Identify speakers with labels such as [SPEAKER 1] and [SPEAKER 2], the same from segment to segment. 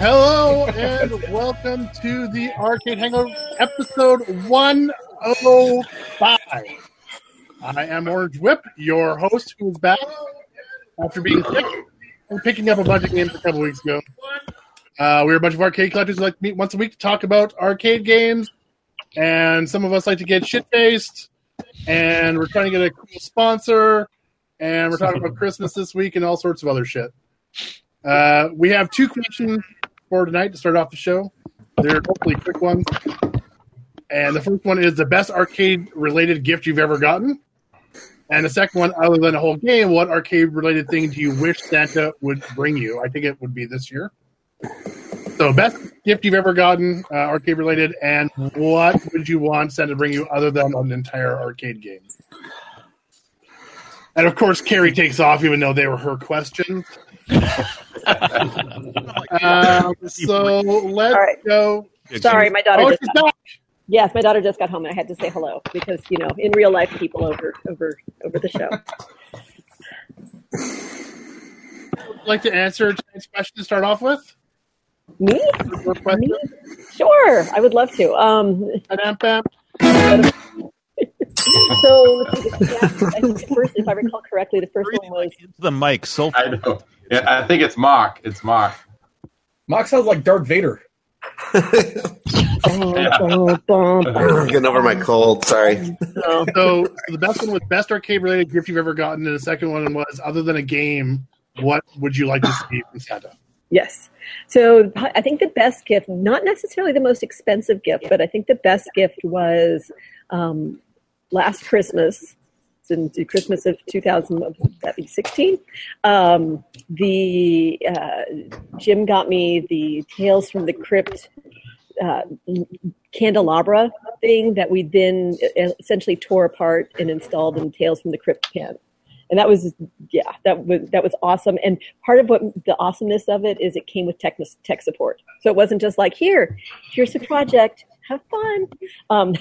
[SPEAKER 1] Hello and welcome to the Arcade Hangover episode 105. I am Orange Whip, your host, who is back after being sick and picking up a bunch of games a couple weeks ago. Uh, we're a bunch of arcade collectors who like to meet once a week to talk about arcade games, and some of us like to get shit faced, and we're trying to get a cool sponsor, and we're talking about Christmas this week and all sorts of other shit. Uh, we have two questions for tonight to start off the show. They're hopefully quick ones. And the first one is the best arcade related gift you've ever gotten. And the second one, other than a whole game, what arcade related thing do you wish Santa would bring you? I think it would be this year. So, best gift you've ever gotten, uh, arcade related, and what would you want Santa to bring you other than an entire arcade game? And of course, Carrie takes off, even though they were her questions. Um, so let's
[SPEAKER 2] All right.
[SPEAKER 1] go.
[SPEAKER 2] Sorry, my daughter.
[SPEAKER 1] Oh,
[SPEAKER 2] Just
[SPEAKER 1] she's
[SPEAKER 2] got,
[SPEAKER 1] back.
[SPEAKER 2] yes, my daughter just got home, and I had to say hello because you know, in real life, people over over over the show.
[SPEAKER 1] Would you like to answer tonight's question to start off with?
[SPEAKER 2] Me?
[SPEAKER 1] Your question?
[SPEAKER 2] Me? Sure, I would love to. Um,
[SPEAKER 1] Ba-dam-bam.
[SPEAKER 2] so let's see, yeah, I think the first, if I recall correctly, the first one was
[SPEAKER 3] into the mic so
[SPEAKER 4] I know. Yeah, I think it's mock. It's mock.
[SPEAKER 5] Mock sounds like Darth Vader.
[SPEAKER 6] I'm getting over my cold. Sorry.
[SPEAKER 1] So, so the best one was best arcade related gift you've ever gotten, and the second one was other than a game, what would you like to see from Santa?
[SPEAKER 2] yes. So I think the best gift, not necessarily the most expensive gift, but I think the best gift was um, last Christmas, it's in Christmas of 2016. Um, the uh, Jim got me the Tales from the Crypt uh, candelabra thing that we then essentially tore apart and installed in Tales from the Crypt can. And that was yeah, that was that was awesome. And part of what the awesomeness of it is, it came with tech tech support, so it wasn't just like here, here's the project, have fun. Um,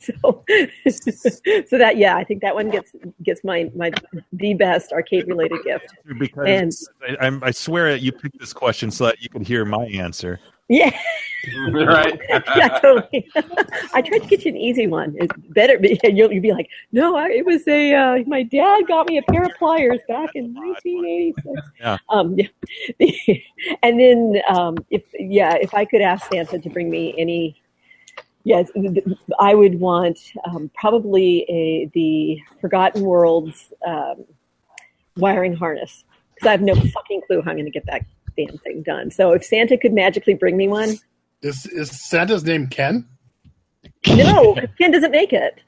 [SPEAKER 2] so, so that yeah, I think that one gets gets my my the best arcade related gift.
[SPEAKER 3] because
[SPEAKER 2] And
[SPEAKER 3] I, I'm, I swear that you picked this question so that you could hear my answer.
[SPEAKER 2] yeah.
[SPEAKER 4] right?
[SPEAKER 2] yeah, totally. I tried to get you an easy one. It better be. and You'll, you'll be like, no, I, it was a. Uh, my dad got me a pair of pliers back in 1986.
[SPEAKER 3] Yeah.
[SPEAKER 2] Um, yeah. and then, um, if yeah, if I could ask Santa to bring me any, yes, th- th- I would want um, probably a the Forgotten Worlds um, wiring harness because I have no fucking clue how I'm going to get that damn thing done. So if Santa could magically bring me one.
[SPEAKER 1] Is, is Santa's name Ken?
[SPEAKER 2] No, Ken doesn't make it.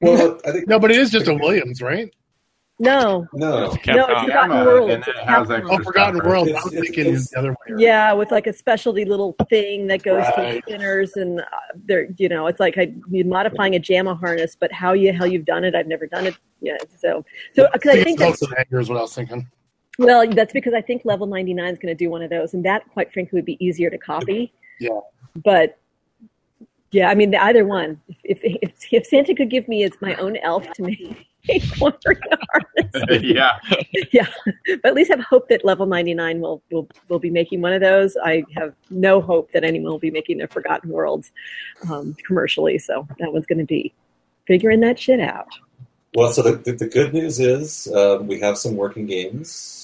[SPEAKER 6] Well, I think
[SPEAKER 1] No, but it is just a Williams, right?
[SPEAKER 2] No. No,
[SPEAKER 6] no.
[SPEAKER 2] it's Forgotten
[SPEAKER 4] Gamma,
[SPEAKER 2] World.
[SPEAKER 4] and it has
[SPEAKER 2] Capcom.
[SPEAKER 4] extra
[SPEAKER 1] Oh, Forgotten
[SPEAKER 4] stuff, right?
[SPEAKER 1] World. I
[SPEAKER 6] It's-
[SPEAKER 1] was
[SPEAKER 6] it's-
[SPEAKER 1] thinking
[SPEAKER 6] it's-
[SPEAKER 1] the other way.
[SPEAKER 2] Yeah, with like a specialty little thing that goes
[SPEAKER 1] Right.
[SPEAKER 2] to spinners and uh, there, you know, it's like I, you're modifying a JAMA harness, but how you how you've done it, I've never done it yet. So, so because I think that,
[SPEAKER 1] that's is what I was thinking.
[SPEAKER 2] well, that's because I think level 99 is going to do one of those, and that, quite frankly, would be easier to copy.
[SPEAKER 1] Yeah.
[SPEAKER 2] But yeah, I mean, the- either one. If if, if, if Santa could give me as my own elf to make. one ring harness.
[SPEAKER 4] yeah.
[SPEAKER 2] but at least have hope that level 99 will, will will be making one of those i have no hope that anyone will be making their forgotten worlds um, commercially so that one's going to be figuring that shit out
[SPEAKER 6] Well, so the, the, the good news is um, we have some working games.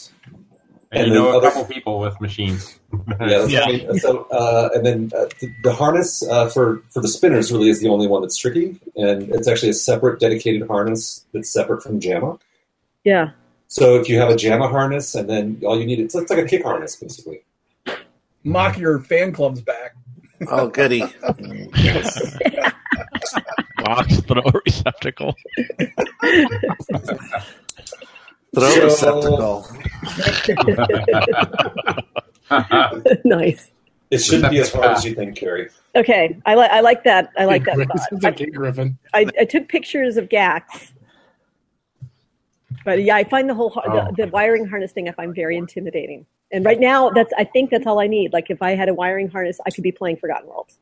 [SPEAKER 4] And
[SPEAKER 6] And
[SPEAKER 4] you know
[SPEAKER 6] then
[SPEAKER 4] a
[SPEAKER 6] other-
[SPEAKER 4] couple people with machines.
[SPEAKER 6] Yeah. that's- I mean, so, uh, and then uh, the, the harness uh, for for the spinners really is the only one that's tricky, and it's actually a separate dedicated harness that's separate from JAMA.
[SPEAKER 2] yeah
[SPEAKER 6] So if you have a JAMA harness, and then all you need it's, it's like a kick harness basically.
[SPEAKER 7] Mm-hmm.
[SPEAKER 5] Mock your fan club's back.
[SPEAKER 6] Oh, goody!
[SPEAKER 8] box throw receptacle.
[SPEAKER 6] Throw
[SPEAKER 5] So-
[SPEAKER 6] receptacle.
[SPEAKER 2] nice
[SPEAKER 6] It shouldn't be as hard as you think, Carrie.
[SPEAKER 2] okay i like i like that i like that
[SPEAKER 1] This is a
[SPEAKER 2] thought.
[SPEAKER 1] King Griffin.
[SPEAKER 2] I, I, I took pictures of gax but yeah i find the whole har-
[SPEAKER 4] Oh.
[SPEAKER 2] the, the wiring harness thing i find very intimidating and right now that's i think that's all i need like if i had a wiring harness i could be playing forgotten worlds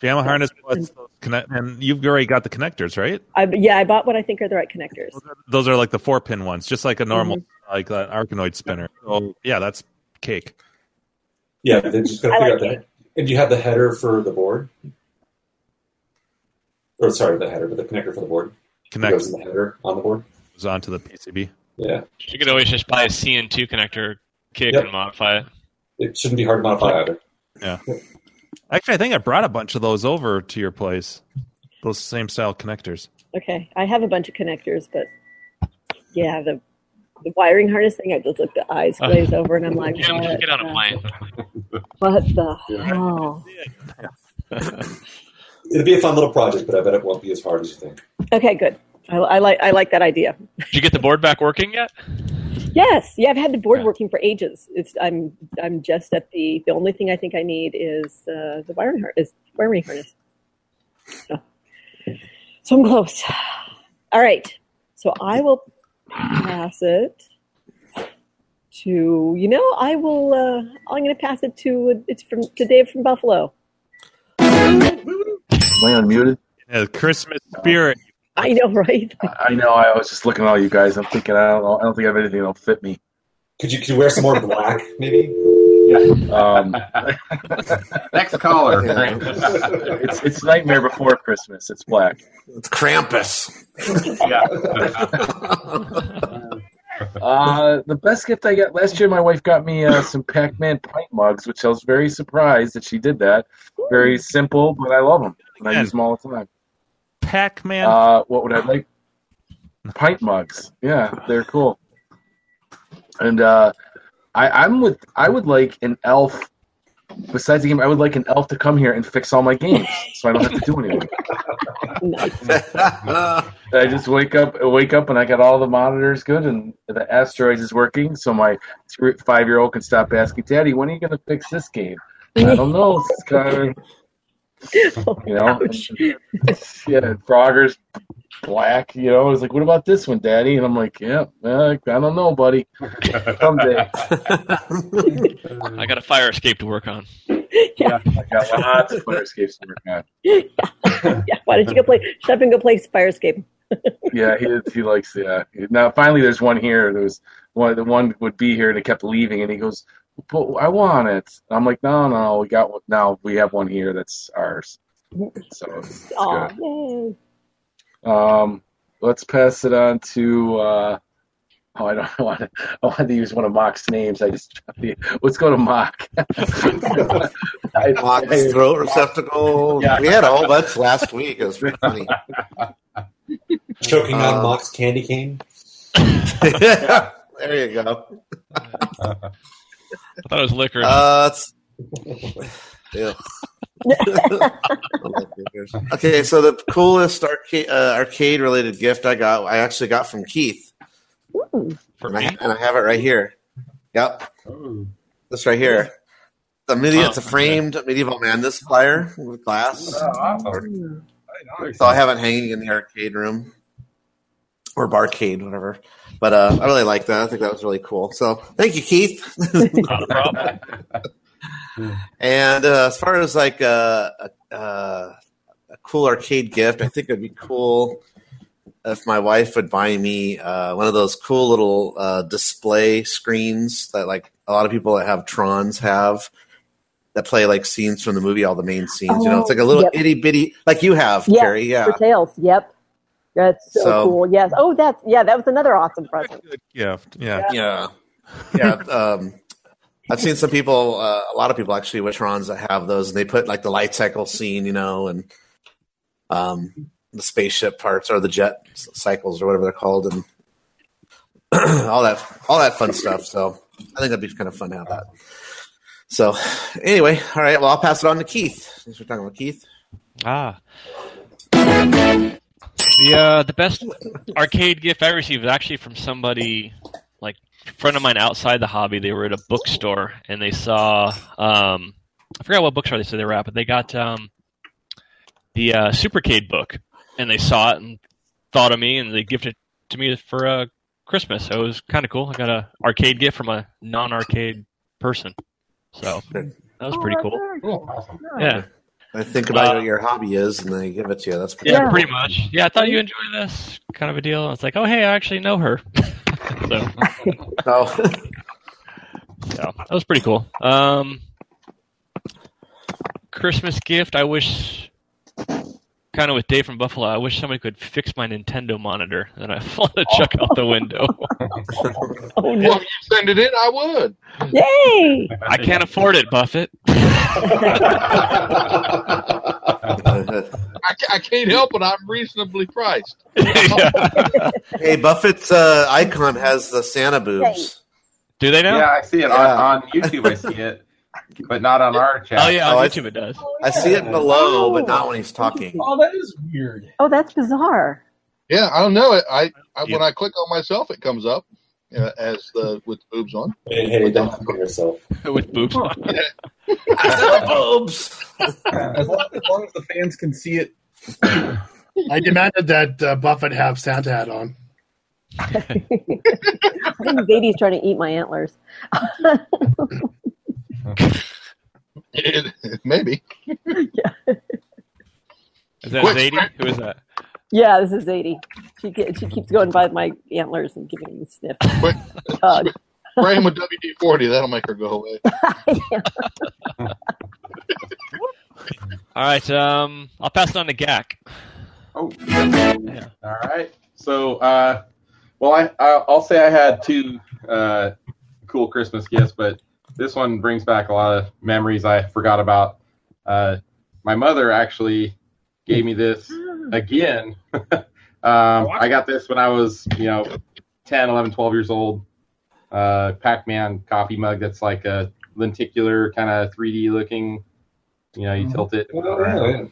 [SPEAKER 3] JAMA harness plus connect, and you've already got the connectors, right?
[SPEAKER 2] I, yeah, I bought what I think are the right connectors.
[SPEAKER 3] Those are, those are like the four pin ones, just like a normal,
[SPEAKER 2] Mm-hmm.
[SPEAKER 3] like an Arcanoid spinner. So yeah, that's cake.
[SPEAKER 6] Mm-hmm. Yeah, they just gotta
[SPEAKER 2] I
[SPEAKER 6] figure
[SPEAKER 2] like
[SPEAKER 6] out that. And you have the header for the board, or sorry, the header, but the connector for the board It
[SPEAKER 3] Connect
[SPEAKER 6] goes in the header on the board.
[SPEAKER 3] goes onto the PCB.
[SPEAKER 6] Yeah,
[SPEAKER 9] You could always just buy a CN2 connector, kick,
[SPEAKER 6] Yep.
[SPEAKER 9] and modify it.
[SPEAKER 6] it shouldn't be hard to modify either.
[SPEAKER 3] Actually, I think I brought a bunch of those over to your place. Those same style connectors.
[SPEAKER 2] Okay, I have a bunch of connectors, but yeah, the the wiring harness thing, I just look the eyes
[SPEAKER 6] Uh.
[SPEAKER 2] glaze over, and I'm like,
[SPEAKER 9] Jim,
[SPEAKER 2] what,
[SPEAKER 9] just get on a
[SPEAKER 2] the-
[SPEAKER 9] plane.
[SPEAKER 2] what the
[SPEAKER 4] Yeah.
[SPEAKER 2] hell?
[SPEAKER 6] It'd be a fun little project, but I bet it won't be as hard as you think.
[SPEAKER 2] Okay, good. I, I like I like that idea.
[SPEAKER 9] Did you get the board back working yet?
[SPEAKER 2] Yes, yeah, I've had the board
[SPEAKER 9] Yeah.
[SPEAKER 2] working for ages. It's I'm I'm just at the the only thing I think I need is uh, the wiring har- is wiring harness. So, so I'm close. All right, so I will pass it to you know I will uh, I'm going to pass it to it's from to Dave from Buffalo.
[SPEAKER 10] Am I unmuted?
[SPEAKER 3] Yeah, Christmas spirit.
[SPEAKER 2] I know, right?
[SPEAKER 10] I know. I was just looking at all you guys. I'm thinking, I don't know. I don't think I have anything that'll fit me.
[SPEAKER 6] Could you, could you wear some more black, maybe?
[SPEAKER 10] Um,
[SPEAKER 4] Next caller.
[SPEAKER 6] Yeah.
[SPEAKER 10] it's it's nightmare before Christmas. It's black.
[SPEAKER 7] It's Krampus.
[SPEAKER 4] yeah.
[SPEAKER 10] Uh, the best gift I got last year, my wife got me uh, some Pac-Man pint mugs, which I was very surprised that she did that. Very simple, but I love them, and I use them all the time.
[SPEAKER 3] Pac Man.
[SPEAKER 10] Uh, what would I like? Pint mugs. Yeah, they're cool. And uh, I, I'm with. I would like an elf. Besides the game, I would like an elf to come here and fix all my games, so I don't have to do anything.
[SPEAKER 2] Nice.
[SPEAKER 10] I just wake up, wake up, and I got all the monitors good, and the asteroids is working. So my five year old can stop asking, "Daddy, when are you going to fix this game?" I don't know, Skyler. You know,
[SPEAKER 2] Ouch.
[SPEAKER 10] yeah, Frogger's black. You know, I was like, "What about this one, Daddy?" And I'm like, "Yeah, uh, I don't know, buddy. Someday."
[SPEAKER 9] I got a fire escape to work on.
[SPEAKER 10] Uh, I got lots of fire escapes to work on.
[SPEAKER 2] yeah, why don't you go play? Shut up and go play Fire Escape.
[SPEAKER 10] Yeah, he he likes yeah. Now finally, there's one here. There was one. The one would be here, and it kept leaving. And he goes, "But I want it." And I'm like, "No, no, we got one. Now we have one here that's ours." So it's, it's
[SPEAKER 2] Aw,
[SPEAKER 10] good.
[SPEAKER 2] yay.
[SPEAKER 10] Um, let's pass it on to. Uh, oh, I don't want to. I wanted to use one of Mock's names. I just let's go to Mock. I-
[SPEAKER 7] Mock's
[SPEAKER 10] I-
[SPEAKER 7] throat receptacle.
[SPEAKER 10] Yeah.
[SPEAKER 7] We had a whole bunch last week. It was pretty funny.
[SPEAKER 6] Choking on
[SPEAKER 7] Um,
[SPEAKER 6] Mock's candy cane.
[SPEAKER 7] there you go.
[SPEAKER 9] I thought it was liquor.
[SPEAKER 7] Uh, it's- Ew. okay, so the coolest arcade uh, arcade related gift I got, I actually got from Keith,
[SPEAKER 2] Ooh,
[SPEAKER 9] for
[SPEAKER 7] and I,
[SPEAKER 9] me.
[SPEAKER 7] and I have it right here. Yep,
[SPEAKER 4] Oh.
[SPEAKER 7] this right here. The medi-
[SPEAKER 9] Oh,
[SPEAKER 7] it's a framed medieval man. This flyer with glass. So I
[SPEAKER 4] So
[SPEAKER 7] have it hanging in the arcade room or barcade, whatever. But uh, I really like that. I think that was really cool. So thank you, Keith.
[SPEAKER 9] Not a problem.
[SPEAKER 7] and uh, as far as like uh, a, uh, a cool arcade gift, I think it'd be cool if my wife would buy me uh, one of those cool little uh, display screens that like a lot of people that have Trons have that play like scenes from the movie, all the main scenes. you know, it's like a little
[SPEAKER 2] Oh, yep.
[SPEAKER 7] itty bitty, like you have,
[SPEAKER 2] Yeah,
[SPEAKER 7] Carrie. Yeah.
[SPEAKER 2] For tails, yep. That's so,
[SPEAKER 7] So-
[SPEAKER 2] cool. Yes. Oh, that's yeah. That was another awesome present.
[SPEAKER 3] Good gift. Yeah.
[SPEAKER 7] yeah yeah um i've seen some people uh, a lot of people actually with trons that have those and they put like the light cycle scene you know and um the spaceship parts or the jet c- cycles or whatever they're called and all that all that fun stuff so i think that'd be kind of fun to have that so anyway all right well i'll pass it on to keith since we're talking about keith
[SPEAKER 9] Ah. The uh, the best arcade gift I received was actually from somebody, like a friend of mine outside the hobby. They were at a bookstore and they saw, um, I forgot what bookstore they said they were at, but they got um, the uh, Supercade book and they saw it and thought of me and they gifted it to me for uh, Christmas. So it was kind of cool. I got a arcade gift from a non arcade person, so that was pretty
[SPEAKER 2] Oh,
[SPEAKER 9] cool.
[SPEAKER 2] very
[SPEAKER 4] Cool. Awesome.
[SPEAKER 9] Yeah.
[SPEAKER 7] I think
[SPEAKER 9] Uh,
[SPEAKER 7] about what your hobby is, and they give it to you. That's
[SPEAKER 9] Yeah, pretty much. Yeah, I thought you enjoy this kind of a deal. It's like, oh hey, I actually know her. so,
[SPEAKER 7] oh,
[SPEAKER 9] yeah, that was pretty cool. Um, Christmas gift. I wish, kind of with Dave from Buffalo. I wish somebody could fix my Nintendo monitor, and I fall the chuck out the window.
[SPEAKER 11] Well, if you send it in, I would.
[SPEAKER 2] Yay!
[SPEAKER 9] I can't afford it, Buffett.
[SPEAKER 11] I, ca- I can't help it. I'm reasonably priced.
[SPEAKER 7] hey, Buffett's uh, icon has the Santa boobs.
[SPEAKER 9] Do they
[SPEAKER 7] now?
[SPEAKER 4] Yeah, I see it on, on YouTube. I see it, but not on our chat.
[SPEAKER 7] Oh, yeah, on Oh, I- YouTube
[SPEAKER 9] it does.
[SPEAKER 7] I see it below, but not when he's talking.
[SPEAKER 5] Oh, that is weird.
[SPEAKER 2] Oh, that's bizarre.
[SPEAKER 11] Yeah, I don't know. I, I
[SPEAKER 7] Yeah.
[SPEAKER 11] when I click on myself, it comes up uh, as the with the boobs on.
[SPEAKER 6] Hey, hey, don't compare yourself.
[SPEAKER 9] with boobs on.
[SPEAKER 7] boobs.
[SPEAKER 5] as, long, as long as the fans can see it.
[SPEAKER 1] I demanded that uh, Buffett have Santa hat on.
[SPEAKER 2] I think Zadie's trying to eat my antlers.
[SPEAKER 11] Maybe.
[SPEAKER 9] Is that
[SPEAKER 11] Quick.
[SPEAKER 9] Zadie? Who is that?
[SPEAKER 2] Yeah, this is Zadie. She get, she keeps going by my antlers and giving me sniff. Tug.
[SPEAKER 11] Spray him with WD forty. That'll make her go away.
[SPEAKER 9] All right, um, I'll pass it on to Gak.
[SPEAKER 4] Oh, all right. So, uh, well, I I- I'll say I had two uh, cool Christmas gifts, but this one brings back a lot of memories I forgot about. Uh, my mother actually gave me this again. um, I got this when I was, you know, 10, 11, 12 years old. Uh, Pac-Man coffee mug that's like a lenticular kind of 3D looking. You know, you tilt it.
[SPEAKER 6] Oh, yeah.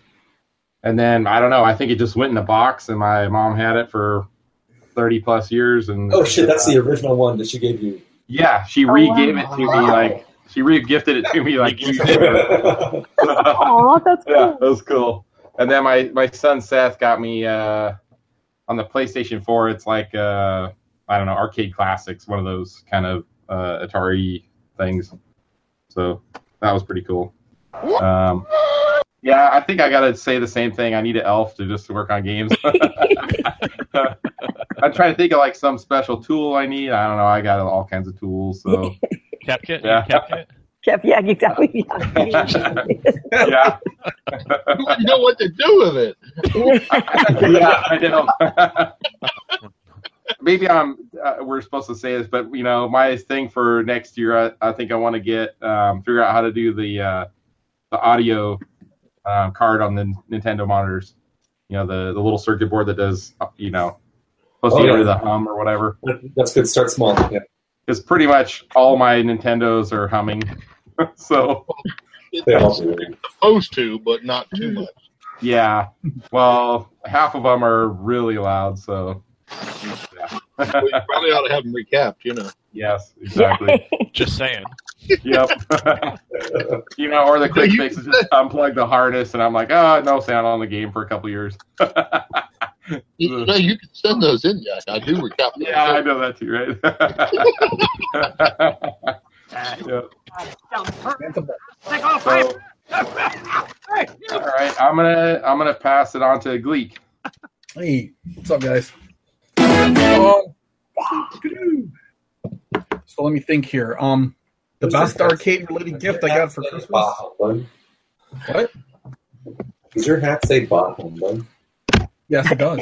[SPEAKER 4] And then I don't know. I think it just went in the box, and my mom had it for thirty plus years. And
[SPEAKER 6] Oh shit, that's the original one that she gave you.
[SPEAKER 4] yeah, she
[SPEAKER 6] Oh,
[SPEAKER 4] re gave
[SPEAKER 6] wow.
[SPEAKER 4] it to me like she re gifted it to me like you did.
[SPEAKER 2] Aw, that's cool.
[SPEAKER 4] yeah, that was cool. And then my my son Seth got me uh, on the PlayStation Four. It's like uh, I don't know arcade classics, one of those kind of uh, Atari things. So that was pretty cool. Um, yeah, I think I gotta say the same thing. I need an elf to just work on games. I'm trying to think of like some special tool I need. I don't know. I got all kinds of tools. So
[SPEAKER 9] Capkit?
[SPEAKER 4] Yeah.
[SPEAKER 9] Capkit?
[SPEAKER 2] Kev, yeah, exactly. Yeah.
[SPEAKER 4] yeah,
[SPEAKER 11] You wouldn't know what to do with it.
[SPEAKER 4] yeah, I know. Maybe I'm. Uh, we're supposed to say this, but you know, my thing for next year, I, I think I want to get um, figure out how to do the uh, the audio um, card on the Nintendo monitors. You know, the the little circuit board that does. uh, You know, supposed
[SPEAKER 6] Oh,
[SPEAKER 4] to get
[SPEAKER 6] yeah.
[SPEAKER 4] rid of the hum or whatever.
[SPEAKER 6] That's good. Start small. Yeah.
[SPEAKER 4] Because pretty much all my Nintendos are humming. so
[SPEAKER 6] They all do.
[SPEAKER 11] Supposed to, but not too much.
[SPEAKER 4] yeah, well, half of them are really loud. So
[SPEAKER 11] We probably ought to have them recapped. You know.
[SPEAKER 4] yes, exactly.
[SPEAKER 9] Just saying.
[SPEAKER 4] yep. you know, or the quick fix is just unplug the harness, and I'm like, oh, no sound on the game for a couple years.
[SPEAKER 11] You, you know, you can send those in. Yeah, I do recap. them.
[SPEAKER 4] Yeah, I know that too, right? Yep. So, all right, I'm gonna I'm gonna pass it on to Gleek.
[SPEAKER 5] Hey, what's up, guys? Um, so let me think here. Um, the best arcade-related gift I got for Christmas.
[SPEAKER 6] Humbug.
[SPEAKER 5] What?
[SPEAKER 6] Does your hat say Bah Humbug?
[SPEAKER 5] Yes, it does.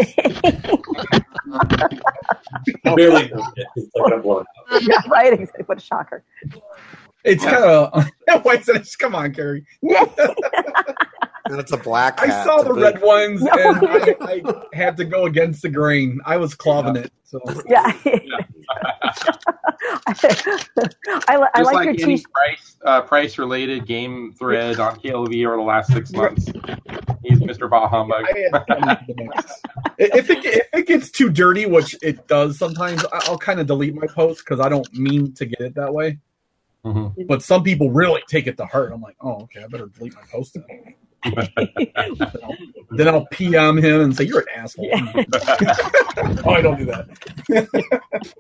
[SPEAKER 6] Barely. It's like a blonde.
[SPEAKER 2] yeah, right. Exactly. What a shocker.
[SPEAKER 5] It's uh, kind of. Why is it? Come on, Carrie.
[SPEAKER 2] Yes.
[SPEAKER 7] And it's a black hat.
[SPEAKER 5] I saw
[SPEAKER 7] to
[SPEAKER 5] the
[SPEAKER 7] boot.
[SPEAKER 5] red ones, and I, I had to go against the grain. I was clobbing it. So
[SPEAKER 2] Yeah. I, li- I like,
[SPEAKER 4] Just like,
[SPEAKER 2] your
[SPEAKER 4] any
[SPEAKER 2] t-shirt.
[SPEAKER 4] price uh, price related game thread on KLV over the last six months, he's Mr. Bah Humbug.
[SPEAKER 5] I had I need the next. if it if it gets too dirty, which it does sometimes, I- I'll kind of delete my post because I don't mean to get it that way.
[SPEAKER 4] Mhm.
[SPEAKER 5] But some people really take it to heart. I'm like, oh, okay, I better delete my post. Then, Then I'll, then I'll PM him and say, you're an asshole. oh, I don't do that.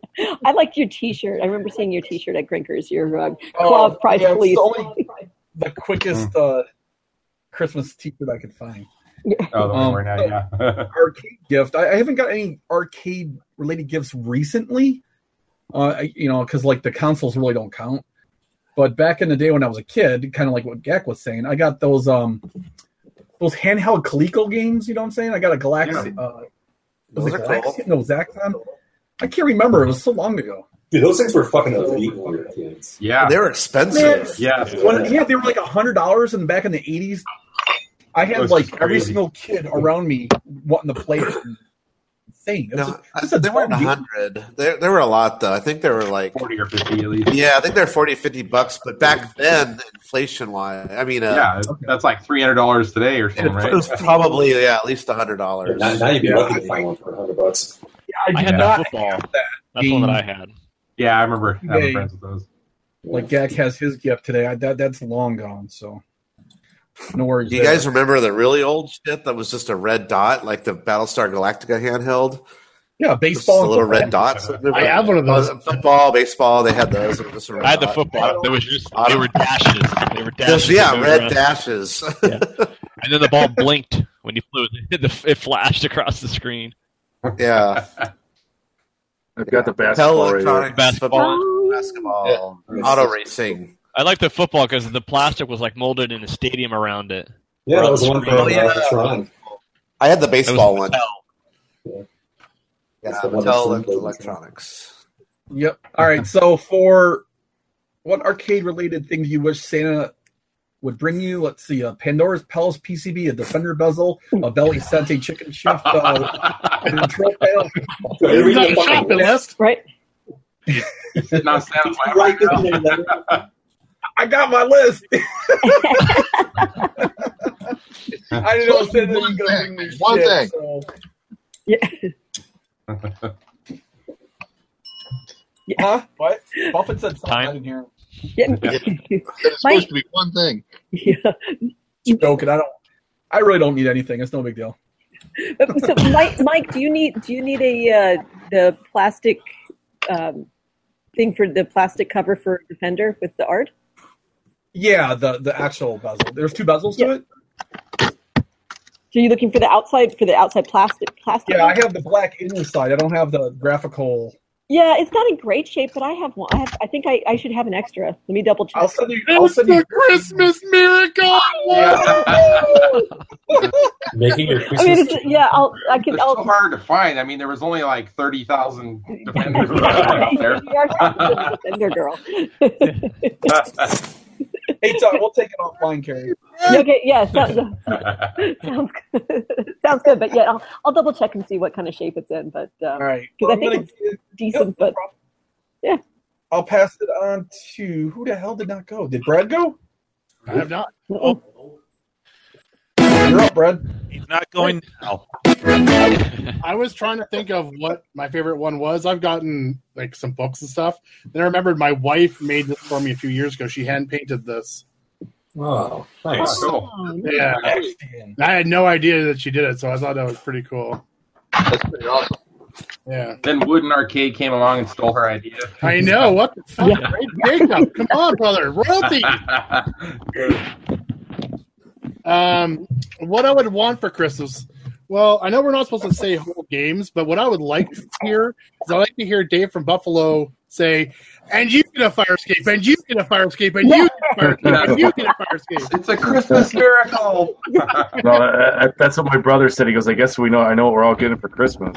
[SPEAKER 2] I like your t-shirt. I remember seeing your t-shirt at Grinkers. Your uh,
[SPEAKER 5] Oh,
[SPEAKER 2] Claw of Pride
[SPEAKER 5] yeah, it's
[SPEAKER 2] Police.
[SPEAKER 5] the only- The quickest uh, Christmas T-shirt I could find.
[SPEAKER 4] Oh, the one
[SPEAKER 5] Um,
[SPEAKER 4] we're now, yeah.
[SPEAKER 5] arcade gift. I, I haven't got any arcade related gifts recently. Uh, I- you know, because like the consoles really don't count. But back in the day when I was a kid, kind of like what Gak was saying, I got those um those handheld Coleco games. You know what I'm saying? I got a Galaxy.
[SPEAKER 6] Yeah.
[SPEAKER 5] Uh, was
[SPEAKER 6] Those
[SPEAKER 5] it
[SPEAKER 6] are
[SPEAKER 5] Galaxy? No, Zaxxon. I can't remember. It was so long ago.
[SPEAKER 6] Dude, those things were fucking elite when we were kids.
[SPEAKER 4] Yeah,
[SPEAKER 7] they were
[SPEAKER 5] Man,
[SPEAKER 7] expensive.
[SPEAKER 5] when- yeah, they were like hundred dollars in back in the eighties. I
[SPEAKER 7] It
[SPEAKER 5] had
[SPEAKER 7] was
[SPEAKER 5] like
[SPEAKER 7] just
[SPEAKER 5] every
[SPEAKER 7] crazy.
[SPEAKER 5] single kid around me wanting to play it. Insane. It was
[SPEAKER 7] No,
[SPEAKER 5] just-
[SPEAKER 7] I-
[SPEAKER 5] just a
[SPEAKER 4] Oh.
[SPEAKER 7] they weren't
[SPEAKER 5] dumb game.
[SPEAKER 7] hundred. There, there were a lot though. I think there were like
[SPEAKER 4] forty or fifty at least.
[SPEAKER 7] Yeah, I think they're 40, 50 bucks. But back then, inflation wise, I mean, uh,
[SPEAKER 4] yeah, that's like three hundred dollars today or
[SPEAKER 7] it
[SPEAKER 4] something,
[SPEAKER 7] was,
[SPEAKER 4] right?
[SPEAKER 7] it was probably yeah at least hundred
[SPEAKER 6] Yeah,
[SPEAKER 7] dollars.
[SPEAKER 6] now, now you'd be lucky to find one for hundred bucks.
[SPEAKER 9] I had
[SPEAKER 5] not
[SPEAKER 9] the football. That's the one that I had.
[SPEAKER 4] Yeah, I remember having
[SPEAKER 5] Yeah.
[SPEAKER 4] friends with those.
[SPEAKER 5] Like Gak has his gift today. I, that that's long gone. So no worries.
[SPEAKER 7] Do you
[SPEAKER 5] there.
[SPEAKER 7] guys remember the really old shit that was just a red dot, like the Battlestar Galactica handheld?
[SPEAKER 5] Yeah, baseball.
[SPEAKER 7] Just the little
[SPEAKER 5] and football.
[SPEAKER 7] red dots.
[SPEAKER 1] I have one of those.
[SPEAKER 7] Uh, Football, baseball, they had those. It was just a red
[SPEAKER 8] I had the
[SPEAKER 7] dot.
[SPEAKER 8] football. There was just they were dashes. They were uh, dashes.
[SPEAKER 7] Just, yeah,
[SPEAKER 8] going
[SPEAKER 7] red
[SPEAKER 8] around.
[SPEAKER 7] dashes.
[SPEAKER 9] And then the ball blinked when you flew. It, it flashed across the screen.
[SPEAKER 7] yeah.
[SPEAKER 10] I've got the basketball. right here.
[SPEAKER 7] Electronic basketball,
[SPEAKER 2] Oh.
[SPEAKER 7] basketball,
[SPEAKER 6] Yeah.
[SPEAKER 7] auto racing.
[SPEAKER 9] I like the football because the plastic was like molded in a stadium around it.
[SPEAKER 6] Yeah, that was the one from
[SPEAKER 9] Oh,
[SPEAKER 6] uh,
[SPEAKER 7] yeah.
[SPEAKER 6] Tron.
[SPEAKER 7] I had the baseball
[SPEAKER 9] It was
[SPEAKER 7] one.
[SPEAKER 9] Mattel.
[SPEAKER 7] Yeah,
[SPEAKER 6] That's the one
[SPEAKER 7] Mattel
[SPEAKER 6] that's in the-
[SPEAKER 7] electronics.
[SPEAKER 5] Yep. All right. So for what arcade related thing do you wish Santa would bring you? Let's see: a Pandora's Palace PCB, a Defender bezel, a Belly Sente chicken shift, uh, a control panel.
[SPEAKER 6] Here we
[SPEAKER 1] He's on the
[SPEAKER 6] go.
[SPEAKER 1] shopping list.
[SPEAKER 2] Right?
[SPEAKER 4] Sitting on Santa's lap
[SPEAKER 6] Right,
[SPEAKER 4] right now.
[SPEAKER 6] isn't it, Larry?
[SPEAKER 5] I got my list. I didn't know Santa was going to bring me
[SPEAKER 11] One
[SPEAKER 5] shit,
[SPEAKER 11] thing.
[SPEAKER 5] so-
[SPEAKER 2] Yeah.
[SPEAKER 5] Huh? What? Buffett said something.
[SPEAKER 9] Time.
[SPEAKER 5] I didn't hear. him.
[SPEAKER 2] Yeah.
[SPEAKER 11] It's
[SPEAKER 2] Mike.
[SPEAKER 11] supposed to be one thing.
[SPEAKER 2] yeah.
[SPEAKER 5] Joking. I don't. I really don't need anything. It's no big deal.
[SPEAKER 2] so Mike, Mike, do you need do you need a uh, the plastic um, thing for the plastic cover for Defender with the art?
[SPEAKER 5] Yeah, the the actual bezel. There's two bezels to
[SPEAKER 2] Yeah.
[SPEAKER 5] it.
[SPEAKER 2] So you're looking for the outside for the outside plastic plastic?
[SPEAKER 5] Yeah, I
[SPEAKER 2] one?
[SPEAKER 5] have the black inner side. I don't have the graphical.
[SPEAKER 2] yeah, it's not in great shape, but I have one. I have. I think I, I should have an extra. Let me double check.
[SPEAKER 5] I'll send you. I'll
[SPEAKER 1] It's
[SPEAKER 5] send you.
[SPEAKER 1] the Christmas miracle.
[SPEAKER 6] Making your
[SPEAKER 2] I
[SPEAKER 6] Christmas
[SPEAKER 2] mean, it's, yeah, I'll. I
[SPEAKER 4] They're
[SPEAKER 2] can.
[SPEAKER 4] so
[SPEAKER 2] I'll.
[SPEAKER 4] hard to find. I mean, there was only like thirty thousand defenders out there.
[SPEAKER 2] You are talking to the Defender girl.
[SPEAKER 5] Hey, Todd, we'll take it offline, Carrie.
[SPEAKER 2] okay, yeah, sounds, sounds good. sounds good. But yeah, I'll, I'll double check and see what kind of shape it's in. But um,
[SPEAKER 5] All right.
[SPEAKER 2] Because I think
[SPEAKER 5] I'm gonna-
[SPEAKER 2] decent, but yeah.
[SPEAKER 5] I'll pass it on to who the hell did not go? Did Brad go?
[SPEAKER 1] I have not.
[SPEAKER 2] Mm-mm.
[SPEAKER 5] You're up, Brad.
[SPEAKER 3] Not going now.
[SPEAKER 1] I was trying to think of what my favorite one was. I've gotten like some books and stuff. Then I remembered my wife made this for me a few years ago. She hand painted this.
[SPEAKER 6] Oh, nice.
[SPEAKER 4] cool.
[SPEAKER 2] Oh,
[SPEAKER 1] Yeah. And I had no idea that she did it, so I thought that was pretty cool.
[SPEAKER 11] That's pretty awesome.
[SPEAKER 1] Yeah.
[SPEAKER 4] Then Wooden Arcade came along and stole her idea.
[SPEAKER 1] I know. What the fuck?
[SPEAKER 2] Yeah.
[SPEAKER 1] Great Jacob. Come on, brother. Royalty. Um, what I would want for Christmas. Well, I know we're not supposed to say whole games, but what I would like to hear is I like to hear Dave from Buffalo say, "And you get a fire escape, and you get a fire escape, and you get a fire escape, and you get a fire escape."
[SPEAKER 4] it's a Christmas miracle.
[SPEAKER 10] No, I, I, that's what my brother said. He goes, "I guess we know. I know what we're all getting for Christmas."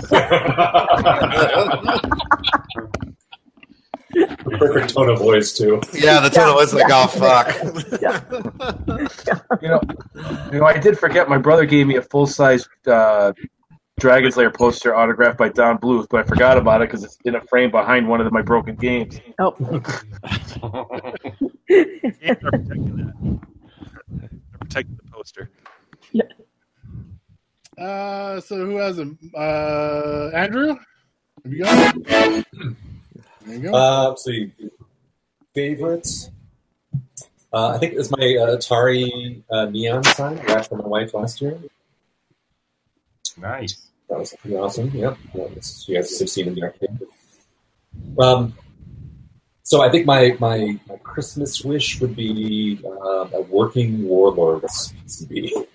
[SPEAKER 6] The perfect tone of voice too.
[SPEAKER 7] Yeah, the tunnel was like, oh fuck.
[SPEAKER 10] you know, you know, I did forget. My brother gave me a full size uh, Dragon Slayer poster autographed by Don Bluth, but I forgot about it because it's in a frame behind one of my broken games.
[SPEAKER 3] They're protecting that. They're protecting the poster.
[SPEAKER 1] Uh, so who has him? Uh, Andrew. Have you got it? There you go.
[SPEAKER 6] Uh, let's see. Favorites? Uh, I think it was my uh, Atari uh, Neon sign I got for my wife last year.
[SPEAKER 4] nice.
[SPEAKER 6] That was pretty awesome. Yep. Yeah, it's- she has 16 in the arcade. Um, So I think my, my, my Christmas wish would be uh, a working warlords PCB.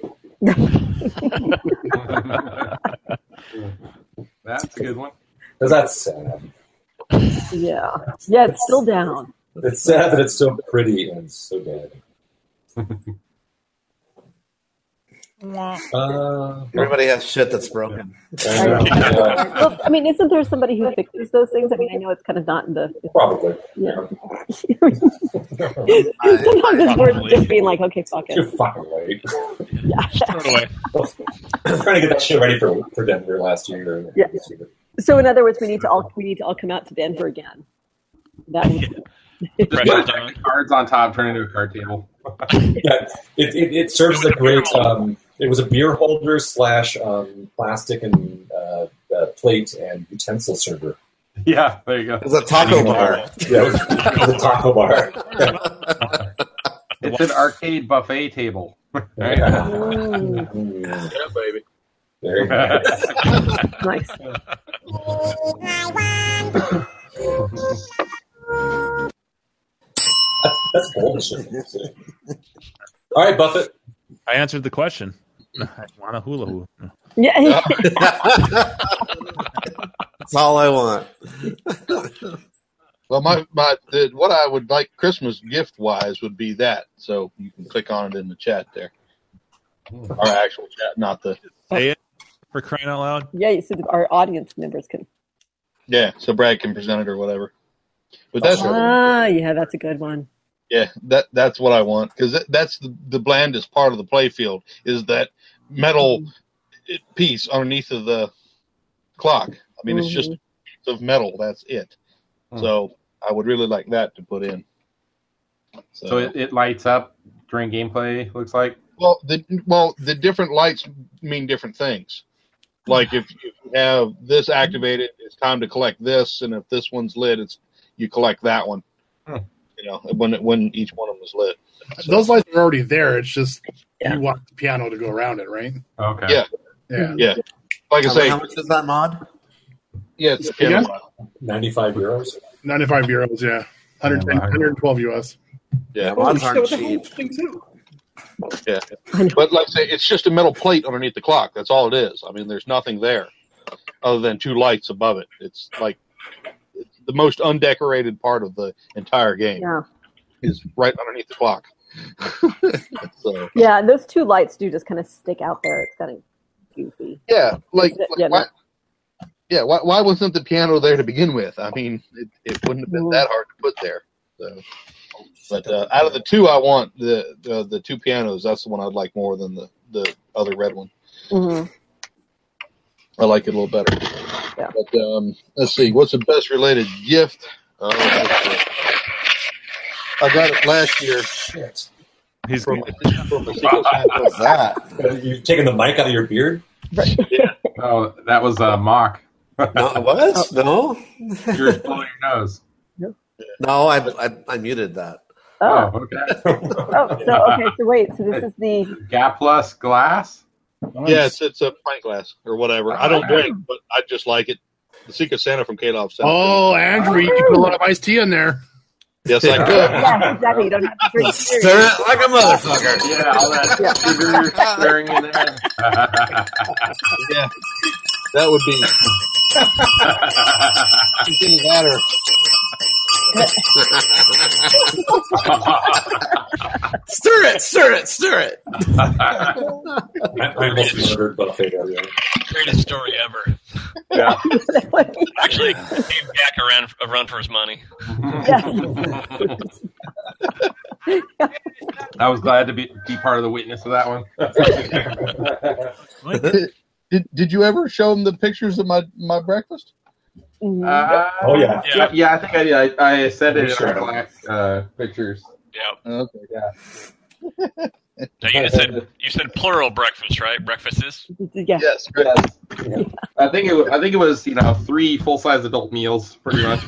[SPEAKER 4] That's a good one.
[SPEAKER 6] Because that's sad.
[SPEAKER 2] Yeah. Yeah, it's still down.
[SPEAKER 6] It's sad that it's so pretty and so dead. Uh,
[SPEAKER 7] Everybody has shit that's broken.
[SPEAKER 2] Well, I mean, isn't there somebody who fixes those things? I mean, I know it's kind of not in the.
[SPEAKER 6] Probably.
[SPEAKER 2] Yeah. Sometimes it's worth just being like, okay, fuck
[SPEAKER 6] You're
[SPEAKER 2] it.
[SPEAKER 6] fucking late.
[SPEAKER 2] Yeah.
[SPEAKER 6] trying to get that shit ready for, for Denver last year. and-
[SPEAKER 2] Yeah. So, in other words, we need to all we need to all come out to Denver again. That
[SPEAKER 4] Just put the cards on top, turn into a card table.
[SPEAKER 6] yeah, it, it, it serves as a great. Um, it was a beer holder slash um, plastic and uh, uh, plate and utensil server.
[SPEAKER 4] Yeah, there you go.
[SPEAKER 6] It's a taco bar. Yeah, it was, it was a taco bar.
[SPEAKER 4] It's an arcade buffet table. Right?
[SPEAKER 6] Yeah,
[SPEAKER 11] baby.
[SPEAKER 6] There you go.
[SPEAKER 2] nice.
[SPEAKER 6] That's bold as shit. All right, Buffett.
[SPEAKER 3] I answered the question. I want a hula hoop.
[SPEAKER 2] Yeah.
[SPEAKER 7] That's all I want.
[SPEAKER 11] Well, my my the, what I would like Christmas gift wise would be that. So you can click on it in the chat there, our actual chat, not the
[SPEAKER 3] Say it for crying out loud.
[SPEAKER 2] Yeah, you said our audience members can.
[SPEAKER 11] yeah. So Brad can present it or whatever. But that's
[SPEAKER 2] ah, yeah, that's a good one.
[SPEAKER 11] yeah, that that's what I want because that's the, the blandest part of the playfield is that metal piece underneath of the clock. I mean, it's just
[SPEAKER 2] Mhm.
[SPEAKER 11] piece of metal. That's it.
[SPEAKER 4] Hmm.
[SPEAKER 11] So I would really like that to put in. So,
[SPEAKER 4] So it, it lights up during gameplay. Looks like.
[SPEAKER 11] Well, the well the different lights mean different things. Like if you have this activated, it's time to collect this, and if this one's lit, it's you collect that one.
[SPEAKER 4] Hmm.
[SPEAKER 11] You know, when when each one of them is lit.
[SPEAKER 1] Those lights are already there. It's just you want the piano to go around it, right?
[SPEAKER 4] Okay.
[SPEAKER 11] Yeah.
[SPEAKER 1] Yeah.
[SPEAKER 11] Yeah. Like I
[SPEAKER 7] How-
[SPEAKER 11] say,
[SPEAKER 7] how much is that mod?
[SPEAKER 11] yeah, it's
[SPEAKER 1] Yeah.
[SPEAKER 11] yeah.
[SPEAKER 6] 95 euros.
[SPEAKER 1] 95 euros, yeah. 110, 112 US.
[SPEAKER 11] yeah.
[SPEAKER 7] Mods aren't cheap.
[SPEAKER 11] Yeah. But like I say, it's just a metal plate underneath the clock. That's all it is. I mean, there's nothing there other than two lights above it. It's like it's the most undecorated part of the entire game
[SPEAKER 2] Yeah.
[SPEAKER 11] is right underneath the clock. so,
[SPEAKER 2] Yeah, and those two lights do just kind of stick out there. It's kind of goofy.
[SPEAKER 11] yeah, like,
[SPEAKER 2] Yeah,
[SPEAKER 11] like,
[SPEAKER 2] yeah,
[SPEAKER 11] why, yeah, why, why wasn't the piano there to begin with? I mean, it, it wouldn't have been that hard to put there. So, but uh, out of the two, I want the, the the two pianos. That's the one I'd like more than the the other red one.
[SPEAKER 2] Mhm.
[SPEAKER 11] I like it a little better.
[SPEAKER 2] Yeah.
[SPEAKER 11] But um, let's see, what's the best related gift? Uh, I got it last year.
[SPEAKER 6] Shit.
[SPEAKER 3] He's
[SPEAKER 11] from my, from my single
[SPEAKER 7] What was that?
[SPEAKER 6] You've taken the mic out of your beard?
[SPEAKER 4] Oh, that was a mock.
[SPEAKER 7] No, what? No,
[SPEAKER 4] You're just blowing your nose.
[SPEAKER 7] no. I, I I muted that.
[SPEAKER 2] Oh,
[SPEAKER 4] okay.
[SPEAKER 2] oh, so okay, so wait, so this is the
[SPEAKER 4] Gapless glass. Oh,
[SPEAKER 11] Yes, it's a pint glass or whatever. I don't drink, but I just like it. The Secret Santa from K-Lof sent it to me.
[SPEAKER 1] Oh, Andrew, you can put a lot of iced tea in there.
[SPEAKER 11] Yes, I could.
[SPEAKER 2] yeah, exactly. You don't have to drink
[SPEAKER 7] Stir
[SPEAKER 2] beer.
[SPEAKER 7] it like a motherfucker.
[SPEAKER 4] Yeah, all that sugar stirring in there.
[SPEAKER 11] yeah, that would be something better.
[SPEAKER 7] Stir it, stir it, stir it.
[SPEAKER 6] I almost murdered Buffett earlier.
[SPEAKER 9] Greatest story ever.
[SPEAKER 4] yeah.
[SPEAKER 9] Actually, gave Jack a run, a run for his money.
[SPEAKER 4] I was glad to be, be part of the witness of that one. Uh,
[SPEAKER 11] Did, did you ever show him the pictures of my, my breakfast?
[SPEAKER 2] Mhm.
[SPEAKER 4] Uh,
[SPEAKER 6] Oh, yeah.
[SPEAKER 4] yeah, yeah, I think I did. I, I said it in
[SPEAKER 6] Sure.
[SPEAKER 4] our black uh, pictures. Uh,
[SPEAKER 9] Yeah.
[SPEAKER 11] Okay.
[SPEAKER 9] Now you just said you said plural breakfast, right? Breakfasts.
[SPEAKER 2] Yeah.
[SPEAKER 11] Yes.
[SPEAKER 4] Yes. I think it. wa- I think it was you know three full size adult meals pretty much.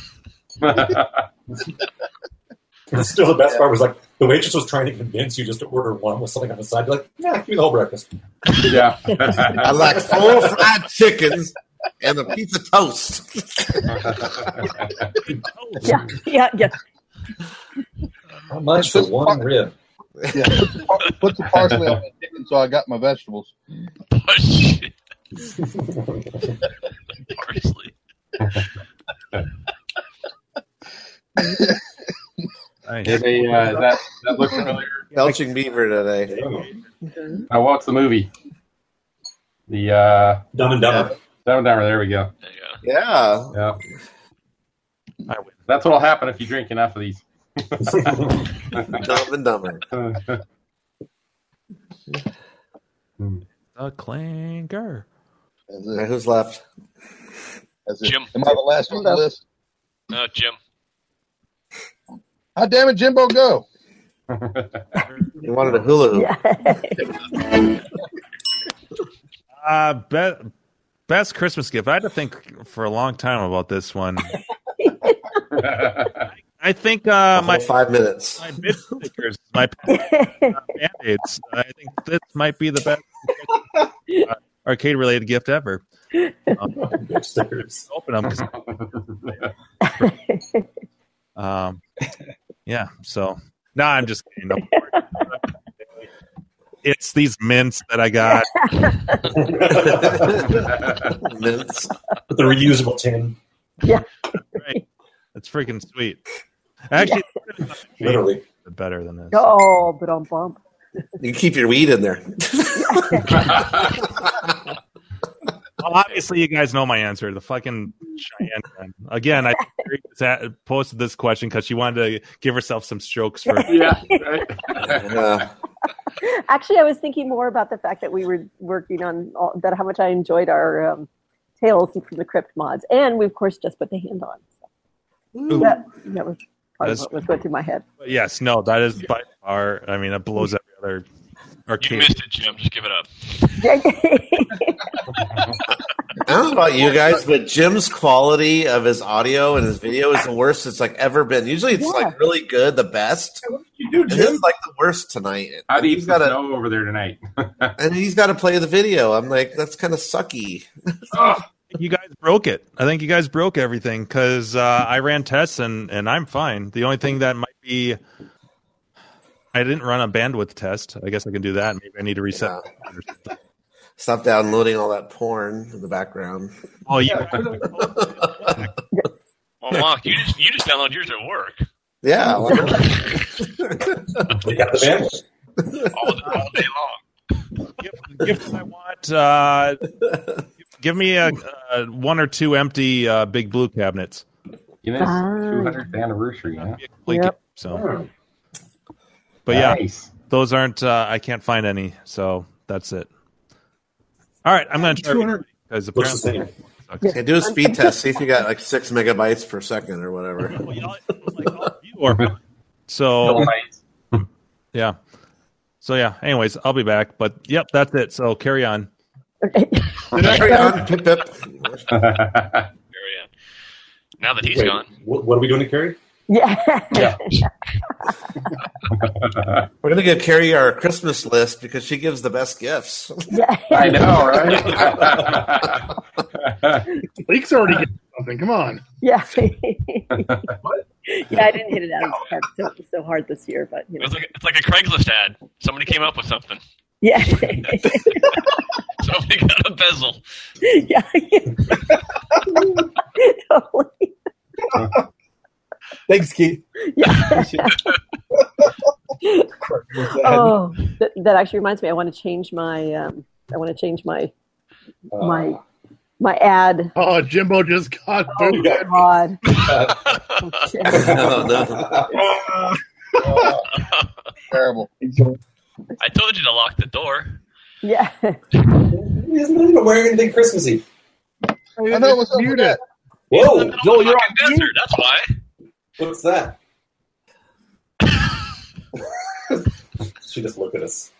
[SPEAKER 6] Still, the best part was like the waitress was trying to convince you just to order one with something on the side. You're like, nah, give me the whole breakfast.
[SPEAKER 4] yeah.
[SPEAKER 7] I like four fried chickens and a piece of toast.
[SPEAKER 2] Yeah, yeah, yeah.
[SPEAKER 6] How much for one rib?
[SPEAKER 11] Yeah, put the, par- put the parsley on my chicken, so I got my vegetables.
[SPEAKER 9] parsley.
[SPEAKER 4] Did they, uh, that, that look familiar?
[SPEAKER 7] Belching beaver today.
[SPEAKER 4] Now, what's the movie? The uh,
[SPEAKER 6] Dumb and Dumber.
[SPEAKER 4] Dumb and Dumber. There we go.
[SPEAKER 7] Yeah.
[SPEAKER 4] Yeah. That's what'll happen if you drink enough of these.
[SPEAKER 7] Dumb and Dumber.
[SPEAKER 3] A clanker.
[SPEAKER 7] All right, who's left?
[SPEAKER 11] Jim. Am I the last one on the list?
[SPEAKER 9] No, Jim.
[SPEAKER 11] Ah, damn it, Jimbo, go.
[SPEAKER 7] You wanted a hula hoop.
[SPEAKER 3] Uh, be- best Christmas gift. I had to think for a long time about this one. I think uh, my
[SPEAKER 7] five minutes.
[SPEAKER 3] My bid stickers, my band aids. I think this might be the best uh, arcade related gift ever. Um,
[SPEAKER 6] stickers.
[SPEAKER 3] Open them. 'cause- um, yeah. So no, I'm just kidding. Don't worry. It's these mints that I got.
[SPEAKER 7] mints
[SPEAKER 6] with the reusable tin.
[SPEAKER 2] Yeah.
[SPEAKER 3] Right. That's freaking sweet. Actually,
[SPEAKER 7] Literally.
[SPEAKER 3] better than this.
[SPEAKER 2] Oh, but on bump.
[SPEAKER 7] You keep your weed in there.
[SPEAKER 3] Well, obviously, you guys know my answer. The fucking Cheyenne gun. Again, I think Carrie sa- posted this question because she wanted to give herself some strokes for.
[SPEAKER 4] Yeah.
[SPEAKER 7] Yeah.
[SPEAKER 2] Actually, I was thinking more about the fact that we were working on all, that how much I enjoyed our um, Tales from the Crypt mods, and we of course just put the hand on. So that, that was part
[SPEAKER 3] That's-
[SPEAKER 2] of what was going through my head.
[SPEAKER 3] But yes, no, that is by far. I mean, it blows every other arcade.
[SPEAKER 9] You missed it, Jim. Just give it up.
[SPEAKER 7] I don't know about you guys, but Jim's quality of his audio and his video is the worst it's like ever been. Usually, it's like really good, the best.
[SPEAKER 6] You do,
[SPEAKER 7] This is like the worst tonight.
[SPEAKER 4] How deep
[SPEAKER 7] he's
[SPEAKER 4] is
[SPEAKER 7] got
[SPEAKER 4] the
[SPEAKER 7] to,
[SPEAKER 4] snow over there tonight?
[SPEAKER 7] and he's got to play the video. I'm like, that's kind of sucky.
[SPEAKER 3] you guys broke it. I think you guys broke everything because uh, I ran tests and and I'm fine. The only thing that might be, I didn't run a bandwidth test. I guess I can do that. Maybe I need to reset.
[SPEAKER 7] Stop downloading all that porn in the background.
[SPEAKER 3] Oh yeah,
[SPEAKER 9] Well, Mark, you just you just download yours at work.
[SPEAKER 7] yeah. why not?
[SPEAKER 6] They got the bandwidth.
[SPEAKER 3] gift I want. Uh, give me a, uh one or two empty uh, big blue cabinets.
[SPEAKER 4] You know, it's 200th anniversary. Hmm. Yeah.
[SPEAKER 3] Yep. So, but yeah,
[SPEAKER 4] Nice.
[SPEAKER 3] those aren't. Uh, I can't find any, so that's it. All right, I'm going to try
[SPEAKER 5] 200
[SPEAKER 3] because
[SPEAKER 6] Looks the
[SPEAKER 3] apparently
[SPEAKER 6] same.
[SPEAKER 7] Okay, do a speed test. See if you got like six megabytes per second or whatever.
[SPEAKER 3] or so
[SPEAKER 4] Kilobytes.
[SPEAKER 3] yeah. So yeah. Anyways, I'll be back. But yep, that's it. So carry on.
[SPEAKER 7] Carry on. Pip, pip.
[SPEAKER 9] Very end. Now that he's
[SPEAKER 6] Wait,
[SPEAKER 9] gone,
[SPEAKER 6] What, what are we doing to Carrie?
[SPEAKER 2] Yeah.
[SPEAKER 7] We're gonna give Carrie our Christmas list because she gives the best gifts.
[SPEAKER 4] I know, right?
[SPEAKER 1] Leek's already getting something. Come on.
[SPEAKER 2] Yeah. yeah, I didn't hit it out of the park so, so hard this year, but you know.
[SPEAKER 9] it's like it's like a Craigslist ad. Somebody came up with something.
[SPEAKER 2] Yeah.
[SPEAKER 9] Somebody got a bezel.
[SPEAKER 2] yeah. totally.
[SPEAKER 5] Thanks, Keith.
[SPEAKER 2] Yeah.
[SPEAKER 5] oh.
[SPEAKER 2] Oh, that, that actually reminds me. I want to change my. Um, I want to change my my my ad.
[SPEAKER 1] Oh, Jimbo just got
[SPEAKER 2] Oh
[SPEAKER 1] booted.
[SPEAKER 2] God.
[SPEAKER 7] no, no.
[SPEAKER 11] Terrible.
[SPEAKER 9] I told you to lock the door.
[SPEAKER 2] yeah.
[SPEAKER 6] He isn't even wearing anything Christmassy.
[SPEAKER 11] I know what's up with that.
[SPEAKER 6] Whoa, Joel, you're
[SPEAKER 9] Fucking
[SPEAKER 6] on mute.
[SPEAKER 9] desert. That's why.
[SPEAKER 6] What's that? she just looked at us.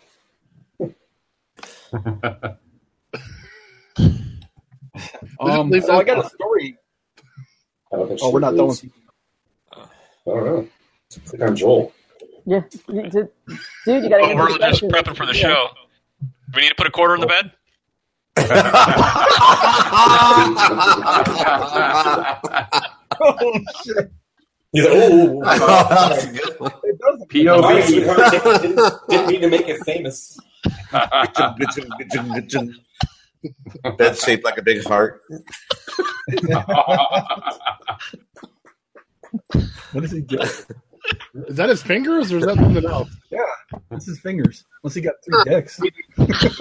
[SPEAKER 5] Um, so I got a story.
[SPEAKER 6] I don't think
[SPEAKER 5] Oh,
[SPEAKER 6] she
[SPEAKER 5] we're not done
[SPEAKER 6] moves. I don't know. Click on Joel.
[SPEAKER 2] Yeah. You did- Dude, you gotta.
[SPEAKER 9] Well,
[SPEAKER 2] answer
[SPEAKER 9] we're
[SPEAKER 2] the
[SPEAKER 9] just
[SPEAKER 2] question.
[SPEAKER 9] prepping for the show. Do we need to put a quarter in the bed?
[SPEAKER 7] I
[SPEAKER 6] He's like, "Ooh."
[SPEAKER 7] That's a good one.
[SPEAKER 6] My sweetheart didn't, didn't, didn't mean to make it famous.
[SPEAKER 7] Bed shaped like a big heart.
[SPEAKER 5] What is he doing?
[SPEAKER 1] Is that his fingers or is that something else?
[SPEAKER 5] Yeah, that's his fingers. Unless he got three dicks.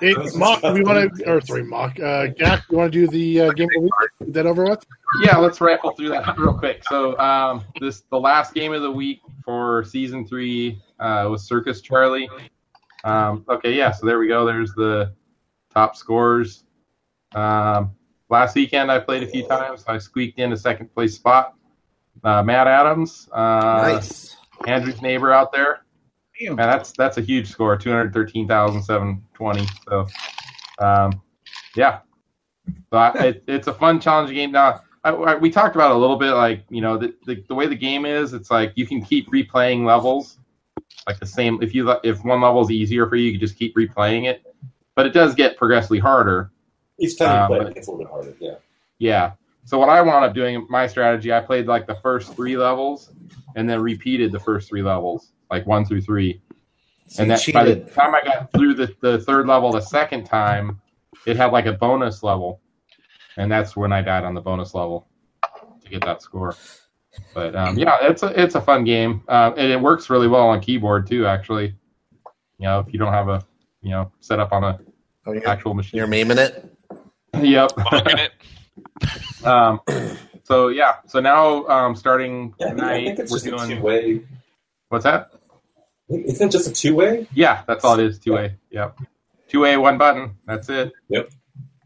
[SPEAKER 1] Hey, mock, we want to, or sorry, mock. Uh, Gak, you want to do the uh, game of the week? Get that over with?
[SPEAKER 4] yeah, let's rattle through that real quick. So um, this the last game of the week for season three uh, was Circus Charlie. Um, okay, yeah, so there we go. There's the top scores. Um, last weekend I played a few times. I squeaked in a second place spot. Uh, Matt Adams, uh,
[SPEAKER 7] nice.
[SPEAKER 4] Andrew's neighbor out there. Man, that's that's a huge score, two hundred thirteen thousand seven twenty. So, um, yeah, so I, it, it's a fun challenge game. Now, I, I, we talked about it a little bit, like you know, the, the the way the game is, it's like you can keep replaying levels, like the same. If you le- if one level is easier for you, you can just keep replaying it. But it does get progressively harder.
[SPEAKER 6] Each time
[SPEAKER 4] Um,
[SPEAKER 6] you play,
[SPEAKER 4] but-
[SPEAKER 6] it gets a little bit harder. Yeah.
[SPEAKER 4] Yeah. So what I wound up doing, my strategy, I played like the first three levels, and then repeated the first three levels, like one through three.
[SPEAKER 7] So
[SPEAKER 4] And
[SPEAKER 7] you
[SPEAKER 4] that by the
[SPEAKER 7] cheated.
[SPEAKER 4] time I got through the, the third level the second time, it had like a bonus level, and that's when I died on the bonus level to get that score. But um, yeah, it's a it's a fun game, uh, and it works really well on keyboard too. Actually, you know, if you don't have a you know set up on a
[SPEAKER 7] Oh, you're,
[SPEAKER 4] actual machine,
[SPEAKER 7] you're memeing it.
[SPEAKER 4] Yep.
[SPEAKER 9] it.
[SPEAKER 4] um, so yeah, so now um, starting
[SPEAKER 6] Yeah, I, mean, I
[SPEAKER 4] tonight,
[SPEAKER 6] think it's
[SPEAKER 4] we're
[SPEAKER 6] just a
[SPEAKER 4] doing
[SPEAKER 6] two-way.
[SPEAKER 4] what's that?
[SPEAKER 6] Isn't it just a two-way?
[SPEAKER 4] Yeah, that's all it is. Two A. Yep. Two A, one button. That's it.
[SPEAKER 6] Yep.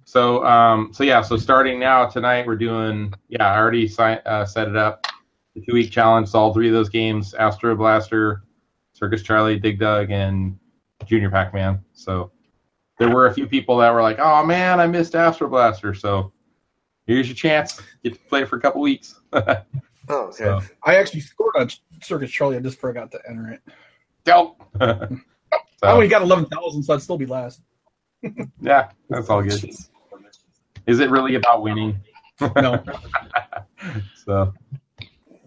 [SPEAKER 4] So um, so yeah, so starting now tonight, we're doing yeah. I already si- uh, set it up. The two week challenge. So all three of those games: Astro Blaster, Circus Charlie, Dig Dug, and Junior Pac Man. So there were a few people that were like, "Oh man, I missed Astro Blaster." So here's your chance. Get to play for a couple weeks.
[SPEAKER 7] Oh, okay.
[SPEAKER 4] So.
[SPEAKER 5] I actually scored on Circus Charlie. I just forgot to enter it.
[SPEAKER 4] Dope.
[SPEAKER 5] I
[SPEAKER 4] so,
[SPEAKER 5] only Oh, got 11,000, so I'd still be last.
[SPEAKER 4] yeah, that's all good. Is it really about winning?
[SPEAKER 5] No.
[SPEAKER 4] So,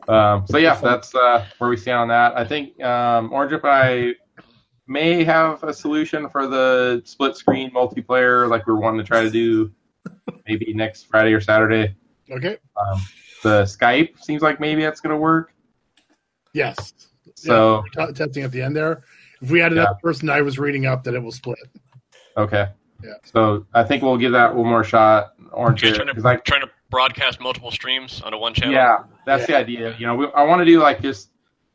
[SPEAKER 4] um, so yeah, that's uh, where we stand on that. I think um, Orange Rip and I may have a solution for the split screen multiplayer, like we're wanting to try to do maybe next Friday or Saturday.
[SPEAKER 1] Okay.
[SPEAKER 4] Um, the Skype seems like maybe that's going to work.
[SPEAKER 1] Yes.
[SPEAKER 4] So,
[SPEAKER 1] Yeah, we're t- testing at the end there. If we had another person I was reading up, that it will split.
[SPEAKER 4] okay.
[SPEAKER 1] Yeah.
[SPEAKER 4] So I think we'll give that one more shot, Orange
[SPEAKER 8] You're
[SPEAKER 4] Rip,
[SPEAKER 8] trying to,
[SPEAKER 4] 'cause I
[SPEAKER 8] trying to broadcast multiple streams onto one channel.
[SPEAKER 4] Yeah, that's the idea. You know, we, I want to do like just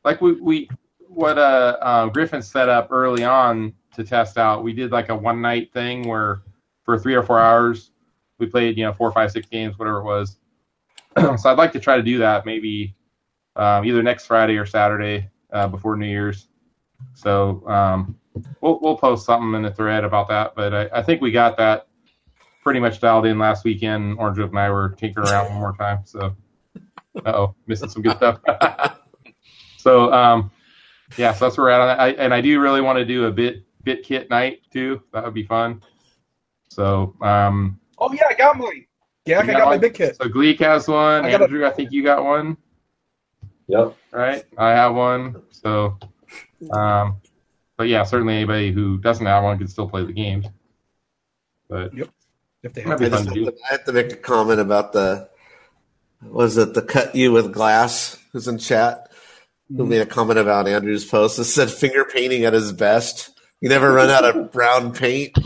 [SPEAKER 4] like we we what uh, uh Griffin set up early on to test out. We did like a one night thing where for three or four hours we played you know four, five, six games, whatever it was. so I'd like to try to do that maybe um, either next Friday or Saturday uh, before New Year's. So um, we'll we'll post something in the thread about that. But I, I think we got that pretty much dialed in last weekend. Orange Whip and I were tinkering around one more time. So oh, missing some good stuff. so um, yeah, so that's where we're at. On that. I, and I do really want to do a bit bit kit night too. That would be fun. So um,
[SPEAKER 5] Oh, yeah, I got mine. Yeah, I
[SPEAKER 4] You
[SPEAKER 5] got,
[SPEAKER 4] got
[SPEAKER 5] my
[SPEAKER 4] one?
[SPEAKER 5] big kit.
[SPEAKER 4] so Gleek has one.
[SPEAKER 5] I got a-
[SPEAKER 4] Andrew, I think you got one
[SPEAKER 6] Yep.
[SPEAKER 4] right? I have one. So, um, but yeah, certainly anybody who doesn't have one can still play the game. But
[SPEAKER 5] If they have
[SPEAKER 4] Might be
[SPEAKER 7] I, just
[SPEAKER 5] it.
[SPEAKER 4] fun
[SPEAKER 7] have
[SPEAKER 4] to do.
[SPEAKER 7] to, I have to make a comment about the was it the cut you with glass who's in chat who made a comment about Andrew's post that said finger painting at his best. You never run out of brown paint.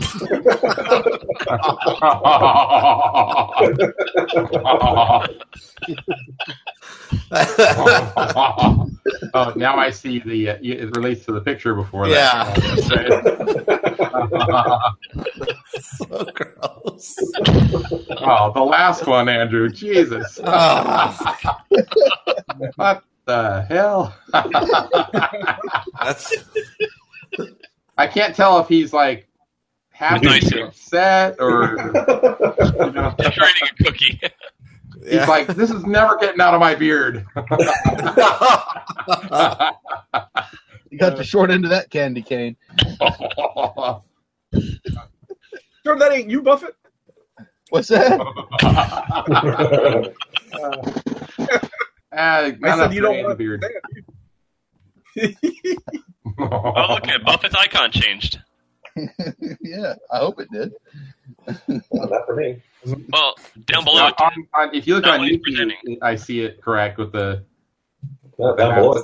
[SPEAKER 4] oh, now I see the. Uh, it relates to the picture before
[SPEAKER 7] yeah,
[SPEAKER 4] that. Yeah.
[SPEAKER 7] so gross.
[SPEAKER 4] oh, the last one, Andrew. Jesus.
[SPEAKER 7] Oh,
[SPEAKER 4] What the hell?
[SPEAKER 7] that's
[SPEAKER 4] I can't tell if he's like happy,
[SPEAKER 8] Nice.
[SPEAKER 4] or upset, or you know.
[SPEAKER 8] If you're eating a cookie.
[SPEAKER 7] yeah.
[SPEAKER 4] He's like, this is never getting out of my beard.
[SPEAKER 11] You got the short end of that candy cane.
[SPEAKER 5] Sure, that ain't you, Buffett.
[SPEAKER 11] What's that?
[SPEAKER 4] uh, Ah,
[SPEAKER 5] I
[SPEAKER 4] not
[SPEAKER 5] said you don't
[SPEAKER 4] afraid
[SPEAKER 5] want
[SPEAKER 4] of the beard.
[SPEAKER 9] Oh, look at Buffett's icon changed.
[SPEAKER 11] yeah, I hope it did.
[SPEAKER 6] not for me.
[SPEAKER 8] Well, down below.
[SPEAKER 4] Now, on- on- if you look
[SPEAKER 8] Not
[SPEAKER 4] on
[SPEAKER 8] what he's
[SPEAKER 4] YouTube, I see it correct with the.
[SPEAKER 6] Yeah,
[SPEAKER 8] down below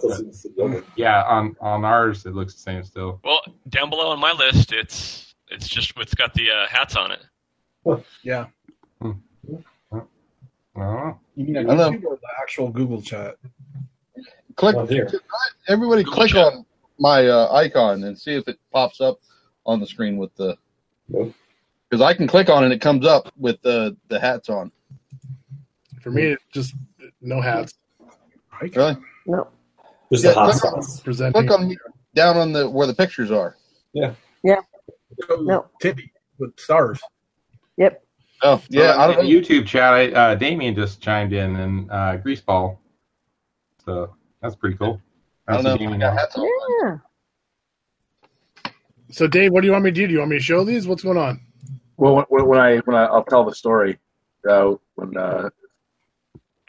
[SPEAKER 8] it
[SPEAKER 4] Yeah, on on ours it looks the same still.
[SPEAKER 8] Well, down below on my list, it's it's just it's got the uh, hats on it.
[SPEAKER 5] Yeah.
[SPEAKER 4] You
[SPEAKER 5] mean on
[SPEAKER 11] I love-
[SPEAKER 5] YouTube or the actual Google chat?
[SPEAKER 11] Click.
[SPEAKER 5] Oh, here.
[SPEAKER 11] Everybody, click on my uh, icon and see if it pops up on the screen with the. Because I can click on it, and it comes up with the the hats on.
[SPEAKER 1] For me, it's just no hats.
[SPEAKER 11] Really?
[SPEAKER 2] No.
[SPEAKER 11] Just
[SPEAKER 1] the hot sauce. Presenting.
[SPEAKER 11] Click on down on the where the pictures are.
[SPEAKER 6] Yeah.
[SPEAKER 2] Yeah.
[SPEAKER 5] No. Tippy with stars.
[SPEAKER 2] Yep.
[SPEAKER 11] Oh
[SPEAKER 5] yeah, I
[SPEAKER 4] on
[SPEAKER 5] don't know.
[SPEAKER 4] YouTube chat, I, uh, Damien just chimed in and uh, Greaseball, so that's pretty cool.
[SPEAKER 11] I don't
[SPEAKER 4] That's
[SPEAKER 11] know if
[SPEAKER 4] Damien
[SPEAKER 11] I got
[SPEAKER 4] now.
[SPEAKER 11] hats on.
[SPEAKER 2] Yeah.
[SPEAKER 1] So, Dave, what do you want me to do? Do you want me to show these? What's going on?
[SPEAKER 10] Well, when, when I when I, I'll tell the story. Uh, when uh,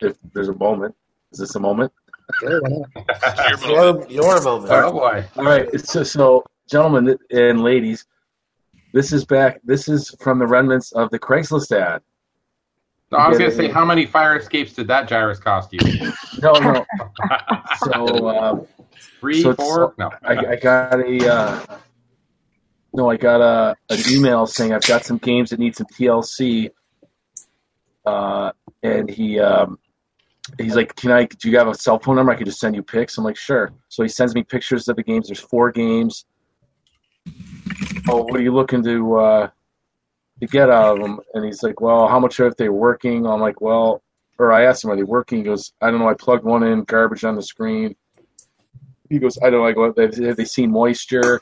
[SPEAKER 10] if there's a moment, is this a moment?
[SPEAKER 1] Sure, why not?
[SPEAKER 7] Your, your moment.
[SPEAKER 10] All right. Oh, All right. It's So, so, gentlemen and ladies, this is back. This is from the remnants of the Craigslist ad.
[SPEAKER 4] No, I was
[SPEAKER 10] You
[SPEAKER 4] gonna
[SPEAKER 10] get
[SPEAKER 4] say,
[SPEAKER 10] it?
[SPEAKER 4] how many fire escapes did that gyrus cost you?
[SPEAKER 10] No, no. so, um,
[SPEAKER 4] Three,
[SPEAKER 10] so it's-
[SPEAKER 4] four? No.
[SPEAKER 10] I, I got a. Uh, no, I got a an email saying I've got some games that need some TLC. Uh, and he um, he's like, "Can I? Do you have a cell phone number? I could just send you pics." I'm like, "Sure." So he sends me pictures of the games. There's four games. Oh, what are you looking to uh, to get out of them? And he's like, "Well, how much are they working?" I'm like, "Well," or I asked him, "Are they working?" He goes, "I don't know. I plugged one in, garbage on the screen." He goes, "I don't know. I go, have have they seen moisture?"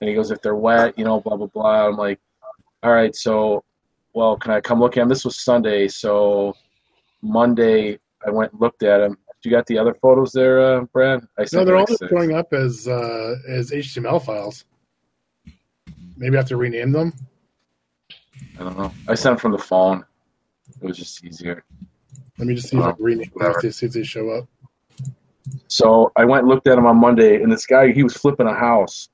[SPEAKER 10] And he goes, "If they're wet, you know, blah blah blah." I'm like, "All right, so." Well, can I come look at them? This was Sunday, so Monday, I went and looked at them. You got the other photos there, uh, Brad? I
[SPEAKER 1] No,
[SPEAKER 10] sent
[SPEAKER 1] they're
[SPEAKER 10] you
[SPEAKER 1] all
[SPEAKER 10] like
[SPEAKER 1] just
[SPEAKER 10] six.
[SPEAKER 1] showing up as uh, as HTML files. Maybe I have to rename them.
[SPEAKER 10] I don't know. I sent them from the phone. It was just easier.
[SPEAKER 1] Let me just see if I
[SPEAKER 10] Oh,
[SPEAKER 1] can rename them
[SPEAKER 10] whatever.
[SPEAKER 1] to see if they show up.
[SPEAKER 10] So I went and looked at him on Monday, and this guy, he was flipping a house.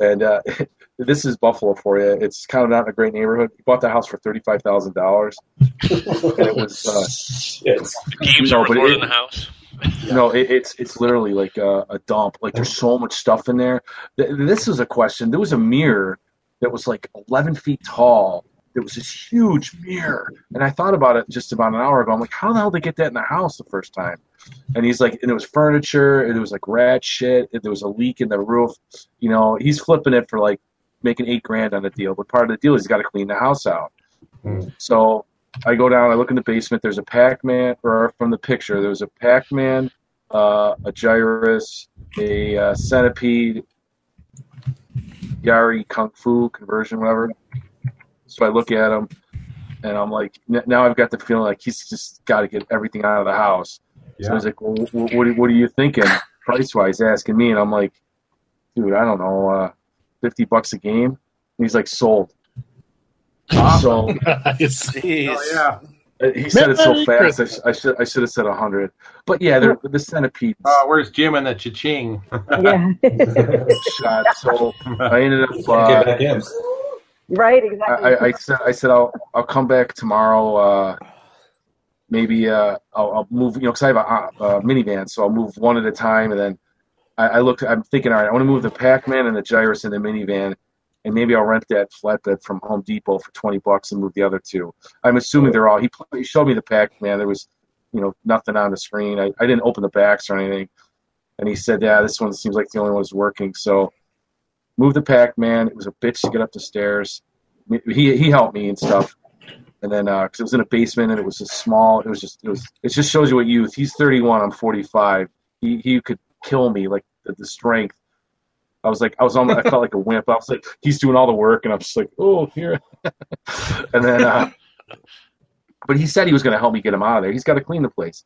[SPEAKER 10] And uh, this is Buffalo for you. It's kind of not a great neighborhood. He bought the house for $35,000. and it was. Uh,
[SPEAKER 8] The games
[SPEAKER 10] No,
[SPEAKER 8] are
[SPEAKER 10] but
[SPEAKER 8] recorded
[SPEAKER 10] it-
[SPEAKER 8] in the house.
[SPEAKER 10] No, it, it's it's literally like a, a dump. Like there's so much stuff in there. Th- this is a question. There was a mirror that was like 11 feet tall. There was this huge mirror, and I thought about it just about an hour ago. I'm like, how the hell did they get that in the house the first time? And he's like, and it was furniture, and it was like rat shit, and there was a leak in the roof. You know, he's flipping it for like making eight grand on the deal, but part of the deal is he's got to clean the house out.
[SPEAKER 4] Hmm.
[SPEAKER 10] So I go down, I look in the basement. There's a Pac-Man, or from the picture, there was a Pac-Man, uh, a gyrus, a uh, centipede, Yari Kung Fu conversion, whatever. So I look at him, and I'm like, n- now I've got the feeling like he's just got to get everything out of the house. So
[SPEAKER 4] Yeah.
[SPEAKER 10] he's like, well, wh- wh- what, are- what are you thinking price wise? Asking me, and I'm like, dude, I don't know, uh, fifty bucks a game. And he's like, sold. So
[SPEAKER 7] Jeez.
[SPEAKER 4] yeah.
[SPEAKER 10] uh, He said it so
[SPEAKER 4] Merry
[SPEAKER 10] fast. I, sh- I should I should have said hundred. But yeah, they're- the centipedes
[SPEAKER 4] Uh, where's Jim and the cha-ching?
[SPEAKER 2] Yeah.
[SPEAKER 10] shot. So I ended up.
[SPEAKER 6] Get
[SPEAKER 10] Uh,
[SPEAKER 6] back in.
[SPEAKER 2] right.
[SPEAKER 10] I,
[SPEAKER 2] Exactly.
[SPEAKER 10] I, I said I said I'll I'll come back tomorrow. Uh, maybe uh, I'll, I'll move. You know, because I have a, uh, a minivan, so I'll move one at a time. And then I, I look. I'm thinking, all right, I want to move the Pac-Man and the Gyrus in the minivan, and maybe I'll rent that flatbed from Home Depot for twenty bucks and move the other two. I'm assuming they're all. He, pl- he showed me the Pac-Man. There was, you know, nothing on the screen. I, I didn't open the backs or anything. And he said, "Yeah, this one seems like the only one's working." So, moved the Pac-Man. It was a bitch to get up the stairs. He he helped me and stuff. And then because it was in a basement and it was just small. It was just it was it just shows you what youth. He's 31. I'm 45. He he could kill me like the, the strength. I was like I was on I felt like a wimp. I was like he's doing all the work and I'm just like oh here. and then uh, but he said he was going to help me get him out of there. He's got to clean the place.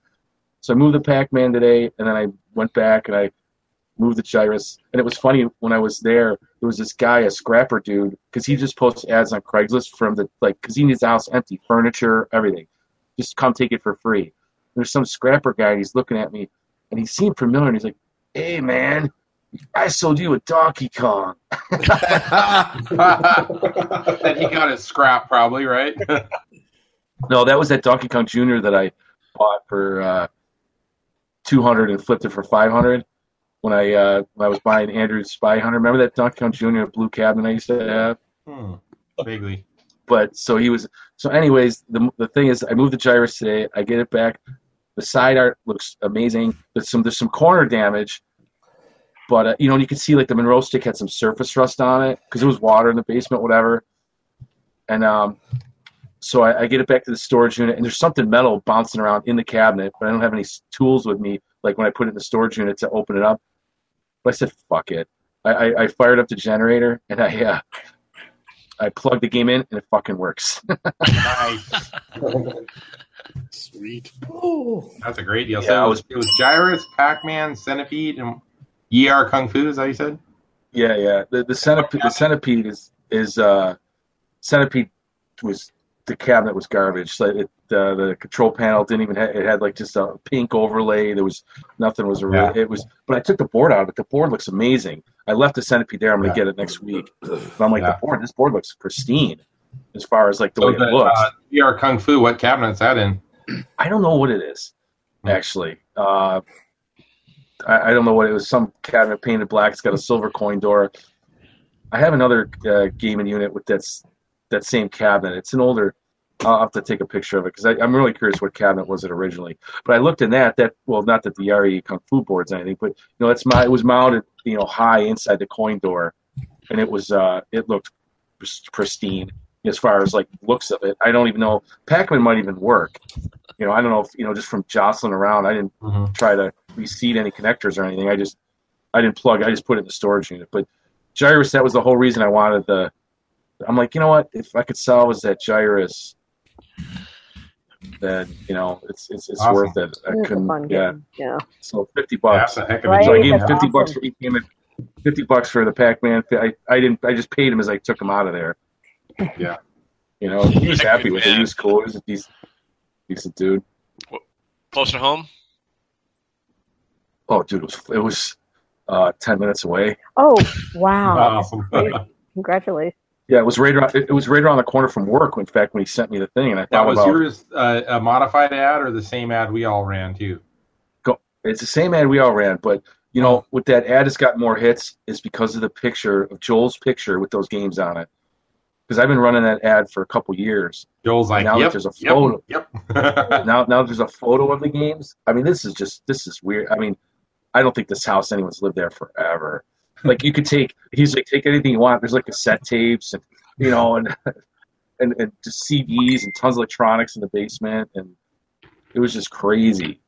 [SPEAKER 10] So I moved the Pac-Man today, and then I went back and I moved the gyrus. And it was funny when I was there. There was this guy, a scrapper dude, because he just posts ads on Craigslist from the like, because he needs the house empty, furniture, everything. Just come take it for free. There's some scrapper guy. He's looking at me, and he seemed familiar. And he's like, "Hey, man, I sold you a Donkey Kong."
[SPEAKER 4] and he got his scrap, probably, right?
[SPEAKER 10] No, that was that Donkey Kong Junior that I bought for uh, two hundred and flipped it for five hundred. When I uh, when I was buying Andrew's Spy Hunter, remember that Donkey Kong Junior blue cabinet I used to have?
[SPEAKER 4] Hmm. Vaguely.
[SPEAKER 10] But so he was. So, anyways, the the thing is, I moved the gyrus today. I get it back. The side art looks amazing. There's some there's some corner damage, but uh, you know, and you can see like the Monroe stick had some surface rust on it because it was water in the basement, whatever. And um, so I, I get it back to the storage unit, and there's something metal bouncing around in the cabinet, but I don't have any s- tools with me. Like when I put it in the storage unit to open it up, but I said, "Fuck it." I, I, I fired up the generator and I uh, I plugged the game in, and it fucking works.
[SPEAKER 4] Nice.
[SPEAKER 1] Sweet.
[SPEAKER 4] That's a great deal.
[SPEAKER 10] Yeah,
[SPEAKER 4] so
[SPEAKER 10] I
[SPEAKER 4] it was, it was Gyrus, Pac Man, Centipede, and ER Kung Fu, is that what you said?
[SPEAKER 10] Yeah, yeah. The the centipede the centipede is is uh centipede was the cabinet was garbage. So it uh, the control panel didn't even ha it had like just a pink overlay. There was nothing was a
[SPEAKER 4] Yeah.
[SPEAKER 10] it was but I took the board out of it. The board looks amazing. I left the centipede there. I'm gonna
[SPEAKER 4] Yeah.
[SPEAKER 10] get it next week. But I'm like
[SPEAKER 4] Yeah.
[SPEAKER 10] the board. This board looks pristine as far as like the
[SPEAKER 4] So
[SPEAKER 10] way
[SPEAKER 4] the,
[SPEAKER 10] it looks.
[SPEAKER 4] uh, ER Kung Fu, what cabinet is that in?
[SPEAKER 10] I don't know what it is, actually. Uh, I, I don't know what it was. Some cabinet painted black. It's got a silver coin door. I have another uh, gaming unit with that's that same cabinet. It's an older. I'll have to take a picture of it because I'm really curious what cabinet was it originally. But I looked in that. That well, not that the RE Kung Fu board's anything, but you know, it's my it was mounted you know high inside the coin door, and it was uh it looked pris- pristine as far as like looks of it. I don't even know Pac-Man might even work you know, I don't know if you know, just from jostling around, I didn't
[SPEAKER 4] Mhm.
[SPEAKER 10] try to reseed any connectors or anything. I just, I didn't plug. I just put it in the storage unit. But gyrus, that was the whole reason I wanted the. I'm like, you know what? If I could salvage that gyrus, then you know, it's it's it's
[SPEAKER 4] Awesome.
[SPEAKER 10] worth it. I
[SPEAKER 2] It's a fun
[SPEAKER 10] couldn't, yeah.
[SPEAKER 2] game. Yeah.
[SPEAKER 10] So fifty bucks.
[SPEAKER 4] That's a heck
[SPEAKER 10] So
[SPEAKER 4] of a
[SPEAKER 2] Right,
[SPEAKER 4] deal.
[SPEAKER 10] I gave him
[SPEAKER 2] that's
[SPEAKER 10] fifty bucks
[SPEAKER 2] awesome.
[SPEAKER 10] for each payment. Fifty bucks for the Pac-Man. I I didn't. I just paid him as I took him out of there.
[SPEAKER 4] Yeah.
[SPEAKER 10] You know, he was
[SPEAKER 8] Yeah, good
[SPEAKER 10] happy with it.
[SPEAKER 8] man.
[SPEAKER 10] He was cool. He was a decent, decent dude.
[SPEAKER 8] Close to home?
[SPEAKER 10] Oh, dude, it was it was uh, ten minutes away.
[SPEAKER 2] Oh, wow.
[SPEAKER 4] Awesome.
[SPEAKER 10] Uh.
[SPEAKER 2] Congratulations.
[SPEAKER 10] Yeah, it was right around it was right around the corner from work. In fact, when he sent me the thing, and I
[SPEAKER 4] Now,
[SPEAKER 10] thought
[SPEAKER 4] was
[SPEAKER 10] about
[SPEAKER 4] yours uh, a modified ad or the same ad we all ran too?
[SPEAKER 10] it's the same ad we all ran, but you know, with that ad, it's got more hits is because of the picture of Joel's picture with those games on it. Because I've been running that ad for a couple years.
[SPEAKER 4] Joel's like,
[SPEAKER 10] Now that
[SPEAKER 4] yep,
[SPEAKER 10] there's a
[SPEAKER 4] yep,
[SPEAKER 10] photo.
[SPEAKER 4] Yep.
[SPEAKER 10] Now, now there's a photo of the games. I mean, this is just this is weird. I mean, I don't think this house anyone's lived there forever. Like you could take he's like take anything you want. There's like cassette tapes and you know and and, and just CDs and tons of electronics in the basement and it was just crazy.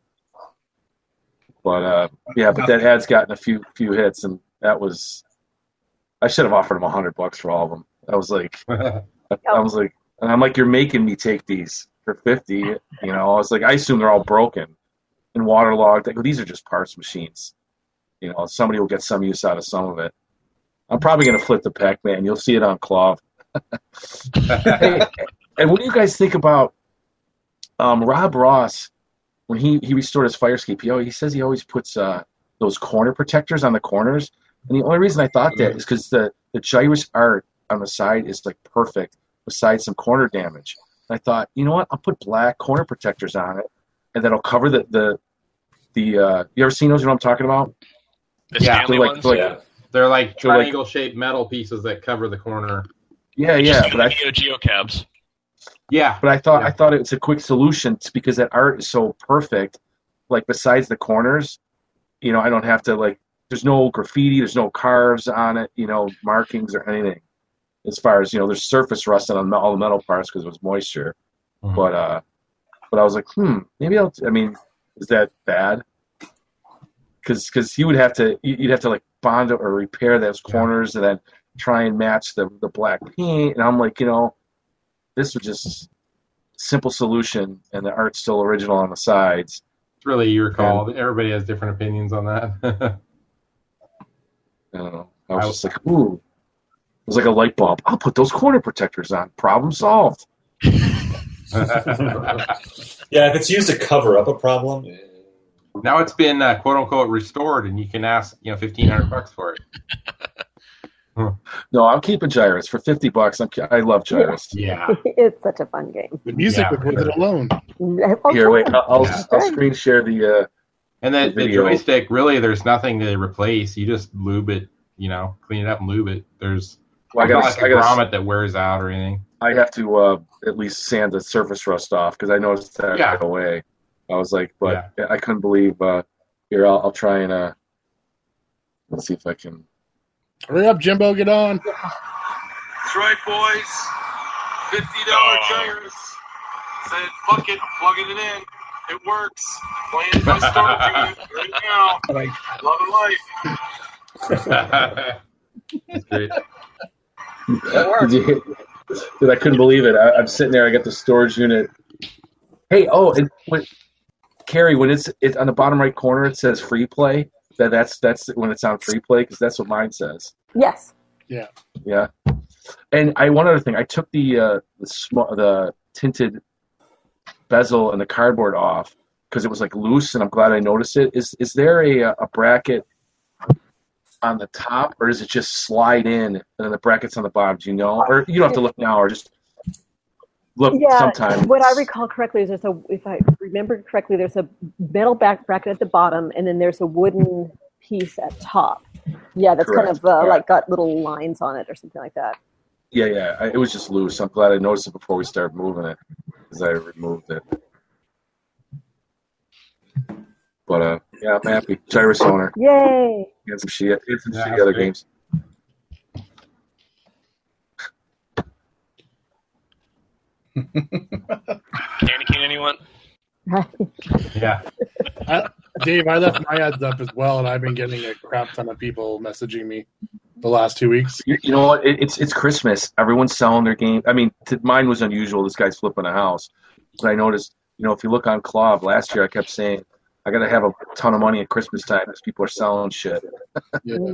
[SPEAKER 10] But uh, yeah, but that ad's gotten a few few hits and that was I should have offered him a hundred bucks for all of them. I was like I, I was like and I'm like you're making me take these for fifty. You know I was like I assume they're all broken and waterlogged. I go, these are just parts machines. You know, somebody will get some use out of some of it. I'm probably going to flip the Pac-Man. You'll see it on Claw. hey, and what do you guys think about um, Rob Ross when he, he restored his fire escape? He, al- he says he always puts uh, those corner protectors on the corners, and the only reason I thought that is because the the gyrus art on the side is like perfect, besides some corner damage. And I thought, you know what? I'll put black corner protectors on it, and that'll cover the the the. Uh, you ever seen those? You know what I'm talking about?
[SPEAKER 8] The
[SPEAKER 4] Yeah,
[SPEAKER 8] Stanley
[SPEAKER 10] they're like-
[SPEAKER 8] ones?
[SPEAKER 10] they're like-
[SPEAKER 6] Yeah.
[SPEAKER 4] They're like
[SPEAKER 10] So, like-
[SPEAKER 4] triangle shaped metal pieces that cover the corner.
[SPEAKER 10] Yeah, yeah.
[SPEAKER 8] Just do
[SPEAKER 10] But I
[SPEAKER 8] the Neo Geo cabs.
[SPEAKER 4] Yeah.
[SPEAKER 10] But I thought
[SPEAKER 4] Yeah.
[SPEAKER 10] I thought it's a quick solution t- because that art is so perfect. Like besides the corners, you know, I don't have to like. There's no graffiti. There's no carves on it. You know, markings or anything. As far as you know, there's surface rust on the- all the metal parts because it was moisture.
[SPEAKER 4] Mhm.
[SPEAKER 10] But uh, but I was like, hmm, maybe I'll. I mean, is that bad? Because because you would have to you- you'd have to like bond or repair those
[SPEAKER 4] Yeah.
[SPEAKER 10] corners and then try and match the the black paint. And I'm like, you know, this would just simple solution and the art's still original on the sides.
[SPEAKER 4] It's really your call. Everybody has different opinions on that.
[SPEAKER 10] I don't know. I was
[SPEAKER 4] I-
[SPEAKER 10] just like, ooh. It was like a light bulb. I'll put those corner protectors on. Problem solved.
[SPEAKER 6] yeah, if it's used to cover up a problem.
[SPEAKER 4] Now it's been uh, quote unquote restored, and you can ask you know fifteen hundred bucks for it.
[SPEAKER 10] No, I'll keep a gyrus for fifty bucks. I'm, I love gyrus.
[SPEAKER 2] it's such a fun game.
[SPEAKER 1] The music was worth it alone.
[SPEAKER 10] Here, wait. I'll, I'll,
[SPEAKER 4] Yeah.
[SPEAKER 10] I'll screen share the. Uh,
[SPEAKER 4] And then
[SPEAKER 10] The
[SPEAKER 4] the,
[SPEAKER 10] video.
[SPEAKER 4] joystick, really, there's nothing to replace. You just lube it, you know, clean it up and lube it. There's
[SPEAKER 10] Well, I
[SPEAKER 4] it's not
[SPEAKER 10] gotta-
[SPEAKER 4] like
[SPEAKER 10] I
[SPEAKER 4] a
[SPEAKER 10] gotta-
[SPEAKER 4] grommet that wears out or anything.
[SPEAKER 10] I have to uh, at least sand the surface rust off because I noticed that
[SPEAKER 4] Yeah.
[SPEAKER 10] right away. I was like, but I couldn't believe. Uh, here, I'll, I'll try and uh, let's see if I can.
[SPEAKER 1] Hurry up, Jimbo, get on.
[SPEAKER 12] That's right, boys. Fifty dollar
[SPEAKER 6] Oh.
[SPEAKER 12] gyros. Said, fuck it, I'm plugging it in. It works. Playing it by Starfield right now. Loving life.
[SPEAKER 10] Did you- Dude, I couldn't believe it. I, I'm sitting there. I got the storage unit. Hey, oh, and when, Carrie, when it's it on the bottom right corner, it says free play. That that's that's when it's on free play because that's what mine says.
[SPEAKER 2] Yes.
[SPEAKER 1] Yeah.
[SPEAKER 10] Yeah. And I one other thing, I took the uh, the sm- the tinted bezel and the cardboard off because it was like loose, and I'm glad I noticed it. Is is there a a bracket on the top, or does it just slide in and then the brackets on the bottom? Do you know, or you don't have to look now, or just look
[SPEAKER 2] yeah,
[SPEAKER 10] sometime.
[SPEAKER 2] What I recall correctly is there's a, if I remember correctly, there's a metal back bracket at the bottom, and then there's a wooden piece at top. Yeah, that's kind
[SPEAKER 10] Correct.
[SPEAKER 2] of uh,
[SPEAKER 10] Alright.
[SPEAKER 2] like got little lines on it or something like that.
[SPEAKER 10] Yeah, yeah, I, it was just loose. I'm glad I noticed it before we started moving it because I removed it. But uh, yeah, I'm happy. Gyrus owner.
[SPEAKER 2] Yay!
[SPEAKER 10] And some shit. And some
[SPEAKER 12] Yeah,
[SPEAKER 10] shit
[SPEAKER 12] that's
[SPEAKER 10] other
[SPEAKER 12] great.
[SPEAKER 10] games.
[SPEAKER 8] Candy cane, anyone?
[SPEAKER 4] Yeah.
[SPEAKER 1] I, Dave, I left my ads up as well, and I've been getting a crap ton of people messaging me the last two weeks.
[SPEAKER 10] You, you know what? It, it's it's Christmas. Everyone's selling their game. I mean, t- mine was unusual. This guy's flipping a house, but I noticed. You know, if you look on Clav last year, I kept saying, "I got to have a ton of money at Christmas time because people are selling shit." you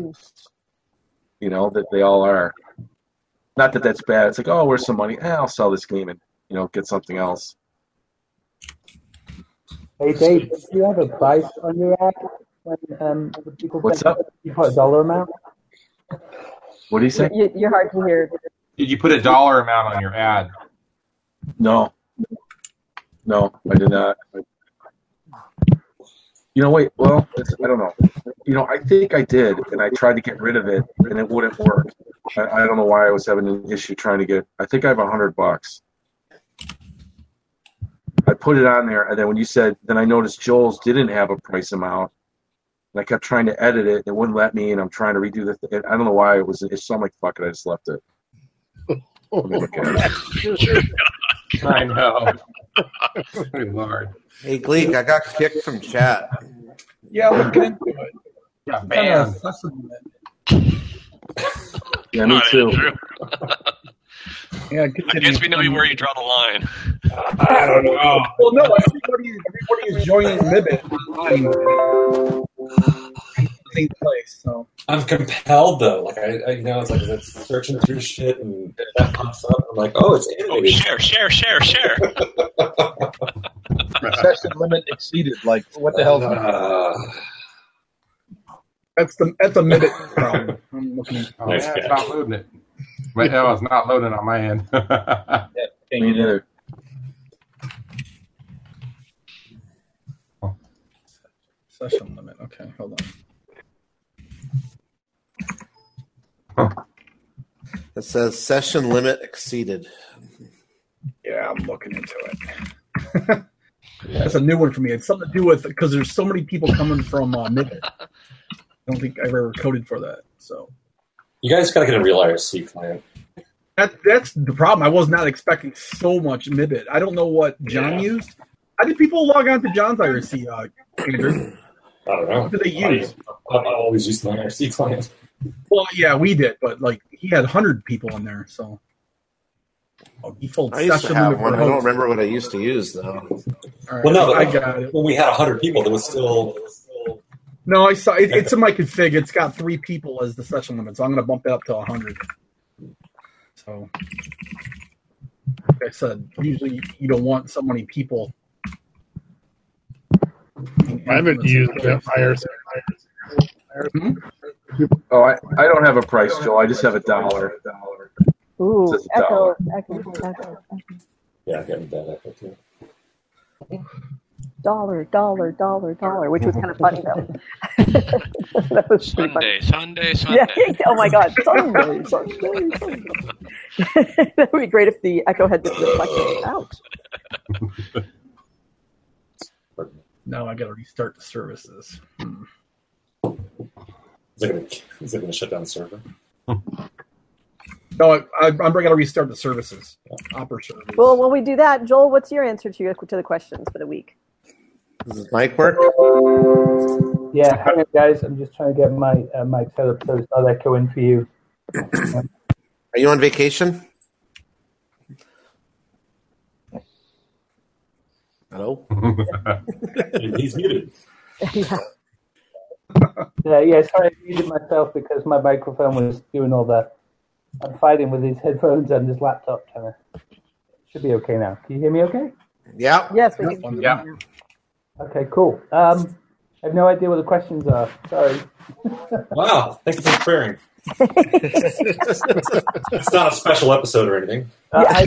[SPEAKER 10] know that they all are. Not that that's bad. It's like, oh, where's some money? Eh, I'll sell this game and you know get something else.
[SPEAKER 13] Hey Dave, did you have a price on your ad when um, the people
[SPEAKER 10] What's
[SPEAKER 13] sent-
[SPEAKER 10] up?
[SPEAKER 13] You put a dollar amount.
[SPEAKER 10] What do you say?
[SPEAKER 2] You, you're hard to hear.
[SPEAKER 4] Did you put a dollar amount on your ad?
[SPEAKER 10] No, no, I did not. You know, wait. Well, it's, I don't know. You know, I think I did, and I tried to get rid of it, and it wouldn't work. I, I don't know why I was having an issue trying to get. I think I have a hundred bucks. I put it on there, and then when you said, then I noticed Joel's didn't have a price amount, and I kept trying to edit it, and it wouldn't let me, and I'm trying to redo the. Th- I don't know why it was. It's so I'm like, fuck it, I just left it. Let me look at it.
[SPEAKER 4] I know. Good lord.
[SPEAKER 7] Hey, Gleek, I got kicked from chat.
[SPEAKER 5] Yeah, look into it.
[SPEAKER 4] Yeah,
[SPEAKER 7] man.
[SPEAKER 10] Yeah,
[SPEAKER 8] me Not too.
[SPEAKER 5] yeah,
[SPEAKER 8] I guess we know
[SPEAKER 5] Um,
[SPEAKER 8] where you draw the line.
[SPEAKER 5] I don't know. Well, no, everybody, everybody is joining Libet online. Same place, so
[SPEAKER 6] I'm compelled though. Like I, I you know, it's like I'm searching through shit and that pops up. I'm like, oh, it's animated.
[SPEAKER 8] Share, share, share, share.
[SPEAKER 11] Session limit exceeded. Like, what the hell?
[SPEAKER 6] Uh,
[SPEAKER 5] that's the that's a minute problem. I'm looking.
[SPEAKER 4] Oh, yeah, it's not loading it. Wait, no, it's not loading on my end.
[SPEAKER 10] Me neither.
[SPEAKER 5] Session limit. Okay, hold on.
[SPEAKER 7] It says session limit exceeded.
[SPEAKER 5] Yeah, I'm looking into it. That's a new one for me. It's something to do with because there's so many people coming from uh, Midnight. I don't think I've ever coded for that. So
[SPEAKER 6] You guys gotta get a real IRC client.
[SPEAKER 5] that that's the problem. I was not expecting so much Midbit. I don't know what John
[SPEAKER 6] Yeah.
[SPEAKER 5] used. How did people log on to John's IRC, uh, Andrew?
[SPEAKER 6] I don't know.
[SPEAKER 5] What do they
[SPEAKER 6] I-
[SPEAKER 5] use?
[SPEAKER 6] I've always used my IRC client.
[SPEAKER 5] Well, yeah, we did, but like he had hundred people in there, so. Oh, he filled
[SPEAKER 7] I used to
[SPEAKER 5] session
[SPEAKER 7] have
[SPEAKER 5] limit
[SPEAKER 7] one. I
[SPEAKER 5] remote.
[SPEAKER 7] don't remember what I used to use though.
[SPEAKER 5] All right,
[SPEAKER 6] Well, no,
[SPEAKER 5] I
[SPEAKER 6] but
[SPEAKER 5] got it.
[SPEAKER 6] when we had 100 people, there was still
[SPEAKER 5] No, I saw it, it's in my config. It's got three people as the session limit, so I'm going to bump it up to 100. So like I said, usually you don't want so many people.
[SPEAKER 1] I haven't used that IRC.
[SPEAKER 10] Oh, I, I don't have a price, Joel. I just have a dollar.
[SPEAKER 14] Ooh,
[SPEAKER 10] Just a
[SPEAKER 14] echo,
[SPEAKER 10] dollar.
[SPEAKER 14] echo, echo, echo.
[SPEAKER 6] Yeah, I got that echo too.
[SPEAKER 14] Dollar, dollar, dollar, dollar, which was kind of funny though. that was pretty
[SPEAKER 8] Sunday, Sunday,
[SPEAKER 14] funny. Yeah,
[SPEAKER 8] Sunday.
[SPEAKER 14] oh my God, Sunday, Sunday, Sunday. that would be great if the echo had been reflected out.
[SPEAKER 5] Now I got to restart the services.
[SPEAKER 6] Is it going to shut down the server?
[SPEAKER 5] No, I, I, I'm going to restart the services. Opera service.
[SPEAKER 14] Well, when we do that, Joel, what's your answer to your, to the questions for the week?
[SPEAKER 7] Does this mic work?
[SPEAKER 13] Yeah, hang on, guys. I'm just trying to get my uh, mic set up so it's not echoing for you.
[SPEAKER 7] Are you on vacation? Hello?
[SPEAKER 6] He's muted.
[SPEAKER 14] yeah.
[SPEAKER 13] Yeah, yeah. Sorry, I muted myself because my microphone was doing all the. I'm fighting with these headphones and this laptop. Trying to, should be okay now. Can you hear me? Okay.
[SPEAKER 7] Yeah.
[SPEAKER 14] Yes, we can.
[SPEAKER 7] Yeah.
[SPEAKER 13] Okay. Cool. Um, I have no idea what the questions are. Sorry.
[SPEAKER 6] Wow, thank you for preparing. it's not a special episode or anything.
[SPEAKER 13] Uh, I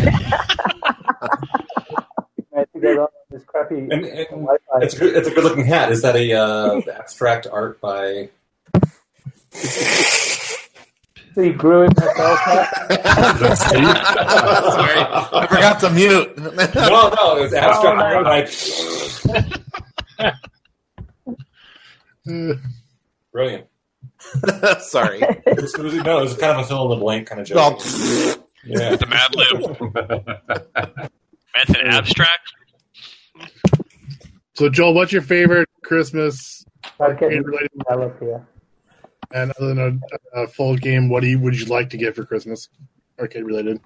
[SPEAKER 13] had to get on this crappy Wi-Fi.
[SPEAKER 6] It's a good, it's a good looking hat. Is that a uh, abstract art by?
[SPEAKER 13] So you grew it myself.
[SPEAKER 6] Sorry,
[SPEAKER 7] I forgot to mute.
[SPEAKER 6] No, no, it was abstract
[SPEAKER 13] Oh,
[SPEAKER 6] art by. Brilliant.
[SPEAKER 7] Sorry.
[SPEAKER 6] It was, it was- no, it was kind of a fill in the blank kind of joke. yeah.
[SPEAKER 8] The Mad Lib. That's an abstract.
[SPEAKER 1] So, Joel, what's your favorite Christmas
[SPEAKER 13] arcade
[SPEAKER 1] related?
[SPEAKER 13] here.
[SPEAKER 1] And other than a, a full game, what do you, would you like to get for Christmas, arcade related?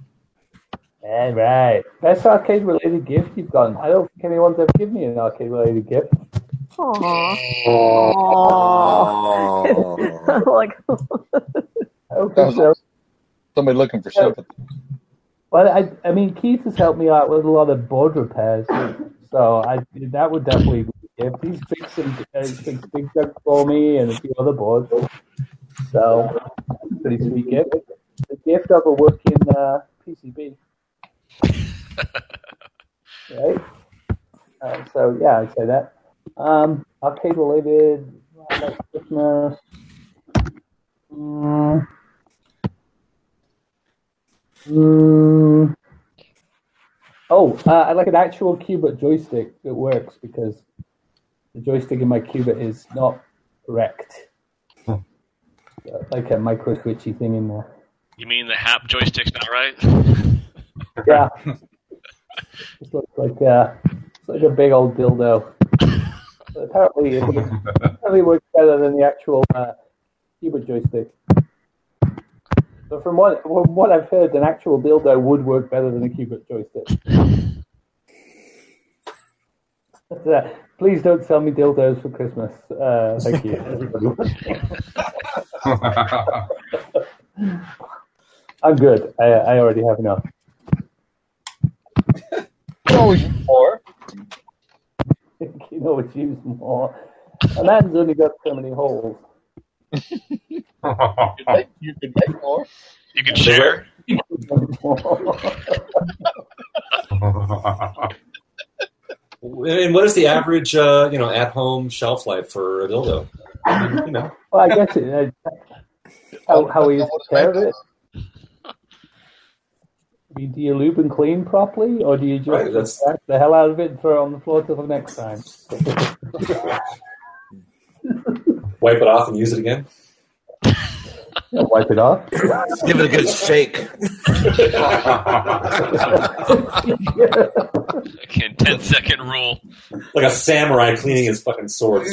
[SPEAKER 13] All right. Best arcade related gift you've gotten. I don't think anyone's ever given me an arcade related gift.
[SPEAKER 14] Aww.
[SPEAKER 13] Aww.
[SPEAKER 14] like,
[SPEAKER 13] Okay,
[SPEAKER 11] was
[SPEAKER 13] so,
[SPEAKER 11] Somebody looking for sympathy.
[SPEAKER 13] well, I, I mean, Keith has helped me out with a lot of board repairs, so I that would definitely be a gift. He's fixed some uh, fixed big jug for me and a few other boards, so that's a pretty sweet gift. The gift of a working uh, PCB, right? Uh, so yeah, I'd say that. Um, arcade related, like Christmas. Mm. Mm. Oh, uh, I like an actual Cubit joystick that works because the joystick in my Cubit is not wrecked. Uh, Like a micro switchy thing in there.
[SPEAKER 8] You mean the hap joystick's not right?
[SPEAKER 13] Yeah. Just looks like uh, it's like a big old dildo. But apparently, it works, apparently it works better than the actual uh, keyboard joystick. But from what from what I've heard, an actual dildo would work better than a keyboard joystick. But, uh, please don't sell me dildos for Christmas. Uh, thank you. I'm good. I, I already have enough.
[SPEAKER 11] Always more.
[SPEAKER 13] you can always use more. A man's only got so many holes.
[SPEAKER 11] You could make more.
[SPEAKER 8] You
[SPEAKER 11] could share.
[SPEAKER 6] And what is the average, uh, you know, at-home shelf life for a dildo? You know,
[SPEAKER 13] Well, I guess it. Uh, how how we take care of it? I mean, do you lube and clean properly, or do you just
[SPEAKER 6] Right, that's-
[SPEAKER 13] smack the hell out of it and throw it on the floor till the next time?
[SPEAKER 6] wipe it off and use it again.
[SPEAKER 13] wipe it off.
[SPEAKER 7] Give it a good shake.
[SPEAKER 8] Fucking 10 second rule.
[SPEAKER 6] Like a samurai cleaning his fucking sword.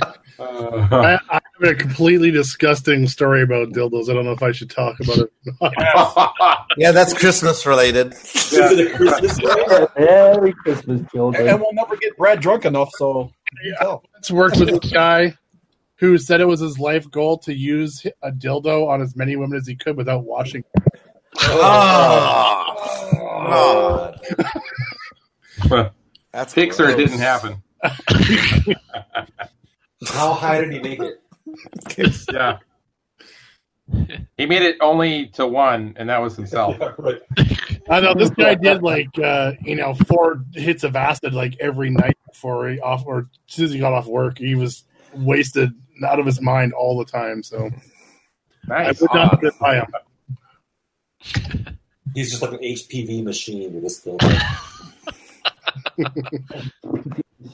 [SPEAKER 1] I, I have a completely disgusting story about dildos. I don't know if I should talk about it.
[SPEAKER 7] yeah, that's Christmas related.
[SPEAKER 6] Is it a Christmas
[SPEAKER 13] story? Merry Christmas,
[SPEAKER 1] And- and
[SPEAKER 13] children.
[SPEAKER 1] Oh, we'll never get Brad drunk enough, so. Let's work with this guy. who said it was his life goal to use a dildo on as many women as he could without washing.
[SPEAKER 4] That's Picks or it
[SPEAKER 1] gross.
[SPEAKER 4] didn't happen.
[SPEAKER 6] How high did he make it?
[SPEAKER 4] yeah. He made it only to one, and that was himself.
[SPEAKER 1] I know this guy did like uh, you know four hits of acid like every night before he off or as soon as he got off work he was wasted and out of his mind all the time. So I
[SPEAKER 4] Nice.
[SPEAKER 1] would not put it by him.
[SPEAKER 6] He's just like an HPV machine in this film.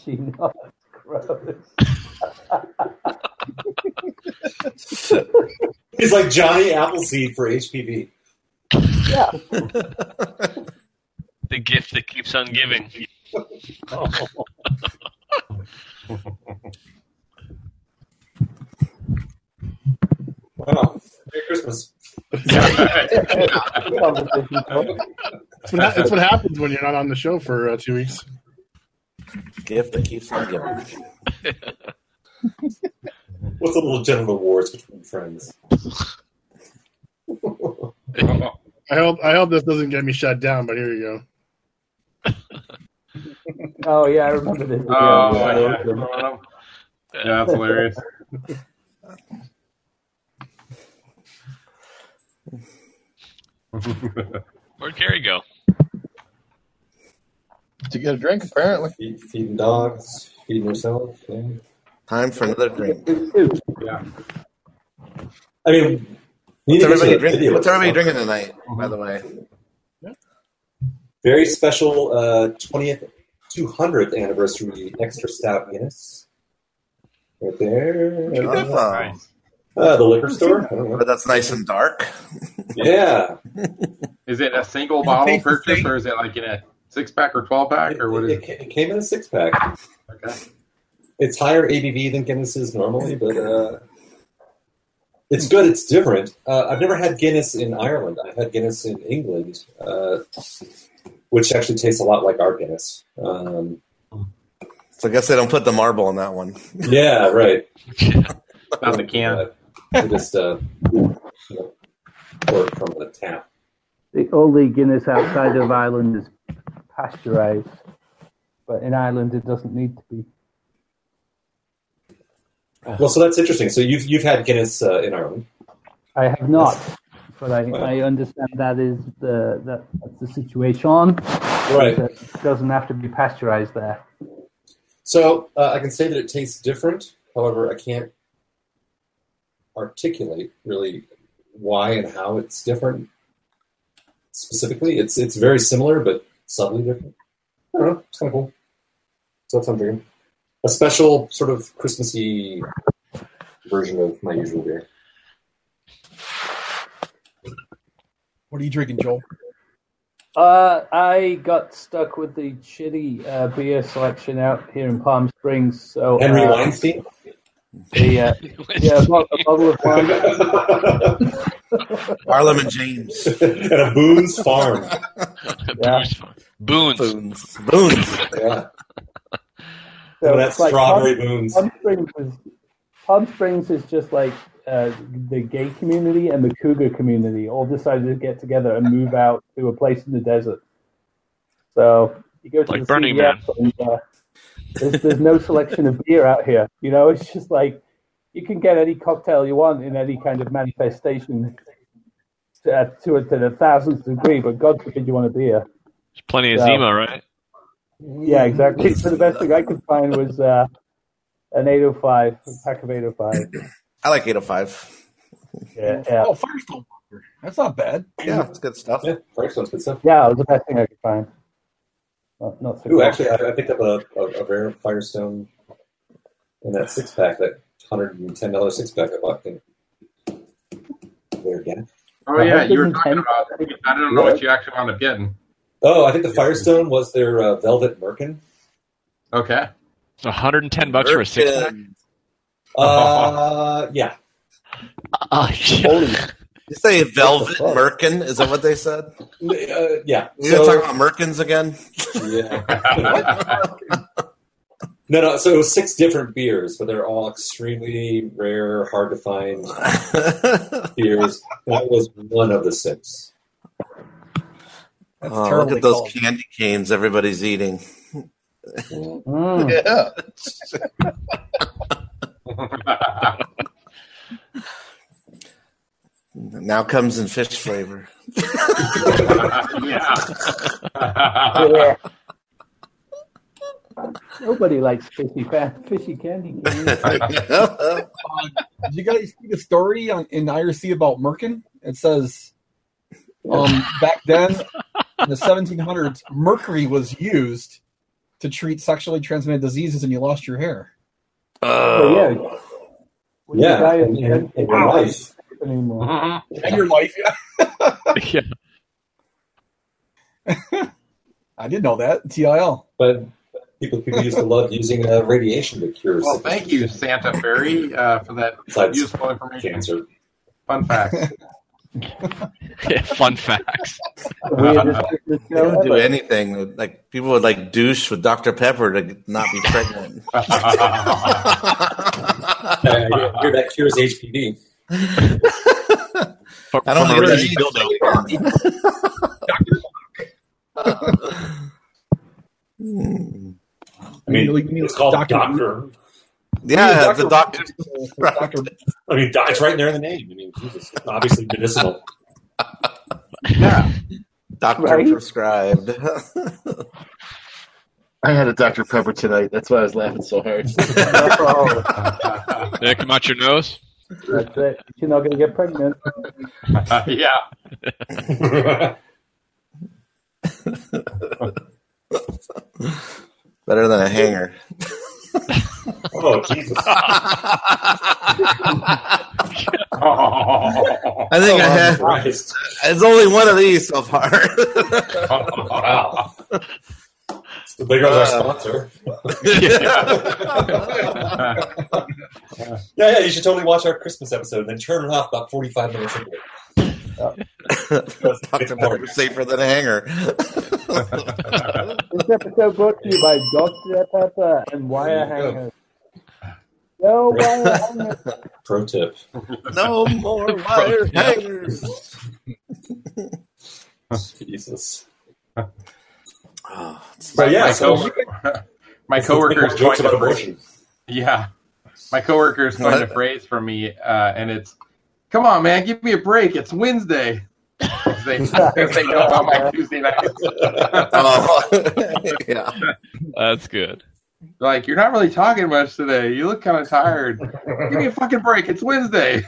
[SPEAKER 13] She knows. Gross.
[SPEAKER 6] He's like Johnny Appleseed for HPV.
[SPEAKER 14] Yeah.
[SPEAKER 8] The gift that keeps on giving.
[SPEAKER 6] Wow. Merry Christmas.
[SPEAKER 1] That's what, that's what happens when you're not on the show for uh, two weeks.
[SPEAKER 7] Gift that keeps on giving.
[SPEAKER 6] What's a little general wars between friends?
[SPEAKER 1] I hope I hope this doesn't get me shut down, but here you go.
[SPEAKER 13] Oh yeah, I remember this.
[SPEAKER 4] Oh,
[SPEAKER 13] Yeah.
[SPEAKER 4] yeah. Yeah, that's hilarious.
[SPEAKER 8] Where'd Gary go?
[SPEAKER 11] to get a drink, apparently.
[SPEAKER 6] feeding dogs, feeding yourself. Yeah.
[SPEAKER 7] Time for another drink.
[SPEAKER 6] Yeah. I mean, we need
[SPEAKER 7] What's
[SPEAKER 6] to get
[SPEAKER 7] everybody,
[SPEAKER 6] you a
[SPEAKER 7] drinking?
[SPEAKER 6] video
[SPEAKER 7] What's
[SPEAKER 6] of
[SPEAKER 7] everybody
[SPEAKER 6] this.
[SPEAKER 7] drinking tonight, by the way?
[SPEAKER 6] Very special uh, 20th, 200th anniversary extra stout Guinness. Right there.
[SPEAKER 7] Oh.
[SPEAKER 6] Uh, the liquor store. I don't know.
[SPEAKER 7] But that's nice and dark.
[SPEAKER 6] Yeah.
[SPEAKER 4] Is
[SPEAKER 6] Oh.
[SPEAKER 4] it a single bottle purchase, or is it like in a six pack or twelve pack, or what is it?
[SPEAKER 6] It came in a six pack.
[SPEAKER 4] Okay.
[SPEAKER 6] It's higher ABV than Guinness is normally, but uh, it's good. It's different. Uh, I've never had Guinness in Ireland. I've had Guinness in England, uh, which actually tastes a lot like our Guinness. Um,
[SPEAKER 7] So I guess they don't put the marble in that one.
[SPEAKER 6] yeah, right.
[SPEAKER 4] Not the can.
[SPEAKER 6] They just uh, you know, pour it from the tap.
[SPEAKER 13] The only Guinness outside of Ireland is pasteurized, but in Ireland it doesn't need to be.
[SPEAKER 6] Well, so that's interesting. So you've you've had Guinness uh, in Ireland.
[SPEAKER 13] I have not, but I, I understand that is the that, that's the situation.
[SPEAKER 6] Right.
[SPEAKER 13] That It doesn't have to be pasteurized there.
[SPEAKER 6] So uh, I can say that it tastes different. However, I can't articulate really why and how it's different specifically. It's it's very similar but subtly different. I don't know. It's kind of cool. So that's what I'm drinking. A special sort of Christmassy version of my usual beer.
[SPEAKER 5] What are you drinking, Joel?
[SPEAKER 13] Uh, I got stuck with the shitty uh, beer selection out here in Palm Springs. So
[SPEAKER 6] Henry
[SPEAKER 13] uh,
[SPEAKER 6] Weinstein.
[SPEAKER 13] The, uh, yeah, a bo- a bottle of wine.
[SPEAKER 7] Harlem and James.
[SPEAKER 6] and a Boone's Farm.
[SPEAKER 13] yeah.
[SPEAKER 8] Boons.
[SPEAKER 7] Boons. Boons.
[SPEAKER 6] Yeah.
[SPEAKER 13] So
[SPEAKER 6] Oh, that's
[SPEAKER 13] it's like
[SPEAKER 6] strawberry
[SPEAKER 13] Palm,
[SPEAKER 6] boons.
[SPEAKER 13] Palm Springs, is, Palm Springs is just like uh, the gay community and the cougar community all decided to get together and move out to a place in the desert. So you go to
[SPEAKER 8] Like
[SPEAKER 13] the
[SPEAKER 8] Burning
[SPEAKER 13] CES and, uh, there's, there's no selection of beer out here. You know, it's just like you can get any cocktail you want in any kind of manifestation to, uh, to, a- to the thousandth degree, but God forbid you want a beer.
[SPEAKER 8] Plenty of
[SPEAKER 13] Yeah.
[SPEAKER 8] Zima, right?
[SPEAKER 13] Yeah, exactly. So the best thing I could find was uh, an 805, a pack of 805.
[SPEAKER 7] I like 805.
[SPEAKER 13] Yeah, yeah.
[SPEAKER 5] Oh, Firestone Walker. That's not bad.
[SPEAKER 7] Yeah, it's good stuff.
[SPEAKER 6] Yeah, Firestone's good stuff.
[SPEAKER 13] Yeah, it was the best thing I could find. Not, not so
[SPEAKER 6] Ooh,
[SPEAKER 13] good.
[SPEAKER 6] actually, uh, I, I picked up a, a, a rare Firestone in that six pack, that hundred and ten dollar six pack I bought in. There again.
[SPEAKER 4] Oh yeah, you were talking about. I don't know what you actually wound up getting.
[SPEAKER 6] Oh, I think the Firestone was their uh, Velvet Merkin.
[SPEAKER 4] Okay.
[SPEAKER 9] It's 110 bucks for a six pack.
[SPEAKER 6] Uh, yeah.
[SPEAKER 7] You say velvet merkin? Is that what they said?
[SPEAKER 6] Uh, yeah.
[SPEAKER 7] We gonna talk about merkins again?
[SPEAKER 6] Yeah. No, no. So it was six different beers, but they're all extremely rare, hard to find beers. That was one of the six.
[SPEAKER 7] Oh, look at those candy canes everybody's eating.
[SPEAKER 11] Yeah.
[SPEAKER 7] Now comes in fish flavor.
[SPEAKER 13] Yeah. Nobody likes fishy, fa- fishy candy.
[SPEAKER 5] uh, did you guys see the story on, in IRC about Merkin? It says um, back then in the 1700s, mercury was used to treat sexually transmitted diseases, and you lost your hair.
[SPEAKER 13] Oh, yeah. When you
[SPEAKER 5] Yeah,
[SPEAKER 13] die
[SPEAKER 5] Mm-hmm.
[SPEAKER 13] and-
[SPEAKER 5] and- and your life.
[SPEAKER 13] anymore.
[SPEAKER 5] And your life, yeah.
[SPEAKER 9] yeah.
[SPEAKER 5] I did know that. TIL.
[SPEAKER 6] But people who used to love using uh, radiation to cure.
[SPEAKER 4] Well,
[SPEAKER 6] sickness.
[SPEAKER 4] thank you, Santa Berry, uh, for that
[SPEAKER 6] Besides
[SPEAKER 4] useful information.
[SPEAKER 6] cancer.
[SPEAKER 4] Fun facts.
[SPEAKER 9] Fun facts.
[SPEAKER 7] they don't do anything. Like people would like douche with Dr Pepper to not be pregnant.
[SPEAKER 6] I hear that cures HPV.
[SPEAKER 7] I don't know.
[SPEAKER 6] Really? I mean, it's called doctor.
[SPEAKER 7] Yeah,
[SPEAKER 6] Yeah,
[SPEAKER 7] the
[SPEAKER 6] Dr.
[SPEAKER 7] doctor.
[SPEAKER 6] I mean, doc- it's right there in the name. I mean, Jesus, it's obviously medicinal.
[SPEAKER 7] Doctor prescribed.
[SPEAKER 10] I had a Dr. Pepper tonight. That's why I was laughing so hard.
[SPEAKER 8] Did it come out your nose?
[SPEAKER 13] That's it. You're not going to get pregnant.
[SPEAKER 8] yeah.
[SPEAKER 7] Better than a hanger.
[SPEAKER 6] oh Jesus! Oh.
[SPEAKER 7] I think I had. It's only one of these so far.
[SPEAKER 6] wow. So there
[SPEAKER 7] Uh,
[SPEAKER 6] goes our sponsor. yeah, yeah, you should totally watch our Christmas episode and then turn it off about 45 minutes later.
[SPEAKER 7] Dr. Pepper's safer than a hanger.
[SPEAKER 13] This episode brought to you by Dr. Pepper and Wire Hangers. No wire
[SPEAKER 6] Mm.
[SPEAKER 13] hangers.
[SPEAKER 6] Pro tip.
[SPEAKER 7] No more wire hangers.
[SPEAKER 6] Jesus.
[SPEAKER 4] But yeah,
[SPEAKER 6] My
[SPEAKER 4] so-
[SPEAKER 6] coworker-
[SPEAKER 4] my
[SPEAKER 6] Let's make
[SPEAKER 4] coworker is
[SPEAKER 6] more
[SPEAKER 4] trying
[SPEAKER 6] jokes
[SPEAKER 4] to
[SPEAKER 6] about
[SPEAKER 4] break.
[SPEAKER 6] abortion.
[SPEAKER 4] Yeah, my coworker is trying to
[SPEAKER 6] What?
[SPEAKER 4] phrase for me, uh, and it's, "Come on, man, give me a break. It's Wednesday." 'Cause they, 'cause they know about my Tuesday night.
[SPEAKER 6] Uh,
[SPEAKER 7] yeah.
[SPEAKER 9] That's good.
[SPEAKER 4] Like you're not really talking much today. You look kind of tired. Give me a fucking break. It's Wednesday.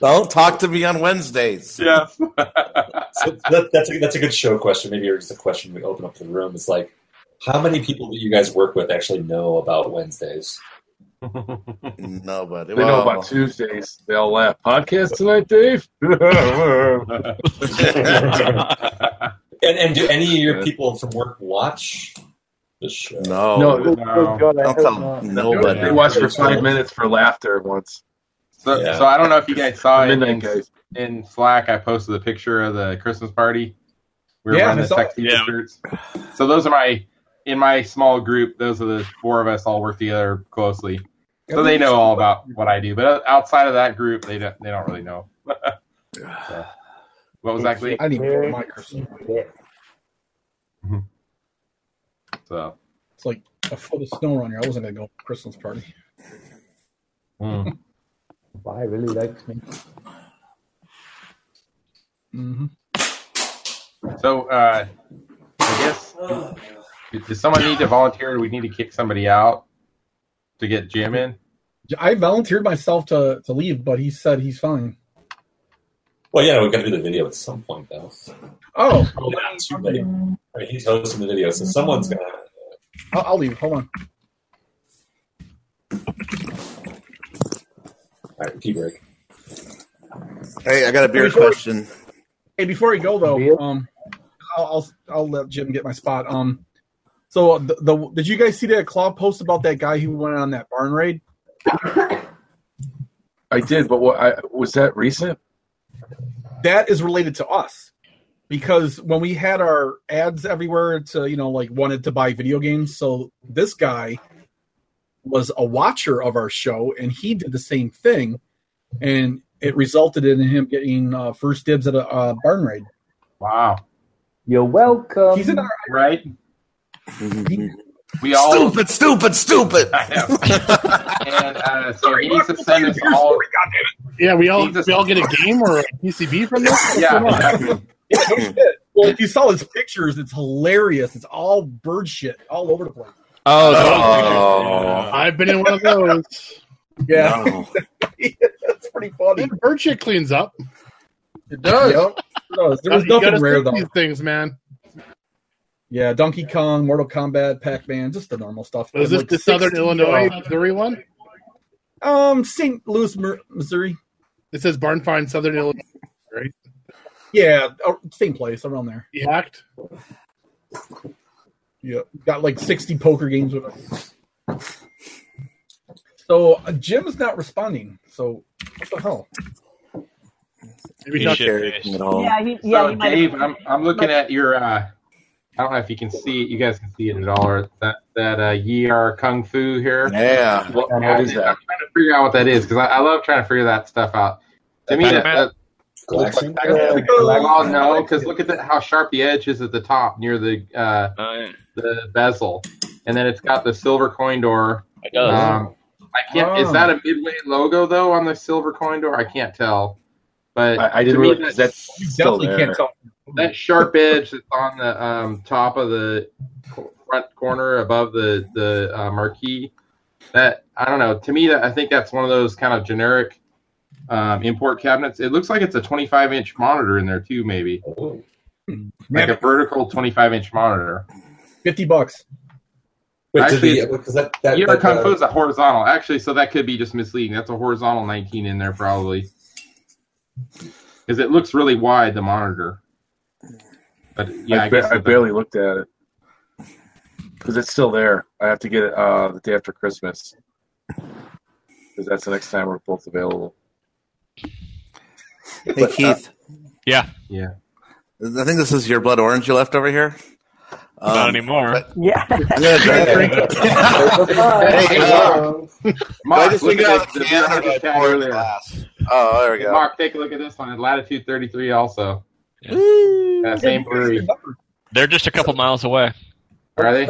[SPEAKER 7] Don't talk to me on Wednesdays.
[SPEAKER 4] Yeah.
[SPEAKER 6] So that, that's, a, that's a good show question. Maybe it's a question we open up to the room. It's like, how many people that you guys work with actually know about Wednesdays?
[SPEAKER 7] Nobody.
[SPEAKER 10] They know about Tuesdays. They all laugh. Podcast tonight, Dave?
[SPEAKER 6] and, and do any of your people from work watch the show?
[SPEAKER 7] No. Oh,
[SPEAKER 10] No. No.
[SPEAKER 5] Oh,
[SPEAKER 7] Don't tell nobody.
[SPEAKER 10] They watched for five minutes for laughter once.
[SPEAKER 4] So,
[SPEAKER 10] Yeah.
[SPEAKER 4] so I don't know if you guys saw it
[SPEAKER 10] Midnight
[SPEAKER 4] in, in Slack. I posted a picture of the Christmas party. We were
[SPEAKER 10] Yeah, I
[SPEAKER 4] running the
[SPEAKER 10] saw it.
[SPEAKER 4] sexy shirts. So those are my in my small group. Those are the four of us all work together closely. So they know all about what I do. But outside of that group, they don't. They don't really know. So, what was that? Glee?
[SPEAKER 5] I need more microphones.
[SPEAKER 4] So
[SPEAKER 5] It's like a foot of snow around here. I wasn't going to go to Christmas party.
[SPEAKER 13] Why really likes me.
[SPEAKER 4] so uh, I guess does someone need to volunteer? Do we need to kick somebody out to get Jim in?
[SPEAKER 5] I volunteered myself to, to leave, but he said he's fine.
[SPEAKER 6] Well, yeah, we've got to do the video at some point, though.
[SPEAKER 5] Oh,
[SPEAKER 6] Well, not too late. I mean, he's hosting the video, so someone's gonna.
[SPEAKER 5] I'll, I'll leave. Hold on.
[SPEAKER 6] All right, pee break.
[SPEAKER 7] Hey, I got a beer question.
[SPEAKER 5] Hey, before we go though, um, I'll, I'll I'll let Jim get my spot. Um, so the, the did you guys see that Claude post about that guy who went on that barn raid?
[SPEAKER 10] I did, but what I was that recent?
[SPEAKER 5] That is related to us because when we had our ads everywhere to you know like wanted to buy video games so this guy was a watcher of our show and he did the same thing and it resulted in him getting uh, first dibs at a uh, barn raid
[SPEAKER 4] wow
[SPEAKER 13] you're welcome
[SPEAKER 5] he's in our
[SPEAKER 4] right we all
[SPEAKER 7] Stupid, stupid, stupid.
[SPEAKER 4] and uh, so he needs to send us all.
[SPEAKER 1] Yeah, we all we all get a game or a PCB from this. What's
[SPEAKER 4] Yeah,
[SPEAKER 1] going on?
[SPEAKER 5] well if you saw his pictures it's hilarious it's all bird shit all over the place
[SPEAKER 9] Oh,
[SPEAKER 1] I've been in one of those.
[SPEAKER 5] Yeah,
[SPEAKER 1] that's
[SPEAKER 5] pretty funny.
[SPEAKER 1] bird shit cleans up.
[SPEAKER 5] It does. Yep. It does. There was
[SPEAKER 1] You gotta
[SPEAKER 5] nothing rare,
[SPEAKER 1] think
[SPEAKER 5] though.
[SPEAKER 1] These things, man.
[SPEAKER 5] yeah donkey kong mortal kombat pac-man just the normal stuff
[SPEAKER 1] Was
[SPEAKER 5] And,
[SPEAKER 1] this
[SPEAKER 5] like,
[SPEAKER 1] the Southern
[SPEAKER 5] 60,
[SPEAKER 1] Illinois
[SPEAKER 5] uh,
[SPEAKER 1] Missouri one?
[SPEAKER 5] Um, St. Louis, Missouri.
[SPEAKER 1] It says Barn Find Southern Illinois, right?
[SPEAKER 5] yeah uh, same place around there
[SPEAKER 1] You hacked.
[SPEAKER 5] Yeah, got like sixty poker games with us. So uh, Jim's not responding. So what the hell?
[SPEAKER 1] Maybe
[SPEAKER 4] He not should carry be. it at all.
[SPEAKER 14] Yeah, he, yeah,
[SPEAKER 4] so
[SPEAKER 14] he might
[SPEAKER 4] Dave,
[SPEAKER 14] have-
[SPEAKER 4] I'm, I'm looking at your. Uh, I don't know if you can see it. You guys can see it at all. Or that that uh, year kung fu here.
[SPEAKER 7] Yeah.
[SPEAKER 4] What-
[SPEAKER 7] And
[SPEAKER 4] what is that? I'm trying to figure out what that is because I, I love trying to figure that stuff out. To me, that, that looks like
[SPEAKER 7] Galaxy?
[SPEAKER 4] Oh no, because look at the, how sharp the edge is at the top near the uh,
[SPEAKER 9] Oh,
[SPEAKER 4] the bezel, and then it's got the silver coin door. Um,
[SPEAKER 9] It does.
[SPEAKER 4] I can't. Is
[SPEAKER 9] Oh.
[SPEAKER 4] that a midway logo though on the silver coin door? I can't tell. But
[SPEAKER 10] I- I didn't
[SPEAKER 4] to me,
[SPEAKER 10] realize that's You still definitely there. can't tell.
[SPEAKER 4] That sharp edge that's on the um, top of the co- front corner above the the uh, marquee. That I don't know. To me, that, I think that's one of those kind of generic um, import cabinets. It looks like it's a 25 inch monitor in there too, maybe
[SPEAKER 10] Oh.
[SPEAKER 4] like a vertical 25 inch monitor.
[SPEAKER 5] Fifty bucks.
[SPEAKER 4] Wait, did the-
[SPEAKER 6] because that, that,
[SPEAKER 4] Your
[SPEAKER 6] that,
[SPEAKER 4] kung fu
[SPEAKER 6] uh,
[SPEAKER 4] is a horizontal, actually, so that could be just misleading. That's a horizontal 19 in there probably, because it looks really wide the monitor. But yeah, I,
[SPEAKER 10] I, ba-
[SPEAKER 4] guess
[SPEAKER 10] I barely looked at it because it's still there. I have to get it uh, the day after Christmas because that's the next time we're both available.
[SPEAKER 7] Hey
[SPEAKER 10] But, uh,
[SPEAKER 7] Keith.
[SPEAKER 9] yeah.
[SPEAKER 4] Yeah.
[SPEAKER 7] I think this is your blood orange you left over here. Um,
[SPEAKER 9] Not anymore.
[SPEAKER 14] yeah.
[SPEAKER 7] Good, right there.
[SPEAKER 4] Hey, hey, Mark. Mark,
[SPEAKER 7] just
[SPEAKER 4] look
[SPEAKER 7] drink
[SPEAKER 4] at
[SPEAKER 7] out
[SPEAKER 4] the,
[SPEAKER 7] of the can or do I
[SPEAKER 4] beer I just had
[SPEAKER 7] pour in the
[SPEAKER 4] earlier.
[SPEAKER 7] Oh, there we
[SPEAKER 4] Hey,
[SPEAKER 7] go.
[SPEAKER 4] Mark, take a look at this one. It's latitude 33 also. That same brewery.
[SPEAKER 9] They're just a couple miles away.
[SPEAKER 4] Are they?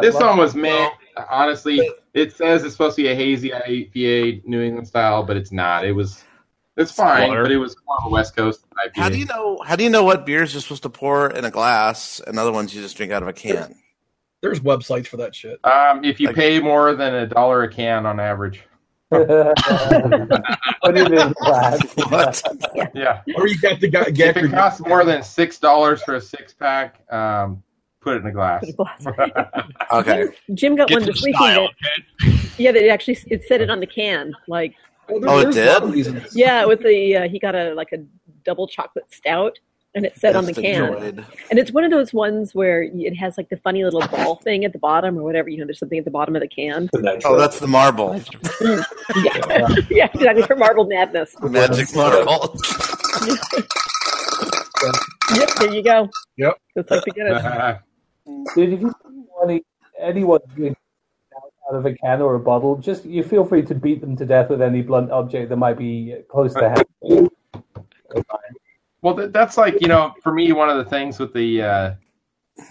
[SPEAKER 4] This one was man. Honestly, it says it's supposed to be a hazy IPA, New England style, but it's not. It was. It's fine,
[SPEAKER 7] Smaller.
[SPEAKER 4] but it was more of a West Coast IPA.
[SPEAKER 7] How do you know? How do you know what beers you're supposed to pour in a glass and other ones you just drink out of a can?
[SPEAKER 5] There's websites for that shit.
[SPEAKER 4] Um, if you pay more than a dollar a can on average.
[SPEAKER 7] What?
[SPEAKER 4] yeah.
[SPEAKER 5] Or you got the guy.
[SPEAKER 4] If it costs more than six dollars for a six pack, um, put it in a glass.
[SPEAKER 7] okay.
[SPEAKER 2] Jim got
[SPEAKER 4] Get
[SPEAKER 2] one
[SPEAKER 4] some
[SPEAKER 2] this weekend.
[SPEAKER 4] style,
[SPEAKER 2] that- yeah, that it actually it said it on the can. Like,
[SPEAKER 7] there- Oh, it there's a lot of did?
[SPEAKER 2] Yeah, with the uh, he got a like a double chocolate stout, and it said on the
[SPEAKER 7] That's
[SPEAKER 2] can.
[SPEAKER 7] enjoyed.
[SPEAKER 2] And it's one of those ones where y- it has like the funny little ball thing at the bottom or whatever. You know, there's something at the bottom of the can.
[SPEAKER 7] Oh, that's the marble.
[SPEAKER 2] yeah, exactly for Marble Madness.
[SPEAKER 7] Magic marble.
[SPEAKER 2] Yep, there you go.
[SPEAKER 5] Yep.
[SPEAKER 2] Just like the Guinness.
[SPEAKER 13] Dude, if you want to- anyone drink out of a can or a bottle, just you feel free to beat them to death with any blunt object that might be close to hand.
[SPEAKER 4] Well, th- that's like you know, for me, one of the things with the uh,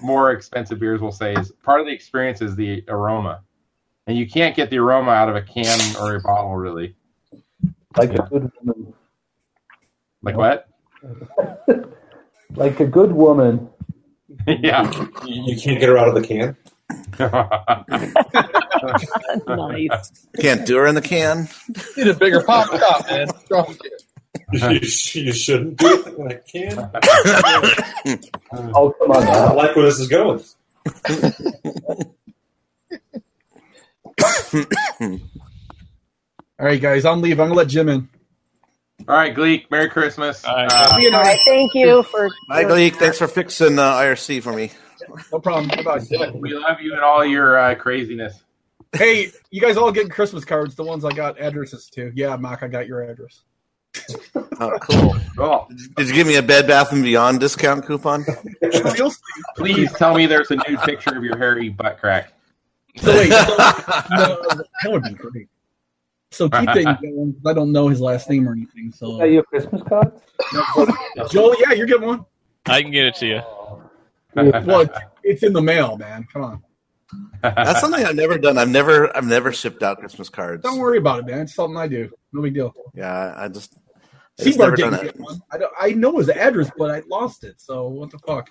[SPEAKER 4] more expensive beers, we'll say, is part of the experience is the aroma, and you can't get the aroma out of a can or a bottle, really.
[SPEAKER 13] Like a good woman.
[SPEAKER 4] Like what?
[SPEAKER 13] Like a good woman.
[SPEAKER 4] yeah.
[SPEAKER 6] You, you can't get her out of the can.
[SPEAKER 7] nice. Can't do her in the can.
[SPEAKER 11] Need a bigger pop top, man.
[SPEAKER 6] you, sh- you shouldn't do it when I can. oh,
[SPEAKER 13] come on.
[SPEAKER 6] I like where this is going.
[SPEAKER 5] All right, guys, I'm leave. I'm gonna let Jim in.
[SPEAKER 4] All right, Gleek. Merry Christmas.
[SPEAKER 14] All right, thank you for.
[SPEAKER 7] Mike Leek, thanks for fixing uh, IRC for me.
[SPEAKER 5] No problem. Goodbye.
[SPEAKER 4] Uh, We love you and all your uh, craziness.
[SPEAKER 5] Hey, you guys all get Christmas cards. The ones I got addresses to. Yeah, Mark, I got your address.
[SPEAKER 7] Oh, cool. Did you give me a Bed Bath and Beyond discount coupon?
[SPEAKER 4] Please tell me there's a nude picture of your hairy butt crack.
[SPEAKER 5] No, that would be great. So keep that going. 'cause I don't know his last name or anything. So uh,
[SPEAKER 13] Are you Christmas cards?
[SPEAKER 5] Joel, yeah, you're getting one.
[SPEAKER 9] I can get it to you.
[SPEAKER 5] well, it's- it's in the mail, man. Come on.
[SPEAKER 7] That's something I've never done. I've never, I've never shipped out Christmas cards.
[SPEAKER 5] Don't worry about it, man. It's something I do. No big deal.
[SPEAKER 7] Yeah, I just, I just never
[SPEAKER 5] Seabart
[SPEAKER 7] done
[SPEAKER 5] didn't
[SPEAKER 7] it.
[SPEAKER 5] get one. I, don't, I know his address, but I lost it. So what the fuck?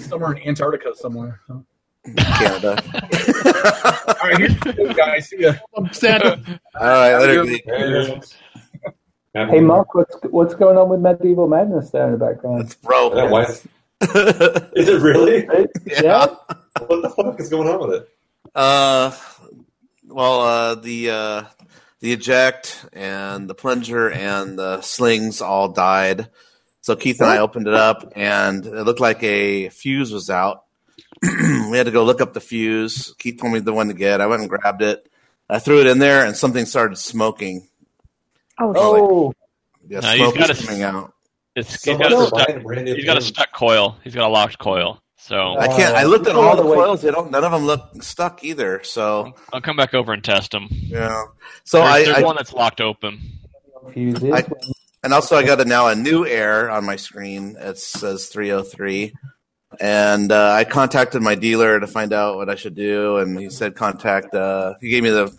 [SPEAKER 5] somewhere in Antarctica, somewhere. All
[SPEAKER 7] Canada.
[SPEAKER 5] right, here's the good guys. See ya.
[SPEAKER 1] I'm sad.
[SPEAKER 7] All right, later.
[SPEAKER 13] Hey, Mark, what's what's going on with medieval madness there in the background? It's
[SPEAKER 7] bro.
[SPEAKER 6] Yeah, why- Is it really? What the fuck is going on with it?
[SPEAKER 7] Uh, well, uh, the uh, the eject and the plunger and the slings all died. So Keith and I opened it up, and it looked like a fuse was out. we had to go look up the fuse. Keith told me the one to get. I went and grabbed it. I threw it in there, and something started smoking.
[SPEAKER 14] Oh,
[SPEAKER 7] Oh. Yeah,
[SPEAKER 9] No, he's
[SPEAKER 7] smoke
[SPEAKER 9] got
[SPEAKER 7] was
[SPEAKER 9] a-
[SPEAKER 7] coming out.
[SPEAKER 9] It's, he's
[SPEAKER 7] Someone
[SPEAKER 9] got, a
[SPEAKER 7] should
[SPEAKER 9] stuck,
[SPEAKER 7] buy a brand new
[SPEAKER 9] he's got a
[SPEAKER 7] thing.
[SPEAKER 9] stuck coil. He's got a locked coil. So
[SPEAKER 7] I can't. I looked at all the coils. They don't. None of them look stuck either. So
[SPEAKER 9] I'll come back over and test them.
[SPEAKER 7] Yeah. So
[SPEAKER 9] there's,
[SPEAKER 7] I-
[SPEAKER 9] there's
[SPEAKER 7] I-
[SPEAKER 9] one that's locked open.
[SPEAKER 7] I, and also, I got a, now a new error on my screen. It says 303. And uh, I contacted my dealer to find out what I should do. And he said, contact, uh, he gave me the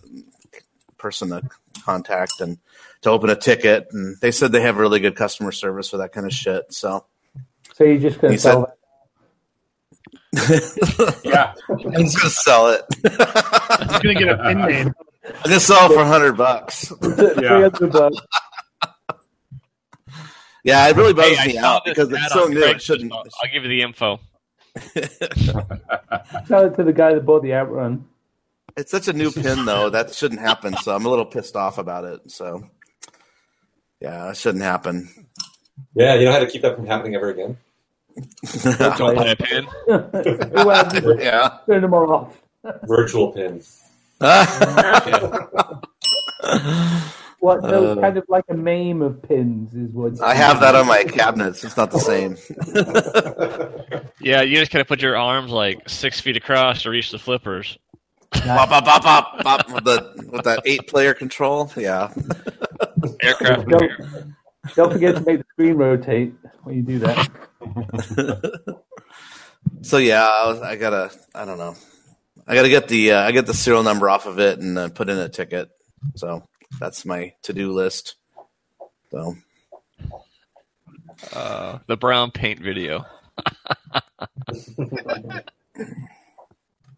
[SPEAKER 7] person to contact and to open a ticket. And they said they have really good customer service for that kind of shit. So
[SPEAKER 13] So you're just going
[SPEAKER 7] He
[SPEAKER 13] to
[SPEAKER 7] said-
[SPEAKER 13] sell that?
[SPEAKER 7] yeah, I'm just going to sell it.
[SPEAKER 1] I'm gonna get a pin name.
[SPEAKER 7] I'm going to sell it for 100 bucks.
[SPEAKER 13] Three hundred bucks.
[SPEAKER 7] Yeah, it really bugs
[SPEAKER 9] Hey, I
[SPEAKER 7] me
[SPEAKER 9] saw
[SPEAKER 7] out
[SPEAKER 9] this
[SPEAKER 7] because it's
[SPEAKER 9] ad
[SPEAKER 7] so
[SPEAKER 9] on
[SPEAKER 7] new. It
[SPEAKER 9] Craigslist.
[SPEAKER 7] shouldn't.
[SPEAKER 9] I'll, I'll give you the info.
[SPEAKER 13] Sell it to the guy that bought the Outrun.
[SPEAKER 7] It's such a new pin though. That shouldn't happen. So I'm a little pissed off about it. So yeah, that shouldn't happen.
[SPEAKER 6] Yeah, you know how to keep that from happening ever again?
[SPEAKER 7] Don't buy
[SPEAKER 9] a pin.
[SPEAKER 7] yeah.
[SPEAKER 13] Turn them all off.
[SPEAKER 6] Virtual pin.
[SPEAKER 13] What? No, it's
[SPEAKER 7] Uh,
[SPEAKER 13] kind of like a meme of pins is what.
[SPEAKER 7] I have that on my cabinets. It's not the same.
[SPEAKER 9] Yeah, you just kind of put your arms like six feet across to reach the flippers.
[SPEAKER 7] Bop, bop, bop, bop, bop, with, the, with that eight player control. Yeah.
[SPEAKER 9] Aircraft.
[SPEAKER 13] Don't, don't forget to make the screen rotate when you do that.
[SPEAKER 7] So yeah, I, was, I gotta. I don't know. I gotta get the. Uh, I get the serial number off of it and uh, put in a ticket. So that's my to do list. So
[SPEAKER 9] Uh, the brown paint video.
[SPEAKER 7] is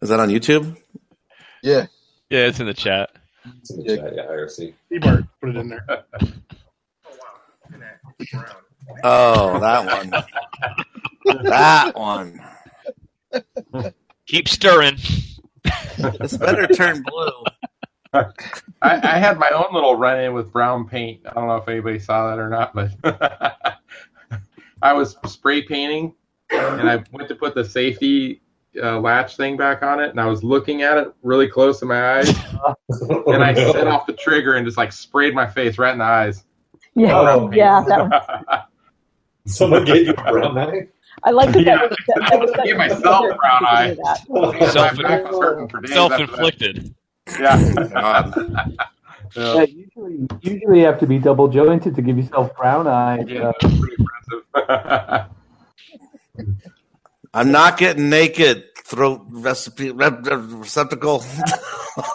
[SPEAKER 7] that on YouTube?
[SPEAKER 11] Yeah.
[SPEAKER 9] Yeah, it's in the chat.
[SPEAKER 6] It's in the chat, yeah, IRC.
[SPEAKER 1] Seabart put it in there.
[SPEAKER 7] Oh, that one. that one.
[SPEAKER 9] Keep stirring.
[SPEAKER 7] It's better turn blue.
[SPEAKER 4] I, I had my own little run in with brown paint. I don't know if anybody saw that or not, but I was spray painting and I went to put the safety uh, latch thing back on it and I was looking at it really close in my eyes and I
[SPEAKER 6] no.
[SPEAKER 4] set off the trigger and just like sprayed my face right in the eyes.
[SPEAKER 14] Yeah,
[SPEAKER 4] Oh.
[SPEAKER 14] yeah, that one.
[SPEAKER 6] Someone gave you a brown eye?
[SPEAKER 14] I like that.
[SPEAKER 4] Yeah.
[SPEAKER 14] that, was- that, that was
[SPEAKER 4] I gave myself a brown eye.
[SPEAKER 9] Self-
[SPEAKER 4] my back was hurting for days. after that.
[SPEAKER 9] Self-inflicted.
[SPEAKER 4] Yeah.
[SPEAKER 13] Yeah, usually, usually you have to be double jointed to give yourself brown Uh, eye.
[SPEAKER 4] Yeah,
[SPEAKER 13] so-
[SPEAKER 7] I'm not getting naked. Throat recipe rep, rep- receptacle.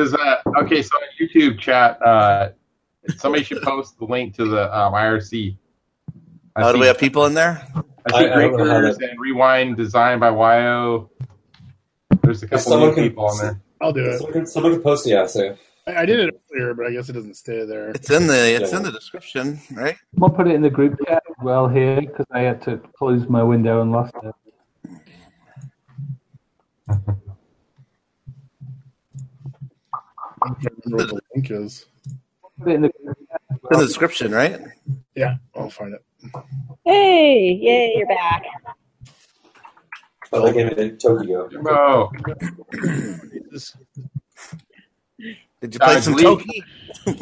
[SPEAKER 4] Is that okay? So on YouTube chat, uh, somebody should post the link to the um, IRC. I
[SPEAKER 7] Oh, do
[SPEAKER 4] see-
[SPEAKER 7] we have people in there?
[SPEAKER 4] I see
[SPEAKER 7] I- I don't know how
[SPEAKER 4] Breakers and Rewind designed by YO. There's a couple
[SPEAKER 6] someone
[SPEAKER 4] new
[SPEAKER 6] can-
[SPEAKER 4] people on there.
[SPEAKER 1] I'll do
[SPEAKER 6] Someone
[SPEAKER 1] it.
[SPEAKER 6] can, someone can post the essay.
[SPEAKER 1] I, I did it earlier, but I guess it doesn't stay there.
[SPEAKER 7] It's in the it's in the description, right?
[SPEAKER 13] I'll put it in the group chat as well here because I had to close my window and lost it.
[SPEAKER 1] I can't remember what the link is.
[SPEAKER 13] Put it in the group chat as
[SPEAKER 7] It's in the
[SPEAKER 13] well.
[SPEAKER 7] description, right?
[SPEAKER 1] Yeah, I'll find it.
[SPEAKER 2] Hey, yay, you're back.
[SPEAKER 6] But I gave it to Tokyo.
[SPEAKER 4] Jimbo.
[SPEAKER 7] Did you play
[SPEAKER 4] Uh,
[SPEAKER 7] some
[SPEAKER 4] Gleek-
[SPEAKER 7] Toki?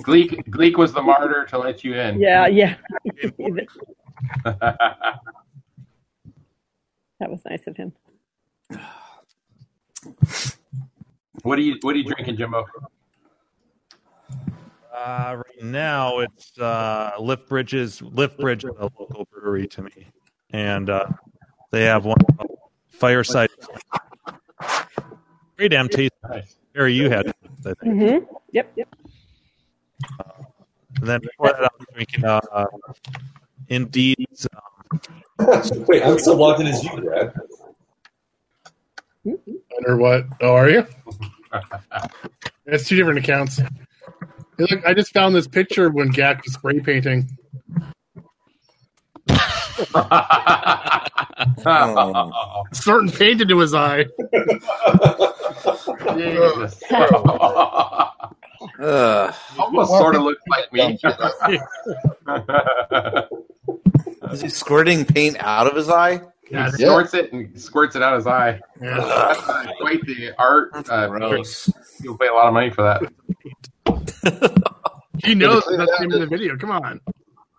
[SPEAKER 4] Gleek, Gleek was the martyr to let you in.
[SPEAKER 2] Yeah, yeah. that was nice of him.
[SPEAKER 4] what are you What are you drinking, Jimbo?
[SPEAKER 3] Uh, right now, it's uh, Lift Bridges. Lift Bridge is a local brewery to me, and uh, they have one called Fireside. Very damn tasty. Gary, you had it, I think.
[SPEAKER 2] Mm-hmm. Yep. Yep.
[SPEAKER 3] And then before that, I was drinking uh, uh, Indeed's. um,
[SPEAKER 6] Wait, I'm still logged in as you, Brad.
[SPEAKER 1] Wonder what? Oh, are you? It's two different accounts. Hey, Look, I just found this picture of when Gak was spray painting.
[SPEAKER 7] Oh.
[SPEAKER 1] Certain paint into his eye.
[SPEAKER 4] Jesus. Almost sort of looks like me.
[SPEAKER 7] Is he squirting paint out of his eye?
[SPEAKER 4] He snorts it and squirts it out his eye. That's uh, quite the art. Uh, You'll pay a lot of money for that.
[SPEAKER 1] He knows that's him in the video. Come on.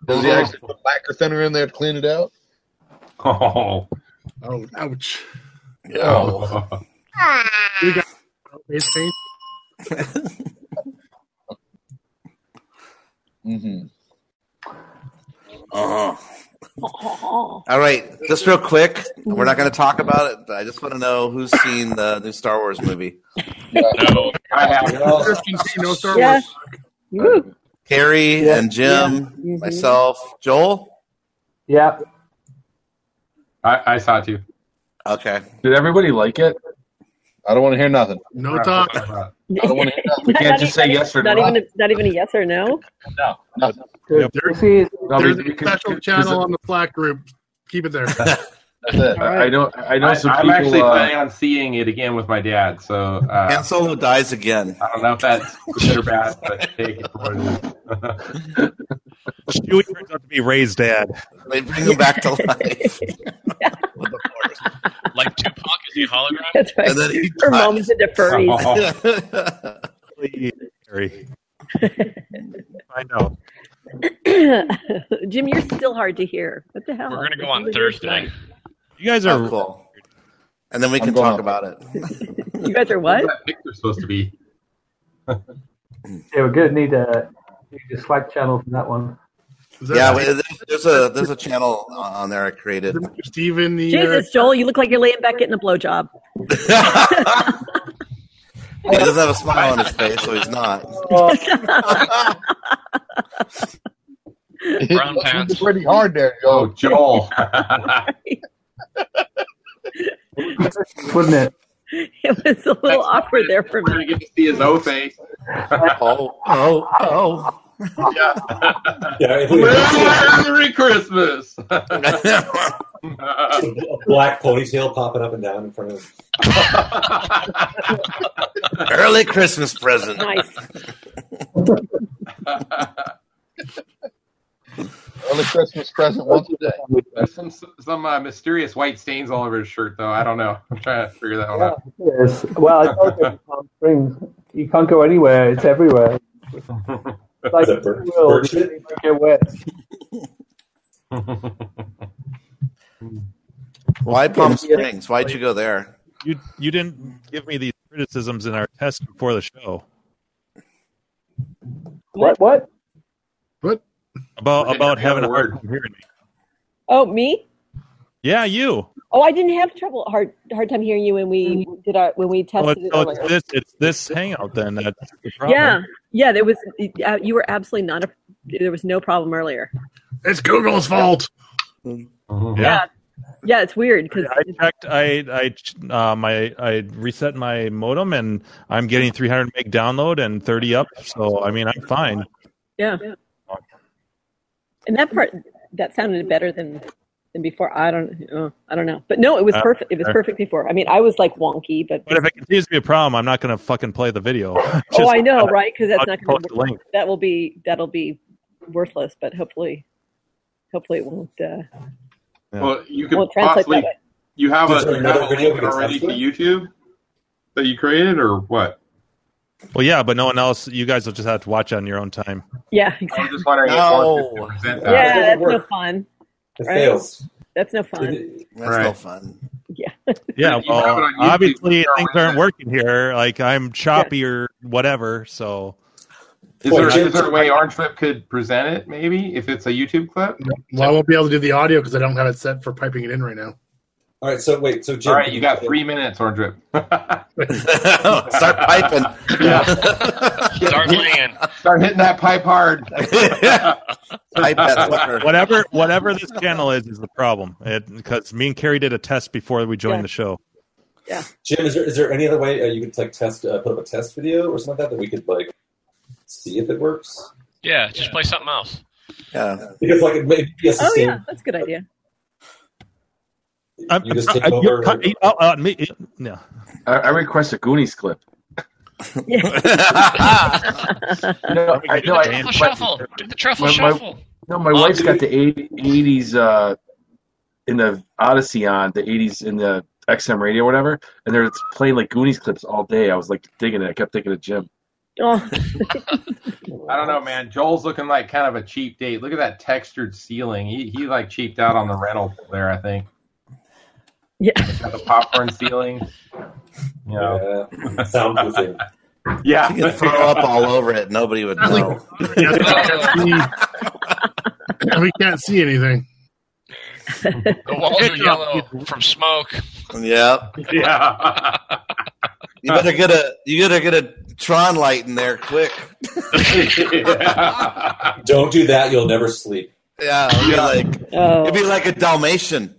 [SPEAKER 11] Does he actually put lacquer thinner in there to clean it out?
[SPEAKER 4] Oh,
[SPEAKER 1] Oh, ouch.
[SPEAKER 11] Yeah.
[SPEAKER 1] You got face paint.
[SPEAKER 11] Mm-hmm.
[SPEAKER 7] Uh-huh. All right, just real quick. We're not going to talk about it. But I just want to know who's seen the new Star Wars movie.
[SPEAKER 8] No,
[SPEAKER 4] I have.
[SPEAKER 1] no Star
[SPEAKER 2] Yeah.
[SPEAKER 1] Wars.
[SPEAKER 2] Woo.
[SPEAKER 7] Carrie
[SPEAKER 13] Yeah.
[SPEAKER 7] and Jim,
[SPEAKER 13] Yeah. Mhm.
[SPEAKER 7] myself, Joel.
[SPEAKER 13] Yeah.
[SPEAKER 4] I, I saw it too.
[SPEAKER 7] Okay.
[SPEAKER 10] Did everybody like it?
[SPEAKER 11] I don't want to hear nothing.
[SPEAKER 1] No talk.
[SPEAKER 11] I don't want to hear nothing.
[SPEAKER 10] We can't
[SPEAKER 2] Not
[SPEAKER 10] just
[SPEAKER 2] even-
[SPEAKER 10] say yes or
[SPEAKER 2] not
[SPEAKER 10] no.
[SPEAKER 2] even a, not even a yes or no.
[SPEAKER 11] No, nothing.
[SPEAKER 13] There's, there's,
[SPEAKER 1] There's a special channel on the Slack group. Keep it there.
[SPEAKER 11] That's it.
[SPEAKER 4] I
[SPEAKER 10] know. I
[SPEAKER 1] know some
[SPEAKER 4] I'm
[SPEAKER 1] people,
[SPEAKER 4] actually
[SPEAKER 1] uh,
[SPEAKER 4] planning on seeing it again with my dad. So uh,
[SPEAKER 7] Han Solo dies again.
[SPEAKER 4] I don't know if that's good or bad, but take it for what it is.
[SPEAKER 3] Chewie turns out to be Ray's dad.
[SPEAKER 7] They bring him back to life.
[SPEAKER 8] like Tupac is he a hologram?
[SPEAKER 2] That's right.
[SPEAKER 7] And then he
[SPEAKER 2] Her
[SPEAKER 7] dies.
[SPEAKER 2] mom's into furries.
[SPEAKER 3] Carrie.
[SPEAKER 4] Oh.
[SPEAKER 3] Find out.
[SPEAKER 2] Jim, you're still hard to hear. What the hell?
[SPEAKER 8] We're gonna go on Thursday.
[SPEAKER 3] You guys
[SPEAKER 7] are Oh, cool. And then we can talk about it.
[SPEAKER 2] You guys are what?
[SPEAKER 4] They're supposed to be.
[SPEAKER 13] Yeah, we're good. Need a need a Slack channel for that one.
[SPEAKER 7] Yeah, well, there's- there's a there's a channel on there I created.
[SPEAKER 1] Steven, the
[SPEAKER 2] Jesus, Joel, you look like you're laying back getting a blowjob.
[SPEAKER 7] He doesn't have a smile on his face, so he's not.
[SPEAKER 8] Brown pants.
[SPEAKER 11] Pretty hard there,
[SPEAKER 4] Oh,
[SPEAKER 11] Joe.
[SPEAKER 4] Joel.
[SPEAKER 13] Wouldn't it?
[SPEAKER 2] It was a little awkward there for
[SPEAKER 4] We're
[SPEAKER 2] me.
[SPEAKER 4] gonna get to see his O face.
[SPEAKER 7] oh, oh, oh.
[SPEAKER 4] Yeah.
[SPEAKER 6] Yeah, if we
[SPEAKER 4] Merry Christmas.
[SPEAKER 6] a black ponytail popping up and down in front of
[SPEAKER 7] Early Christmas present.
[SPEAKER 2] Nice.
[SPEAKER 11] Early Christmas present once a day.
[SPEAKER 4] There's some some uh, mysterious white stains all over his shirt, though. I don't know. I'm trying to figure that one out.
[SPEAKER 13] Yes. Well, I told you, Palm Springs. You can't go anywhere. It's everywhere. It's like
[SPEAKER 6] Is
[SPEAKER 13] the
[SPEAKER 6] that bird-
[SPEAKER 13] world.
[SPEAKER 6] bird
[SPEAKER 13] You
[SPEAKER 6] shit?
[SPEAKER 13] really don't get wet.
[SPEAKER 7] Why Palm Springs? Why'd you go there?
[SPEAKER 3] You you didn't give me these criticisms in our test before the show
[SPEAKER 13] What? What?
[SPEAKER 3] about
[SPEAKER 4] Okay,
[SPEAKER 3] about
[SPEAKER 4] every
[SPEAKER 3] having a
[SPEAKER 4] other
[SPEAKER 3] hard
[SPEAKER 4] word.
[SPEAKER 3] time hearing me.
[SPEAKER 2] Oh, me?
[SPEAKER 3] Yeah, you.
[SPEAKER 2] Oh, I didn't have trouble hard hard time hearing you when we did our when we
[SPEAKER 3] Oh,
[SPEAKER 2] tested
[SPEAKER 3] it's,
[SPEAKER 2] it
[SPEAKER 3] oh, it's
[SPEAKER 2] earlier.
[SPEAKER 3] this it's this hangout then. That's the problem.
[SPEAKER 2] Yeah, yeah. There was uh, you were absolutely not a. There was no problem earlier.
[SPEAKER 1] It's Google's fault.
[SPEAKER 3] yeah.
[SPEAKER 2] Yeah, it's weird because
[SPEAKER 3] Uh-huh. I checked. I I uh, my I reset my modem and I'm getting 300 meg download and 30 up. So I mean I'm fine.
[SPEAKER 2] yeah, and that part that sounded better than than before. I don't, uh, I don't know, but no, it was
[SPEAKER 3] Uh,
[SPEAKER 2] perfect. It was
[SPEAKER 3] uh.
[SPEAKER 2] perfect before. I mean, I was like wonky, but
[SPEAKER 3] But if it continues to be a problem, I'm not gonna fucking play the video. Just-
[SPEAKER 2] oh, I know, right? Because that's
[SPEAKER 3] I'll
[SPEAKER 2] not
[SPEAKER 3] just
[SPEAKER 2] going
[SPEAKER 3] post
[SPEAKER 2] to
[SPEAKER 3] a link.
[SPEAKER 2] that will be that'll be worthless. But hopefully, hopefully it won't. Uh,
[SPEAKER 4] Well, you could
[SPEAKER 2] Well, translate
[SPEAKER 4] possibly.
[SPEAKER 2] that way.
[SPEAKER 4] You have a
[SPEAKER 6] Is there
[SPEAKER 4] you have
[SPEAKER 6] another
[SPEAKER 4] a
[SPEAKER 6] video
[SPEAKER 4] link
[SPEAKER 6] we can
[SPEAKER 4] already to
[SPEAKER 6] send
[SPEAKER 4] YouTube that you created, or what?
[SPEAKER 3] Well, yeah, but no one else. You guys will just have to watch on your own time.
[SPEAKER 2] Yeah, exactly.
[SPEAKER 4] I'm just wondering
[SPEAKER 3] if No. Mark could present that.
[SPEAKER 2] Yeah,
[SPEAKER 3] It
[SPEAKER 2] that's
[SPEAKER 3] doesn't
[SPEAKER 2] no
[SPEAKER 3] work.
[SPEAKER 2] fun.
[SPEAKER 3] It
[SPEAKER 2] right?
[SPEAKER 3] fails.
[SPEAKER 2] That's no fun.
[SPEAKER 7] That's no
[SPEAKER 3] Right.
[SPEAKER 7] fun.
[SPEAKER 3] Yeah,
[SPEAKER 7] You have it
[SPEAKER 3] well,
[SPEAKER 7] on YouTube,
[SPEAKER 3] obviously
[SPEAKER 7] you know,
[SPEAKER 3] things
[SPEAKER 7] with
[SPEAKER 3] aren't working here. Like I'm choppy or whatever. So,
[SPEAKER 4] Is there, is there a way Orange Flip could present it, maybe, if it's a YouTube clip?
[SPEAKER 1] Well, I won't be able to do the audio because I don't have it set for piping it in right now.
[SPEAKER 6] All right, so wait, so Jim,
[SPEAKER 4] All right, you got three minutes, Orange Flip.
[SPEAKER 7] Start piping.
[SPEAKER 4] Start
[SPEAKER 8] laying.
[SPEAKER 4] Start hitting that pipe hard.
[SPEAKER 3] whatever, whatever this channel is, is the problem. Because me and Carrie did a test before we joined
[SPEAKER 6] Yeah.
[SPEAKER 3] the show.
[SPEAKER 6] Jim, is there is there any other way uh, you could like test uh, put up a test video or something like that that we could like see if it works?
[SPEAKER 8] Yeah, just play something else.
[SPEAKER 7] Yeah,
[SPEAKER 6] because like it may be a
[SPEAKER 2] Oh
[SPEAKER 6] sustained
[SPEAKER 2] yeah, that's a good idea.
[SPEAKER 3] I'm,
[SPEAKER 6] You just
[SPEAKER 3] I'm-
[SPEAKER 6] take
[SPEAKER 3] I'm- you're
[SPEAKER 6] over.
[SPEAKER 3] cut- uh, uh, me- uh, no.
[SPEAKER 10] I, I request a Goonies clip. No, I, no, I-
[SPEAKER 8] Truffle shuffle. Do the truffle
[SPEAKER 10] my- my-
[SPEAKER 8] shuffle.
[SPEAKER 10] no, my
[SPEAKER 4] Oh,
[SPEAKER 10] wife's got the eight- 80s uh, in the Odyssey on, the 80s in the XM radio or whatever, and they're playing like Goonies clips all day. I was like digging it. I kept thinking of Jim.
[SPEAKER 2] Oh.
[SPEAKER 4] I don't know, man. Joel's looking like kind of a cheap date. Look at that textured ceiling. He, he like cheaped out on the rental there, I think.
[SPEAKER 2] Yeah.
[SPEAKER 4] Got the popcorn ceiling. You know.
[SPEAKER 6] Yeah. Soundproofing.
[SPEAKER 4] Yeah.
[SPEAKER 7] You could throw up all over it. Nobody would know.
[SPEAKER 1] we can't see anything.
[SPEAKER 8] The walls are yellow from smoke.
[SPEAKER 7] Yep.
[SPEAKER 4] Yeah.
[SPEAKER 7] You better get a you better get a Tron light in there quick.
[SPEAKER 6] Don't do that; you'll never sleep.
[SPEAKER 7] Yeah, it'd be like it'd be like a Dalmatian.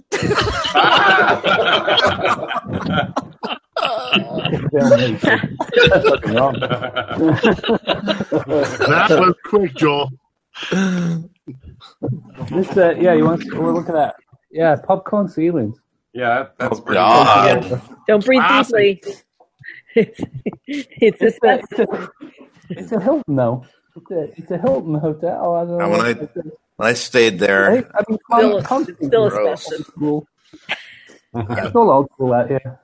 [SPEAKER 1] that was quick, Joel.
[SPEAKER 13] This, uh, yeah, you want? We're looking at. Yeah, popcorn ceilings.
[SPEAKER 4] Yeah, that's
[SPEAKER 7] pretty God.
[SPEAKER 13] good.
[SPEAKER 2] Don't breathe
[SPEAKER 13] Classic.
[SPEAKER 2] deeply. It's, it's
[SPEAKER 13] It's a, it's,
[SPEAKER 2] expensive.
[SPEAKER 13] a, it's a Hilton, though. It's a, it's a Hilton hotel. I don't know.
[SPEAKER 7] And when I when I stayed there,
[SPEAKER 13] I mean,
[SPEAKER 2] Still-
[SPEAKER 13] con- con-
[SPEAKER 2] still
[SPEAKER 7] Gross.
[SPEAKER 2] expensive.
[SPEAKER 13] school. It's all old school out here.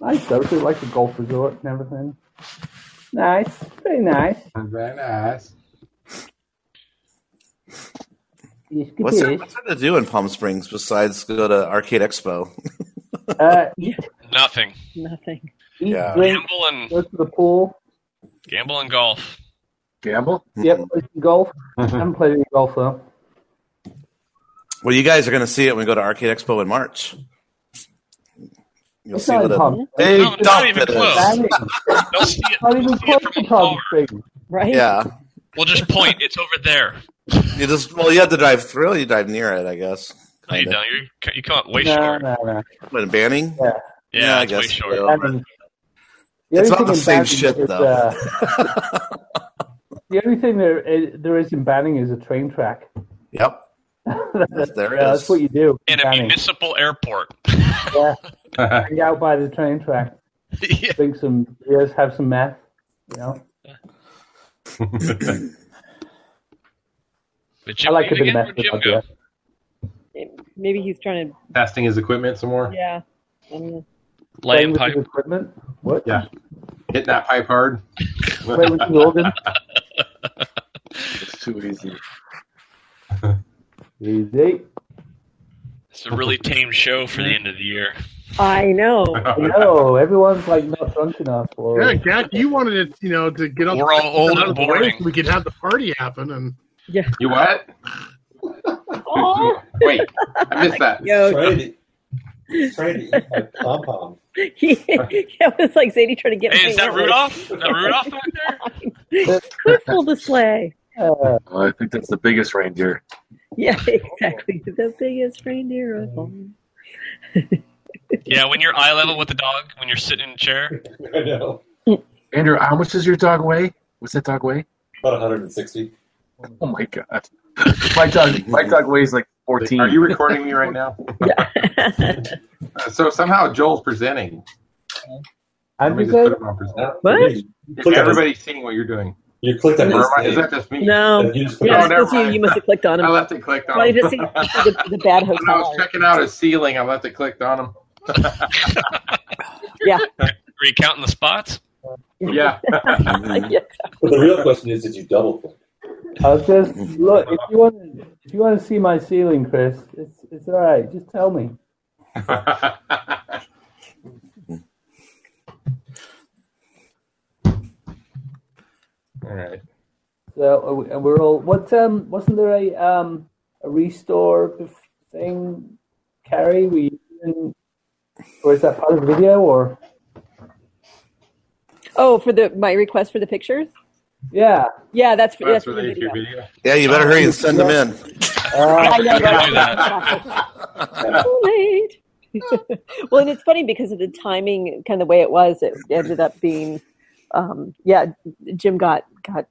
[SPEAKER 13] Nice though, it's like a golf resort and everything. Nice, very nice.
[SPEAKER 4] Very nice.
[SPEAKER 13] Yes, it
[SPEAKER 7] what's there,
[SPEAKER 13] is.
[SPEAKER 7] what's there to do in Palm Springs besides go to Arcade Expo?
[SPEAKER 13] Uh, eat,
[SPEAKER 8] Nothing.
[SPEAKER 2] Nothing.
[SPEAKER 13] eat,
[SPEAKER 7] Yeah.
[SPEAKER 13] drink,
[SPEAKER 8] Gamble and
[SPEAKER 13] go to the pool.
[SPEAKER 8] gamble and golf.
[SPEAKER 10] Gamble?
[SPEAKER 13] Yep, play some golf. I haven't played any golf though.
[SPEAKER 7] Well, you guys are going to see it when we go to Arcade Expo in March. You'll
[SPEAKER 13] It's
[SPEAKER 7] see
[SPEAKER 13] not
[SPEAKER 7] what
[SPEAKER 13] in Palm
[SPEAKER 7] a
[SPEAKER 13] Springs.
[SPEAKER 7] big
[SPEAKER 13] No,
[SPEAKER 7] dump
[SPEAKER 13] it's not even
[SPEAKER 7] it is.
[SPEAKER 13] close. Not even close to Palm Springs.
[SPEAKER 2] Right?
[SPEAKER 7] Yeah,
[SPEAKER 8] We'll just point. It's over there.
[SPEAKER 7] you just well, you have to drive through. You drive near it, I guess.
[SPEAKER 8] No, you don't. You're, c- you can't way
[SPEAKER 13] no,
[SPEAKER 8] short.
[SPEAKER 13] no, no.
[SPEAKER 7] But Banning?
[SPEAKER 13] Yeah,
[SPEAKER 8] Yeah,
[SPEAKER 7] I
[SPEAKER 8] it's way
[SPEAKER 7] guess.
[SPEAKER 8] short.
[SPEAKER 7] so.
[SPEAKER 13] I mean, the only
[SPEAKER 7] It's not
[SPEAKER 13] thing
[SPEAKER 7] the
[SPEAKER 13] in
[SPEAKER 7] same
[SPEAKER 13] Banning
[SPEAKER 7] shit,
[SPEAKER 13] is,
[SPEAKER 7] though.
[SPEAKER 13] uh, the only thing there is, there is in Banning is a train track.
[SPEAKER 7] Yep.
[SPEAKER 13] that's,
[SPEAKER 7] there
[SPEAKER 13] yeah,
[SPEAKER 7] is.
[SPEAKER 13] that's what you do. in
[SPEAKER 8] And a
[SPEAKER 13] Banning.
[SPEAKER 8] municipal airport.
[SPEAKER 13] Yeah. Hang out by the train track. Drink some beers, have some meth. You know, I like a bit of meth. with my beer.
[SPEAKER 2] Maybe he's trying
[SPEAKER 4] Testing his equipment some more.
[SPEAKER 2] to. Yeah. Um,
[SPEAKER 13] Playing with his equipment. What?
[SPEAKER 4] Yeah. Hitting that pipe hard.
[SPEAKER 13] Playing with his organ.
[SPEAKER 10] It's too easy.
[SPEAKER 13] Easy.
[SPEAKER 8] It's a really tame show for the end of the year.
[SPEAKER 2] I know.
[SPEAKER 13] No, everyone's like not drunk enough. Or
[SPEAKER 1] Yeah, Jack, you wanted it, you know, to get up.
[SPEAKER 8] We're all old
[SPEAKER 1] out of
[SPEAKER 8] and
[SPEAKER 1] the way
[SPEAKER 8] boring.
[SPEAKER 1] so We could have the party happen, and
[SPEAKER 2] yeah.
[SPEAKER 4] You what?
[SPEAKER 2] Oh,
[SPEAKER 4] Wait, I missed that.
[SPEAKER 2] Yo.
[SPEAKER 6] Trying to, trying to eat my pom pom.
[SPEAKER 2] he, yeah, it was like Zadie trying to get
[SPEAKER 8] Hey,
[SPEAKER 2] me.
[SPEAKER 8] is that
[SPEAKER 2] over.
[SPEAKER 8] Rudolph? Is that Rudolph back there?
[SPEAKER 2] Could pull the sleigh.
[SPEAKER 13] uh,
[SPEAKER 10] Well, I think that's the biggest reindeer.
[SPEAKER 2] Yeah, exactly. The biggest reindeer of all.
[SPEAKER 8] Yeah, when you're eye level with the dog, when you're sitting in a chair.
[SPEAKER 6] I know.
[SPEAKER 10] Andrew, how much does your dog weigh? What's that dog weigh?
[SPEAKER 6] About 160.
[SPEAKER 10] Oh my god, my dog, my dog weighs like fourteen.
[SPEAKER 4] Are you recording me right now? Uh, so somehow Joel's presenting.
[SPEAKER 13] I'm
[SPEAKER 4] Let me
[SPEAKER 13] just
[SPEAKER 4] just
[SPEAKER 13] saying,
[SPEAKER 4] put him on present.
[SPEAKER 2] What?
[SPEAKER 6] Click on
[SPEAKER 4] Everybody's seeing what you're doing.
[SPEAKER 6] You clicked on
[SPEAKER 4] Or
[SPEAKER 6] his
[SPEAKER 4] am I- is
[SPEAKER 6] name.
[SPEAKER 4] that just me?
[SPEAKER 2] No.
[SPEAKER 6] You just clicked
[SPEAKER 2] Yeah,
[SPEAKER 4] Oh, never
[SPEAKER 2] it's you.
[SPEAKER 4] mind.
[SPEAKER 2] You must have clicked on him.
[SPEAKER 4] I left it clicked on
[SPEAKER 2] Well, you
[SPEAKER 4] him.
[SPEAKER 2] just see the, the bad
[SPEAKER 4] when I
[SPEAKER 2] hotel.
[SPEAKER 4] was checking out his ceiling, I left it clicked on him.
[SPEAKER 2] Yeah.
[SPEAKER 8] Are you counting the spots?
[SPEAKER 4] Yeah.
[SPEAKER 6] But the real question is, did you double click?
[SPEAKER 13] I'll just look if you want. If you want to see my ceiling, Chris, it's it's all right. Just tell me.
[SPEAKER 4] All right.
[SPEAKER 13] So are we- and we're all. What um wasn't there a um a restore bef- thing, Carrie? We didn't- or is that part of the video or
[SPEAKER 2] Oh, for the my request for the pictures.
[SPEAKER 13] yeah?
[SPEAKER 2] Yeah, that's for, that's,
[SPEAKER 4] That's
[SPEAKER 2] for the
[SPEAKER 4] related to
[SPEAKER 2] video.
[SPEAKER 4] your video.
[SPEAKER 7] Yeah, you better hurry and send them in.
[SPEAKER 2] I know, right?
[SPEAKER 4] do that.
[SPEAKER 2] Too late. well, and it's funny because of the timing, kind of the way it was. It ended up being, um, yeah, Jim got got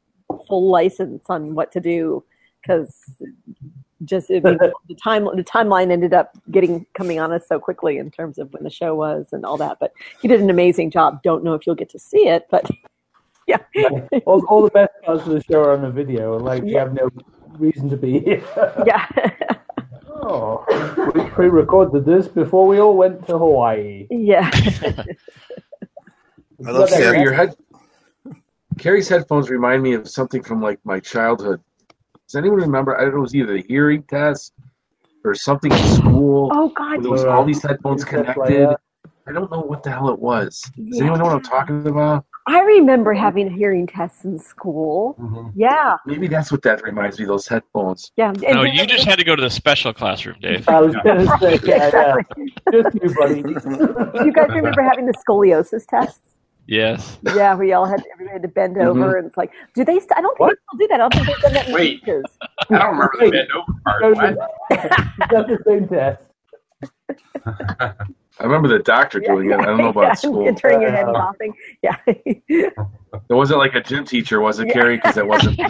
[SPEAKER 2] full license on what to do because just I mean, the time the timeline ended up getting coming on us so quickly in terms of when the show was and all that. But he did an amazing job. Don't know if you'll get to see it, but yeah,
[SPEAKER 13] all, all the best parts of the show are on the video. Like we have no reason to be here.
[SPEAKER 2] yeah.
[SPEAKER 13] oh, we pre-recorded this before we all went to Hawaii.
[SPEAKER 2] Yeah.
[SPEAKER 7] I love
[SPEAKER 10] Carrie,
[SPEAKER 7] Sam.
[SPEAKER 10] your head- Carrie's headphones remind me of something from like my childhood. Does anyone remember? I don't know. It was either the hearing test or something in school.
[SPEAKER 2] Oh God,
[SPEAKER 10] There was
[SPEAKER 2] yeah.
[SPEAKER 10] all these headphones
[SPEAKER 13] Is that like
[SPEAKER 10] connected.
[SPEAKER 13] that?
[SPEAKER 10] I don't know what the hell it was. Does
[SPEAKER 2] Yeah.
[SPEAKER 10] anyone know what I'm talking about?
[SPEAKER 2] I remember having hearing tests in school.
[SPEAKER 7] Mm-hmm.
[SPEAKER 2] Yeah,
[SPEAKER 10] Maybe that's what that reminds me. of, Those headphones.
[SPEAKER 2] yeah. And
[SPEAKER 8] Oh,
[SPEAKER 9] No, you just had to go to the special classroom, Dave.
[SPEAKER 13] I was going to say, yeah, yeah.
[SPEAKER 2] Exactly.
[SPEAKER 13] Just you, buddy.
[SPEAKER 2] Do you guys remember having the scoliosis tests?
[SPEAKER 9] Yes.
[SPEAKER 2] Yeah, we all had everybody had to bend over, and it's like, do they? St- I don't think
[SPEAKER 13] What?
[SPEAKER 2] they still do that. I don't think they've done that in
[SPEAKER 4] Wait.
[SPEAKER 2] years.
[SPEAKER 4] I don't remember the bent over part. What?
[SPEAKER 13] Is that the same test?
[SPEAKER 10] I remember the doctor doing it. I don't know about
[SPEAKER 2] yeah,
[SPEAKER 10] school. uh,
[SPEAKER 2] Turning your head and laughing. Yeah.
[SPEAKER 10] It wasn't like a gym teacher, was it,
[SPEAKER 2] Yeah.
[SPEAKER 10] Carrie? Because it wasn't.
[SPEAKER 2] and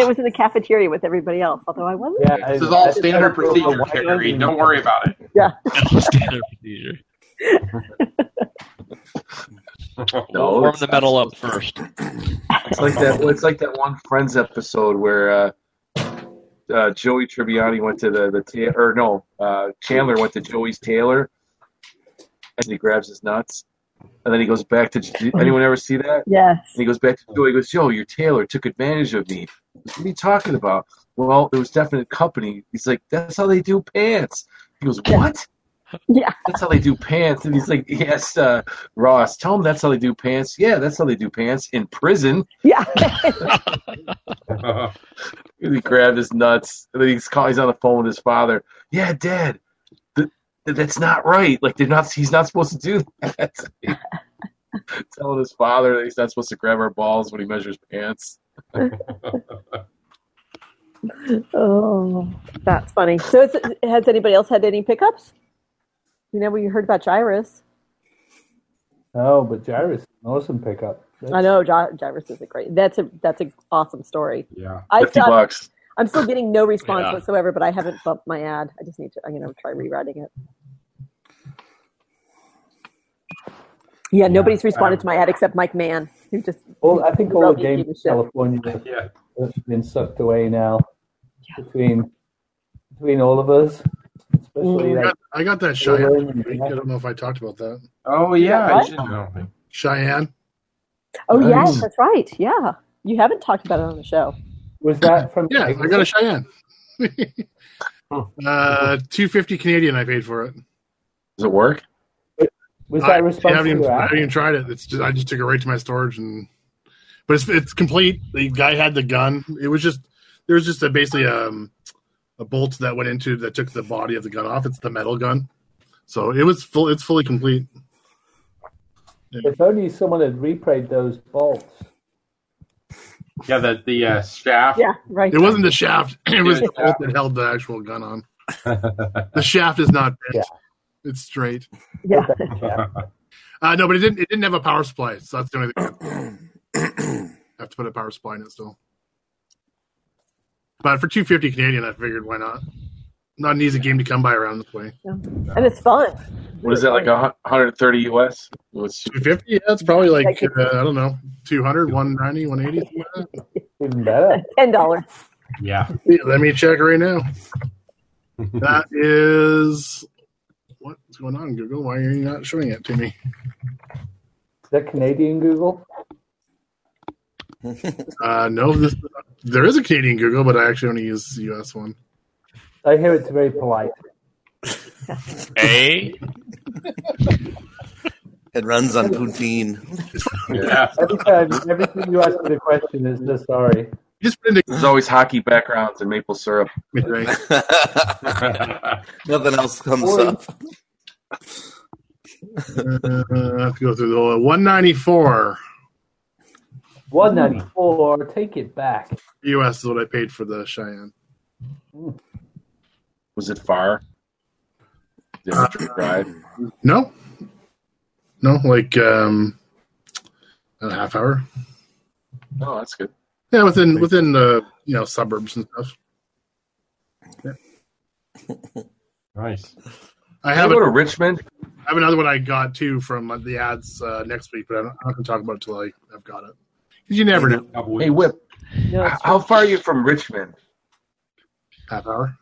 [SPEAKER 2] it was in the cafeteria with everybody else, although I wasn't.
[SPEAKER 13] Yeah,
[SPEAKER 4] This
[SPEAKER 13] I-
[SPEAKER 4] is all
[SPEAKER 13] I-
[SPEAKER 4] standard
[SPEAKER 13] I-
[SPEAKER 4] procedure,
[SPEAKER 13] I-
[SPEAKER 4] Carrie. Don't worry about it.
[SPEAKER 9] Standard procedure.
[SPEAKER 10] No,
[SPEAKER 9] warm
[SPEAKER 10] it's
[SPEAKER 9] the
[SPEAKER 10] not
[SPEAKER 9] metal up first.
[SPEAKER 10] It's like that. It's like that one Friends episode where uh, uh, Joey Tribbiani went to the the ta- or no uh, Chandler went to Joey's tailor, and he grabs his nuts, and then he goes back to. Did anyone ever see that?
[SPEAKER 2] Yes.
[SPEAKER 10] And he goes back to Joey. He goes, "Yo, your tailor took advantage of me." What are you talking about? Well, there was definite company. He's like, "That's how they do pants." He goes, "What?"
[SPEAKER 2] Yeah.
[SPEAKER 10] That's how they do pants. And he's like, "Yes, uh, Ross. Tell him that's how they do pants." Yeah, that's how they do pants in prison.
[SPEAKER 2] Yeah.
[SPEAKER 10] And he grabbed his nuts, and then he's call, he's on the phone with his father. Yeah, Dad, th- th- that's not right. Like they're not. He's not supposed to do that. Telling his father that he's not supposed to grab our balls when he measures pants.
[SPEAKER 2] oh, that's funny. So, is, has anybody else had any pickups? You know, we heard about Gyrus.
[SPEAKER 13] No, Oh, but Jairus is an awesome pickup.
[SPEAKER 2] I know Gy- Gyrus is a great. That's a that's an awesome story.
[SPEAKER 4] Yeah.
[SPEAKER 2] I
[SPEAKER 10] Fifty
[SPEAKER 2] saw-
[SPEAKER 10] bucks.
[SPEAKER 2] I'm still getting no response
[SPEAKER 9] Yeah.
[SPEAKER 2] whatsoever, but I haven't bumped my ad. I just need to, you know, try rewriting it. Yeah, nobody's responded to my ad except Mike Mann, who just.
[SPEAKER 13] All,
[SPEAKER 2] who
[SPEAKER 13] I think all
[SPEAKER 2] wrote me
[SPEAKER 13] the games
[SPEAKER 2] a
[SPEAKER 13] in
[SPEAKER 2] piece of shit.
[SPEAKER 13] California
[SPEAKER 4] Yeah.
[SPEAKER 13] have been sucked away now between between all of us, especially
[SPEAKER 1] I
[SPEAKER 2] Mm-hmm.
[SPEAKER 13] like
[SPEAKER 1] got, I got that Cheyenne. this week. I don't know if I talked about that.
[SPEAKER 4] Oh yeah, I
[SPEAKER 2] What?
[SPEAKER 4] should know.
[SPEAKER 1] Cheyenne.
[SPEAKER 2] Oh
[SPEAKER 10] Nice.
[SPEAKER 2] yes, that's right. Yeah, you haven't talked about it on the show.
[SPEAKER 13] was that from
[SPEAKER 1] Yeah, I got a Cheyenne. uh, two fifty Canadian. I paid for it.
[SPEAKER 10] Does it work?
[SPEAKER 13] was
[SPEAKER 1] I,
[SPEAKER 13] that a response
[SPEAKER 1] haven't
[SPEAKER 13] to
[SPEAKER 1] even,
[SPEAKER 13] your
[SPEAKER 1] I haven't
[SPEAKER 13] ad?
[SPEAKER 1] even tried it. It's just I just took it right to my storage and, but it's it's complete. The guy had the gun. It was just there was just a basically um a bolt that went into that took the body of the gun off. It's the metal gun, so it was full. It's fully complete.
[SPEAKER 13] If only someone had reprayed those bolts.
[SPEAKER 4] Yeah, the the uh, shaft.
[SPEAKER 2] Yeah, right.
[SPEAKER 1] It wasn't the shaft. It was
[SPEAKER 4] Yeah.
[SPEAKER 1] the bolt that held the actual gun on. The shaft is not bent. It's straight.
[SPEAKER 2] Yeah,
[SPEAKER 1] Uh, no, but it didn't. It didn't have a power supply, so that's the only thing. I have to put a power supply in it still. But for two fifty Canadian, I figured why not? Not an easy game to come by around this way.
[SPEAKER 2] and it's fun.
[SPEAKER 10] What is that like? A hundred thirty US? What's-
[SPEAKER 1] Two fifty, yeah, it's probably like
[SPEAKER 2] Like
[SPEAKER 1] uh, I don't know, 200, 190, 180. something like that.
[SPEAKER 13] Even better.
[SPEAKER 2] Ten dollars.
[SPEAKER 4] Yeah.
[SPEAKER 1] Yeah, Let me check right now. That is what's going on, Google? Why are you not showing it to me?
[SPEAKER 13] that Canadian Google?
[SPEAKER 1] Uh, no, this, there is a Canadian Google, but I actually only use the U.S. one.
[SPEAKER 13] I hear it's very polite.
[SPEAKER 8] Hey.
[SPEAKER 7] It runs on poutine.
[SPEAKER 13] Every time, every time you ask me the question, is just sorry.
[SPEAKER 10] There's always hockey backgrounds and maple syrup.
[SPEAKER 7] Nothing else comes
[SPEAKER 13] Or-
[SPEAKER 7] up.
[SPEAKER 1] Uh, I have to go through the whole 194
[SPEAKER 13] One ninety four. Take it back.
[SPEAKER 1] U.S. is what I paid for the Cheyenne.
[SPEAKER 10] Was it far? Did it drive?
[SPEAKER 1] Uh, No, no, like um, a half hour.
[SPEAKER 10] Oh, that's good.
[SPEAKER 1] Yeah, within within the you know suburbs and stuff.
[SPEAKER 4] Nice.
[SPEAKER 1] I have
[SPEAKER 10] Did you go
[SPEAKER 1] a-
[SPEAKER 10] to Richmond.
[SPEAKER 1] I have another one I got too from the ads uh, next week, but I'm not going to talk about it until I, I've got it. 'Cause you never know.
[SPEAKER 10] Hey, Whip. h- how far are you from Richmond?
[SPEAKER 1] Half hour.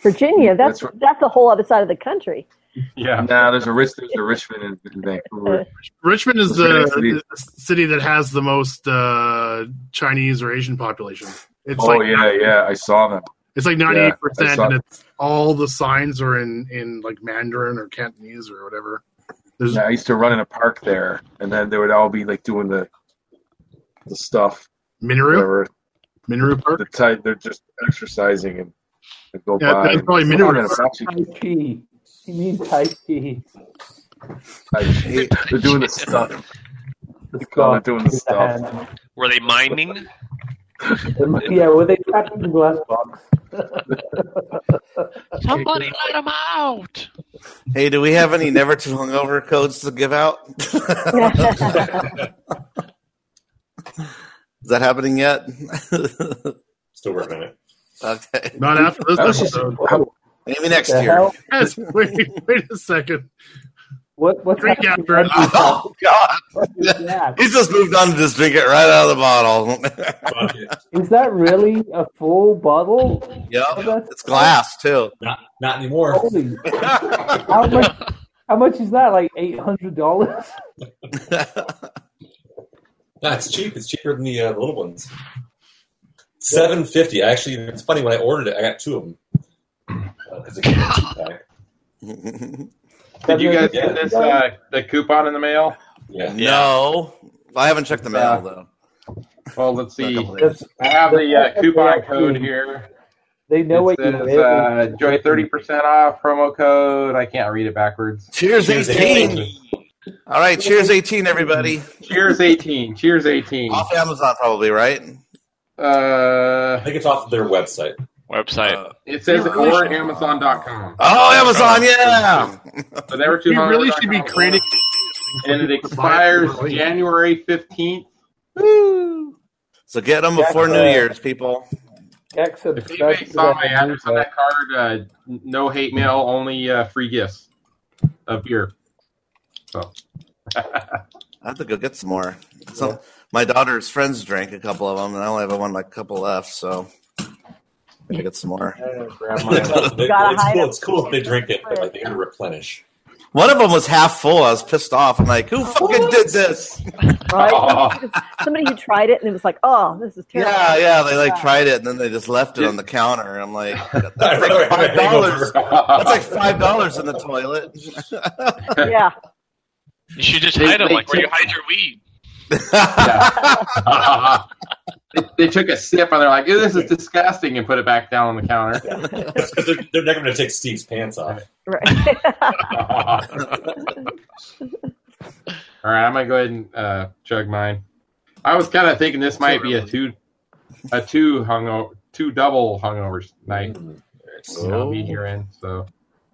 [SPEAKER 2] Virginia, that's
[SPEAKER 10] That's
[SPEAKER 2] that's a whole other side of the country.
[SPEAKER 4] Yeah.
[SPEAKER 10] Nah, there's a rich. There's a Richmond in, in
[SPEAKER 13] Uh,
[SPEAKER 10] Vancouver.
[SPEAKER 1] Richmond is
[SPEAKER 10] It's a very nice city.
[SPEAKER 1] the, the city that has the most uh, Chinese or Asian population. It's
[SPEAKER 10] oh
[SPEAKER 1] like
[SPEAKER 10] yeah, yeah. I saw them.
[SPEAKER 1] it's like
[SPEAKER 10] Yeah, I
[SPEAKER 1] ninety eight percent,
[SPEAKER 10] saw-
[SPEAKER 1] and it's all the signs are in in like Mandarin or Cantonese or whatever.
[SPEAKER 10] Yeah, I used to run in a park there, and then they would all be like doing the the stuff.
[SPEAKER 1] Mineru?
[SPEAKER 10] Whatever.
[SPEAKER 1] Mineru Park.
[SPEAKER 10] The type they're just exercising and, and go
[SPEAKER 1] Yeah,
[SPEAKER 10] by.
[SPEAKER 1] that's
[SPEAKER 10] and-
[SPEAKER 1] probably
[SPEAKER 10] I'm
[SPEAKER 1] Mineru.
[SPEAKER 10] gonna stop you.
[SPEAKER 13] Tai Chi. You mean Tai Chi?
[SPEAKER 10] I hate- They're doing the stuff. Oh, they're doing the stuff.
[SPEAKER 8] Were they miming?
[SPEAKER 13] yeah, were they tapping the glass box?
[SPEAKER 8] Somebody let him out.
[SPEAKER 7] Hey, do we have any never too hungover codes to give out? Is that happening yet?
[SPEAKER 6] Still working on it.
[SPEAKER 7] Okay.
[SPEAKER 1] Not after this
[SPEAKER 7] That was just-
[SPEAKER 1] episode.
[SPEAKER 7] Maybe next
[SPEAKER 13] The
[SPEAKER 7] year.
[SPEAKER 13] hell?
[SPEAKER 1] Yes. Wait. Wait a second.
[SPEAKER 13] What? What's
[SPEAKER 1] Drink
[SPEAKER 13] happening
[SPEAKER 1] after it.
[SPEAKER 13] right now?
[SPEAKER 7] Oh God!
[SPEAKER 13] What is that?
[SPEAKER 7] He's just moved on to just drink it right out of the bottle.
[SPEAKER 13] Is that really a full bottle?
[SPEAKER 7] yep, it's glass too.
[SPEAKER 6] Not, not anymore.
[SPEAKER 13] Holy! how much? How much is that? Like eight hundred dollars?
[SPEAKER 6] No, it's cheap. It's cheaper than the, uh, the little ones. Seven fifty. Actually, it's funny when I ordered it, I got two of them. Uh, 'cause it came in a cheap pack.
[SPEAKER 4] Did you guys get this uh, the coupon in the mail?
[SPEAKER 6] Yeah.
[SPEAKER 7] No, I haven't checked the
[SPEAKER 4] Uh,
[SPEAKER 7] mail though.
[SPEAKER 4] Well, let's see.
[SPEAKER 13] That's-
[SPEAKER 4] I have the uh, coupon
[SPEAKER 13] that's-
[SPEAKER 4] code here.
[SPEAKER 13] They know what
[SPEAKER 4] it
[SPEAKER 13] you
[SPEAKER 4] says
[SPEAKER 13] live.
[SPEAKER 4] uh, enjoy thirty percent off promo code. I can't read it backwards.
[SPEAKER 7] Cheers,
[SPEAKER 6] Cheers,
[SPEAKER 7] eighteen.
[SPEAKER 6] 18.
[SPEAKER 7] All right, cheers, eighteen, everybody.
[SPEAKER 4] Cheers eighteen. Cheers eighteen.
[SPEAKER 7] Off Amazon probably, right?
[SPEAKER 6] I
[SPEAKER 4] Uh,
[SPEAKER 6] think it's off their website.
[SPEAKER 8] Website.
[SPEAKER 4] it says
[SPEAKER 7] Uh,
[SPEAKER 4] or Amazon.com.
[SPEAKER 7] Oh, Amazon, yeah.
[SPEAKER 4] So never too
[SPEAKER 1] We really
[SPEAKER 4] hungover
[SPEAKER 1] should be
[SPEAKER 4] dot com.
[SPEAKER 1] creating.
[SPEAKER 4] And it expires January fifteenth.
[SPEAKER 7] So get them before New Year's, people.
[SPEAKER 13] Excellent.
[SPEAKER 4] If anybody saw my address on that card, uh, n- no hate mail, only uh, free gifts of beer. So
[SPEAKER 7] I have to go get some more. So my daughter's friends drank a couple of them, and I only have one like couple left, so gotta get some more.
[SPEAKER 6] it's,
[SPEAKER 14] hide
[SPEAKER 6] cool,
[SPEAKER 14] it.
[SPEAKER 6] it's cool if they drink it, but like, they gotta replenish.
[SPEAKER 7] One of them was half full. I was pissed off. I'm like, who fucking did this?
[SPEAKER 2] Right?
[SPEAKER 4] Oh.
[SPEAKER 2] Somebody who tried it and it was like, "Oh, this is terrible."
[SPEAKER 7] Yeah, yeah. They like tried it, and then they just left it on the counter. and I'm like, that's like five dollars. That's like five dollars in the toilet.
[SPEAKER 2] Yeah.
[SPEAKER 8] You should just
[SPEAKER 4] They-
[SPEAKER 8] hide them
[SPEAKER 4] they
[SPEAKER 8] like where you
[SPEAKER 4] took-
[SPEAKER 8] hide your weed.
[SPEAKER 4] they, they took a sip and they're like, "Ew, "This is disgusting," and put it back down on the counter.
[SPEAKER 6] That's 'cause they're, they're never gonna take Steve's pants off.
[SPEAKER 2] Right.
[SPEAKER 4] All right, I'm gonna go ahead and uh, chug mine. I was kind of thinking this might be a two, a two hungover, two double hungovers night.
[SPEAKER 6] Mm-hmm.
[SPEAKER 4] I'll be here in so.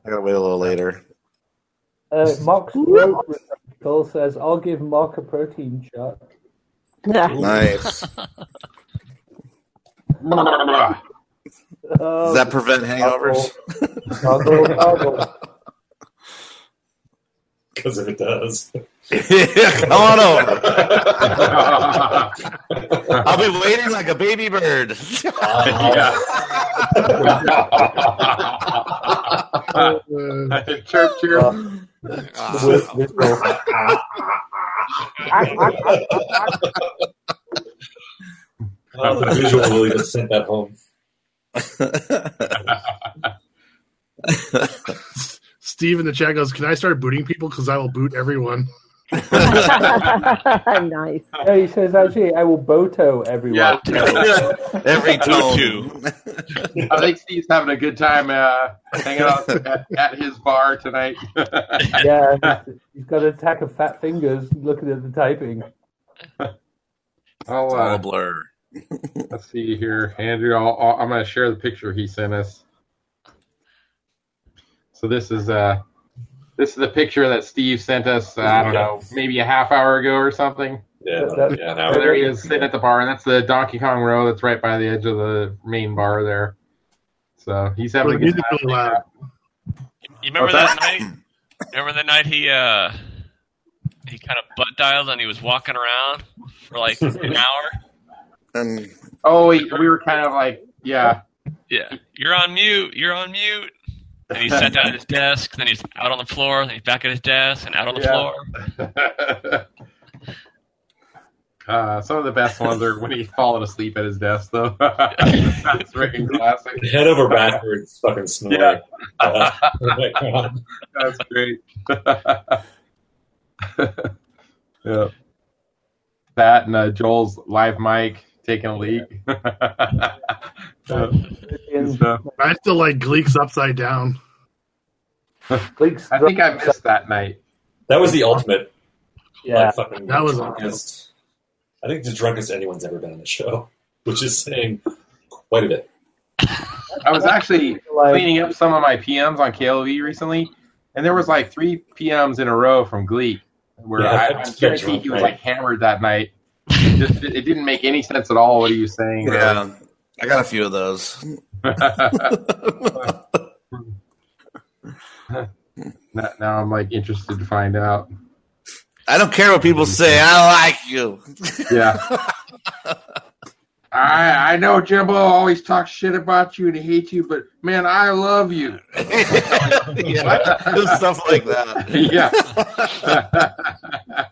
[SPEAKER 7] I gotta wait a little later.
[SPEAKER 13] Uh, Mark's road article says, "I'll give Mark a protein shot."
[SPEAKER 7] Nice.
[SPEAKER 13] Oh,
[SPEAKER 7] Does that prevent hangovers?
[SPEAKER 13] goggle, goggle.
[SPEAKER 6] Because if it does,
[SPEAKER 7] yeah, come on over.
[SPEAKER 4] yeah.
[SPEAKER 7] I'll be waiting like a baby bird.
[SPEAKER 1] Uh,
[SPEAKER 13] Uh,
[SPEAKER 4] chirp, chirp.
[SPEAKER 10] Ah.
[SPEAKER 6] With- with- Oh, the visual really just sent that home.
[SPEAKER 1] Steve in the chat goes, "Can I start booting people? Because I will boot everyone."
[SPEAKER 13] nice. Yeah, he says, actually, I will Boto everyone.
[SPEAKER 4] Yeah. Bluetooth. I think Steve's having a good time uh, hanging out at, at his bar tonight.
[SPEAKER 13] yeah, he's- he's got an attack of fat fingers looking at the typing.
[SPEAKER 4] I'll, uh, blur. let's see here, Andrew. I'll, I'll, I'm going to share the picture he sent us. So this is uh, this is the picture that Steve sent us. Uh, I don't know, maybe a half hour ago or something.
[SPEAKER 6] Yeah, yeah, an hour.
[SPEAKER 4] So there he is sitting at the bar, and that's the Donkey Kong row that's right by the edge of the main bar there. So he's having a good time.
[SPEAKER 8] You remember
[SPEAKER 4] What's
[SPEAKER 8] that, night? Remember that night he uh he kind of butt dialed and he was walking around for like an hour.
[SPEAKER 7] And
[SPEAKER 4] oh, we, we were kind of like, yeah,
[SPEAKER 8] Yeah, you're on mute. You're on mute. And he sat down at his desk. Then he's out on the floor. Then he's back at his desk and out on the
[SPEAKER 4] Yeah.
[SPEAKER 8] floor.
[SPEAKER 4] Uh, some of the best ones are when he's falling asleep at his desk, though. That's freaking classic.
[SPEAKER 6] Head over backwards, fucking snoring.
[SPEAKER 4] That's great. yeah. That and uh, Joel's live mic taking a leak. Good stuff.
[SPEAKER 1] I still like Gleeks upside down.
[SPEAKER 4] I think I missed that night.
[SPEAKER 6] That was the ultimate.
[SPEAKER 1] Yeah.
[SPEAKER 6] like, fucking
[SPEAKER 1] That was
[SPEAKER 6] drunkest. I think the drunkest anyone's ever been on the show, which is saying quite a bit.
[SPEAKER 4] I was actually cleaning up some of my PMs on KLV recently, and there was like three PMs in a row from Glee, where
[SPEAKER 6] Yeah,
[SPEAKER 4] I,
[SPEAKER 6] that's
[SPEAKER 4] I'm guaranteed he was like hammered that night. Just, it didn't make any sense at all what he was saying.
[SPEAKER 7] Yeah, I got a few of those.
[SPEAKER 4] now, now I'm like interested to find out.
[SPEAKER 7] I don't care what people say. I like you.
[SPEAKER 4] Yeah. I I know Jimbo always talks shit about you and hates you, but man, I love you.
[SPEAKER 7] yeah, just stuff like that.
[SPEAKER 4] Yeah.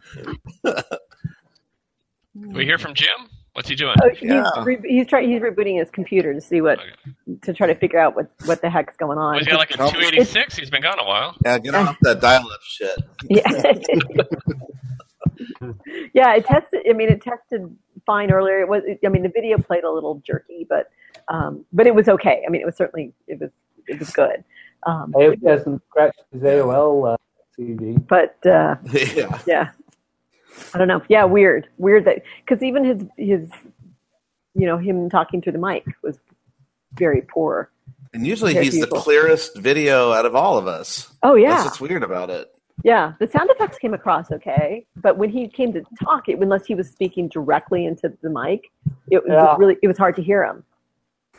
[SPEAKER 8] Can we hear from Jim? What's he doing?
[SPEAKER 14] Oh, he's, re- he's trying. He's rebooting his computer to see what to try to figure out what what the heck's going on.
[SPEAKER 8] Well, he's got like a
[SPEAKER 14] It's-
[SPEAKER 8] 286. He's been gone a while.
[SPEAKER 7] Yeah, get off that dial-up shit.
[SPEAKER 14] Yeah. yeah, it tested. I mean, it tested fine earlier. It was. I mean, the video played a little jerky, but um, but it was okay. I mean, it was certainly it was it was good. Um,
[SPEAKER 13] I hope he hasn't scratched his AOL uh, CD.
[SPEAKER 14] but uh,
[SPEAKER 7] yeah.
[SPEAKER 14] yeah, I don't know. Yeah, weird, weird that because even his his you know him talking through the mic was very poor.
[SPEAKER 7] And usually
[SPEAKER 14] Compared
[SPEAKER 7] he's
[SPEAKER 14] to
[SPEAKER 7] the
[SPEAKER 14] people.
[SPEAKER 7] clearest video out of all of us.
[SPEAKER 14] Oh, yeah.
[SPEAKER 7] That's what's weird about it.
[SPEAKER 14] Yeah, the sound effects came across okay, but when he came to talk, it, unless he was speaking directly into the mic, it
[SPEAKER 13] Yeah.
[SPEAKER 14] was really it was hard to hear him.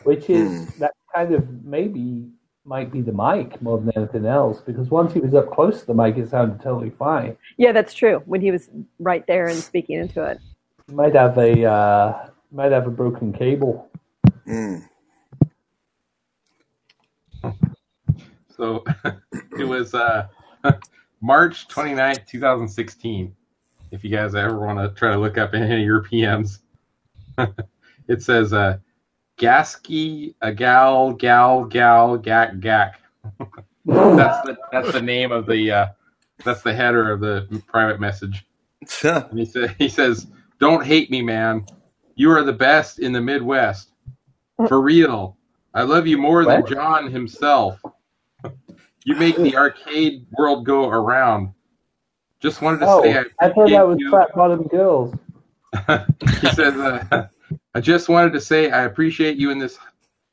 [SPEAKER 13] Which is that kind of maybe might be the mic more than anything else, because once he was up close to the mic, it sounded totally fine.
[SPEAKER 14] Yeah, that's true. When he was right there and speaking into it,
[SPEAKER 13] He might have a uh, might have a broken cable.
[SPEAKER 4] So it was uh, March 29th, 2016. If you guys ever want to try to look up any of your PMs, it says uh, Gasky, a gal, gal, gal, gak, gak. that's, the, that's the name of the, uh, that's the header of the private message. and he, sa- he says, Don't hate me, man. You are the best in the Midwest. For real. I love you more
[SPEAKER 12] What?
[SPEAKER 4] than John himself. You make the arcade world go around. Just wanted to
[SPEAKER 13] Oh,
[SPEAKER 4] say I,
[SPEAKER 13] I thought that was
[SPEAKER 4] appreciate
[SPEAKER 13] fat bottom girls.
[SPEAKER 4] you. He says, uh, I just wanted to say I appreciate you in this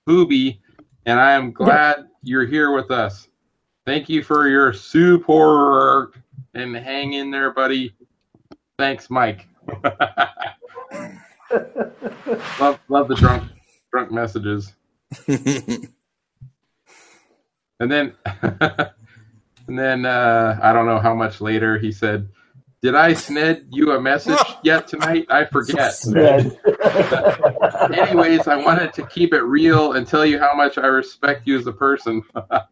[SPEAKER 4] booby, and I am glad you're here with us. Thank you for your support and hang in there, buddy. Thanks, Mike. love, love the drunk, drunk messages. And then, and then uh, I don't know how much later he said, "Did I sned you a message yet tonight? I forget."
[SPEAKER 12] Sned.
[SPEAKER 4] Anyways, I wanted to keep it real and tell you how much I respect you as a person.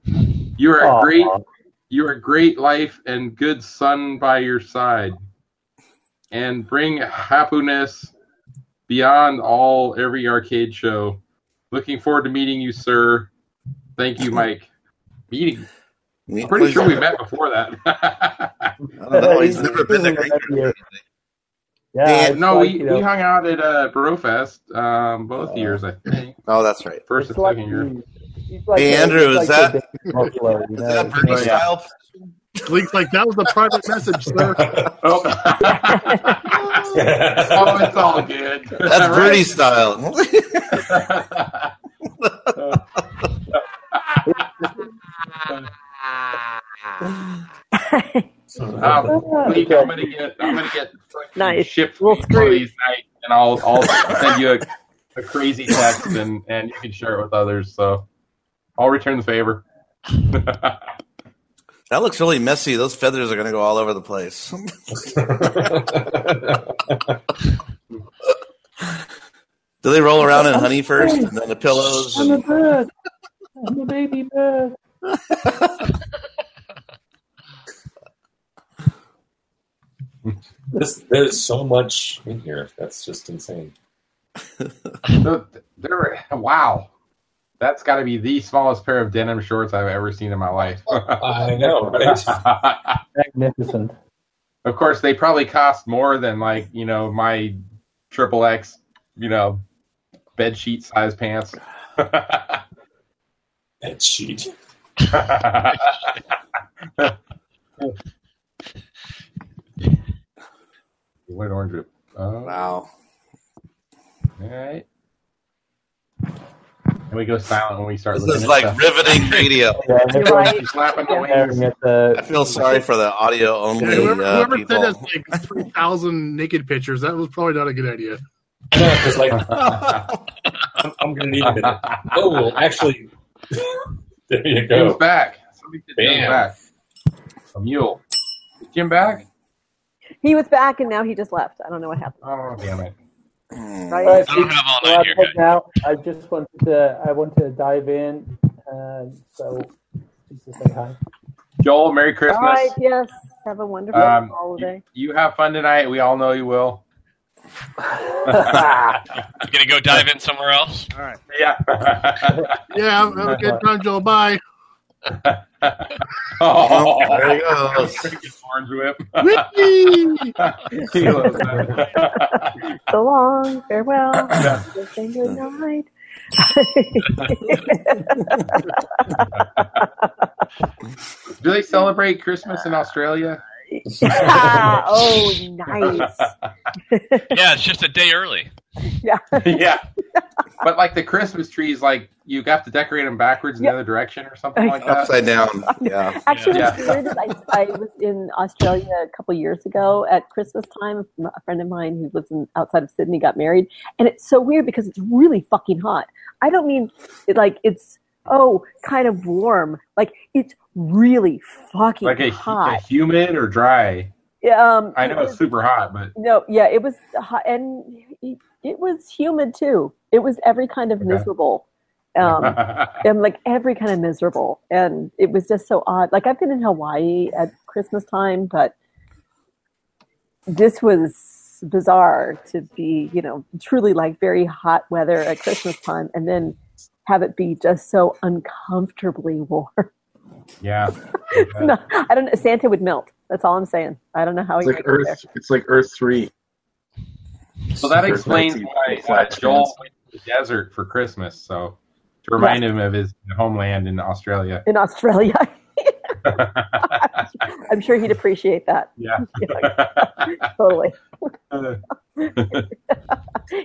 [SPEAKER 4] you are a
[SPEAKER 12] Aw.
[SPEAKER 4] great You're a great life and good son by your side. And bring happiness beyond all every arcade show. Looking forward to meeting you, sir. Thank you, Mike. Meeting.
[SPEAKER 7] Me-
[SPEAKER 4] I'm pretty sure we met before that.
[SPEAKER 7] don't know. He's never been there either.
[SPEAKER 4] Yeah,
[SPEAKER 7] Yeah,
[SPEAKER 4] no,
[SPEAKER 7] it's like,
[SPEAKER 4] we,
[SPEAKER 7] you know-
[SPEAKER 4] we hung out at uh, Brofest um, both years, I think.
[SPEAKER 7] Oh, that's right.
[SPEAKER 4] First and second year.
[SPEAKER 7] Hey, Andrew, is that is that Bernie
[SPEAKER 4] Yeah.
[SPEAKER 7] style?
[SPEAKER 1] Link's like, that was a private message, sir.
[SPEAKER 4] oh, it's all good.
[SPEAKER 7] That's Bernie style.
[SPEAKER 4] Um, Lee, I'm gonna get I'm gonna get
[SPEAKER 2] Nice.
[SPEAKER 4] shipped one of these nights, and I'll I'll send you a, a crazy text, and and you can share it with others. So I'll return the favor.
[SPEAKER 7] That looks really messy. Those feathers are going to go all over the place. Do they roll around in honey first, and then the pillows?
[SPEAKER 13] I'm a
[SPEAKER 7] And...
[SPEAKER 13] bird. I'm a baby bird.
[SPEAKER 6] This, there's so much in here. That's just insane.
[SPEAKER 4] So th- there, wow, that's got to be the smallest pair of denim shorts I've ever seen in my life.
[SPEAKER 6] I know, right?
[SPEAKER 13] Magnificent.
[SPEAKER 4] of course, they probably cost more than like you know my triple X, you know, bed sheet size pants.
[SPEAKER 6] bed sheet.
[SPEAKER 4] What orange drip? Oh.
[SPEAKER 7] Wow.
[SPEAKER 4] All right. And we go silent when we start.
[SPEAKER 7] This
[SPEAKER 4] looking
[SPEAKER 7] is
[SPEAKER 4] at
[SPEAKER 7] like
[SPEAKER 4] stuff.
[SPEAKER 7] riveting radio.
[SPEAKER 13] You're right.
[SPEAKER 4] Slapping the wings.
[SPEAKER 7] I feel sorry for the audio only
[SPEAKER 1] Yeah, whoever
[SPEAKER 7] uh,
[SPEAKER 1] whoever
[SPEAKER 7] people.
[SPEAKER 1] sent us like 3,000 naked pictures, that was probably not a good idea.
[SPEAKER 6] Because like, I'm, I'm gonna need a minute. Oh, well, actually, there you
[SPEAKER 4] Jim's
[SPEAKER 6] go.
[SPEAKER 4] back. Somebody get Jim
[SPEAKER 6] Bam.
[SPEAKER 4] back. A mule. Is Jim back?
[SPEAKER 2] He was back and now he just left. I don't know what happened.
[SPEAKER 4] Oh, damn it.
[SPEAKER 2] Right?
[SPEAKER 13] I don't have all night here, Now, I just wanted to, I want to dive in, and so just to say hi.
[SPEAKER 4] Joel, Merry Christmas.
[SPEAKER 2] All right, yes. Have a wonderful
[SPEAKER 4] Um,
[SPEAKER 2] holiday.
[SPEAKER 4] You have fun tonight. We all know you will.
[SPEAKER 8] You gonna go dive in somewhere else?
[SPEAKER 15] All right.
[SPEAKER 4] Yeah.
[SPEAKER 1] Yeah, have a good time, Joel. Bye.
[SPEAKER 4] oh,
[SPEAKER 7] there you go.
[SPEAKER 4] Orange whip.
[SPEAKER 1] Whee!
[SPEAKER 4] He loves that.
[SPEAKER 2] So long. Farewell.
[SPEAKER 4] Yeah.
[SPEAKER 2] Good thing, good night.
[SPEAKER 4] Do they celebrate Christmas
[SPEAKER 7] Uh,
[SPEAKER 4] in Australia?
[SPEAKER 2] oh, nice.
[SPEAKER 8] Yeah, it's just a day early.
[SPEAKER 2] Yeah.
[SPEAKER 4] yeah. But like the Christmas trees, like you have to decorate them backwards in the other direction or something like that.
[SPEAKER 7] Upside down. Yeah.
[SPEAKER 2] Actually,
[SPEAKER 4] Yeah.
[SPEAKER 2] what's weird is I, I was in Australia a couple years ago at Christmas time. A friend of mine who lives in, outside of Sydney got married, and it's so weird because it's really fucking hot. I don't mean it like it's oh kind of warm. Like it's really fucking
[SPEAKER 4] Like a, a
[SPEAKER 2] hot.
[SPEAKER 4] humid or dry.
[SPEAKER 2] Yeah, um,
[SPEAKER 4] I
[SPEAKER 2] it
[SPEAKER 4] know it's
[SPEAKER 2] was-
[SPEAKER 4] super hot, but
[SPEAKER 2] No, yeah, it was hot, and it, it was humid too. It was every kind of miserable. Um, and like every kind of miserable and it was just so odd like i've been in hawaii at christmas time but this was bizarre to be you know truly like very hot weather at christmas time and then have it be just so uncomfortably warm
[SPEAKER 4] yeah.
[SPEAKER 2] No, i don't know santa would melt that's all i'm saying i don't know how
[SPEAKER 10] It's
[SPEAKER 2] he
[SPEAKER 10] like
[SPEAKER 2] makes it there
[SPEAKER 10] Earth. It's like Earth three.
[SPEAKER 4] So that
[SPEAKER 10] Earth
[SPEAKER 4] explains
[SPEAKER 10] 19,
[SPEAKER 4] why uh,
[SPEAKER 10] flat
[SPEAKER 4] Joel
[SPEAKER 10] pants.
[SPEAKER 4] went to the desert for Christmas. So to remind him of his homeland in Australia.
[SPEAKER 2] in australia i'm sure he'd appreciate that
[SPEAKER 4] Yeah.
[SPEAKER 2] totally
[SPEAKER 4] Uh,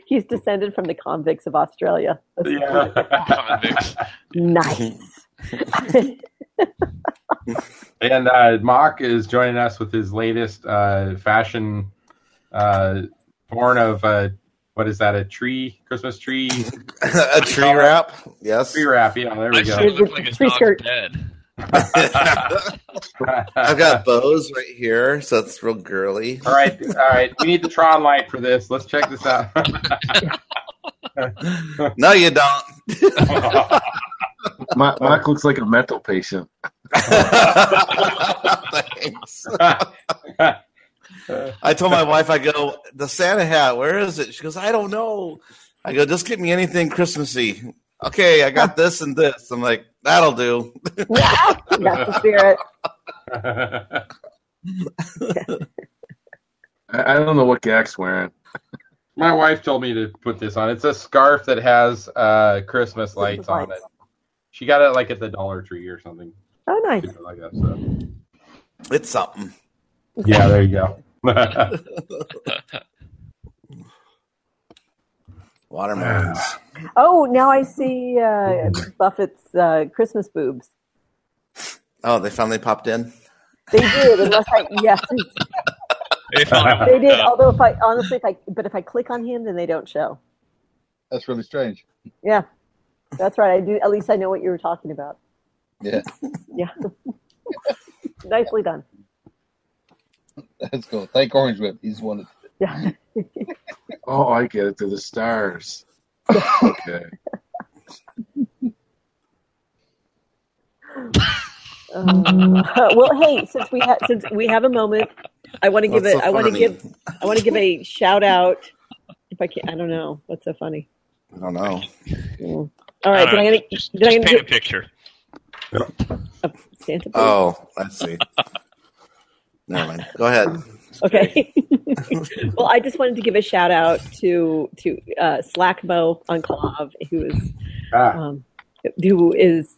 [SPEAKER 2] he's descended from the convicts of australia That's
[SPEAKER 4] yeah.
[SPEAKER 2] nice
[SPEAKER 4] and uh, Mock is joining us with his latest uh, fashion uh, born of uh, what is that? A tree, Christmas tree,
[SPEAKER 7] a tree wrap. Yes.
[SPEAKER 4] tree wrap. Yeah, there we
[SPEAKER 7] I
[SPEAKER 4] go.
[SPEAKER 7] see it look
[SPEAKER 8] Like a
[SPEAKER 2] Tree
[SPEAKER 8] dog's
[SPEAKER 2] skirt.
[SPEAKER 8] bed.
[SPEAKER 7] I've got bows right here, so it's real girly.
[SPEAKER 4] All right, all right. We need the Tron light for this. Let's check this out.
[SPEAKER 7] No, you don't.
[SPEAKER 10] Mock, Mock looks like a mental patient.
[SPEAKER 7] Thanks. I told my wife, I go, the Santa hat, where is it? She goes, I don't know. I go, just get me anything Christmassy. Okay, I got this and this. I'm like, that'll do.
[SPEAKER 2] That's the spirit.
[SPEAKER 10] I, I don't know what Gak's wearing.
[SPEAKER 4] My wife told me to put this on. It's a scarf that has uh, Christmas lights on it. She got it like at the Dollar Tree or something.
[SPEAKER 2] Oh, nice.
[SPEAKER 4] Something like that. So.
[SPEAKER 7] It's something.
[SPEAKER 4] Yeah, there you go.
[SPEAKER 7] Watermelons.
[SPEAKER 2] Oh, now I see uh, Buffett's uh, Christmas boobs.
[SPEAKER 7] Oh, they finally popped in.
[SPEAKER 2] They did, unless I yes, they- they did. Although if I honestly, if I but if I click on him, then they don't show.
[SPEAKER 11] That's really strange.
[SPEAKER 2] Yeah, that's right. I do. At least I know what you were talking about.
[SPEAKER 11] Yeah,
[SPEAKER 2] Yeah, nicely done.
[SPEAKER 11] that's cool. Thank Orange Whip. He's one of
[SPEAKER 2] Yeah.
[SPEAKER 10] Oh, I get it. They're the stars. okay.
[SPEAKER 2] Uh, well, hey, since we ha- since we have a moment, I want to give
[SPEAKER 16] What's
[SPEAKER 2] it.
[SPEAKER 16] so
[SPEAKER 2] I want to
[SPEAKER 16] funny?
[SPEAKER 2] give. I want to give a shout out. If I can, I don't know what's so funny.
[SPEAKER 7] I don't know.
[SPEAKER 2] All right,
[SPEAKER 17] I
[SPEAKER 2] then
[SPEAKER 17] don't
[SPEAKER 2] I'm
[SPEAKER 17] know.
[SPEAKER 2] gonna then I'm
[SPEAKER 17] Just paint
[SPEAKER 2] gonna
[SPEAKER 17] a picture.
[SPEAKER 2] give Santa. Boob.
[SPEAKER 7] Oh, I see. Never mind. Go ahead.
[SPEAKER 2] Okay. well, I just wanted to give a shout out to to uh, Slackmo Enclave, who is um, who is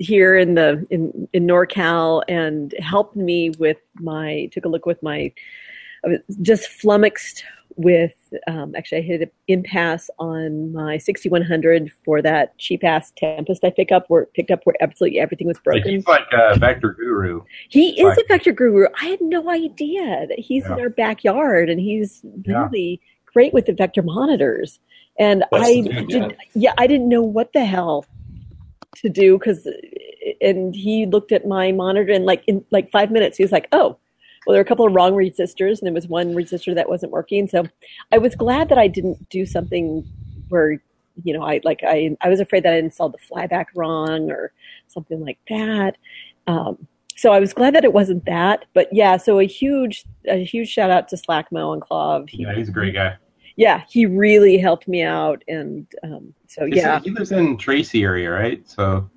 [SPEAKER 2] here in the in in NorCal and helped me with my took a look with my I was just flummoxed with um, actually I hit an impasse on my 6100 for that cheap ass Tempest I pick up where picked up where absolutely everything was broken.
[SPEAKER 4] He's like a vector guru.
[SPEAKER 2] He is
[SPEAKER 4] Right.
[SPEAKER 2] a vector guru. I had no idea that he's in
[SPEAKER 4] Yeah.
[SPEAKER 2] our backyard and he's
[SPEAKER 4] Yeah.
[SPEAKER 2] really great with the vector monitors. And
[SPEAKER 18] That's the
[SPEAKER 2] I
[SPEAKER 18] dude,
[SPEAKER 2] did,
[SPEAKER 18] yeah.
[SPEAKER 2] yeah. I didn't know what the hell to do because, and he looked at my monitor and like in like five minutes he was like, oh, well there were a couple of wrong resistors and there was one resistor that wasn't working. So I was glad that I didn't do something where you know I like I I was afraid that I installed the flyback wrong or something like that. Um, so I was glad that it wasn't that, but yeah. So a huge a huge shout out to Slackmo and Clove. He,
[SPEAKER 4] Yeah, he's a great guy.
[SPEAKER 2] yeah, he really helped me out, and um, so
[SPEAKER 4] He's-
[SPEAKER 2] yeah,
[SPEAKER 4] He lives in Tracy area, right? So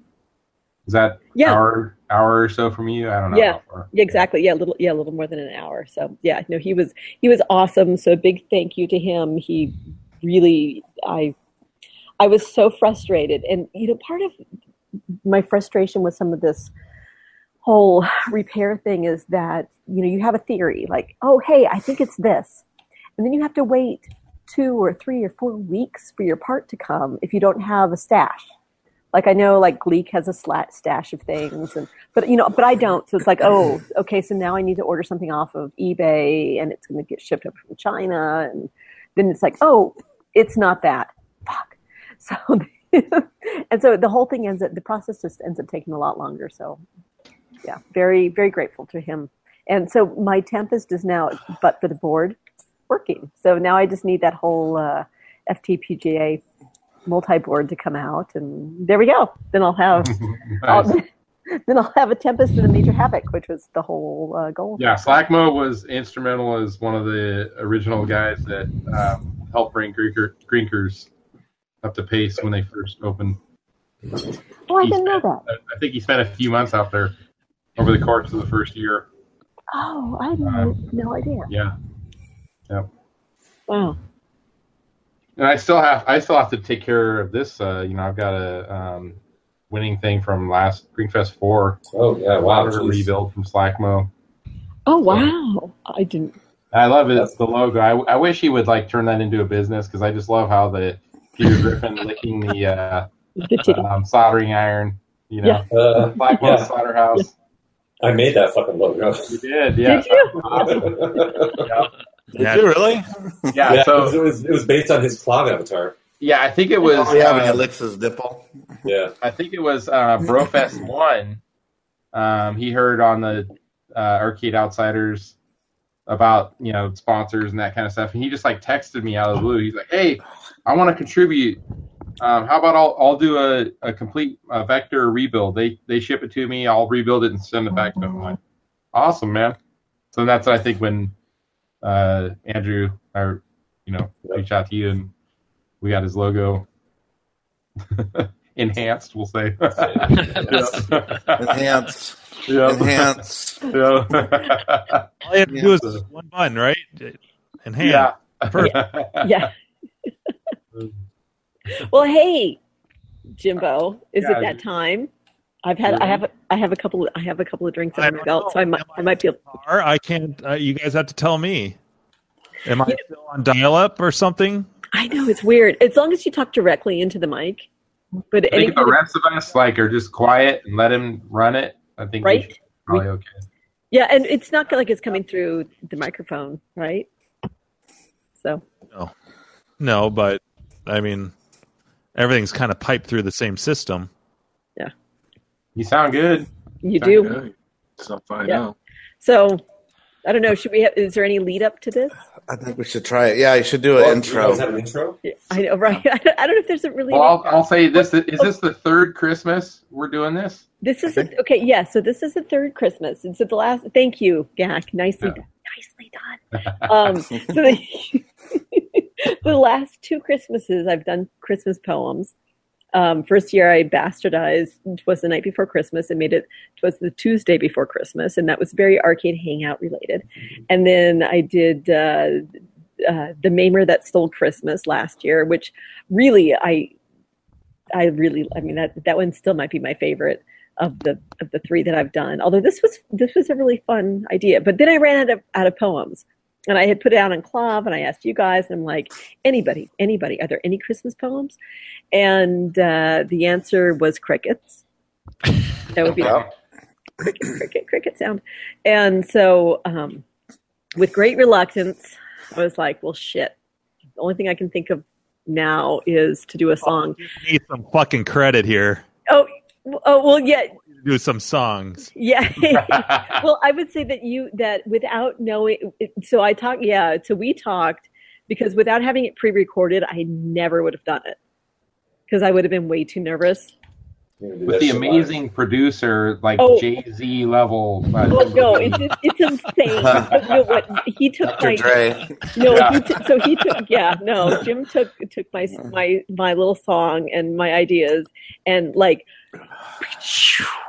[SPEAKER 4] is that
[SPEAKER 2] Yeah.
[SPEAKER 4] hour hour or so from you? I don't know.
[SPEAKER 2] yeah, yeah, exactly. Yeah, a little, yeah, a little more than an hour. So yeah, no, he was he was awesome. So a big thank you to him. He really, I, I was so frustrated, and you know, part of my frustration with some of this whole repair thing is that you know you have a theory like, oh hey, I think it's this, and then you have to wait two or three or four weeks for your part to come if you don't have a stash like I know like Gleek has a slat stash of things and but you know but I don't so it's like oh okay so now I need to order something off of eBay and it's going to get shipped up from China and then it's like oh it's not that fuck so and so the whole thing ends up the process just ends up taking a lot longer so yeah very very grateful to him and so my tempest is now but for the board working so now I just need that whole uh, FTPGA multi-board to come out and there we go then i'll have I'll- then i'll have a tempest and a major havoc which was the whole uh, goal
[SPEAKER 4] Yeah, Slackmo was instrumental as one of the original guys that um, helped bring Grinker, Grinkers up to pace when they first opened.
[SPEAKER 2] oh i didn't know that
[SPEAKER 4] I I think he spent a few months out there over the course of the first year.
[SPEAKER 2] oh i had no, no idea
[SPEAKER 4] Yeah, yeah.
[SPEAKER 2] wow
[SPEAKER 4] And I still have I still have to take care of this. Uh, you know, I've got a um, winning thing from last Greenfest four.
[SPEAKER 6] Oh, yeah, wow,
[SPEAKER 4] Monitor
[SPEAKER 6] jeez.
[SPEAKER 4] rebuild from Slackmo.
[SPEAKER 2] oh wow i didn't
[SPEAKER 4] I love it. It's the logo. I, I wish he would like turn that into a business because I just love how the Peter Griffin licking the uh, um, soldering iron. You know,
[SPEAKER 6] Yeah. Uh,
[SPEAKER 4] Black Wall
[SPEAKER 6] yeah.
[SPEAKER 4] Slaughterhouse.
[SPEAKER 6] I made that fucking logo.
[SPEAKER 4] You did, yeah.
[SPEAKER 6] Did you?
[SPEAKER 4] yeah.
[SPEAKER 6] Did you really?
[SPEAKER 4] Yeah,
[SPEAKER 6] Yeah.
[SPEAKER 4] so-
[SPEAKER 6] it, was, it was it was based on his clown avatar.
[SPEAKER 4] Yeah, I think it was.
[SPEAKER 7] Oh, yeah, when
[SPEAKER 4] uh,
[SPEAKER 7] he licks his nipple.
[SPEAKER 6] Yeah.
[SPEAKER 4] I think it was uh, Brofest One. Um, he heard on the uh, Arcade Outsiders about you know sponsors and that kind of stuff, and he just like texted me out of the blue. He's like, "Hey, I want to contribute Um, how about I'll, I'll do a, a complete uh, vector rebuild? They they ship it to me. I'll rebuild it and send it back to them. I'm like, awesome, man. So that's I think when uh, Andrew or you know reached out to you and we got his logo enhanced. We'll say
[SPEAKER 7] Enhanced.
[SPEAKER 4] Yeah.
[SPEAKER 7] Enhanced.
[SPEAKER 4] Yeah.
[SPEAKER 3] All you have to do is one button, right? And hand.
[SPEAKER 4] Yeah.
[SPEAKER 3] Perfect.
[SPEAKER 2] yeah. well, hey, Jimbo, is
[SPEAKER 3] Yeah,
[SPEAKER 2] it that
[SPEAKER 3] it-
[SPEAKER 2] time? I've had I
[SPEAKER 3] Yeah.
[SPEAKER 2] have a, I have a couple I have a couple of drinks under my belt, so I might I might be able.
[SPEAKER 3] Or I can't. Uh, you guys have to tell me. Am I still on dial-up or something?
[SPEAKER 2] I know it's weird. As long as you talk directly into the mic, but
[SPEAKER 4] I think
[SPEAKER 2] any
[SPEAKER 4] if the rest of us like are just quiet and let him run it, I think
[SPEAKER 2] Right?
[SPEAKER 4] we should probably okay.
[SPEAKER 2] yeah, and it's not like it's coming through the microphone, right? So
[SPEAKER 3] No, but I mean, everything's kind of piped through the same system.
[SPEAKER 2] Yeah.
[SPEAKER 4] You sound good.
[SPEAKER 2] you do.
[SPEAKER 10] I
[SPEAKER 2] Yeah. So I don't know. Should we have? Is there any lead up to this?
[SPEAKER 7] I think we should try it. Yeah, you should do an
[SPEAKER 4] Well,
[SPEAKER 7] intro.
[SPEAKER 4] you guys have an
[SPEAKER 7] intro?
[SPEAKER 2] I know, right? I don't, I don't know if there's a really.
[SPEAKER 4] Well, I'll, I'll say this: is this the third Christmas we're doing this?
[SPEAKER 2] This is a, okay. Yeah, so this is the third Christmas, and so the last. Thank you, Gak. Nicely, nicely done. Um, so the, the last two Christmases, I've done Christmas poems. Um, first year, I bastardized "Twas the Night Before Christmas" and made it "Twas the Tuesday Before Christmas," and that was very arcade hangout related. And then I did uh, uh, "The Mamer That Stole Christmas" last year, which really I I really, I mean that that one still might be my favorite of the of the three that I've done. Although this was this was a really fun idea, but then I ran out of out of poems, and I had put it out on Club, and I asked you guys, and I'm like, anybody, anybody, are there any Christmas poems? And uh, the answer was crickets. That would be cricket, cricket, cricket sound. And so, um, with great reluctance, I was like, well, shit. The only thing I can think of now is to do a song.
[SPEAKER 3] Need some fucking credit here.
[SPEAKER 2] Oh, oh well, yeah,
[SPEAKER 3] Do some songs.
[SPEAKER 2] yeah. well, I would say that you that without knowing, so I talked. Yeah, so we talked because without having it pre-recorded, I never would have done it because I would have been way too nervous.
[SPEAKER 4] With the amazing producer, like
[SPEAKER 2] Oh.
[SPEAKER 4] Jay Z level. uh,
[SPEAKER 2] Well, no, it's it's it's insane. But Oh, you know what? He took my no.
[SPEAKER 4] Yeah.
[SPEAKER 2] He took so he took yeah. No, Jim took took my my my little song and my ideas and like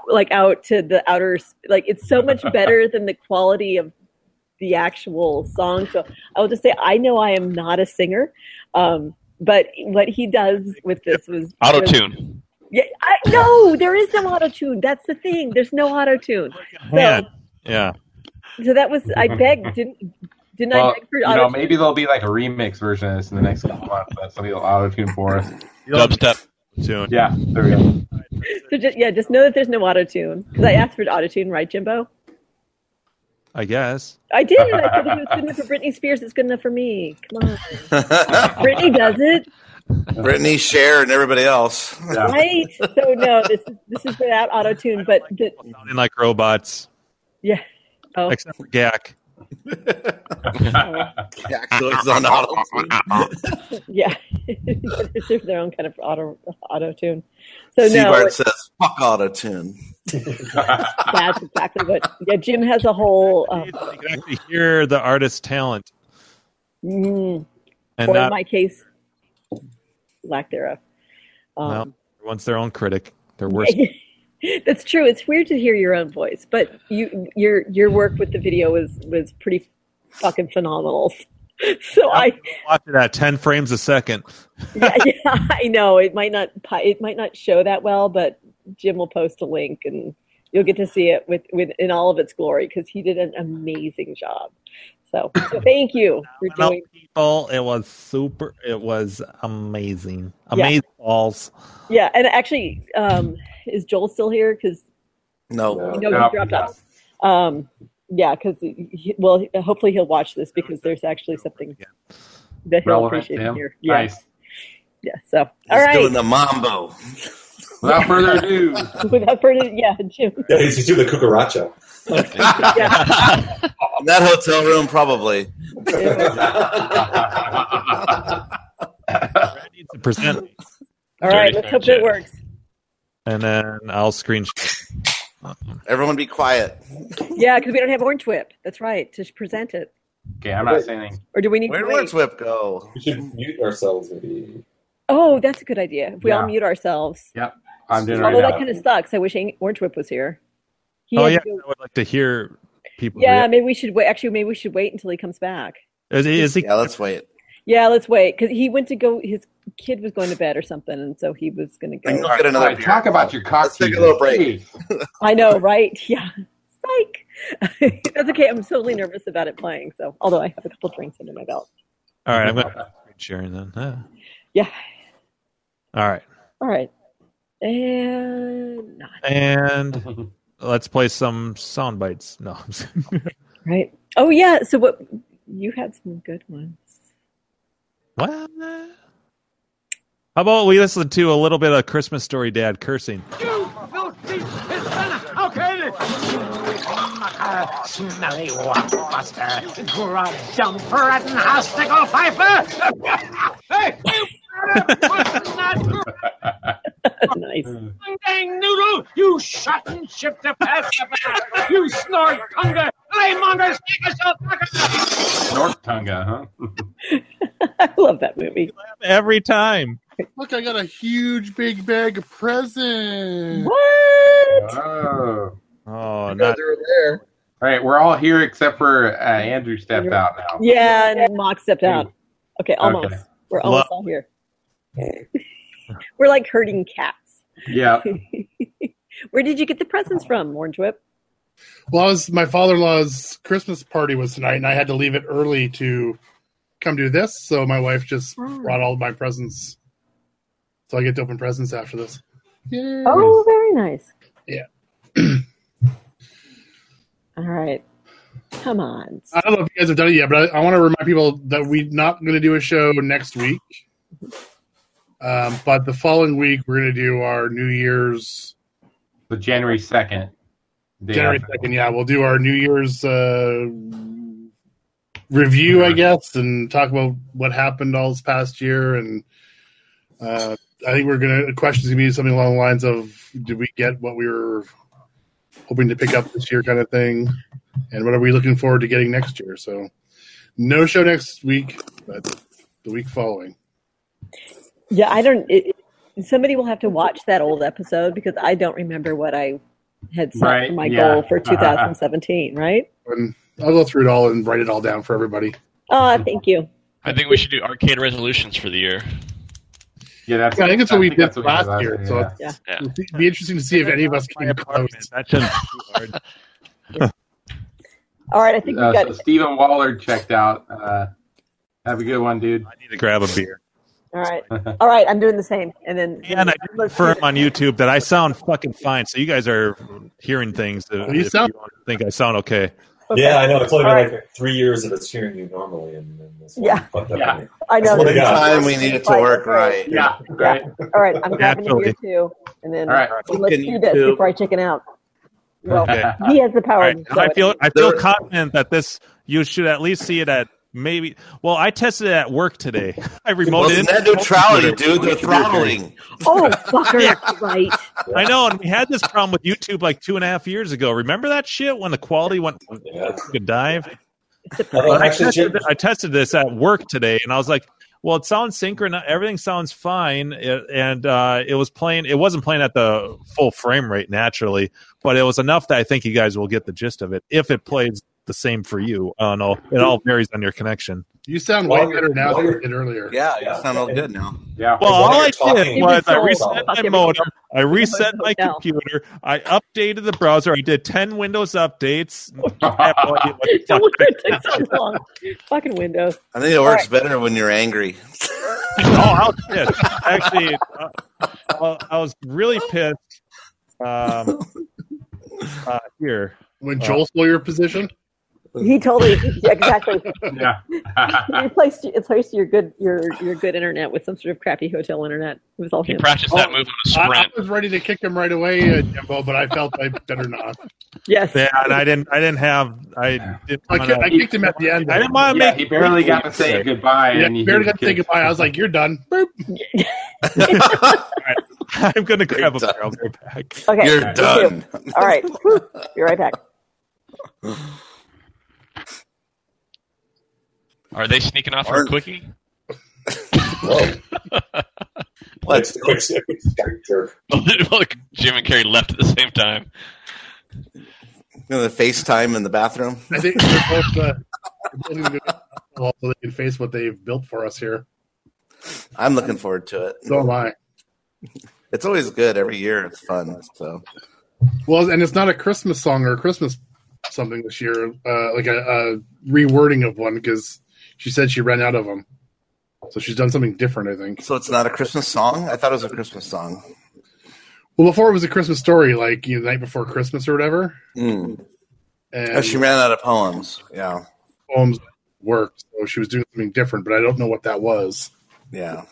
[SPEAKER 2] like out to the outer s- like it's so much better than the quality of the actual song. So I will just say I know I am not a singer, um, but what he does with this was
[SPEAKER 9] Auto-tune.
[SPEAKER 2] Yeah, I, no, there is no auto tune. That's the thing. There's no auto tune.
[SPEAKER 3] Yeah. Yeah.
[SPEAKER 2] So that was I begged didn't didn't I
[SPEAKER 4] Well,
[SPEAKER 2] beg for
[SPEAKER 4] you
[SPEAKER 2] auto
[SPEAKER 4] know, maybe there'll be like a remix version of this in the next couple months. That's somebody will auto tune for us.
[SPEAKER 3] Dubstep.
[SPEAKER 4] Yeah, there we go.
[SPEAKER 2] So just, yeah, just know that there's no auto tune because I asked for auto tune, right, Jimbo?
[SPEAKER 3] I guess.
[SPEAKER 2] I did. I said if it was good enough for Britney Spears, it's good enough for me. Come on, Britney does it,
[SPEAKER 7] Brittany, Cher, and everybody else.
[SPEAKER 2] right? So no, this is this is without auto tune, but the,
[SPEAKER 3] Sounding like robots,
[SPEAKER 2] yeah. Oh,
[SPEAKER 3] except for Gak.
[SPEAKER 7] Gak goes on auto
[SPEAKER 2] yeah. it's just their own kind of auto auto tune. So no,
[SPEAKER 7] Seabart
[SPEAKER 2] it-
[SPEAKER 7] says, "Fuck auto tune."
[SPEAKER 2] that's exactly what. Yeah, Jim has a whole. Um,
[SPEAKER 3] You can hear the artist's talent,
[SPEAKER 2] mm,
[SPEAKER 3] and
[SPEAKER 2] or in
[SPEAKER 3] not
[SPEAKER 2] my case, lack thereof. Um,
[SPEAKER 3] no, everyone's their own critic. Their worst.
[SPEAKER 2] That's true. It's weird to hear your own voice, but you your your work with the video was was pretty fucking phenomenal. So I
[SPEAKER 3] Watch it at ten frames a second.
[SPEAKER 2] yeah, yeah, I know it might not pi- it might not show that well, but Jim will post a link and you'll get to see it with, with in all of its glory because he did an amazing job. So, so thank you for
[SPEAKER 3] Well,
[SPEAKER 2] doing.
[SPEAKER 3] people, it was super. It was amazing.
[SPEAKER 2] Yeah.
[SPEAKER 3] Amazing balls.
[SPEAKER 2] Yeah, and actually, um, is Joel still here? Because
[SPEAKER 7] No,
[SPEAKER 2] you know he dropped off. Um, yeah, because well, hopefully he'll watch this because there's actually something that he'll
[SPEAKER 4] Relevant to
[SPEAKER 2] appreciate
[SPEAKER 4] him.
[SPEAKER 2] here. Yeah.
[SPEAKER 4] Nice.
[SPEAKER 2] Yeah. So all
[SPEAKER 7] He's
[SPEAKER 2] right.
[SPEAKER 7] doing the mambo.
[SPEAKER 4] Without further ado,
[SPEAKER 2] Without further, yeah, Jim.
[SPEAKER 6] Yeah, he's doing the cucaracha.
[SPEAKER 7] that hotel room, probably.
[SPEAKER 3] Present.
[SPEAKER 2] All right, let's hope it works.
[SPEAKER 3] and then I'll screenshot.
[SPEAKER 7] Everyone, be quiet.
[SPEAKER 2] Yeah, because we don't have Orange Whip. That's right, to present it.
[SPEAKER 4] Okay, I'm not saying anything.
[SPEAKER 2] Or do we need
[SPEAKER 7] Where
[SPEAKER 2] to
[SPEAKER 7] did
[SPEAKER 2] wait?
[SPEAKER 7] Orange Whip go?
[SPEAKER 6] We should mute ourselves, maybe.
[SPEAKER 2] Oh, that's a good idea. If we all
[SPEAKER 7] Yeah.
[SPEAKER 2] mute ourselves.
[SPEAKER 4] Yep. I'm doing it
[SPEAKER 2] Although
[SPEAKER 4] right
[SPEAKER 2] that
[SPEAKER 4] now.
[SPEAKER 2] kind of sucks. I wish Ang- Orange Whip was here. He
[SPEAKER 3] Oh
[SPEAKER 2] had
[SPEAKER 3] yeah,
[SPEAKER 2] to
[SPEAKER 3] I
[SPEAKER 2] go-
[SPEAKER 3] would like to hear people.
[SPEAKER 2] yeah.
[SPEAKER 3] react.
[SPEAKER 2] Maybe we should wait. Actually, maybe we should wait until he comes back.
[SPEAKER 3] Is, is he?
[SPEAKER 7] Yeah, let's wait.
[SPEAKER 2] Yeah, let's wait because he went to go. His kid was going to bed or something, and so he was going to go.
[SPEAKER 4] All right, talk about your cock. Let's take a little break.
[SPEAKER 2] I know, right? Yeah. Psych. That's okay. I'm totally nervous about it playing. So, although I have a couple drinks under my belt.
[SPEAKER 3] All right, I'm going to screen sharing then. Huh.
[SPEAKER 2] Yeah.
[SPEAKER 3] All right,
[SPEAKER 2] All right. And not
[SPEAKER 3] and let's play some sound bites. No, I'm just-
[SPEAKER 2] right. Oh yeah. So what? You had some good ones.
[SPEAKER 3] what? How about we listen to a little bit of Christmas Story Dad cursing?
[SPEAKER 12] You filthy Hispanic! How can it? Mucker, smelly blockbuster, grub dump, rotten house piper! hey, you
[SPEAKER 2] nice.
[SPEAKER 12] dang noodle! You shut and ship the past You snort hunger! Laymonger, stick yourself,
[SPEAKER 4] North Tonga, huh?
[SPEAKER 2] I love that movie.
[SPEAKER 3] Every time.
[SPEAKER 1] Look, I got a huge big bag of presents.
[SPEAKER 2] What?
[SPEAKER 4] Oh,
[SPEAKER 3] oh
[SPEAKER 4] not
[SPEAKER 11] there.
[SPEAKER 4] All right, we're all here except for uh, Andrew stepped out now.
[SPEAKER 2] Yeah, and Mock stepped out. Okay, almost.
[SPEAKER 4] Okay.
[SPEAKER 2] We're almost all here. We're like herding cats.
[SPEAKER 4] Yeah.
[SPEAKER 2] Where did you get the presents from, Orange Whip?
[SPEAKER 1] Well, I was, my father-in-law's Christmas party was tonight, and I had to leave it early to come do this. So my wife just brought all my presents, so I get to open presents after this.
[SPEAKER 2] Oh, very nice.
[SPEAKER 1] Yeah.
[SPEAKER 2] All right. Come on.
[SPEAKER 1] I don't know if you guys have done it yet, but I, I want to remind people that we're not going to do a show next week. Um, but the following week, we're going to do our New Year's
[SPEAKER 4] So January second.
[SPEAKER 1] January second. Yeah, we'll do our New Year's uh, review, I guess, and talk about what happened all this past year. And uh, I think we're going to questions going to be something along the lines of, did we get what we were hoping to pick up this year, kind of thing, and what are we looking forward to getting next year? So, no show next week, but the week following.
[SPEAKER 2] Yeah, I don't. It, it- somebody will have to watch that old episode because I don't remember what I had set
[SPEAKER 1] Right,
[SPEAKER 2] for my
[SPEAKER 1] yeah.
[SPEAKER 2] goal for 2017. Right?
[SPEAKER 1] And I'll go through it all and write it all down for everybody.
[SPEAKER 2] Oh, thank you.
[SPEAKER 8] I think we should do arcade resolutions for the year.
[SPEAKER 4] Yeah, that's.
[SPEAKER 1] Yeah, I think it's what we did
[SPEAKER 8] we
[SPEAKER 1] last year. So it's,
[SPEAKER 8] Yeah.
[SPEAKER 1] it'll be- be interesting to see if any of us can close.
[SPEAKER 3] That's
[SPEAKER 2] All right, I think
[SPEAKER 4] Uh,
[SPEAKER 2] we got.
[SPEAKER 4] so Stephen Waller checked out. Uh, have a good one, dude. I
[SPEAKER 3] need to grab a beer.
[SPEAKER 2] all right, all right. I'm doing the same, and then
[SPEAKER 3] And I did confirm on YouTube that I sound fucking fine. So you guys are hearing things. That,
[SPEAKER 2] You
[SPEAKER 3] if
[SPEAKER 2] sound-
[SPEAKER 3] don't think I sound okay.
[SPEAKER 6] Yeah, I know. It's only been
[SPEAKER 2] All
[SPEAKER 6] like
[SPEAKER 2] right.
[SPEAKER 6] three years of us hearing you normally, and, and this one
[SPEAKER 2] Yeah.
[SPEAKER 6] fucked up.
[SPEAKER 2] Yeah.
[SPEAKER 6] me.
[SPEAKER 2] I know.
[SPEAKER 6] Swear to
[SPEAKER 2] Every
[SPEAKER 6] God.
[SPEAKER 2] time we need it to Right, work right.
[SPEAKER 4] Yeah, right.
[SPEAKER 2] All right, I'm grabbing a beer too, and then
[SPEAKER 4] All right.
[SPEAKER 2] and let's
[SPEAKER 4] Fucking
[SPEAKER 2] do this
[SPEAKER 4] YouTube.
[SPEAKER 2] before I chicken out. Well,
[SPEAKER 3] Okay.
[SPEAKER 2] he has the power.
[SPEAKER 3] All right.
[SPEAKER 2] to
[SPEAKER 3] And I
[SPEAKER 2] show
[SPEAKER 3] feel
[SPEAKER 2] it.
[SPEAKER 3] I feel confident that this you should at least see it at maybe. Well, I tested it at work today. I remoted
[SPEAKER 7] Well, it's
[SPEAKER 3] it.
[SPEAKER 7] net neutrality, dude. They're throttling.
[SPEAKER 2] Oh, fucker! Right.
[SPEAKER 3] I know, and we had this problem with YouTube like two and a half years ago. Remember that shit when the quality went could dive?
[SPEAKER 6] Although,
[SPEAKER 3] I,
[SPEAKER 6] actually,
[SPEAKER 3] tested,
[SPEAKER 6] Jim-
[SPEAKER 3] I tested this at work today, and I was like, "Well, it sounds synchronized. Everything sounds fine." It- and uh, it was playing. It wasn't playing at the full frame rate naturally, but it was enough that I think you guys will get the gist of it if it plays the same for you. I don't know. It all varies on your connection.
[SPEAKER 1] You sound
[SPEAKER 7] While
[SPEAKER 1] way
[SPEAKER 7] you're-
[SPEAKER 1] better now
[SPEAKER 7] while
[SPEAKER 1] than you
[SPEAKER 7] you're-
[SPEAKER 1] did earlier.
[SPEAKER 7] Yeah, you sound all good now.
[SPEAKER 4] Yeah.
[SPEAKER 3] Well, all I
[SPEAKER 7] talking-
[SPEAKER 3] did was I
[SPEAKER 7] Everything's
[SPEAKER 3] reset my
[SPEAKER 7] solid.
[SPEAKER 3] modem, I reset my
[SPEAKER 7] hotel.
[SPEAKER 3] computer, I updated the browser, I did ten Windows updates. I have no idea what the fuck-
[SPEAKER 2] Takes so long. Fucking Windows.
[SPEAKER 7] I think it works better when you're angry.
[SPEAKER 3] oh, I was pissed. Actually, uh, I I was really pissed. Um, uh, here
[SPEAKER 1] When
[SPEAKER 3] Uh,
[SPEAKER 1] Joel saw your position,
[SPEAKER 19] He totally yeah, exactly.
[SPEAKER 4] yeah.
[SPEAKER 19] He replaced replaced your good your your good internet with some sort of crappy hotel internet. It was all
[SPEAKER 8] He
[SPEAKER 19] him. Oh,
[SPEAKER 8] practiced that move on a
[SPEAKER 1] I, I
[SPEAKER 8] sprint.
[SPEAKER 1] was ready to kick him right away, uh, Jimbo, but I felt I better not.
[SPEAKER 19] Yes.
[SPEAKER 3] Yeah, and I didn't. I didn't have. I didn't.
[SPEAKER 1] I, ki- I kicked him at the end.
[SPEAKER 3] I didn't want to
[SPEAKER 1] Yeah,
[SPEAKER 3] make.
[SPEAKER 1] he barely got to say
[SPEAKER 4] goodbye.
[SPEAKER 1] Yeah,
[SPEAKER 4] and you
[SPEAKER 1] barely
[SPEAKER 4] hear
[SPEAKER 1] got to say
[SPEAKER 4] kids.
[SPEAKER 1] goodbye. I was like, "You're done." Boop.
[SPEAKER 3] I'm gonna grab a beer. I'll go back.
[SPEAKER 19] Okay. me too. All right. Be right back.
[SPEAKER 8] Are they sneaking off for a quickie?
[SPEAKER 6] Like the quick quick jerk.
[SPEAKER 8] Look, Jim and Carrie left at the same time.
[SPEAKER 7] You know, the FaceTime in the bathroom.
[SPEAKER 1] I think they're both uh, building the- so they can face what they've built for us here. Oh,
[SPEAKER 7] I'm looking forward to it.
[SPEAKER 1] So am I.
[SPEAKER 7] It's always good every year. It's fun. So
[SPEAKER 1] Well, and it's not a Christmas song or a Christmas something this year, uh, like a, a rewording of one because she said she ran out of them. So she's done something different, I think.
[SPEAKER 7] So it's not a Christmas song. I thought it was a Christmas song.
[SPEAKER 1] Well, before it was a Christmas story, like you know, the night before Christmas or whatever.
[SPEAKER 7] Mm.
[SPEAKER 1] And
[SPEAKER 7] Oh, she ran out of poems. Yeah,
[SPEAKER 3] Um,
[SPEAKER 1] poems worked, so she was doing something different, but I don't know what that was.
[SPEAKER 7] yeah.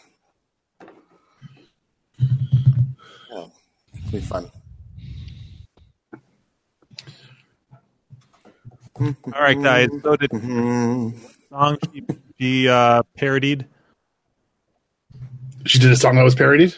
[SPEAKER 7] Yeah. It'll be fun.
[SPEAKER 3] All right, guys. So did song she, she uh, parodied?
[SPEAKER 1] She did a song that was parodied.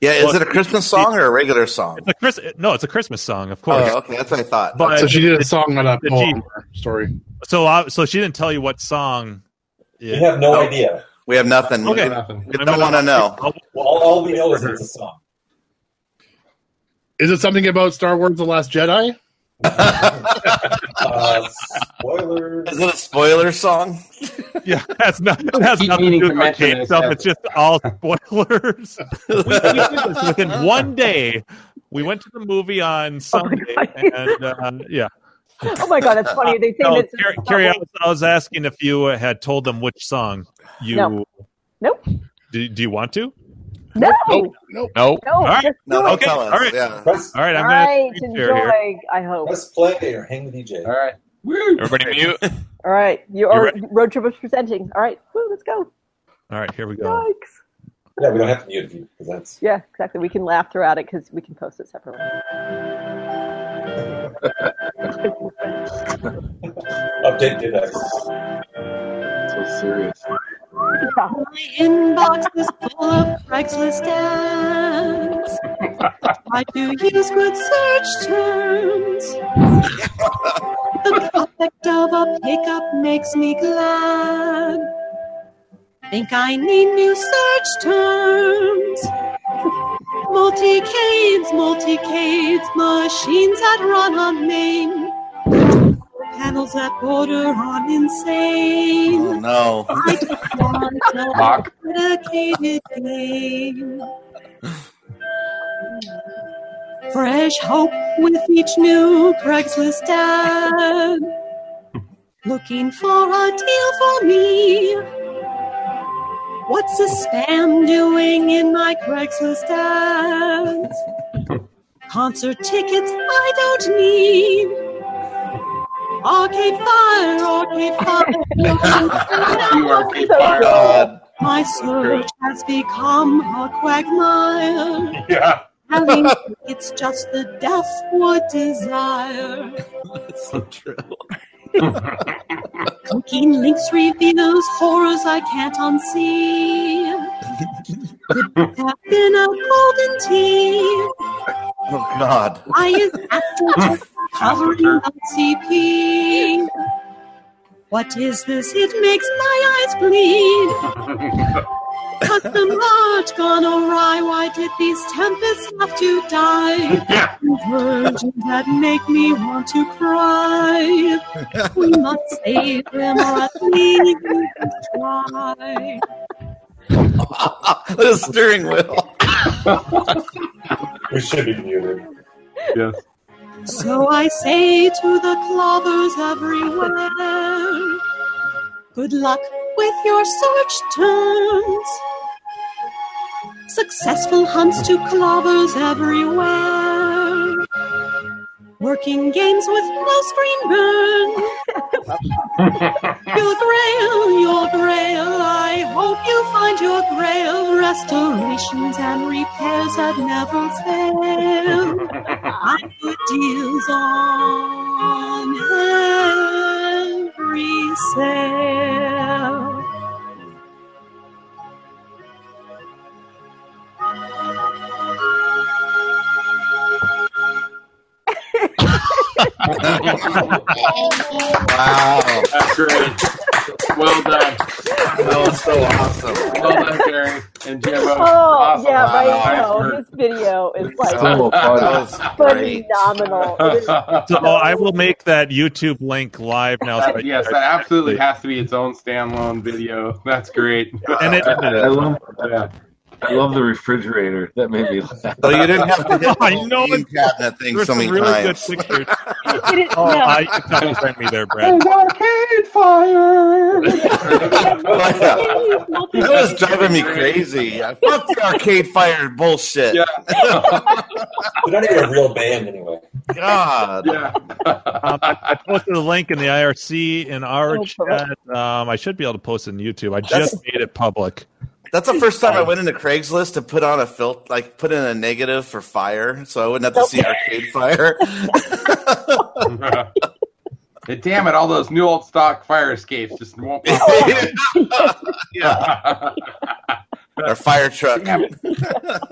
[SPEAKER 7] Yeah, is
[SPEAKER 3] Well,
[SPEAKER 7] it a Christmas song or a regular song?
[SPEAKER 3] It's a Chris. No, it's a Christmas song, of course.
[SPEAKER 7] Oh, okay, that's what I thought.
[SPEAKER 3] But-
[SPEAKER 1] so she did a song on a
[SPEAKER 3] The
[SPEAKER 1] poem or story.
[SPEAKER 3] So, uh, so she didn't tell you what song. Oh.
[SPEAKER 6] We have no idea.
[SPEAKER 7] We have nothing.
[SPEAKER 3] Okay.
[SPEAKER 7] We don't want to know.
[SPEAKER 6] Well, all, all we know is it's a song.
[SPEAKER 1] Is it something about Star Wars: The Last Jedi?
[SPEAKER 6] Uh, spoiler.
[SPEAKER 7] Is it a spoiler song?
[SPEAKER 3] Yeah, that's not. It has
[SPEAKER 4] Keep
[SPEAKER 3] nothing to
[SPEAKER 4] meaning
[SPEAKER 3] do
[SPEAKER 4] to
[SPEAKER 3] with the
[SPEAKER 4] mention
[SPEAKER 3] game
[SPEAKER 4] this,
[SPEAKER 3] itself.
[SPEAKER 4] yes.
[SPEAKER 3] It's just all spoilers. we, we did this within one day. We went to the movie on Sunday, and uh, yeah.
[SPEAKER 19] Oh my god, that's funny. They say
[SPEAKER 3] No,
[SPEAKER 19] that
[SPEAKER 3] Carrie, Carrie, I, was, I was asking if you uh, had told them which song you.
[SPEAKER 19] No. Nope.
[SPEAKER 3] Do, do you want to?
[SPEAKER 19] No.
[SPEAKER 1] Nope.
[SPEAKER 3] No.
[SPEAKER 19] No,
[SPEAKER 3] All right.
[SPEAKER 19] just do No, it.
[SPEAKER 3] okay.
[SPEAKER 19] tell
[SPEAKER 3] All right. All right. I'm
[SPEAKER 19] All
[SPEAKER 3] gonna
[SPEAKER 19] right,
[SPEAKER 3] screen share here.
[SPEAKER 19] enjoy. I hope.
[SPEAKER 6] Press play or hang the DJ.
[SPEAKER 4] All right.
[SPEAKER 8] Everybody mute.
[SPEAKER 19] All right, you
[SPEAKER 3] You
[SPEAKER 19] are
[SPEAKER 3] ready?
[SPEAKER 19] road trip is presenting. All right, Woo, let's go.
[SPEAKER 3] All right. Here we go.
[SPEAKER 19] Yikes.
[SPEAKER 6] Yeah, we don't have to mute if you because that's
[SPEAKER 19] Yeah, exactly. We can laugh throughout it because we can post it separately.
[SPEAKER 6] update DivX.
[SPEAKER 20] So serious.
[SPEAKER 2] My inbox is full of Craigslist ads. I do use good search terms. The prospect of a pickup makes me glad. Think I need new search terms. Multicades, multicades, machines that run on main. Panels that border on insane.
[SPEAKER 7] Oh, no.
[SPEAKER 2] I just want to
[SPEAKER 7] Mock.
[SPEAKER 2] dedicated name. Fresh hope with each new Craigslist ad. Looking for a deal for me. What's a spam doing in my Craigslist ads? Concert tickets I don't need. Arcade fire, arcade fire.
[SPEAKER 4] You are Cape Fire.
[SPEAKER 2] My search has become a quagmire.
[SPEAKER 4] Yeah.
[SPEAKER 2] Having it's just the death what desire.
[SPEAKER 7] That's so true.
[SPEAKER 2] Cooking links reveals horrors I can't unsee. Have been a golden tea.
[SPEAKER 7] Oh God.
[SPEAKER 2] I is after covering up CP. What is this? It makes my eyes bleed. Custom art gone awry. Why did these tempests have to die? Virgins that make me want to cry. We must save them or at least try.
[SPEAKER 7] the steering wheel.
[SPEAKER 6] We should be muted.
[SPEAKER 4] Yes.
[SPEAKER 2] So I say to the clovers everywhere, good luck with your search terms. Successful hunts to clovers everywhere. Working games with no screen burn.
[SPEAKER 6] Your grail, your grail, I hope you find your grail. Restorations and repairs that never fail. I'm good deals on every sale.
[SPEAKER 7] Wow.
[SPEAKER 4] That's great. Well done. That was so awesome. Well done, Gary and Jimbo.
[SPEAKER 2] Oh,
[SPEAKER 4] awesome.
[SPEAKER 2] yeah, right.
[SPEAKER 4] Wow.
[SPEAKER 2] No, this video is like
[SPEAKER 3] So funny. That was great.
[SPEAKER 2] phenomenal. It is
[SPEAKER 3] So oh, I will make that YouTube link live now. so I-
[SPEAKER 4] That- yes, that absolutely has to be its own standalone video. That's great.
[SPEAKER 3] And it-
[SPEAKER 10] I love, I love the refrigerator. That made me laugh.
[SPEAKER 4] Oh,
[SPEAKER 7] So you didn't have to hit
[SPEAKER 3] I know
[SPEAKER 7] you tapped that thing
[SPEAKER 3] There's
[SPEAKER 7] so
[SPEAKER 3] some
[SPEAKER 7] many
[SPEAKER 3] really good
[SPEAKER 7] times.
[SPEAKER 3] pictures.
[SPEAKER 2] It is-
[SPEAKER 3] Oh,
[SPEAKER 2] no.
[SPEAKER 3] I, you can send me there, Brad.
[SPEAKER 6] arcade fire.
[SPEAKER 7] That was driving me crazy. I Fuck the arcade fire bullshit. Yeah.
[SPEAKER 21] They're not even a real band anyway.
[SPEAKER 7] God.
[SPEAKER 3] Um, I posted a link in the IRC in our
[SPEAKER 7] Oh,
[SPEAKER 3] chat. Um, I should be able to post it on YouTube. I
[SPEAKER 7] That's-
[SPEAKER 3] just made it public.
[SPEAKER 7] That's the first time I went into Craigslist to put on a filter, like put in a negative for fire, so I wouldn't have to see arcade fire.
[SPEAKER 4] And damn it, all those new old stock fire escapes just won't pop up.
[SPEAKER 7] Or fire truck.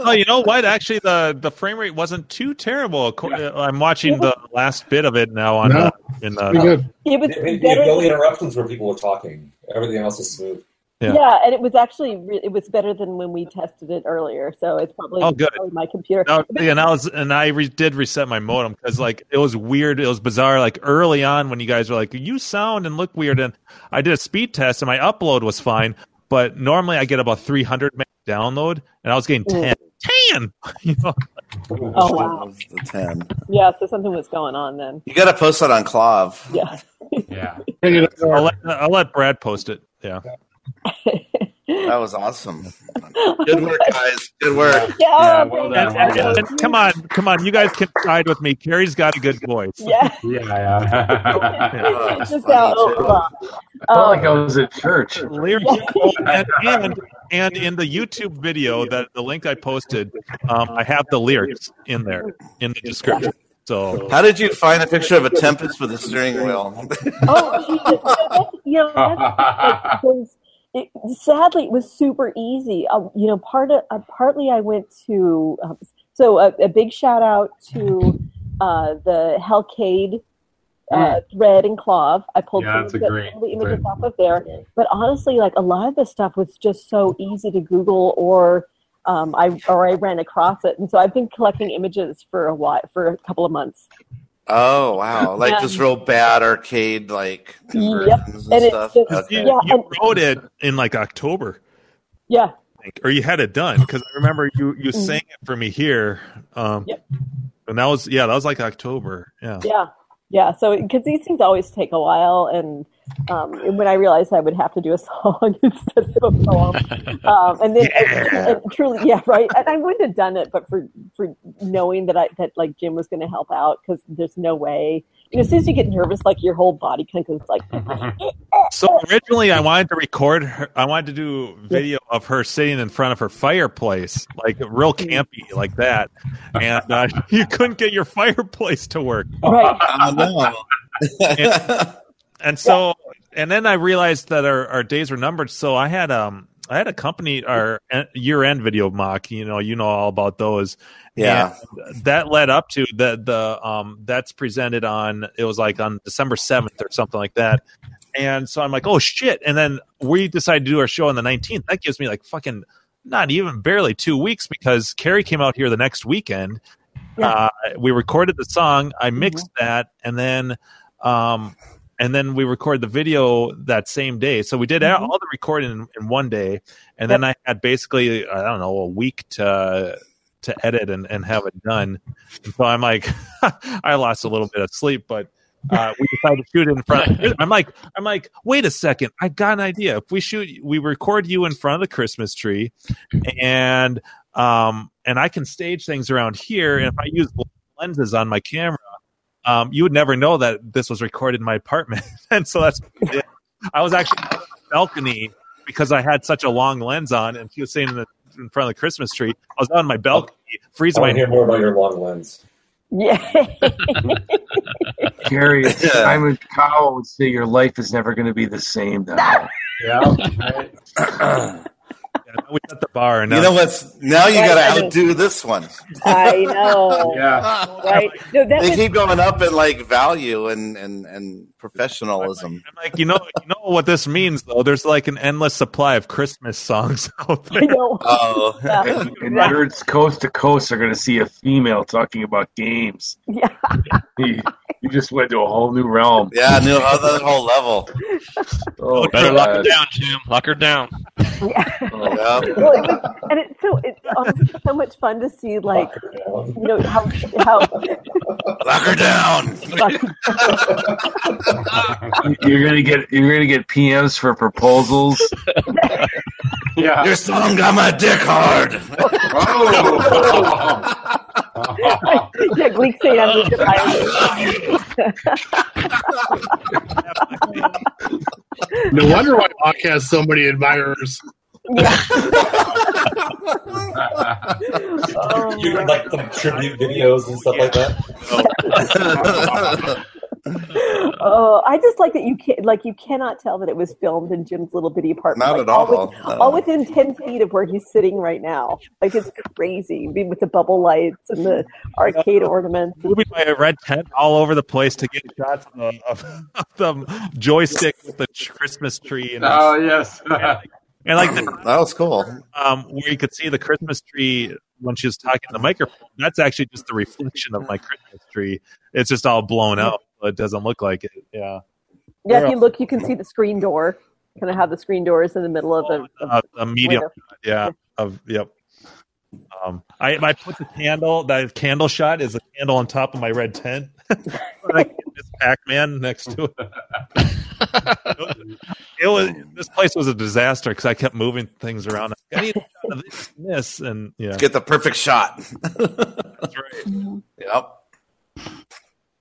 [SPEAKER 3] oh, you know what? Actually, the, the frame rate wasn't too terrible. Acco- uh, I'm watching the last bit of it now on uh, in the.
[SPEAKER 2] It was
[SPEAKER 21] Maybe the
[SPEAKER 2] better
[SPEAKER 21] only
[SPEAKER 2] than-
[SPEAKER 21] interruptions were people were talking. Everything else is smooth.
[SPEAKER 2] yeah. and it was actually re- it was better than when we tested it earlier. So it's probably,
[SPEAKER 3] Oh, good.
[SPEAKER 2] probably my computer.
[SPEAKER 3] No, and I was, and I re- did reset my modem because like it was weird, it was bizarre. Like early on, when you guys were like, "You sound and look weird," and I did a speed test, and my upload was fine. But normally, I get about 300 meg download, and I was getting 10. 10. you know?
[SPEAKER 2] Mm. Oh, wow.
[SPEAKER 7] The ten.
[SPEAKER 2] Yeah, so something was going on then.
[SPEAKER 7] You got to post it on Clove.
[SPEAKER 2] Yeah.
[SPEAKER 4] Yeah.
[SPEAKER 3] I'll let, I'll let Brad post it. Yeah.
[SPEAKER 7] That was awesome. Good work, guys. Good work.
[SPEAKER 2] Yeah, oh,
[SPEAKER 4] well
[SPEAKER 3] And- and- and- and come on, come on, you guys can side with me. Carrie's got a good voice.
[SPEAKER 2] Yeah.
[SPEAKER 4] yeah, yeah.
[SPEAKER 2] Just how Oprah.
[SPEAKER 10] felt like I
[SPEAKER 3] Um,
[SPEAKER 10] was at church.
[SPEAKER 3] Oh, and, and and in the YouTube video that the link I posted, um, I have the lyrics in there in the description. So
[SPEAKER 7] How did you find a picture of a Tempest with a steering wheel?
[SPEAKER 2] Oh, Jesus. So that's- you know, that's, like, those- it, sadly, it was super easy. Uh, you know, part of, uh, partly I went to, um, so a, a big shout out to uh, the Hellcade uh, thread and clove. I pulled
[SPEAKER 4] Yeah,
[SPEAKER 2] some
[SPEAKER 4] that's
[SPEAKER 2] of
[SPEAKER 4] a
[SPEAKER 2] the,
[SPEAKER 4] great-
[SPEAKER 2] all the images
[SPEAKER 4] great-
[SPEAKER 2] off of there. But honestly, like a lot of this stuff was just so easy to Google or um, I or I ran across it, and so I've been collecting images for a while, for a couple of months.
[SPEAKER 7] oh wow, like
[SPEAKER 2] Yeah.
[SPEAKER 7] just real bad arcade like
[SPEAKER 2] Yep,
[SPEAKER 7] conversions
[SPEAKER 2] and
[SPEAKER 7] and
[SPEAKER 2] it's
[SPEAKER 7] stuff.
[SPEAKER 2] just
[SPEAKER 7] Okay.
[SPEAKER 2] yeah, and,
[SPEAKER 3] wrote it in like October,
[SPEAKER 2] yeah,
[SPEAKER 3] I think, or you had it done because I remember you you
[SPEAKER 10] Mm-hmm.
[SPEAKER 2] Mhm.
[SPEAKER 3] sang it for me here. Um,
[SPEAKER 2] Yep.
[SPEAKER 3] And that was yeah, that was like October. Yeah.
[SPEAKER 2] yeah, yeah. So because these things always take a while, and um, and when I realized I would have to do a song instead of a poem, um, and then
[SPEAKER 6] Yeah.
[SPEAKER 2] and truly, yeah, right. And I wouldn't have done it, but for for knowing that I that like Jim was going to help out because there's no way. You know, as soon as you get nervous, like your whole body kind of goes like,
[SPEAKER 3] So originally, I wanted to record. Her, I wanted to do video of her sitting in front of her fireplace, like real campy, like that. And uh, you couldn't get your fireplace to work.
[SPEAKER 2] Right.
[SPEAKER 3] and, and so, and then I realized that our, our days were numbered. So I had um I had a company our year end video mock. You know, you know all about those.
[SPEAKER 7] Yeah.
[SPEAKER 3] And that led up to the the um that's presented on it was like on December seventh or something like that. And so I'm like, oh shit! And then we decided to do our show on the 19th. That gives me like fucking not even barely two weeks because Carrie came out here the next weekend. Uh, we recorded the song, I mixed that, and then um, and then we recorded the video that same day. So we did all all the recording in, in one day, and then I had basically I don't know a week to to edit and, and have it done. And so I'm like, I lost a little bit of sleep, but uh, we decided to shoot in front. I'm like, I'm like, wait a second, I got an idea. If we shoot, we record you in front of the Christmas tree, and um, and I can stage things around here. And if I use lenses on my camera, um, you would never know that this was recorded in my apartment. and so that's, I was actually on the balcony because I had such a long lens on, and she was sitting in, the, in front of the Christmas tree. I was on my balcony, freezing
[SPEAKER 6] I
[SPEAKER 3] my
[SPEAKER 6] want to hear more about your long lens.
[SPEAKER 2] Yeah.
[SPEAKER 10] Gary, if Simon Cowell would say your life is never going to be the same now.
[SPEAKER 22] Yeah.
[SPEAKER 3] we set the bar.
[SPEAKER 10] now-
[SPEAKER 7] You know what's now? You
[SPEAKER 10] Right,
[SPEAKER 7] got
[SPEAKER 10] I
[SPEAKER 7] to
[SPEAKER 10] mean-
[SPEAKER 7] outdo this one.
[SPEAKER 23] I know.
[SPEAKER 22] yeah.
[SPEAKER 23] Right. No, that
[SPEAKER 7] They
[SPEAKER 23] was,
[SPEAKER 7] keep going up in like value and and and professionalism.
[SPEAKER 3] like you know you know what this means though. There's like an endless supply of Christmas songs out there.
[SPEAKER 7] Oh,
[SPEAKER 10] And nerds coast to coast are going to see a female talking about games.
[SPEAKER 2] Yeah.
[SPEAKER 10] you, you just went to a whole new realm.
[SPEAKER 7] Yeah, new other whole level.
[SPEAKER 10] Oh,
[SPEAKER 8] Better lock her
[SPEAKER 10] God.
[SPEAKER 8] down, Jim. Lock her down.
[SPEAKER 2] Well, it was, and it's so it's honestly so much fun to see like you know how how
[SPEAKER 7] lock her down.
[SPEAKER 10] You're gonna get you're gonna get PMs for proposals.
[SPEAKER 22] yeah.
[SPEAKER 7] Your song got my dick hard.
[SPEAKER 2] yeah, Gleek saying I'm just a
[SPEAKER 1] No wonder why Bach has so many admirers.
[SPEAKER 2] Oh,
[SPEAKER 6] you can like the tribute videos and stuff like that.
[SPEAKER 2] Oh, I just like that you can like you cannot tell that it was filmed in Jim's little bitty apartment.
[SPEAKER 7] Not
[SPEAKER 2] Like,
[SPEAKER 7] at all.
[SPEAKER 2] with-
[SPEAKER 7] Not at
[SPEAKER 2] all
[SPEAKER 7] all.
[SPEAKER 2] within ten feet of where he's sitting right now. Like it's crazy I mean, with the bubble lights and the arcade ornaments.
[SPEAKER 3] Moving my red tent all over the place to get shots of, of, of the joystick with the ch- Christmas tree. And
[SPEAKER 22] Oh yes.
[SPEAKER 3] And like the,
[SPEAKER 7] that was cool.
[SPEAKER 3] Um, where you could see the Christmas tree when she was talking to the microphone. That's actually just the reflection of my Christmas tree. It's just all blown up. so It doesn't look like it. Yeah.
[SPEAKER 2] Yeah, if you look, you can see the screen door. Kind of how the screen door is in the middle of Oh, the. of-
[SPEAKER 3] uh, a medium.
[SPEAKER 2] window.
[SPEAKER 3] Yeah. Of yep. Um, I I put the candle. That candle shot is a candle on top of my red tent. Pac Man next to it. it was this place was a disaster because I kept moving things around. I need a shot of this, and this, and yeah,
[SPEAKER 7] Get the perfect shot.
[SPEAKER 3] That's right.
[SPEAKER 7] Yep. Yeah,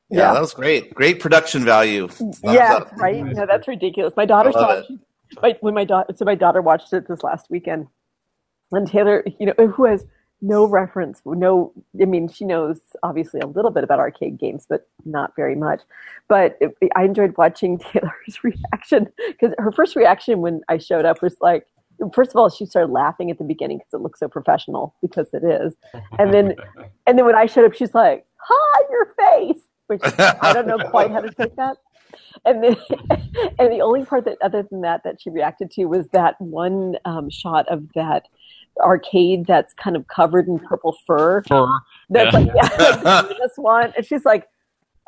[SPEAKER 2] Yeah.
[SPEAKER 7] that was great. Great production value. Thumbs
[SPEAKER 2] yeah,
[SPEAKER 7] up.
[SPEAKER 2] right. No, that's ridiculous. My daughter
[SPEAKER 7] I love
[SPEAKER 2] saw it. My, when my daughter, so my daughter watched it this last weekend, and Taylor, you know, who has no reference, no, I mean, she knows obviously a little bit about arcade games, but not very much. But it, I enjoyed watching Taylor's reaction because her first reaction when I showed up was like, first of all, she started laughing at the beginning because it looked so professional because it is, and then, and then when I showed up, she's like, "Ha, your face," which I don't know quite how to take that and then, and the only part that other than that that she reacted to was that one um, shot of that arcade that's kind of covered in purple fur. That's like yeah, that's the weirdest one, and she's like,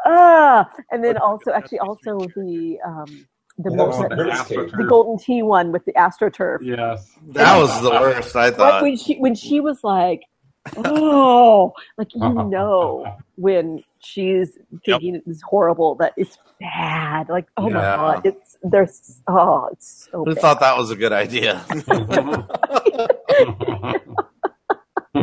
[SPEAKER 2] ah. And then also, actually, also the um, the,
[SPEAKER 7] Yeah,
[SPEAKER 2] golden,
[SPEAKER 7] that was the
[SPEAKER 2] the,
[SPEAKER 7] AstroTurf.
[SPEAKER 2] golden tea one with the astroturf.
[SPEAKER 22] Yes,
[SPEAKER 7] That was the worst. I
[SPEAKER 2] Like
[SPEAKER 7] thought.
[SPEAKER 2] when she when she was like, oh, like you know when she's thinking it's horrible that it's bad. Like oh my
[SPEAKER 7] Yeah.
[SPEAKER 2] god, it's there's oh it's so.
[SPEAKER 7] Who
[SPEAKER 2] bad.
[SPEAKER 7] thought that was a good idea?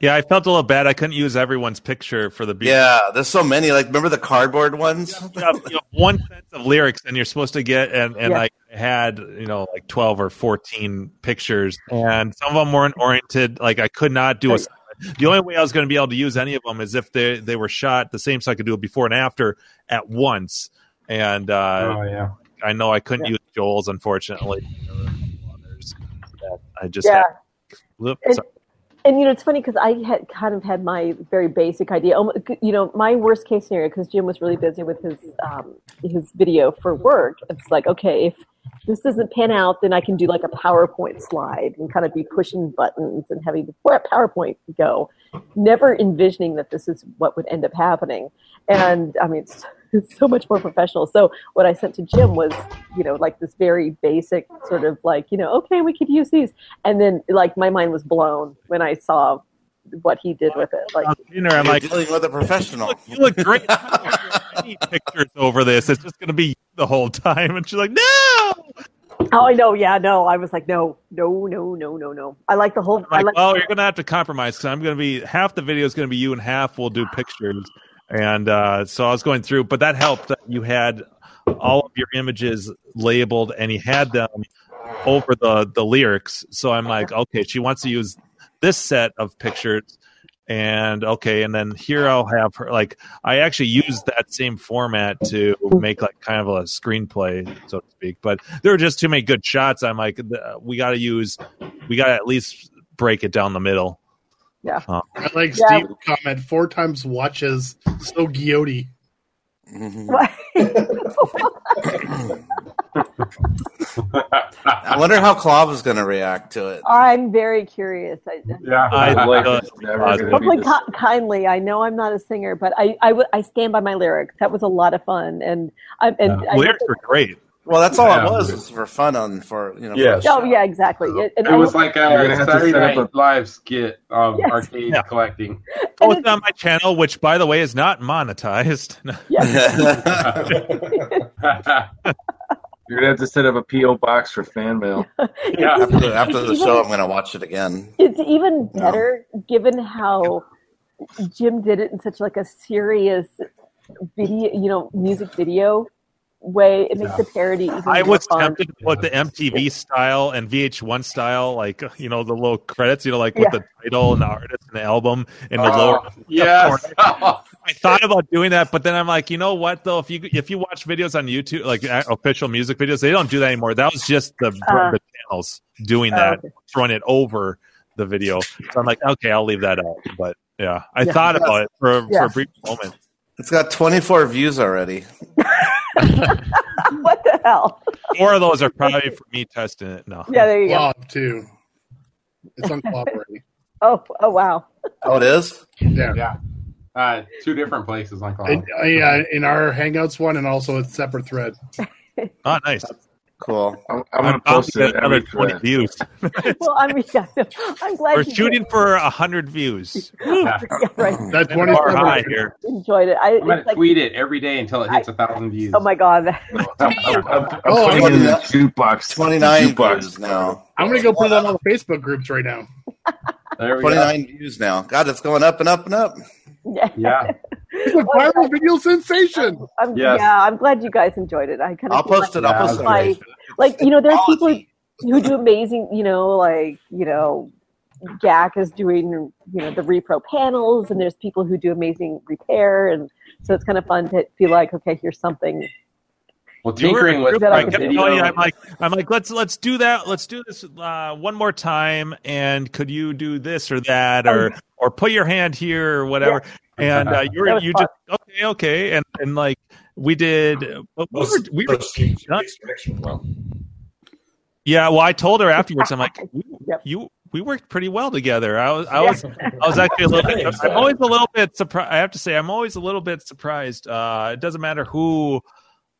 [SPEAKER 3] yeah. I felt a little bad. I couldn't use everyone's picture for the beat.
[SPEAKER 7] yeah, there's so many. Like, remember the cardboard ones?
[SPEAKER 3] one sense of lyrics, and you're supposed to get and and
[SPEAKER 7] Yeah.
[SPEAKER 3] I had you know like twelve or fourteen pictures, and some of them weren't oriented. Like I could not do a. The only way I was going to be able to use any of them is if they they were shot the same, so I could do it before and after at once. And uh,
[SPEAKER 22] Oh, yeah.
[SPEAKER 3] I know I couldn't
[SPEAKER 2] Yeah.
[SPEAKER 3] use Joel's unfortunately. There were others that I just
[SPEAKER 2] Yeah.
[SPEAKER 3] Look,
[SPEAKER 2] And-
[SPEAKER 3] sorry.
[SPEAKER 2] And you know, it's funny because I had kind of had my very basic idea. Almo- You know, my worst case scenario because Jim was really busy with his um, his video for work. It's like, okay, if this doesn't pan out, then I can do like a PowerPoint slide and kind of be pushing buttons and having the PowerPoint go. Never envisioning that this is what would end up happening. And I mean, it's, it's so much more professional. So what I sent to Jim was, you know, like this very basic sort of like, you know, okay, we could use these. And then like my mind was blown when I saw what he did with it. Like,
[SPEAKER 3] dinner, I'm
[SPEAKER 7] You're
[SPEAKER 3] like-
[SPEAKER 7] dealing with a professional.
[SPEAKER 3] you look great. Any pictures over this? It's just going to be you the whole time. And she's like, no.
[SPEAKER 2] oh, I know, yeah, no. I was like, no, no, no, no, no, no. I like the whole. I
[SPEAKER 3] like,
[SPEAKER 2] like.
[SPEAKER 3] well, you're going to have to compromise because I'm going to be half the video is going to be you and half we'll do pictures. and uh, so I was going through, but that helped that you had all of your images labeled and he had them over the the lyrics. So I'm like, okay, she wants to use this set of pictures, and okay, and then here I'll have her like I actually used that same format to make like kind of a screenplay, so to speak. But there were just too many good shots. I'm like, th- we got to use, we got to at least break it down the middle.
[SPEAKER 2] Yeah.
[SPEAKER 3] Uh,
[SPEAKER 1] I like
[SPEAKER 2] Yeah.
[SPEAKER 1] Steve comment four times watches so guilty.
[SPEAKER 7] I wonder how Clav is going to react to it.
[SPEAKER 2] I'm very curious. I,
[SPEAKER 7] Yeah,
[SPEAKER 3] I like it.
[SPEAKER 2] Hopefully, ki- kindly. I know I'm not a singer, but I I would- I stand by my lyrics. That was a lot of fun, and I and I,
[SPEAKER 7] Lyrics
[SPEAKER 3] are great.
[SPEAKER 7] Well, that's all
[SPEAKER 2] Yeah.
[SPEAKER 7] it was, was for fun on for you know. for
[SPEAKER 4] Yeah.
[SPEAKER 7] the
[SPEAKER 2] oh
[SPEAKER 7] show.
[SPEAKER 2] yeah, exactly. It, and
[SPEAKER 4] It
[SPEAKER 2] I
[SPEAKER 4] was
[SPEAKER 2] hope-
[SPEAKER 4] like a Saturday
[SPEAKER 3] set up
[SPEAKER 4] Night Live skit of arcade collecting.
[SPEAKER 3] Oh, it's on my channel, which by the way is not monetized.
[SPEAKER 10] You're gonna have to set up a PO box for fan mail.
[SPEAKER 2] Yeah.
[SPEAKER 7] After, after the show, I'm going to watch it again.
[SPEAKER 2] it's even better given how Jim did it in such like a serious video, you know, music video way. It makes the parody even
[SPEAKER 3] I
[SPEAKER 2] more
[SPEAKER 3] was
[SPEAKER 2] fun.
[SPEAKER 3] tempted to put the MTV style and VH1 style, like you know the little credits, you know, like
[SPEAKER 2] Yeah.
[SPEAKER 3] with the title and the artist and the album in the
[SPEAKER 4] Oh,
[SPEAKER 3] lower.
[SPEAKER 4] yes.
[SPEAKER 3] I thought about doing that, but then I'm like, you know what though? If you if you watch videos on YouTube, like uh, official music videos, they don't do that anymore. That was just the,
[SPEAKER 2] Uh.
[SPEAKER 3] the channels doing
[SPEAKER 2] Oh,
[SPEAKER 3] that,
[SPEAKER 2] okay.
[SPEAKER 3] throwing it over the video. So I'm like, okay, I'll leave that out. But yeah, I
[SPEAKER 7] Yeah.
[SPEAKER 3] thought about it for, for
[SPEAKER 7] Yeah.
[SPEAKER 3] a brief moment.
[SPEAKER 7] It's got 24 views already.
[SPEAKER 2] what the hell?
[SPEAKER 3] Four of those are probably for me testing it. No,
[SPEAKER 2] Yeah, there you go.
[SPEAKER 1] Clav too. It's on Clav already.
[SPEAKER 2] Oh, oh wow.
[SPEAKER 7] Oh, it is.
[SPEAKER 1] Yeah.
[SPEAKER 4] Yeah. Uh, two different places on Clav.
[SPEAKER 1] In, uh, yeah, in our Hangouts one, and also a separate thread.
[SPEAKER 3] Oh, nice.
[SPEAKER 7] Cool.
[SPEAKER 10] I'm,
[SPEAKER 3] I'm
[SPEAKER 10] post
[SPEAKER 3] probably
[SPEAKER 10] it
[SPEAKER 3] gonna
[SPEAKER 10] every
[SPEAKER 3] get 20
[SPEAKER 10] thread.
[SPEAKER 3] views.
[SPEAKER 2] well, I mean, yeah, I'm glad
[SPEAKER 3] We're
[SPEAKER 2] you
[SPEAKER 3] shooting for hundred views.
[SPEAKER 2] Did. yeah, right.
[SPEAKER 1] That's
[SPEAKER 3] one far high here.
[SPEAKER 2] Enjoyed it. I
[SPEAKER 4] I'm going
[SPEAKER 2] it's
[SPEAKER 4] to
[SPEAKER 2] like,
[SPEAKER 4] tweet it every day until it hits a thousand views.
[SPEAKER 2] oh my god.
[SPEAKER 1] Oh,
[SPEAKER 10] I'm
[SPEAKER 1] I'm
[SPEAKER 10] putting it in the
[SPEAKER 1] gonna-
[SPEAKER 10] jukebox.
[SPEAKER 7] 29
[SPEAKER 10] jukebox.
[SPEAKER 7] views now.
[SPEAKER 1] I'm gonna go put it on all the Facebook groups right now.
[SPEAKER 4] There we
[SPEAKER 7] 29 views now. God, it's going up and up and up.
[SPEAKER 2] Yeah.
[SPEAKER 4] Yeah.
[SPEAKER 1] It's a viral video sensation.
[SPEAKER 2] I'm,
[SPEAKER 7] Yes.
[SPEAKER 2] Yeah, I'm glad you guys enjoyed it. I kind of
[SPEAKER 7] I'll post it, I'll post it.
[SPEAKER 2] Like, like you know, there are people who do amazing. You know, like you know, Gak is doing you know the repro panels, and there's people who do amazing repair, and so it's kind of fun to be like, okay, here's something.
[SPEAKER 4] Well,
[SPEAKER 3] You were
[SPEAKER 4] tinkering with
[SPEAKER 3] group, I
[SPEAKER 4] like
[SPEAKER 3] kept
[SPEAKER 4] video.
[SPEAKER 3] telling you, I'm like, I'm like, let's let's do that. Let's do this uh, one more time. And could you do this or that or or put your hand here or whatever? And uh,
[SPEAKER 2] Um,
[SPEAKER 3] you
[SPEAKER 2] That
[SPEAKER 3] were,
[SPEAKER 2] was
[SPEAKER 3] you
[SPEAKER 2] fun.
[SPEAKER 3] just okay, okay, and and like we did. But we were, we were
[SPEAKER 6] well.
[SPEAKER 3] Yeah, well, I told her afterwards. I'm like, we, you, we worked pretty well together. I was, I was, I was actually a little bit.
[SPEAKER 6] Thanks,
[SPEAKER 3] I'm
[SPEAKER 6] uh,
[SPEAKER 3] always a little bit surprised. I have to say, I'm always a little bit surprised. Uh, it doesn't matter who,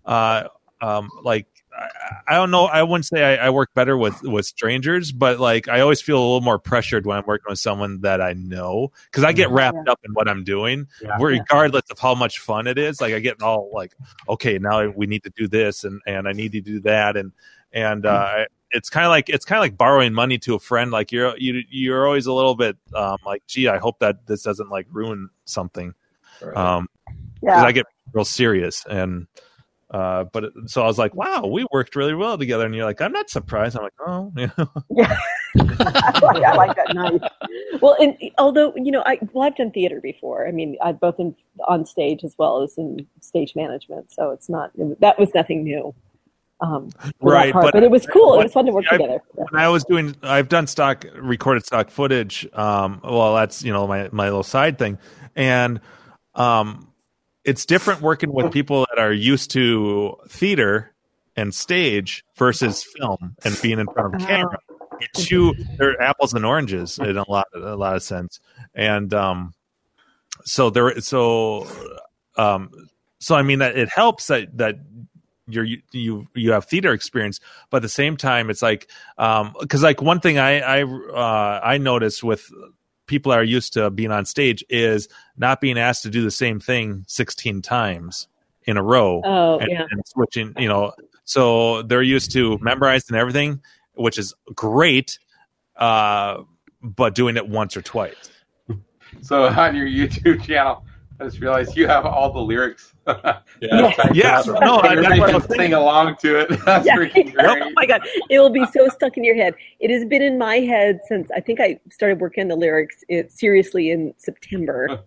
[SPEAKER 3] uh, um, like. I- I don't know. I wouldn't say I, I work better with with strangers, but like I always feel a little more pressured when I'm working with someone that I know because I get wrapped up in what I'm doing,
[SPEAKER 4] Yeah.
[SPEAKER 3] regardless of how much fun it is. Like I get all like, okay, now we need to do this and and I need to do that and and uh, I- it's kind of like it's kind of like borrowing money to a friend. Like you're you you're always a little bit um, like, gee, I hope that this doesn't like ruin something. Um, because
[SPEAKER 2] Yeah.
[SPEAKER 3] I get real serious and. Uh, but it- so I was like, "Wow, we worked really well together." And you're like, "I'm not surprised." I'm like, "Oh, you know."
[SPEAKER 2] I like that. Nice. Well, and although you know, I well, I've done theater before. I mean, I both in on stage as well as in stage management. So it's not that was nothing new. Um, for that
[SPEAKER 3] Right,
[SPEAKER 2] part.
[SPEAKER 3] but-
[SPEAKER 2] it was cool. it
[SPEAKER 3] but-
[SPEAKER 2] was fun to work
[SPEAKER 3] I-
[SPEAKER 2] together.
[SPEAKER 3] when I was doing, I've done stock recorded stock footage. Um, well, that's you know my my little side thing, and um, it's different working with people that are used to theater and stage versus film and being in front of a camera. They're two, they're apples and oranges in a lot a lot of sense, and um, so there, so um, so I mean that it helps that that you're you you, you have theater experience but at the same time it's like um because like one thing i i uh i notice with people that are used to being on stage is not being asked to do the same thing 16 times in a row
[SPEAKER 2] Oh,
[SPEAKER 3] and,
[SPEAKER 2] yeah.
[SPEAKER 3] and switching you know so they're used to memorizing everything which is great uh but doing it once or twice
[SPEAKER 4] So on your YouTube channel, I just realized you have all the lyrics. yeah,
[SPEAKER 3] Yeah, no, I- that's what I was
[SPEAKER 4] sing along to it. That's
[SPEAKER 2] Yeah.
[SPEAKER 4] freaking great.
[SPEAKER 2] Oh my god, it will be so stuck in your head. It has been in my head since I think I started working on the lyrics it, seriously in September.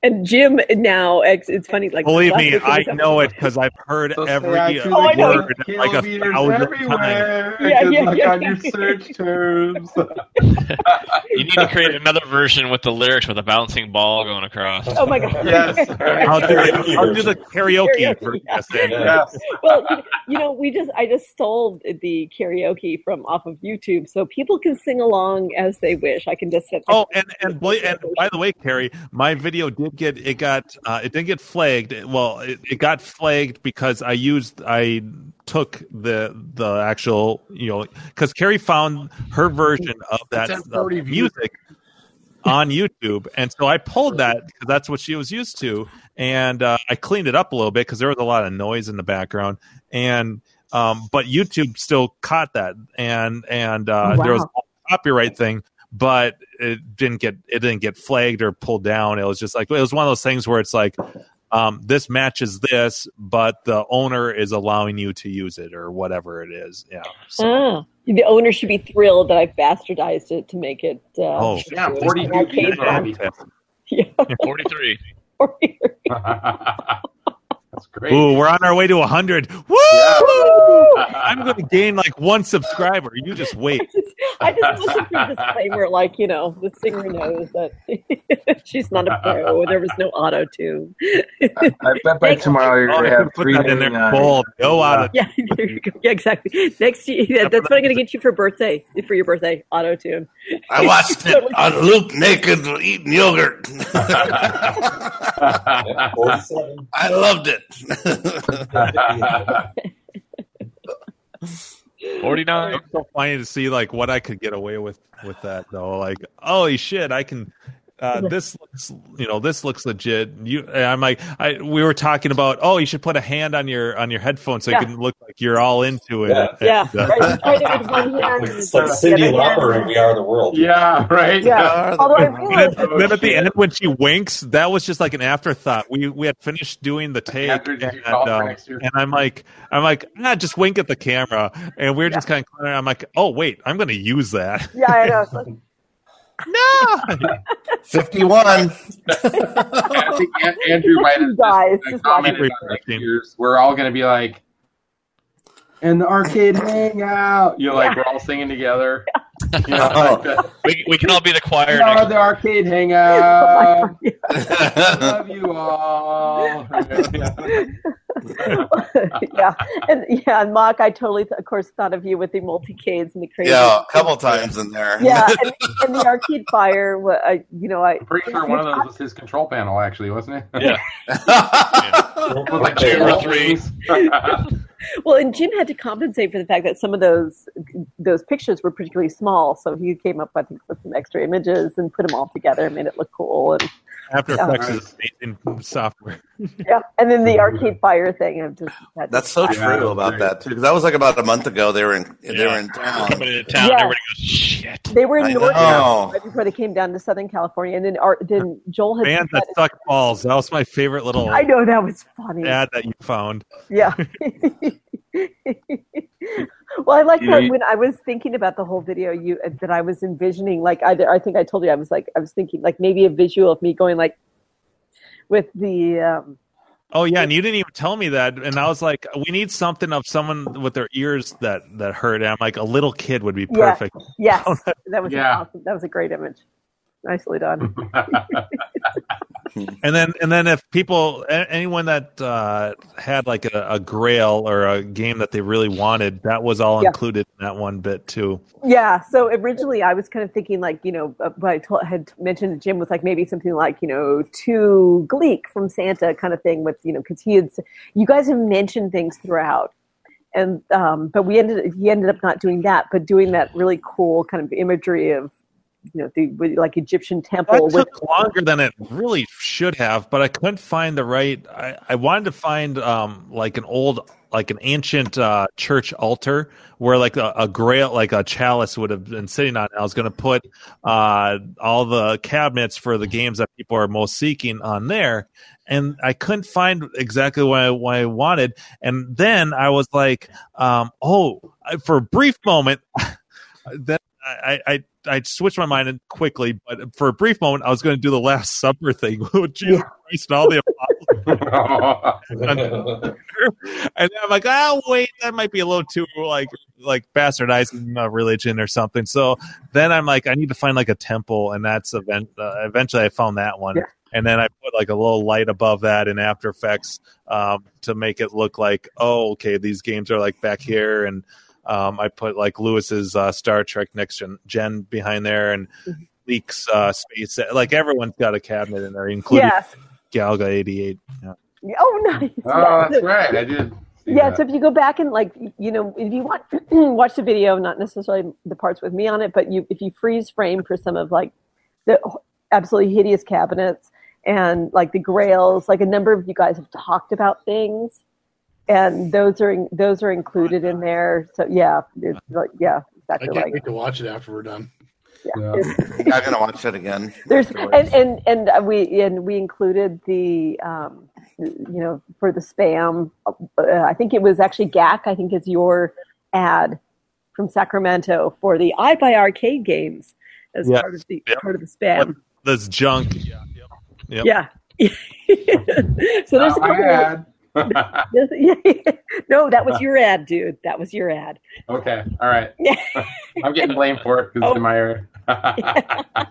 [SPEAKER 2] And Jim now, it's, it's funny. Like
[SPEAKER 3] Believe
[SPEAKER 2] last
[SPEAKER 3] me,
[SPEAKER 2] week it
[SPEAKER 3] I
[SPEAKER 2] was up-
[SPEAKER 3] know it because I've heard every
[SPEAKER 2] Oh, I know.
[SPEAKER 3] word like a thousand times.
[SPEAKER 2] Yeah,
[SPEAKER 4] Good
[SPEAKER 2] yeah,
[SPEAKER 4] luck
[SPEAKER 2] yeah,
[SPEAKER 4] on Oh your search terms.
[SPEAKER 8] You need to create another version with the lyrics with a bouncing ball going across.
[SPEAKER 2] Oh my god!
[SPEAKER 3] I'll do, the, I'll do the karaoke. version.
[SPEAKER 8] Yes.
[SPEAKER 2] well, you- you know, we just I just stole the karaoke from off of YouTube, so people can sing along as they wish. I can just sit.
[SPEAKER 3] Oh, and and, bla- and by the way, Carrie, my video did get it got uh, it didn't get flagged. Well, it, it got flagged because I used I took the the actual you know because Carrie found her version of that
[SPEAKER 1] It's at
[SPEAKER 3] of
[SPEAKER 1] 40 views.
[SPEAKER 3] music on YouTube, and so I pulled that because that's what she was used to, and uh, I cleaned it up a little bit because there was a lot of noise in the background, and um, but YouTube still caught that, and and uh,
[SPEAKER 24] Oh,
[SPEAKER 3] there was
[SPEAKER 24] wow.
[SPEAKER 3] a copyright thing, but it didn't get it didn't get flagged or pulled down. It was just like it was one of those things where it's like. Um, this matches this, but the owner is allowing you to use it or whatever it is. Yeah.
[SPEAKER 2] Ah, the owner should be thrilled that I've bastardized it to make it. Uh,
[SPEAKER 3] Oh,
[SPEAKER 4] yeah, 42 views already.
[SPEAKER 8] Forty-three.
[SPEAKER 4] That's great.
[SPEAKER 3] Ooh, we're on our way to 100. Woo! I'm going to gain like one subscriber. You just wait.
[SPEAKER 2] I just listen for a disclaimer, like you know, the singer knows that she's not a pro. Oh, There was no auto tune.
[SPEAKER 10] I bet by tomorrow you're
[SPEAKER 3] Oh,
[SPEAKER 10] going
[SPEAKER 3] you
[SPEAKER 10] to
[SPEAKER 3] can
[SPEAKER 10] have
[SPEAKER 3] put
[SPEAKER 10] three
[SPEAKER 3] that in there. Bold. Go out of-
[SPEAKER 2] Yeah, there you go. Yeah, exactly. Next, year, yeah, that's what I'm going to get you for birthday. For your birthday, auto tune.
[SPEAKER 25] I watched it on loop naked eating yogurt. I loved it.
[SPEAKER 3] 49. It's so funny to see like what I could get away with with that though. Like, holy shit, I can. Uh, this looks, you know, this looks legit. You, and I'm like, I we were talking about. Oh, you should put a hand on your on your headphone so
[SPEAKER 2] Yeah.
[SPEAKER 3] you can look like you're all into it.
[SPEAKER 2] Yeah, yeah.
[SPEAKER 3] And, uh,
[SPEAKER 2] Right. Try to with one hand.
[SPEAKER 6] It's like Cindy Lauper in We Are the World.
[SPEAKER 4] Yeah, right.
[SPEAKER 2] Yeah. Although I realized that
[SPEAKER 3] then at the end when she winks, that was just like an afterthought. We we had finished doing the take, and,
[SPEAKER 4] call for
[SPEAKER 3] um,
[SPEAKER 4] next year?
[SPEAKER 3] and I'm like, I'm like, nah, just wink at the camera, and we are just kind of. I'm like, oh wait, I'm going to use that.
[SPEAKER 2] Yeah, I know. It's like,
[SPEAKER 25] Fifty-one.
[SPEAKER 4] I think An- Andrew might have
[SPEAKER 2] guys,
[SPEAKER 4] just commented on next year's. We're all going to be like, and the arcade hangout. You're like, we're all singing together. You know,
[SPEAKER 10] Oh.
[SPEAKER 4] like the-
[SPEAKER 8] We, we can all be the choir
[SPEAKER 4] We
[SPEAKER 8] next
[SPEAKER 4] are the arcade hangout. Love you all.
[SPEAKER 2] yeah, and yeah, and Mark, I totally, of course, thought of you with the multicades and the crazy.
[SPEAKER 25] yeah, a couple times in there.
[SPEAKER 2] Yeah, and, and the arcade fire. wa- I, you know, I.
[SPEAKER 4] Pretty sure one of those was his control panel, actually, wasn't it?
[SPEAKER 8] Yeah.
[SPEAKER 4] like two or three.
[SPEAKER 2] Well, and Jim had to compensate for the fact that some of those those pictures were particularly small, so he came up, I think, with some extra images and put them all together and made it look cool. And
[SPEAKER 3] After
[SPEAKER 2] Yeah.
[SPEAKER 3] Effects is amazing software.
[SPEAKER 2] yeah, and then the arcade fire thing. I've just had to-
[SPEAKER 25] That's so true about that too. Because that was like about a month ago. They were in. They were in town.
[SPEAKER 2] town, Yeah. everybody
[SPEAKER 8] shit.
[SPEAKER 2] They were
[SPEAKER 25] I
[SPEAKER 2] in North
[SPEAKER 25] know.
[SPEAKER 2] Carolina right before they came down to Southern California, and then Art, then Joel had.
[SPEAKER 3] Band that suck balls. That was my favorite little
[SPEAKER 2] I know that was funny.
[SPEAKER 3] ad that you found.
[SPEAKER 2] Yeah. well, I like
[SPEAKER 3] You
[SPEAKER 2] that
[SPEAKER 3] know, you-
[SPEAKER 2] when I was thinking about the whole video, you uh, that I was envisioning like either I think I told you I was like I was thinking like maybe a visual of me going like with the um,
[SPEAKER 3] Oh yeah, and you didn't even tell me that, and I was like, we need something of someone with their ears that that hurt. And I'm like, a little kid would be
[SPEAKER 2] yeah,
[SPEAKER 3] perfect.
[SPEAKER 2] yes that was
[SPEAKER 3] Yeah.
[SPEAKER 2] awesome that was a great image nicely done
[SPEAKER 3] and then and then if people a- anyone that uh, had like a, a grail or a game that they really wanted that was all
[SPEAKER 2] Yeah.
[SPEAKER 3] included in that one bit too
[SPEAKER 2] Yeah. So originally, I was kind of thinking like you know uh, what I told, had mentioned to Jim was like maybe something like you know to Gleek from Santa kind of thing with you know because he had s- you guys have mentioned things throughout. And um, but we ended he ended up not doing that, but doing that really cool kind of imagery of you know, the with, like Egyptian temple.
[SPEAKER 3] That
[SPEAKER 2] with,
[SPEAKER 3] took longer than it really should have, but I couldn't find the right. I, I wanted to find um like an old, like an ancient uh, church altar where like a, a grail, like a chalice would have been sitting on. I was going to put uh all the cabinets for the games that people are most seeking on there, and I couldn't find exactly what I, what I wanted. And then I was like, um, oh, I- for a brief moment. then I, I I switched my mind and quickly, but for a brief moment, I was going to do the Last Supper thing with Jesus Christ and all the apostles. and then I'm like, ah, wait, that might be a little too like like bastardizing uh, religion or something. So then I'm like, I need to find like a temple, and that's event. Uh, eventually, I found that one. And then I put like a little light above that in After Effects um, to make it look like, oh, okay, these games are like back here, and um, I put like Lewis's uh, Star Trek Next Gen, Gen behind there, and Leaks uh, Space. Like everyone's got a cabinet in there, including
[SPEAKER 2] Yes.
[SPEAKER 3] Galaga eighty eight. Yeah.
[SPEAKER 2] Oh, nice.
[SPEAKER 4] Oh,
[SPEAKER 2] Yeah.
[SPEAKER 4] that's right. I did. see
[SPEAKER 2] Yeah,
[SPEAKER 4] that.
[SPEAKER 2] so if you go back and like you know, if you want watch the video, not necessarily the parts with me on it, but you if you freeze frame for some of like the absolutely hideous cabinets and like the grails, like a number of you guys have talked about things, and those are in, those are included in there. So yeah, it's like yeah,
[SPEAKER 1] I
[SPEAKER 2] exactly
[SPEAKER 1] can't
[SPEAKER 2] like
[SPEAKER 1] wait to watch it after we're done.
[SPEAKER 2] Yeah.
[SPEAKER 7] Yeah, I'm gonna watch it again.
[SPEAKER 2] There's
[SPEAKER 7] afterwards.
[SPEAKER 2] and, and and uh, we and we included the um, you know for the spam. Uh, I think it was actually GAC. I think is your ad from Sacramento for the I Buy Arcade games as
[SPEAKER 3] Yes.
[SPEAKER 2] part of the
[SPEAKER 3] Yep.
[SPEAKER 2] part of the spam.
[SPEAKER 3] That's junk. Yeah. yep, yep.
[SPEAKER 2] Yeah. so there's a couple of- there's- yeah. no, that
[SPEAKER 3] Uh-huh.
[SPEAKER 2] was your ad, dude. That was your ad.
[SPEAKER 4] Okay. All right. I'm getting blamed for it because it's in my area. Uh,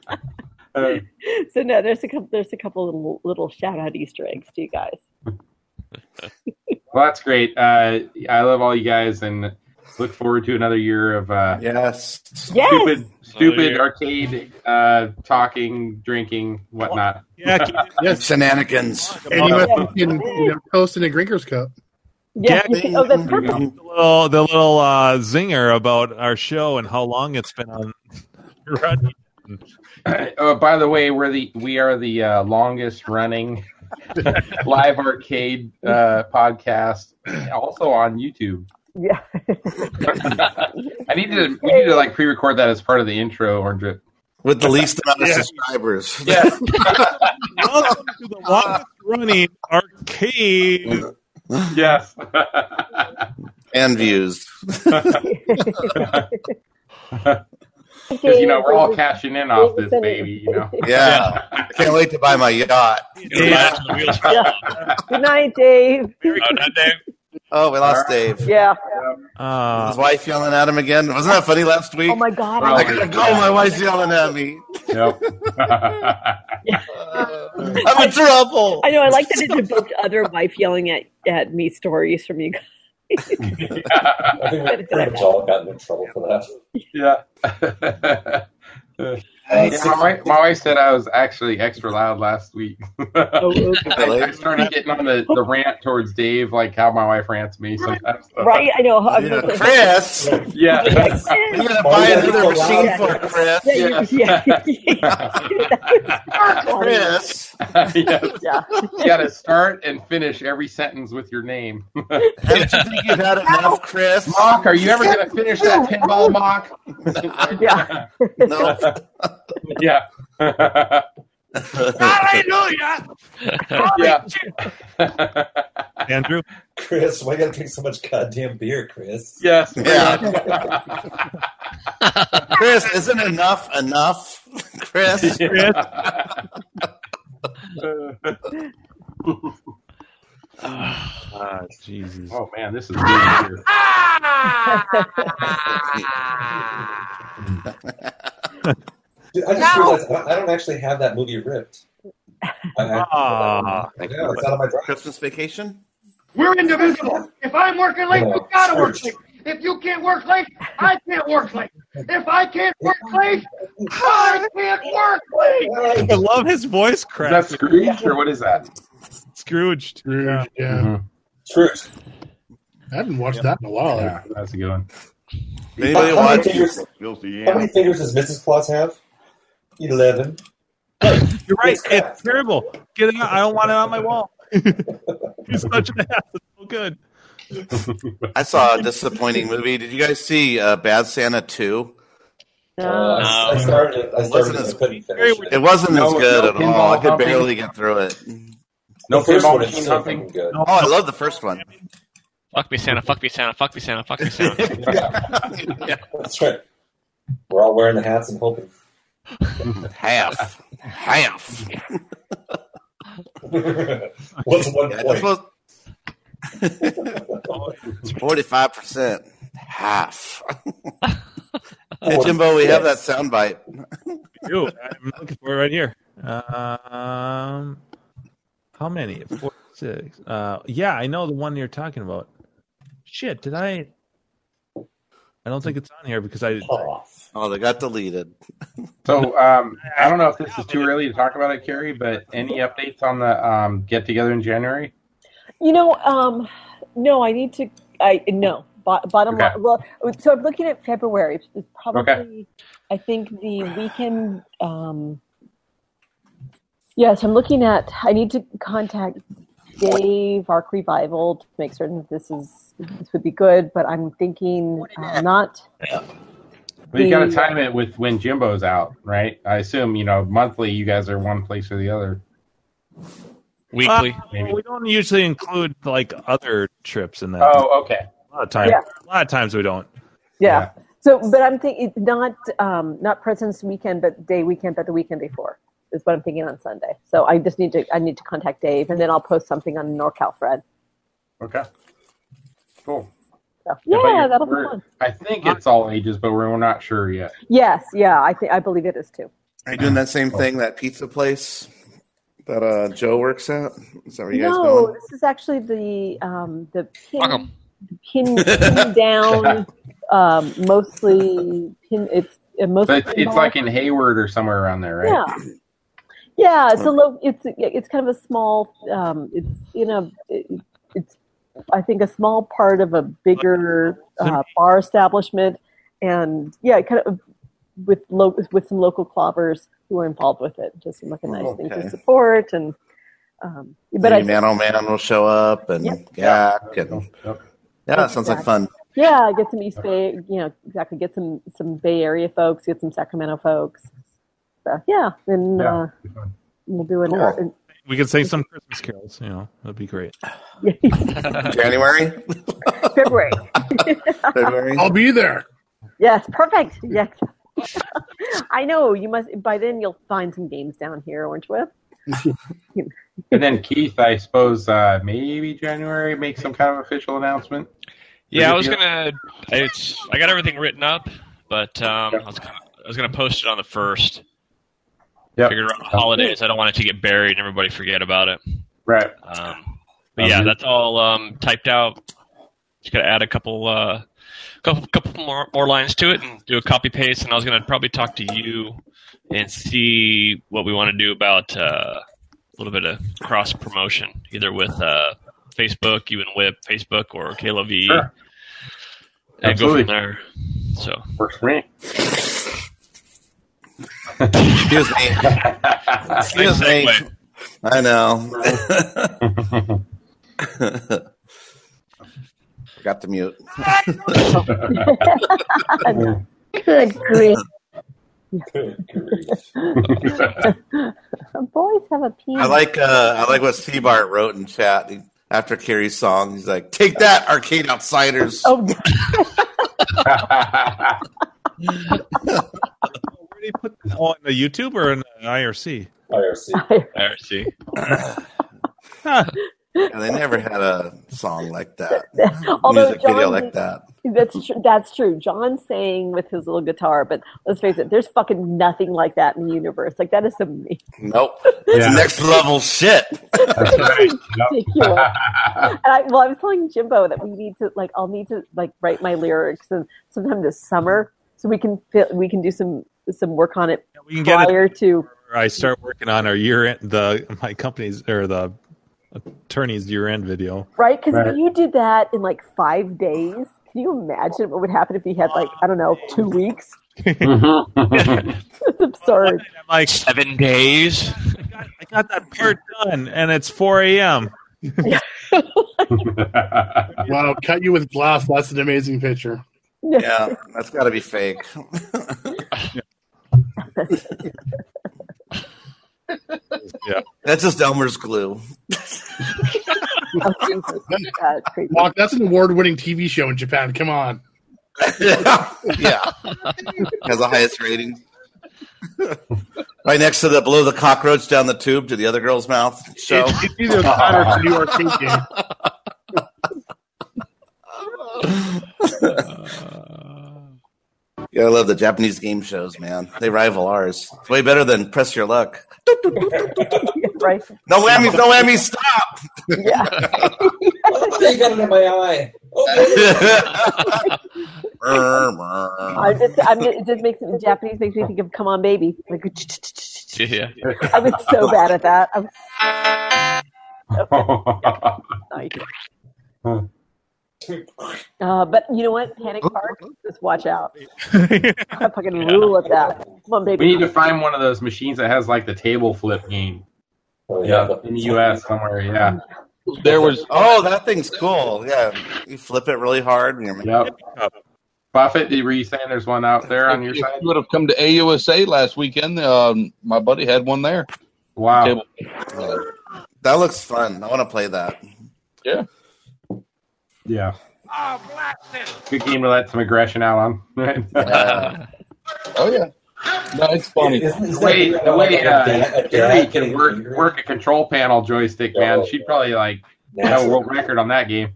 [SPEAKER 2] So no, there's a couple. There's a couple little little shout out Easter eggs to you guys.
[SPEAKER 4] well, that's great. Uh, I love all you guys and look forward to another year of uh,
[SPEAKER 7] yes,
[SPEAKER 2] Yes.
[SPEAKER 4] stupid,
[SPEAKER 7] Another
[SPEAKER 4] stupid
[SPEAKER 7] year.
[SPEAKER 4] arcade uh, talking, drinking, whatnot.
[SPEAKER 3] Yeah,
[SPEAKER 7] shenanigans.
[SPEAKER 1] And you must be in you know, toast in a drinker's cup.
[SPEAKER 2] Yeah. oh, that's perfect.
[SPEAKER 3] The little, the little uh, zinger about our show and how long it's been on. Run-
[SPEAKER 4] oh, by the way, we're the we are the uh, longest running live arcade uh, podcast, also on YouTube.
[SPEAKER 2] Yeah.
[SPEAKER 4] I need to we need to like pre-record that as part of the intro, or drip.
[SPEAKER 7] With the least amount of
[SPEAKER 4] Yeah.
[SPEAKER 7] subscribers.
[SPEAKER 4] Yes.
[SPEAKER 3] Welcome to the longest running arcade.
[SPEAKER 4] Yes.
[SPEAKER 7] and views.
[SPEAKER 4] Because you know we're all cashing in off this baby. You know.
[SPEAKER 7] Yeah. I can't wait to buy my yacht.
[SPEAKER 2] Good night, Dave.
[SPEAKER 7] Oh, we lost Dave.
[SPEAKER 2] Yeah.
[SPEAKER 3] Uh,
[SPEAKER 7] His wife yelling at him again. Wasn't that funny last week?
[SPEAKER 2] Oh my god.
[SPEAKER 7] I
[SPEAKER 2] I'm-
[SPEAKER 7] gotta go. My wife's yelling at me.
[SPEAKER 4] Yep.
[SPEAKER 7] I'm in trouble.
[SPEAKER 2] I know. I like that it evoked other wife yelling at, at me stories from you guys.
[SPEAKER 6] I think we've pretty much all gotten in trouble for that.
[SPEAKER 4] Yeah.
[SPEAKER 7] Uh,
[SPEAKER 4] Yeah, my, wife, my wife said I was actually extra loud last week.
[SPEAKER 2] Oh,
[SPEAKER 4] I, I started getting on the, the rant towards Dave, like how my wife rants me sometimes.
[SPEAKER 2] Right? I know. I'm-
[SPEAKER 4] Yeah. Chris! Yeah.
[SPEAKER 2] We're
[SPEAKER 7] gonna buy another machine for Chris.
[SPEAKER 2] Yeah, you- yeah.
[SPEAKER 7] Chris.
[SPEAKER 4] yes.
[SPEAKER 2] Yeah.
[SPEAKER 4] You got to start and finish every sentence with your name.
[SPEAKER 7] Haven't you think you've had enough, Chris?
[SPEAKER 4] Mock, are you ever going to finish that pinball mock?
[SPEAKER 2] yeah.
[SPEAKER 7] No.
[SPEAKER 4] Yeah.
[SPEAKER 10] Hallelujah!
[SPEAKER 4] yeah.
[SPEAKER 3] Andrew?
[SPEAKER 6] Chris, why you gotta drink so much goddamn beer, Chris?
[SPEAKER 4] Yes.
[SPEAKER 7] Yeah. Chris, isn't enough enough? Chris.
[SPEAKER 4] Chris.
[SPEAKER 3] Ah, Jesus.
[SPEAKER 4] Oh, man, this is good. here.
[SPEAKER 6] Dude, I just realized I don't, I don't actually have that movie ripped. I, I,
[SPEAKER 3] Ah.
[SPEAKER 6] yeah, it's out of my drive.
[SPEAKER 7] Christmas vacation?
[SPEAKER 10] We're indivisible. If I'm working late, you gotta work late. If you can't work late, I can't work late. If I can't work late, I can't work late.
[SPEAKER 3] I love his voice crack.
[SPEAKER 4] Is that Scrooge or what is that?
[SPEAKER 3] Scrooge.
[SPEAKER 1] Yeah.
[SPEAKER 6] Scrooge.
[SPEAKER 1] I haven't watched that in a while.
[SPEAKER 4] Yeah, that's a good one.
[SPEAKER 7] Anybody
[SPEAKER 6] how, many
[SPEAKER 7] watch?
[SPEAKER 6] fingers, how many fingers does Mrs. Claus have? Eleven.
[SPEAKER 3] You're right. It's terrible. Get it out. I don't want it on my wall. He's such an ass. It's so good.
[SPEAKER 7] I saw a disappointing movie. Did you guys see uh, Bad Santa Two?
[SPEAKER 6] Uh, I, I started. I
[SPEAKER 7] Um, Wasn't
[SPEAKER 6] started. and I
[SPEAKER 7] as-
[SPEAKER 6] couldn't finish
[SPEAKER 7] It wasn't as
[SPEAKER 6] No-
[SPEAKER 7] good
[SPEAKER 6] no
[SPEAKER 7] at all. I
[SPEAKER 6] pinball
[SPEAKER 7] could
[SPEAKER 6] humping?
[SPEAKER 7] barely get through it.
[SPEAKER 6] No The first pinball one is machine so
[SPEAKER 7] something
[SPEAKER 6] humping? fucking good.
[SPEAKER 7] Oh, I love the first one.
[SPEAKER 8] Fuck me, Santa. Fuck me, Santa. Fuck me, Santa. Fuck me, Santa.
[SPEAKER 6] That's right. We're all wearing the hats and hoping.
[SPEAKER 7] Half. Half.
[SPEAKER 6] What's one
[SPEAKER 7] Yeah,
[SPEAKER 6] point?
[SPEAKER 7] It's forty-five percent, half. hey, Jimbo, we have that soundbite.
[SPEAKER 3] Ew, I'm looking for it right here. Um, how many? Four, six. Uh, yeah, I know the one you're talking about. Shit, did I? I don't think it's on here because I.
[SPEAKER 7] Oh, they got deleted.
[SPEAKER 4] So um, I don't know if this is too early to talk about it, Carrie, but any updates on the um, get together in January?
[SPEAKER 2] You know, um, no, I need to. I no. Bo- bottom
[SPEAKER 4] Okay.
[SPEAKER 2] line. Well, so I'm looking at February. It's- It's probably.
[SPEAKER 4] Okay.
[SPEAKER 2] I think the weekend. Um, yes, I'm looking at. I need to contact Dave Arc Revival to make certain that this is this would be good. But I'm thinking uh, not.
[SPEAKER 4] Well, you got to
[SPEAKER 2] The-
[SPEAKER 4] time it with when Jimbo's out, right? I assume you know monthly. You guys are one place or the other.
[SPEAKER 3] Weekly. we don't usually include like other trips in that.
[SPEAKER 4] Oh, okay.
[SPEAKER 3] A lot of times,
[SPEAKER 2] Yeah.
[SPEAKER 3] a lot of times we don't.
[SPEAKER 2] Yeah. So, but I'm thinking not um, not President's weekend, but day weekend, but the weekend before is what I'm thinking on Sunday. So I just need to I need to contact Dave, and then I'll post something on NorCal Fred.
[SPEAKER 4] Uh, Okay. Cool.
[SPEAKER 2] So,
[SPEAKER 4] Yeah, but
[SPEAKER 2] yeah,
[SPEAKER 4] you're-
[SPEAKER 2] that'll be
[SPEAKER 4] we're-
[SPEAKER 2] fun.
[SPEAKER 4] I think it's all ages, but we're, we're not sure yet.
[SPEAKER 2] Yes, yeah, I think I believe it is too.
[SPEAKER 7] Are you doing that same thing? That pizza place that uh, Joe works at. Is that where you guys
[SPEAKER 2] No,
[SPEAKER 7] going?
[SPEAKER 2] this is actually the um, the
[SPEAKER 7] Fuck
[SPEAKER 2] pin,
[SPEAKER 7] 'em.
[SPEAKER 2] pin, pin down, um, mostly pin. It's uh, mostly.
[SPEAKER 4] But it's, it's
[SPEAKER 2] pinball.
[SPEAKER 4] like in Hayward or somewhere around there, right?
[SPEAKER 2] Yeah. Yeah, it's a low. It's it's kind of a small. Um, it's you know, it, it's I think a small part of a bigger uh, bar establishment, and yeah, kind of with lo- with some local clobbers who are involved with it. Just seemed like a nice thing
[SPEAKER 7] Okay.
[SPEAKER 2] to support, and um, but I
[SPEAKER 7] Maybe Man Oh Man will show up and Gak and yeah, that sounds like fun.
[SPEAKER 2] yeah, get some East Bay, you know, exactly. Get some some Bay Area folks, get some Sacramento folks. So yeah, and
[SPEAKER 3] Yeah,
[SPEAKER 2] uh, we'll do an,
[SPEAKER 3] Cool.
[SPEAKER 2] an
[SPEAKER 3] We could sing some Christmas carols. You know, that'd be great.
[SPEAKER 7] January?
[SPEAKER 2] February.
[SPEAKER 1] I'll be there.
[SPEAKER 2] Yes, perfect. Yes. I know you must. By then, you'll find some games down here, Orange Whip.
[SPEAKER 4] And then Keith, I suppose uh, maybe January make some kind of official announcement.
[SPEAKER 8] Yeah, I was
[SPEAKER 4] Or maybe-
[SPEAKER 8] gonna. It's I got everything written up, but um, I was gonna, I was gonna post it on the first.
[SPEAKER 4] Yep.
[SPEAKER 8] Figured around the holidays. I don't want it to get buried and everybody forget about it.
[SPEAKER 4] Right.
[SPEAKER 8] Um, but yeah, that's all um, typed out. Just gotta add a couple, uh, couple, couple more, more lines to it and do a copy paste. And I was gonna probably talk to you and see what we want to do about uh, a little bit of cross promotion, either with uh, Facebook, you and Whip, Facebook, or KLOV.
[SPEAKER 4] Sure.
[SPEAKER 8] And
[SPEAKER 4] Absolutely.
[SPEAKER 8] go from there. So
[SPEAKER 4] works for me.
[SPEAKER 7] Excuse me. Excuse me.
[SPEAKER 8] Segue.
[SPEAKER 7] I know. Forgot to mute.
[SPEAKER 2] Good grief. Boys have a penis.
[SPEAKER 7] I like uh, I like what C Bart wrote in chat He- after Carrie's song. He's like, "Take that, Arcade Outsiders."
[SPEAKER 2] Oh,
[SPEAKER 3] Oh, on the YouTube or in the IRC?
[SPEAKER 2] IRC.
[SPEAKER 8] IRC.
[SPEAKER 7] Yeah, they never had a song like that,
[SPEAKER 2] Although
[SPEAKER 7] music video
[SPEAKER 2] John-
[SPEAKER 7] like that.
[SPEAKER 2] That's tr- that's true. John sang with his little guitar, but let's face it, there's fucking nothing like that in the universe. Like that is amazing.
[SPEAKER 7] Nope, it's
[SPEAKER 26] Yeah.
[SPEAKER 7] next level shit.
[SPEAKER 4] That's right.
[SPEAKER 2] Ridiculous.
[SPEAKER 7] Ah.
[SPEAKER 2] and I, well, I was telling Jimbo that we need to like I'll need to like write my lyrics and sometime this summer so we can fit, we can do some some work on it
[SPEAKER 3] we can get it-
[SPEAKER 2] prior to
[SPEAKER 3] I start working on our year end, the my company's or the attorney's year end video.
[SPEAKER 2] right because
[SPEAKER 3] Right.
[SPEAKER 2] if you did that in like five days, can you imagine what would happen if he had like I don't know two weeks? it's absurd.
[SPEAKER 3] like Mm-hmm. seven days. I got, I got that part done, and it's four a.m.
[SPEAKER 1] wow, cut you with glass. That's an amazing picture.
[SPEAKER 7] yeah, that's got to be fake.
[SPEAKER 3] yeah,
[SPEAKER 7] that's just Elmer's glue.
[SPEAKER 1] Mark, that's an award-winning TV show in Japan. Come on.
[SPEAKER 7] yeah, has the highest rating. right next to the blow the cockroach down the tube to the other girl's mouth show.
[SPEAKER 1] It's, it's either that or it's a New York State game.
[SPEAKER 7] Yeah, I love the Japanese game shows, man. They rival ours. It's way better than Press Your Luck.
[SPEAKER 2] right.
[SPEAKER 7] No whammies, no whammies, stop!
[SPEAKER 2] Yeah.
[SPEAKER 7] you got it in my eye.
[SPEAKER 2] I just, I'm, it just makes Japanese makes me think of "Come on, baby." Like,
[SPEAKER 8] Yeah.
[SPEAKER 2] I was so bad at that. I was, uh, but you know what? Panic Park. Just watch out. I fucking rule at that. Come on, baby.
[SPEAKER 4] We need to find one of those machines that has like the table flip game.
[SPEAKER 7] yeah.
[SPEAKER 4] in the U.S. somewhere. Yeah,
[SPEAKER 7] There was oh, that thing's cool. Yeah, you flip it really hard. And you're
[SPEAKER 4] yep. Buffett, were you saying there's one out there on your
[SPEAKER 11] If
[SPEAKER 4] side?
[SPEAKER 11] You would have come to AUSA last weekend. Um, my buddy had one there.
[SPEAKER 4] Wow.
[SPEAKER 7] That looks fun. I want to play that.
[SPEAKER 11] Yeah.
[SPEAKER 4] Yeah. Good game to let some aggression out on. Right?
[SPEAKER 11] oh yeah. No, it's funny.
[SPEAKER 4] The way, the way uh, Carrie can work work a control panel joystick, man, she'd probably like have a world record on that game.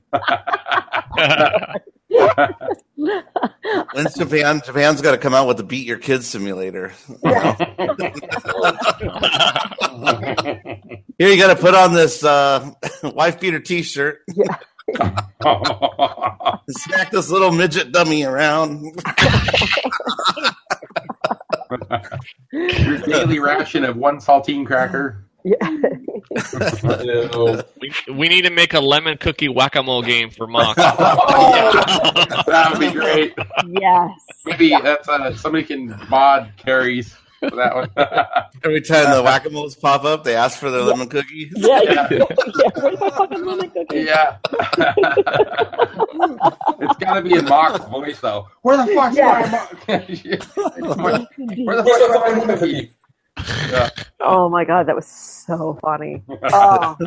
[SPEAKER 7] When's Japan? Japan's got to come out with the beat your kids simulator. Here you got to put on this uh, wife beater T-shirt. Smack this little midget dummy around.
[SPEAKER 4] Your daily ration of one saltine cracker.
[SPEAKER 7] Yeah.
[SPEAKER 8] We, we need to make a lemon cookie whack a mole game for Mock.
[SPEAKER 4] that would be great.
[SPEAKER 2] Yes.
[SPEAKER 4] Maybe that's uh, somebody can mod carries for that one.
[SPEAKER 7] Every time the whack a moles pop up, they ask for their lemon cookie.
[SPEAKER 2] Yeah, yeah, Where's my fucking lemon cookie?
[SPEAKER 4] Yeah. it's got to be in Mock's voice, though. Where the fuck's
[SPEAKER 2] Yeah.
[SPEAKER 4] my Mock? Where the fuck's my lemon cookie? Yeah.
[SPEAKER 2] Oh my god, that was so funny. Oh,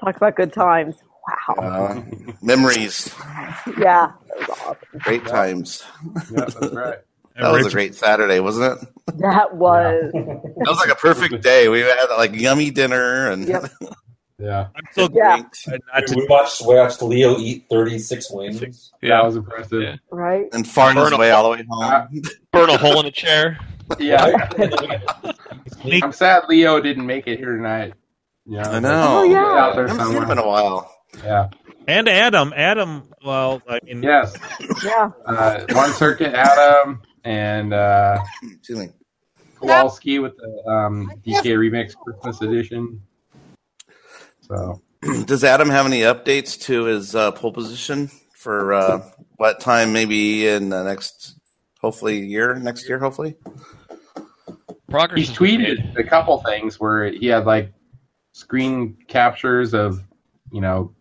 [SPEAKER 2] talk about good times. Wow.
[SPEAKER 7] Uh, memories,
[SPEAKER 2] Yeah.
[SPEAKER 7] great times.
[SPEAKER 4] Yeah, that's right.
[SPEAKER 7] That was a great Saturday, wasn't it?
[SPEAKER 2] That was
[SPEAKER 7] That was like a perfect day. We had like yummy dinner and
[SPEAKER 2] Yep.
[SPEAKER 4] Yeah.
[SPEAKER 3] I'm so
[SPEAKER 2] yeah,
[SPEAKER 6] we watched, we watched Leo eat 36 wings.
[SPEAKER 4] That was impressive. Uh, Yeah.
[SPEAKER 2] right?
[SPEAKER 7] and farting his
[SPEAKER 8] Burn a-
[SPEAKER 7] way all the way home.
[SPEAKER 8] Burn a hole in a chair.
[SPEAKER 4] I'm sad Leo didn't make it here tonight. Yeah.
[SPEAKER 7] I know.
[SPEAKER 2] Oh, yeah.
[SPEAKER 7] I
[SPEAKER 4] Out there
[SPEAKER 7] haven't seen him in
[SPEAKER 4] somewhere.
[SPEAKER 7] a while.
[SPEAKER 4] Yeah.
[SPEAKER 3] And Adam, Adam. Well, I mean,
[SPEAKER 4] Yes.
[SPEAKER 2] Yeah.
[SPEAKER 4] Uh, one circuit, Adam, and uh,
[SPEAKER 7] Excuse me.
[SPEAKER 4] Kowalski with the um, DK Remix Christmas Edition. So
[SPEAKER 7] Does Adam have any updates to his uh, pole position for uh, what time? Maybe in the next, hopefully year, next year, hopefully.
[SPEAKER 8] Progress.
[SPEAKER 4] he's
[SPEAKER 8] is made.
[SPEAKER 4] tweeted a couple things where he had like screen captures of you know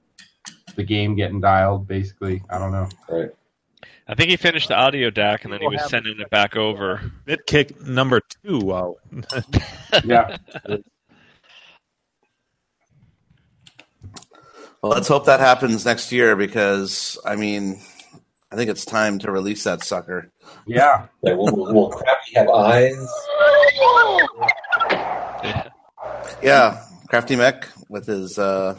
[SPEAKER 4] the game getting dialed. Basically, I don't know.
[SPEAKER 6] Right.
[SPEAKER 8] I think he finished the audio DAC and then he was sending it back over.
[SPEAKER 3] bit kick number two. Wow.
[SPEAKER 4] Yeah.
[SPEAKER 7] Well, let's hope that happens next year because I mean, I think it's time to release that sucker.
[SPEAKER 4] Yeah.
[SPEAKER 6] Yeah, will, will Crafty have eyes?
[SPEAKER 7] Yeah, Crafty Mech with his uh,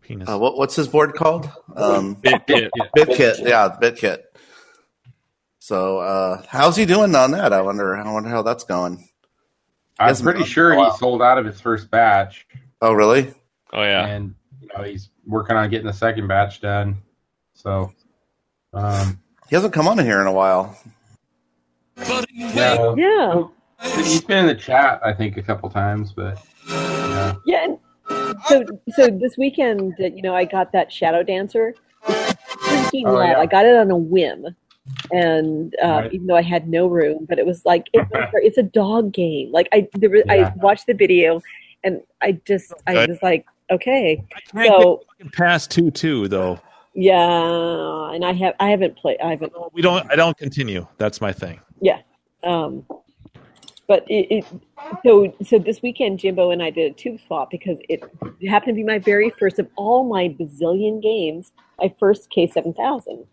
[SPEAKER 3] Penis.
[SPEAKER 7] uh what, what's his board called? Um,
[SPEAKER 8] Bit bit.
[SPEAKER 7] BitKit, yeah, BitKit. So, uh, how's he doing on that? I wonder. I wonder how that's going.
[SPEAKER 4] I'm
[SPEAKER 7] Hasn't
[SPEAKER 4] pretty
[SPEAKER 7] gone
[SPEAKER 4] sure
[SPEAKER 7] for a
[SPEAKER 4] he
[SPEAKER 7] while.
[SPEAKER 4] sold out of his first batch,
[SPEAKER 7] Oh, really?
[SPEAKER 8] Oh yeah.
[SPEAKER 4] and you know he's working on getting the second batch done. So, um,
[SPEAKER 7] He hasn't come on here in a while.
[SPEAKER 4] yeah,
[SPEAKER 2] Yeah.
[SPEAKER 4] he's been in the chat I think a couple times, but yeah,
[SPEAKER 2] Yeah. And so, so this weekend, uh, you know, I got that Shadow Dancer. Freaking
[SPEAKER 4] Oh,
[SPEAKER 2] love.
[SPEAKER 4] yeah.
[SPEAKER 2] I got it on a whim. and uh,
[SPEAKER 14] Right.
[SPEAKER 2] even though I had no room, but it was like it was- it's a dog game. Like I, there was, I
[SPEAKER 3] Yeah.
[SPEAKER 2] watched the video, and I just, I
[SPEAKER 3] Good.
[SPEAKER 2] was like, okay,
[SPEAKER 3] Can't
[SPEAKER 2] so
[SPEAKER 3] get fucking past two two though.
[SPEAKER 2] yeah, and I have, I haven't played, I haven't,
[SPEAKER 3] We don't. I don't continue. That's my thing.
[SPEAKER 2] yeah, um, but it, it, so, so this weekend, Jimbo and I did a tube swap because it happened to be my very first of all my bazillion games, my first K seven thousand.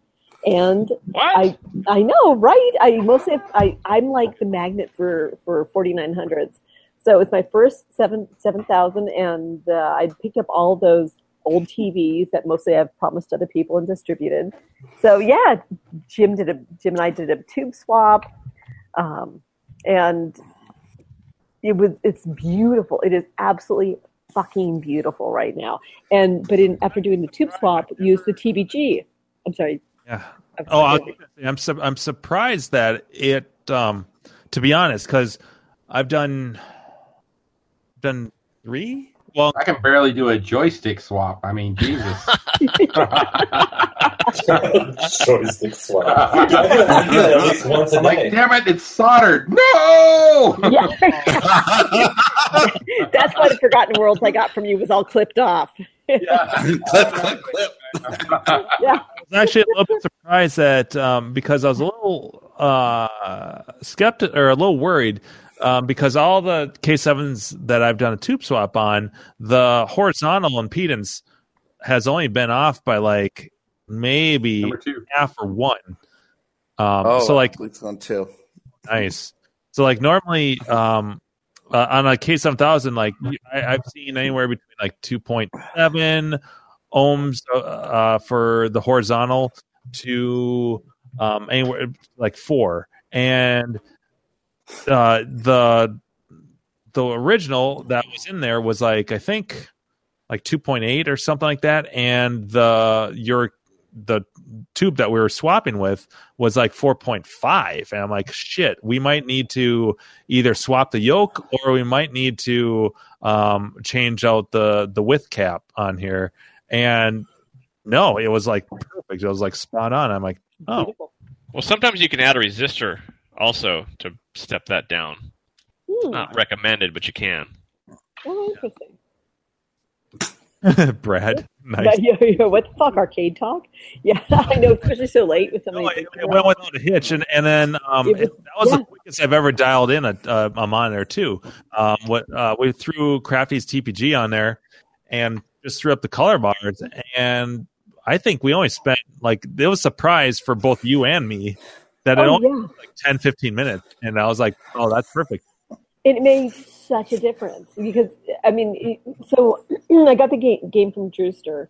[SPEAKER 2] and I I know, right? I mostly I I'm like the magnet for for 4900s. So it's my first seven seven thousand, and uh, I picked up all those old TVs that mostly I've promised other people and distributed. So yeah, Jim did a Jim and I did a tube swap, um, and it was it's beautiful. It is absolutely fucking beautiful right now. And but in after doing the tube swap, use the TBG. I'm sorry,
[SPEAKER 3] Yeah. Oh, I am su- I'm surprised that it. Um, to be honest, because I've done done three. Well,
[SPEAKER 4] I can barely do a joystick swap. I mean, Jesus.
[SPEAKER 6] joystick swap.
[SPEAKER 12] at least once a
[SPEAKER 4] I'm like,
[SPEAKER 12] day.
[SPEAKER 4] damn it, it's soldered. No.
[SPEAKER 2] That's why the Forgotten Worlds I got from you was all clipped off.
[SPEAKER 25] clip, clip,
[SPEAKER 4] clip.
[SPEAKER 2] yeah.
[SPEAKER 3] I was actually a little bit surprised that um, because I was a little uh, skeptic or a little worried um, because all the K7s that I've done a tube swap on, the horizontal impedance has only been off by like maybe half or one. Um,
[SPEAKER 25] oh,
[SPEAKER 3] so like
[SPEAKER 25] it's on two.
[SPEAKER 3] Nice. So like normally um uh, on a K seven thousand, like I, I've seen anywhere between like two point seven ohms uh, uh, for the horizontal to um anywhere like four, and uh the the original that was in there was like I think like 2.8 or something like that and the your the tube that we were swapping with was like 4.5 and I'm like shit we might need to either swap the yoke or we might need to um change out the the width cap on here and no it was like perfect it was like spot on I'm like oh
[SPEAKER 8] Well, sometimes you can add a resistor also to step that down.
[SPEAKER 2] It's
[SPEAKER 8] not recommended, but you can.
[SPEAKER 2] Oh, interesting.
[SPEAKER 3] Brad nice
[SPEAKER 2] But, you know, what the fuck, arcade talk? Yeah, I know, especially so late with somebody.
[SPEAKER 3] it went without a hitch, and and then um,
[SPEAKER 2] It was-
[SPEAKER 3] it- that was the quickest I've ever dialed in a a, a monitor too. Um, what uh, we threw Crafty's TPG on there, and just threw up the color bars, and I think we only spent like it was a surprise for both you and me that it
[SPEAKER 2] Oh,
[SPEAKER 3] only
[SPEAKER 2] yeah.
[SPEAKER 3] took, like 10, 15 minutes, and I was like, oh, that's perfect.
[SPEAKER 2] It made such a difference because I mean, it- so I got the game, game from Drewster,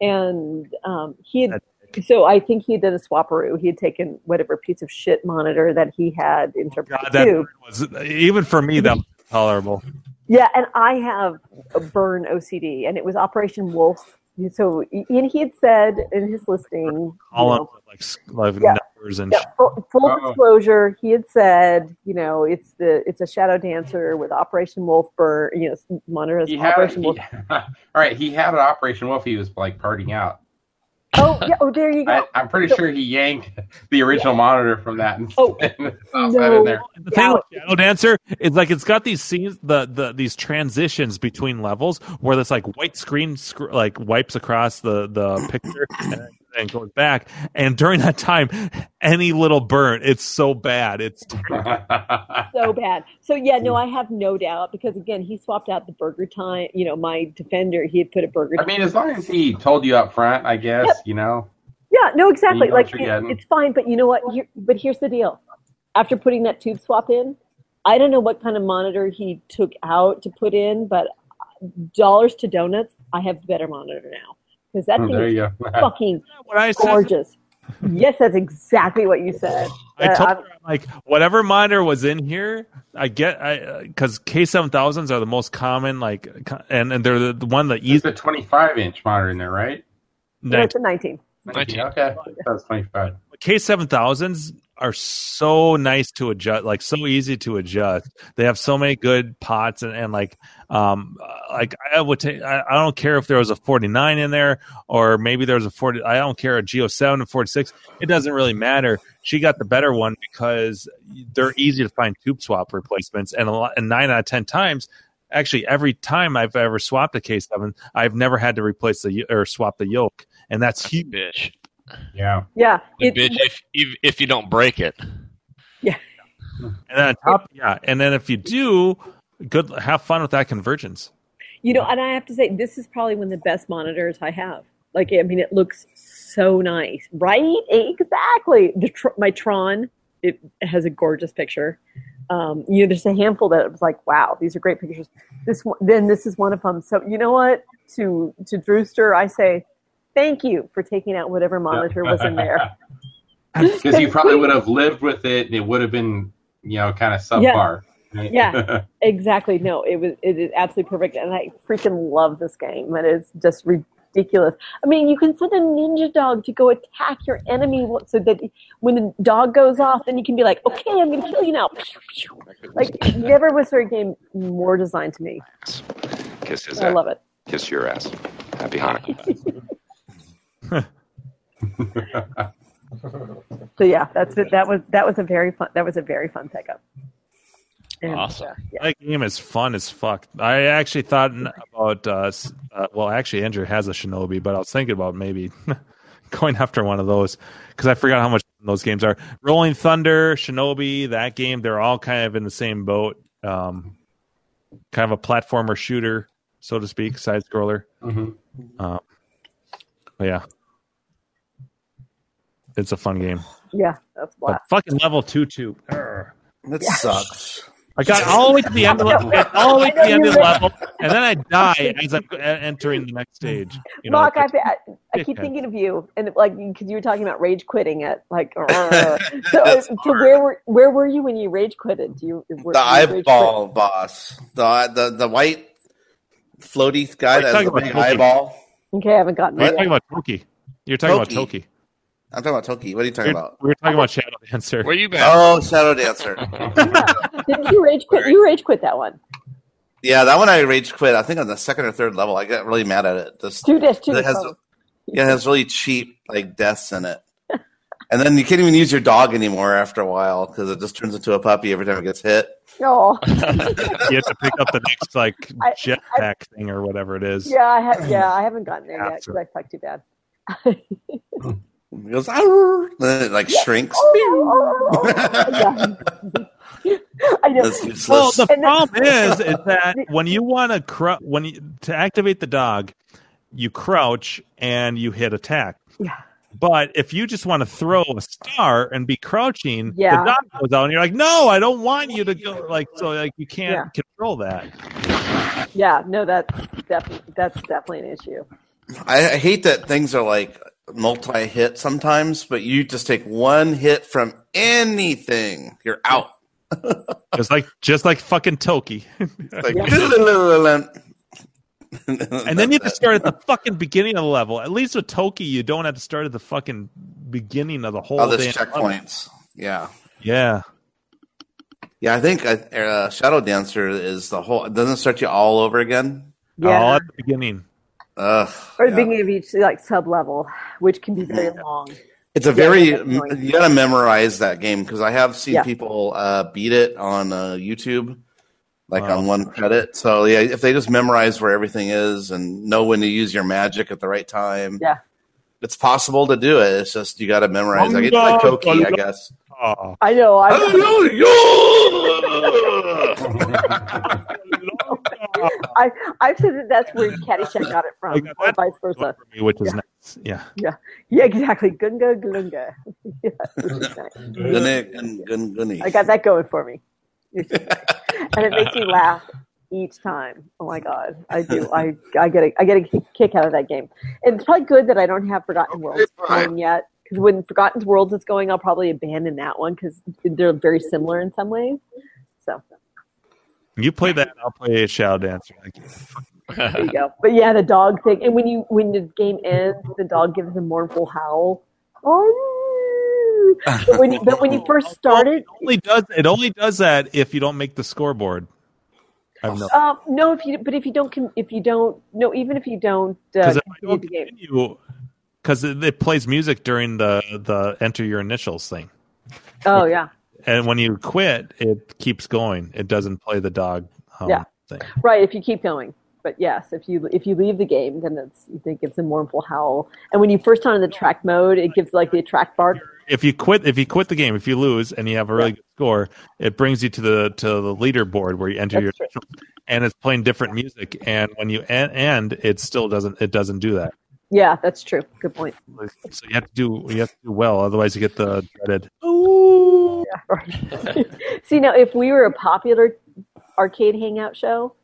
[SPEAKER 2] and um, he had. So I think he did a swaparoo. He had taken whatever piece of shit monitor that he had in terms
[SPEAKER 3] Oh, God,
[SPEAKER 2] of
[SPEAKER 3] that
[SPEAKER 2] tube.
[SPEAKER 3] was even for me that was tolerable.
[SPEAKER 2] Yeah, and I have a burn OCD, and it was Operation Wolf. So, and he had said in his listing,
[SPEAKER 3] All
[SPEAKER 2] you
[SPEAKER 3] up
[SPEAKER 2] know,
[SPEAKER 3] with, like s- like
[SPEAKER 2] Yeah.
[SPEAKER 3] numbers and
[SPEAKER 2] yeah,
[SPEAKER 3] shit.
[SPEAKER 2] full, full
[SPEAKER 4] Oh.
[SPEAKER 3] Uh-oh.
[SPEAKER 2] disclosure, he had said, you know, it's the it's a shadow dancer with Operation Wolf burn, you know, monitor as
[SPEAKER 4] He had
[SPEAKER 2] Operation Wolf.
[SPEAKER 4] All right, he had an Operation Wolf. He was like partying out.
[SPEAKER 2] Oh, yeah, oh, there you go.
[SPEAKER 4] I, I'm pretty
[SPEAKER 2] So-
[SPEAKER 4] sure he yanked the original monitor from that and,
[SPEAKER 2] oh,
[SPEAKER 4] that in there.
[SPEAKER 3] The thing with Shadow Dancer is like it's got these scenes, the the these transitions between levels where this like white screen sc- like wipes across the the picture and, and goes back. And during that time, any little burn, it's so bad. It's
[SPEAKER 2] so bad. So yeah, no, I have no doubt because again, he swapped out the burger time. You know, my defender, he had put a burger.
[SPEAKER 4] I mean, as long as he told you up front, I guess
[SPEAKER 2] Yep.
[SPEAKER 4] you know.
[SPEAKER 2] Yeah, no, exactly.
[SPEAKER 4] You know
[SPEAKER 2] Like
[SPEAKER 4] what
[SPEAKER 2] it,
[SPEAKER 4] you're getting.
[SPEAKER 2] it's fine, but you know what? Here, but here's the deal. After putting that tube swap in, I don't know what kind of monitor he took out to put in, but dollars to donuts, I have a better monitor now because that
[SPEAKER 4] Oh,
[SPEAKER 2] thing
[SPEAKER 4] there
[SPEAKER 2] is
[SPEAKER 4] you go.
[SPEAKER 2] fucking
[SPEAKER 3] what I said?
[SPEAKER 2] gorgeous. yes, that's exactly what you said.
[SPEAKER 3] I
[SPEAKER 2] Uh,
[SPEAKER 3] told
[SPEAKER 2] I'm-
[SPEAKER 3] her I'm like whatever monitor was in here. I get I because K seven thousands are the most common like co- and and they're the, the one that easy.
[SPEAKER 4] It's a 25 inch monitor in there, right?
[SPEAKER 2] no, it's a 19.
[SPEAKER 4] Okay, that's 25.
[SPEAKER 3] K seven thousands are so nice to adjust, like so easy to adjust. They have so many good pots and, and like, um, uh, like I would take, I, I don't care if there was a 49 in there or maybe there was a 40, I don't care, a Geo7 and 46. It doesn't really matter. She got the better one because they're easy to find tube swap replacements. And a lot, and nine out of 10 times, actually every time I've ever swapped a K7, I've never had to replace the, y- or swap the yoke. And that's huge. Yeah.
[SPEAKER 2] Yeah.
[SPEAKER 8] The
[SPEAKER 2] it-
[SPEAKER 8] bitch if, if if you don't break it.
[SPEAKER 3] And then on top, yeah. And then if you do, good, have fun with that convergence.
[SPEAKER 2] You know, and I have to say, this is probably one of the best monitors I have. Like, I mean, it looks so nice, right? Exactly. The tr- my Tron, it has a gorgeous picture. Um, you know, there's a handful that it was like, wow, these are great pictures. This one, then this is one of them. So, you know what? To to Drewster, I say, thank you for taking out whatever monitor was in there.
[SPEAKER 4] Because you probably would have lived with it, and it would have been, you know, kind of subpar. right?
[SPEAKER 2] yeah exactly no it was it is absolutely perfect and i freaking love this game and it's just ridiculous i mean you can send a ninja dog to go attack your enemy so that when the dog goes off then you can be like okay i'm gonna kill you now like never was there a game more designed to me
[SPEAKER 24] Kiss his
[SPEAKER 2] i
[SPEAKER 24] ass.
[SPEAKER 2] love it
[SPEAKER 24] Kiss your ass. Happy Hanukkah.
[SPEAKER 2] so yeah that's it that was that was a very fun that was a very fun pickup And,
[SPEAKER 3] Awesome.
[SPEAKER 2] uh,
[SPEAKER 3] That game is fun as fuck. I actually thought n- about, uh, s- uh, well, actually, Andrew has a Shinobi, but I was thinking about maybe going after one of those because I forgot how much those games are. Rolling Thunder, Shinobi, that game, they're all kind of in the same boat. Um, kind of a platformer shooter, so to speak, side scroller.
[SPEAKER 4] Mhm.
[SPEAKER 3] Uh, but yeah. It's a fun game.
[SPEAKER 2] yeah that's
[SPEAKER 3] But
[SPEAKER 2] blast
[SPEAKER 3] fucking level 2 2.
[SPEAKER 7] That sucks.
[SPEAKER 3] I got all the way to the end of the level, all the way to the end of the level, and then I die as I'm e- entering the next stage. You know,
[SPEAKER 2] Mark, I,
[SPEAKER 3] it's
[SPEAKER 2] I, I keep
[SPEAKER 3] dickhead.
[SPEAKER 2] thinking of you, and like because you were talking about rage quitting it, like uh, so. so where were where were you when you rage quitted? Do you were,
[SPEAKER 7] The
[SPEAKER 2] you rage quit?
[SPEAKER 7] eyeball boss, the the the white floaty guy
[SPEAKER 3] Are you
[SPEAKER 7] that's
[SPEAKER 3] talking
[SPEAKER 7] the
[SPEAKER 3] about
[SPEAKER 7] big
[SPEAKER 3] Toki?
[SPEAKER 7] eyeball.
[SPEAKER 2] Okay, I haven't gotten
[SPEAKER 3] You're
[SPEAKER 2] it.
[SPEAKER 3] talking
[SPEAKER 2] yet.
[SPEAKER 3] about Toki. You're talking about
[SPEAKER 7] Toki.
[SPEAKER 3] Toki.
[SPEAKER 7] I'm talking about Toki. What are you talking
[SPEAKER 3] You're-
[SPEAKER 7] about?
[SPEAKER 3] We're talking about Shadow Dancer.
[SPEAKER 7] Where you been? Oh, Shadow Dancer.
[SPEAKER 2] Didn't you rage quit? You rage quit that one.
[SPEAKER 7] Yeah, that one I rage quit. I think on the second or third level, I got really mad at it. Just
[SPEAKER 2] Two dash two
[SPEAKER 7] It
[SPEAKER 2] is
[SPEAKER 7] has,
[SPEAKER 2] probably-
[SPEAKER 7] yeah, it has really cheap like deaths in it, and then you can't even use your dog anymore after a while because it just turns into a puppy every time it gets hit.
[SPEAKER 2] No.
[SPEAKER 3] You have to pick up the next like
[SPEAKER 2] I-
[SPEAKER 3] jetpack thing or whatever it is.
[SPEAKER 2] yeah, I have. Yeah, I haven't gotten there yet
[SPEAKER 3] After.
[SPEAKER 2] because I suck too bad.
[SPEAKER 7] It goes, "Arr!" then it like
[SPEAKER 2] Oh,
[SPEAKER 7] shrinks.
[SPEAKER 2] I know.
[SPEAKER 7] That's useless.
[SPEAKER 3] Well, the
[SPEAKER 2] And then-
[SPEAKER 3] problem is, is that when you want to cr- when you, to activate the dog, you crouch and you hit attack.
[SPEAKER 2] Yeah.
[SPEAKER 3] But if you just want to throw a star and be crouching,
[SPEAKER 2] Yeah.
[SPEAKER 3] the dog goes out, and you're like, "No, I don't want you to go." Like so, like you can't control that.
[SPEAKER 2] Yeah, no, that's definitely that's definitely an issue.
[SPEAKER 7] I, I hate that things are like multi-hit sometimes, but you just take one hit from anything, you're out.
[SPEAKER 3] Just like just like fucking Toki.
[SPEAKER 7] Like, and
[SPEAKER 3] and then you have to start at the fucking beginning of the level. At least with Toki, you don't have to start at the fucking beginning of the whole.
[SPEAKER 7] all those
[SPEAKER 3] damn level.
[SPEAKER 7] checkpoints. Yeah.
[SPEAKER 3] Yeah.
[SPEAKER 7] Yeah, I think uh, Shadow Dancer is the whole. Doesn't it start you all over again.
[SPEAKER 2] Yeah. All at
[SPEAKER 3] the beginning.
[SPEAKER 2] Or
[SPEAKER 7] Ugh.
[SPEAKER 2] the
[SPEAKER 7] yeah.
[SPEAKER 2] beginning of each like sub level, which can be very long.
[SPEAKER 7] It's a very you gotta memorize that game because I have seen
[SPEAKER 2] Yeah.
[SPEAKER 7] people uh, beat it on uh, YouTube, like on one credit. So yeah, if they just memorize where everything is and know when to use your magic at the right time,
[SPEAKER 2] yeah,
[SPEAKER 7] it's possible to do it. It's just you gotta memorize. Like, it's like
[SPEAKER 12] Unlock,
[SPEAKER 7] Toki, I
[SPEAKER 12] unlock.
[SPEAKER 7] guess.
[SPEAKER 2] I know. I, I I've said that that's where Caddyshack got it from, or vice versa.
[SPEAKER 3] me, which is nice. Yeah.
[SPEAKER 2] Yeah, yeah, exactly. Gunga Glunga. yeah, which is nice.
[SPEAKER 7] Gunny, gun, gun, gunny.
[SPEAKER 2] I got that going for me. and it makes me laugh each time. Oh my god, I do. I I get a I get a ki- kick out of that game, and it's probably good that I don't have Forgotten Worlds going yet. Because when Forgotten Worlds is going, I'll probably abandon that one because they're very similar in some ways. So
[SPEAKER 3] You play that, I'll play Shadow Dancer.
[SPEAKER 2] there you go. But yeah, the dog thing, and when you when the game ends, the dog gives a mournful howl. Oh, but, when, but when you first started,
[SPEAKER 3] only does it only does that if you don't make the scoreboard. I've no
[SPEAKER 2] uh, no, if you but if you don't com- if you don't no even if you don't uh,
[SPEAKER 3] 'Cause if I
[SPEAKER 2] continue the game,
[SPEAKER 3] because it, it plays music during the the enter your initials thing,
[SPEAKER 2] oh yeah,
[SPEAKER 3] and when you quit, it keeps going. It doesn't play the dog. Um,
[SPEAKER 2] Yeah.
[SPEAKER 3] Thing.
[SPEAKER 2] right. If you keep going, but yes, if you if you leave the game, then it's you think it's a mournful howl. And when you first turn on the track mode, it gives like the attract bark.
[SPEAKER 3] If you quit, if you quit the game, if you lose and you have a really good score, it brings you to the to the leaderboard where you enter your initials, and it's playing different music. And when you en- end, it still doesn't it doesn't do that.
[SPEAKER 2] Yeah, that's true. Good point.
[SPEAKER 3] So you have to do you have to do well, otherwise you get the dreaded.
[SPEAKER 2] Yeah, right. See now, if we were a popular arcade hangout show,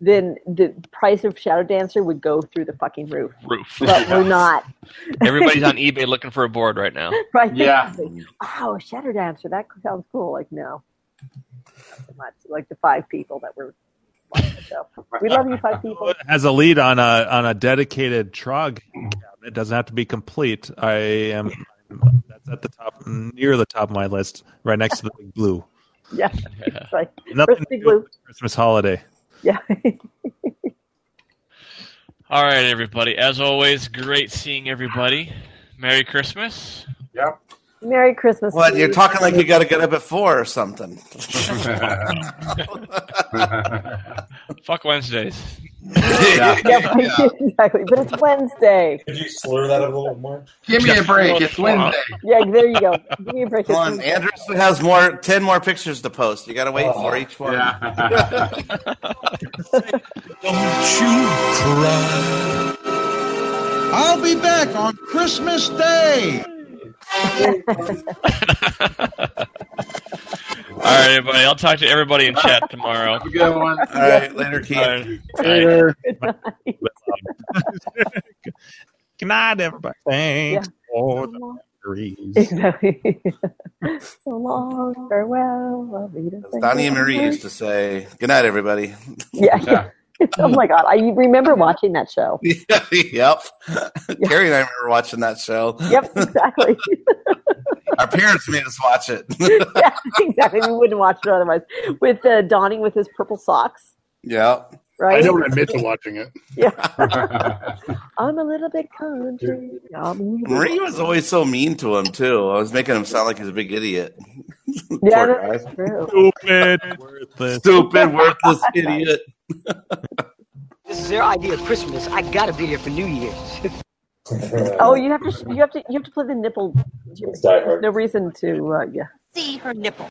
[SPEAKER 2] then the price of Shadow Dancer would go through the fucking roof.
[SPEAKER 8] Roof.
[SPEAKER 2] But we're not.
[SPEAKER 8] Everybody's on eBay looking for a board right now.
[SPEAKER 2] Right? Wow, Oh, Shadow Dancer. That sounds cool. Like no, not so much. Like the five people that were watching the show. We love you, five people.
[SPEAKER 3] As a lead on a on a dedicated trog cabinet, it doesn't have to be complete. I am that's at the top, near the top of my list, right next to the big blue.
[SPEAKER 2] Yeah. It's like
[SPEAKER 3] Nothing
[SPEAKER 2] first big
[SPEAKER 3] to do
[SPEAKER 2] blue.
[SPEAKER 3] with the Christmas holiday.
[SPEAKER 2] Yeah.
[SPEAKER 8] All right, everybody. As always, great seeing everybody. Merry Christmas.
[SPEAKER 4] Yep.
[SPEAKER 2] Merry Christmas.
[SPEAKER 7] What
[SPEAKER 2] Steve.
[SPEAKER 7] you're talking like you got to get up at four or something.
[SPEAKER 8] Fuck Wednesdays.
[SPEAKER 7] Yeah.
[SPEAKER 2] Yeah, exactly. But it's Wednesday.
[SPEAKER 6] Could you slur that a little bit more?
[SPEAKER 7] Give me a break. It's Wednesday.
[SPEAKER 2] Yeah, there you go. Give me a break.
[SPEAKER 7] Come on,
[SPEAKER 2] It's-
[SPEAKER 7] Anderson has more ten more pictures to post. You got to wait
[SPEAKER 1] Oh.
[SPEAKER 7] for each one.
[SPEAKER 11] I'll be back on Christmas Day.
[SPEAKER 8] All right, everybody. I'll talk to everybody in chat tomorrow. Have a
[SPEAKER 4] good one.
[SPEAKER 7] All right, later, Keith.
[SPEAKER 3] Later.
[SPEAKER 2] Good
[SPEAKER 3] night, everybody. Thanks for the memories.
[SPEAKER 2] Exactly. so long, farewell, Avita.
[SPEAKER 7] Donnie and Marie used to say, "Good night, everybody."
[SPEAKER 2] Yeah. oh my god, I remember watching that show.
[SPEAKER 7] yep. Carrie and I remember watching that show.
[SPEAKER 2] Yep, exactly.
[SPEAKER 7] Our parents made us watch it.
[SPEAKER 2] yeah, exactly. We wouldn't watch it otherwise. With uh, Donnie with his purple socks,
[SPEAKER 7] yeah.
[SPEAKER 2] right?
[SPEAKER 1] I don't admit to watching it.
[SPEAKER 7] Yeah.
[SPEAKER 2] I'm a little bit country. I'm a little-
[SPEAKER 7] Marie was always so mean to him too. I was making him sound like he's a big idiot.
[SPEAKER 2] Yeah,
[SPEAKER 7] Poor
[SPEAKER 2] that's
[SPEAKER 7] guy.
[SPEAKER 2] true.
[SPEAKER 3] Stupid, worthless,
[SPEAKER 7] Stupid, worthless idiot.
[SPEAKER 27] This is their idea of Christmas. I gotta be here for New Year's.
[SPEAKER 2] Oh, you have to. You have to. You have to play the nipple.
[SPEAKER 3] Die
[SPEAKER 2] There's
[SPEAKER 3] Hard.
[SPEAKER 2] no reason to. Uh, yeah. See her nipple.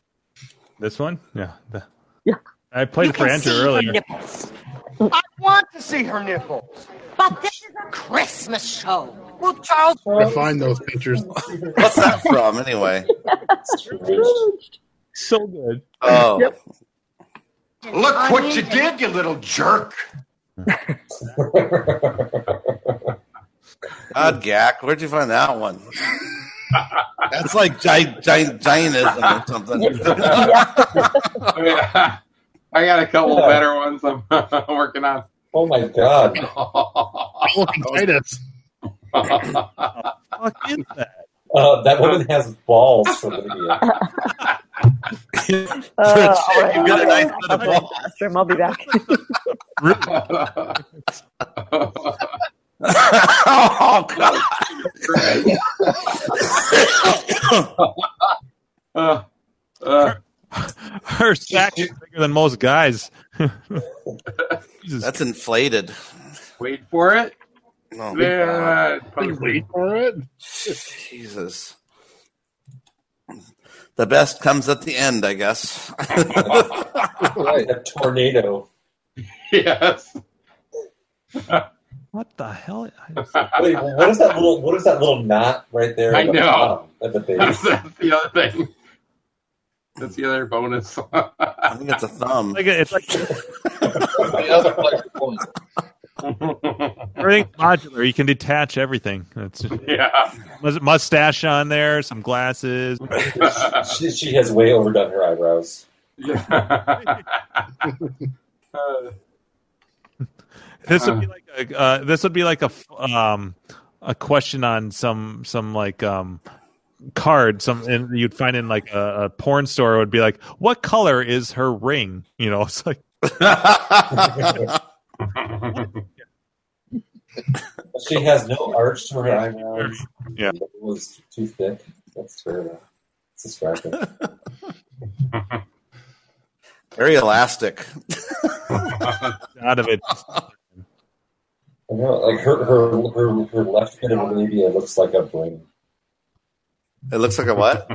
[SPEAKER 3] This one? Yeah. The-
[SPEAKER 2] Yeah.
[SPEAKER 3] I played for Andrew earlier.
[SPEAKER 27] nipples. I want to see her nipples. But this is a Christmas show. Will Charles
[SPEAKER 1] Refine those pictures.
[SPEAKER 7] What's that from anyway?
[SPEAKER 3] So good.
[SPEAKER 7] Oh.
[SPEAKER 11] Look what you did, you little jerk.
[SPEAKER 7] God, Gak, where'd you find that one? That's like gi- gi- Jainism or something.
[SPEAKER 4] I got a couple better ones I'm working on.
[SPEAKER 6] Oh my
[SPEAKER 7] God.
[SPEAKER 1] Titus.
[SPEAKER 3] fuck is that?
[SPEAKER 6] Uh, that woman has balls for Lydia.
[SPEAKER 2] Uh, all
[SPEAKER 6] Check,
[SPEAKER 2] right.
[SPEAKER 6] you've got a nice
[SPEAKER 2] I'll be back, Astrum. I'll be back.
[SPEAKER 7] oh God!
[SPEAKER 4] Uh,
[SPEAKER 3] Her sack is bigger than most guys.
[SPEAKER 7] That's inflated.
[SPEAKER 4] Wait for it.
[SPEAKER 7] Oh,
[SPEAKER 4] Yeah,
[SPEAKER 7] God.
[SPEAKER 4] wait
[SPEAKER 1] for it.
[SPEAKER 7] Jesus. The best comes at the end, I guess.
[SPEAKER 6] A tornado.
[SPEAKER 4] Yes.
[SPEAKER 3] What the hell?
[SPEAKER 6] Wait, what is that little? What is that little knot right there?
[SPEAKER 4] I
[SPEAKER 6] at the
[SPEAKER 4] know.
[SPEAKER 6] bottom At the base.
[SPEAKER 4] That's, that's the other thing. That's the other bonus. I
[SPEAKER 7] think it's a thumb.
[SPEAKER 3] Like a, it's like
[SPEAKER 6] the other player point.
[SPEAKER 3] everything's modular. You can detach everything. That's
[SPEAKER 4] yeah.
[SPEAKER 3] Mustache on there, some glasses.
[SPEAKER 6] she, she has way overdone her eyebrows.
[SPEAKER 3] This would be like a uh, this would be like a f- um a question on some some like um card some and you'd find in like a, a porn store it would be like what color is her ring you know it's like
[SPEAKER 6] She has no arch to her eyebrows.
[SPEAKER 3] Yeah.
[SPEAKER 6] It was too thick. That's her. Uh, subscriber.
[SPEAKER 7] Very elastic.
[SPEAKER 3] Out of it.
[SPEAKER 6] I know, like her her her, her left hand of labia looks like a brain.
[SPEAKER 7] It looks like a what?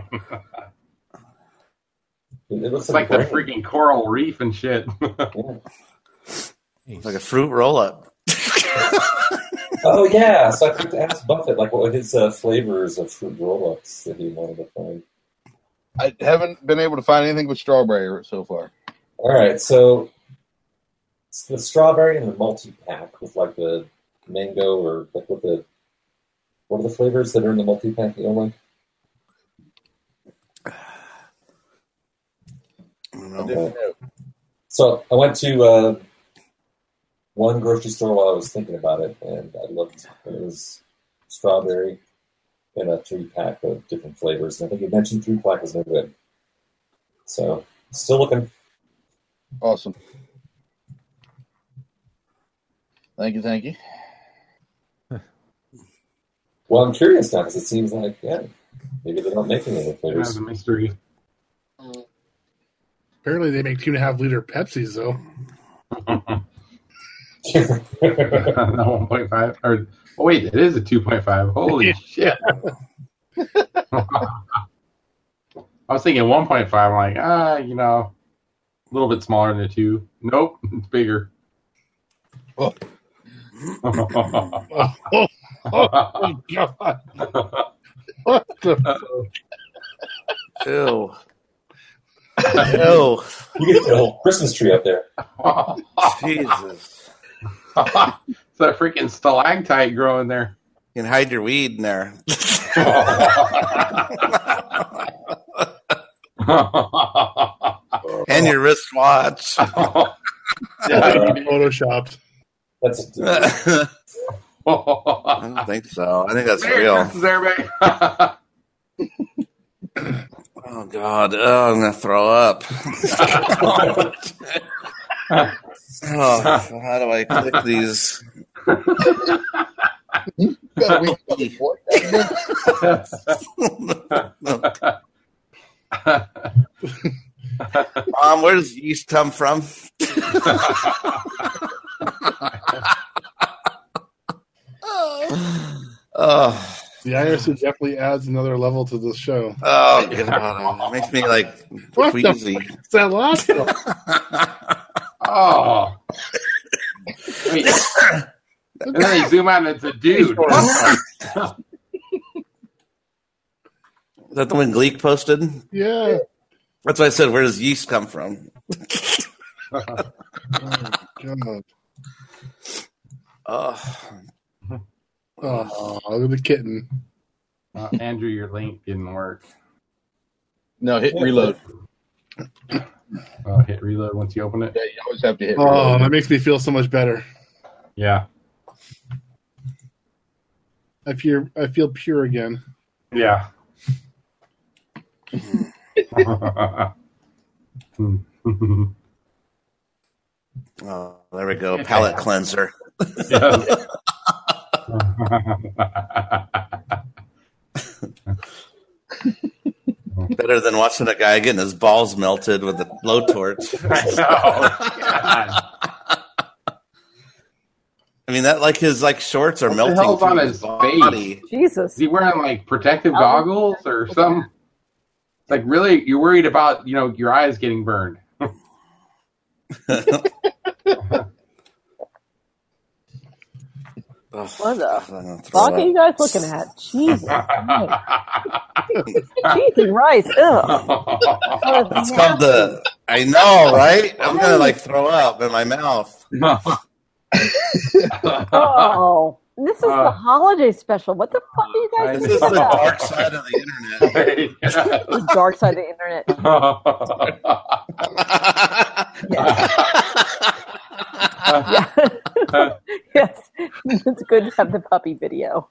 [SPEAKER 6] It looks
[SPEAKER 4] It's like
[SPEAKER 6] like,
[SPEAKER 4] the
[SPEAKER 6] a brain.
[SPEAKER 4] freaking coral reef and shit.
[SPEAKER 7] like a fruit roll up.
[SPEAKER 6] Oh yeah, so I forgot to ask Buffett like what were his uh, flavors of fruit roll-ups that he wanted to find.
[SPEAKER 11] I haven't been able to find anything with strawberry so far.
[SPEAKER 6] All right, so it's the strawberry and the multi pack with like the mango or like what the what are the flavors that are in the multi pack you don't like? Okay. So I went to uh, one grocery store while I was thinking about it, and I looked. And it was strawberry and a three pack of different flavors. And I think you mentioned three pack was no good. So still looking.
[SPEAKER 11] Awesome. Thank you, thank you.
[SPEAKER 6] Well, I'm curious now because it seems like yeah, maybe they're not making any flavors.
[SPEAKER 4] That's a mystery.
[SPEAKER 1] Apparently, they make two and a half liter Pepsis though.
[SPEAKER 4] Not 1.5. Or, oh, wait, it is a 2.5. Holy shit. I was thinking 1.5. I'm like, ah, you know, a little bit smaller than a 2. Nope, it's bigger.
[SPEAKER 11] Oh.
[SPEAKER 1] oh, my God. What the?
[SPEAKER 7] Ew. Ew.
[SPEAKER 6] You get the whole Christmas tree up there.
[SPEAKER 7] Jesus.
[SPEAKER 4] it's that freaking stalactite growing there.
[SPEAKER 7] You can hide your weed in there. and your wristwatch.
[SPEAKER 1] photoshopped.
[SPEAKER 6] That's
[SPEAKER 7] I don't think so. I think that's
[SPEAKER 4] Merry
[SPEAKER 7] real.
[SPEAKER 4] Christmas, everybody.
[SPEAKER 7] Oh God! Oh, I'm gonna throw up. oh, how do I click these? Mom, where does yeast come from? oh,
[SPEAKER 1] The IRC definitely adds another level to this show.
[SPEAKER 7] oh God! It makes me like
[SPEAKER 1] What the
[SPEAKER 7] queasy.
[SPEAKER 1] fuck is that last one?
[SPEAKER 4] oh. Wait. And then they zoom out and it's a dude.
[SPEAKER 7] Is that the one Gleek posted?
[SPEAKER 1] Yeah.
[SPEAKER 7] That's why I said, where does yeast come from?
[SPEAKER 1] God.
[SPEAKER 7] Oh,
[SPEAKER 1] Oh, look at the kitten.
[SPEAKER 4] Uh, Andrew, your link didn't work.
[SPEAKER 11] No, hit reload.
[SPEAKER 4] Uh, hit reload once you open it.
[SPEAKER 11] Yeah, you always have to hit
[SPEAKER 1] Oh, that makes me feel so much better.
[SPEAKER 4] Yeah.
[SPEAKER 1] I feel I feel pure again.
[SPEAKER 4] Yeah.
[SPEAKER 7] oh there we go.
[SPEAKER 4] Okay.
[SPEAKER 7] Palate cleanser. Better than watching a guy getting his balls melted with a blowtorch. I mean, that like his like shorts are
[SPEAKER 4] What the
[SPEAKER 7] melting
[SPEAKER 4] hell's on
[SPEAKER 7] through
[SPEAKER 4] his
[SPEAKER 7] his body.
[SPEAKER 4] face? Jesus. Is he wearing like protective goggles or something? It's like really you're worried about, you know, your eyes getting burned.
[SPEAKER 2] What
[SPEAKER 7] the
[SPEAKER 2] fuck are you guys looking at? Jesus. Cheese and rice. Ugh.
[SPEAKER 7] It's called the. I know, right? I'm gonna like throw up in my mouth.
[SPEAKER 2] Oh. This is
[SPEAKER 7] Uh,
[SPEAKER 2] the holiday special. What the fuck are you guys
[SPEAKER 7] This is
[SPEAKER 2] doing?
[SPEAKER 7] the dark side of the internet.
[SPEAKER 2] The dark side of the internet. yes. yes. It's good to have the puppy video.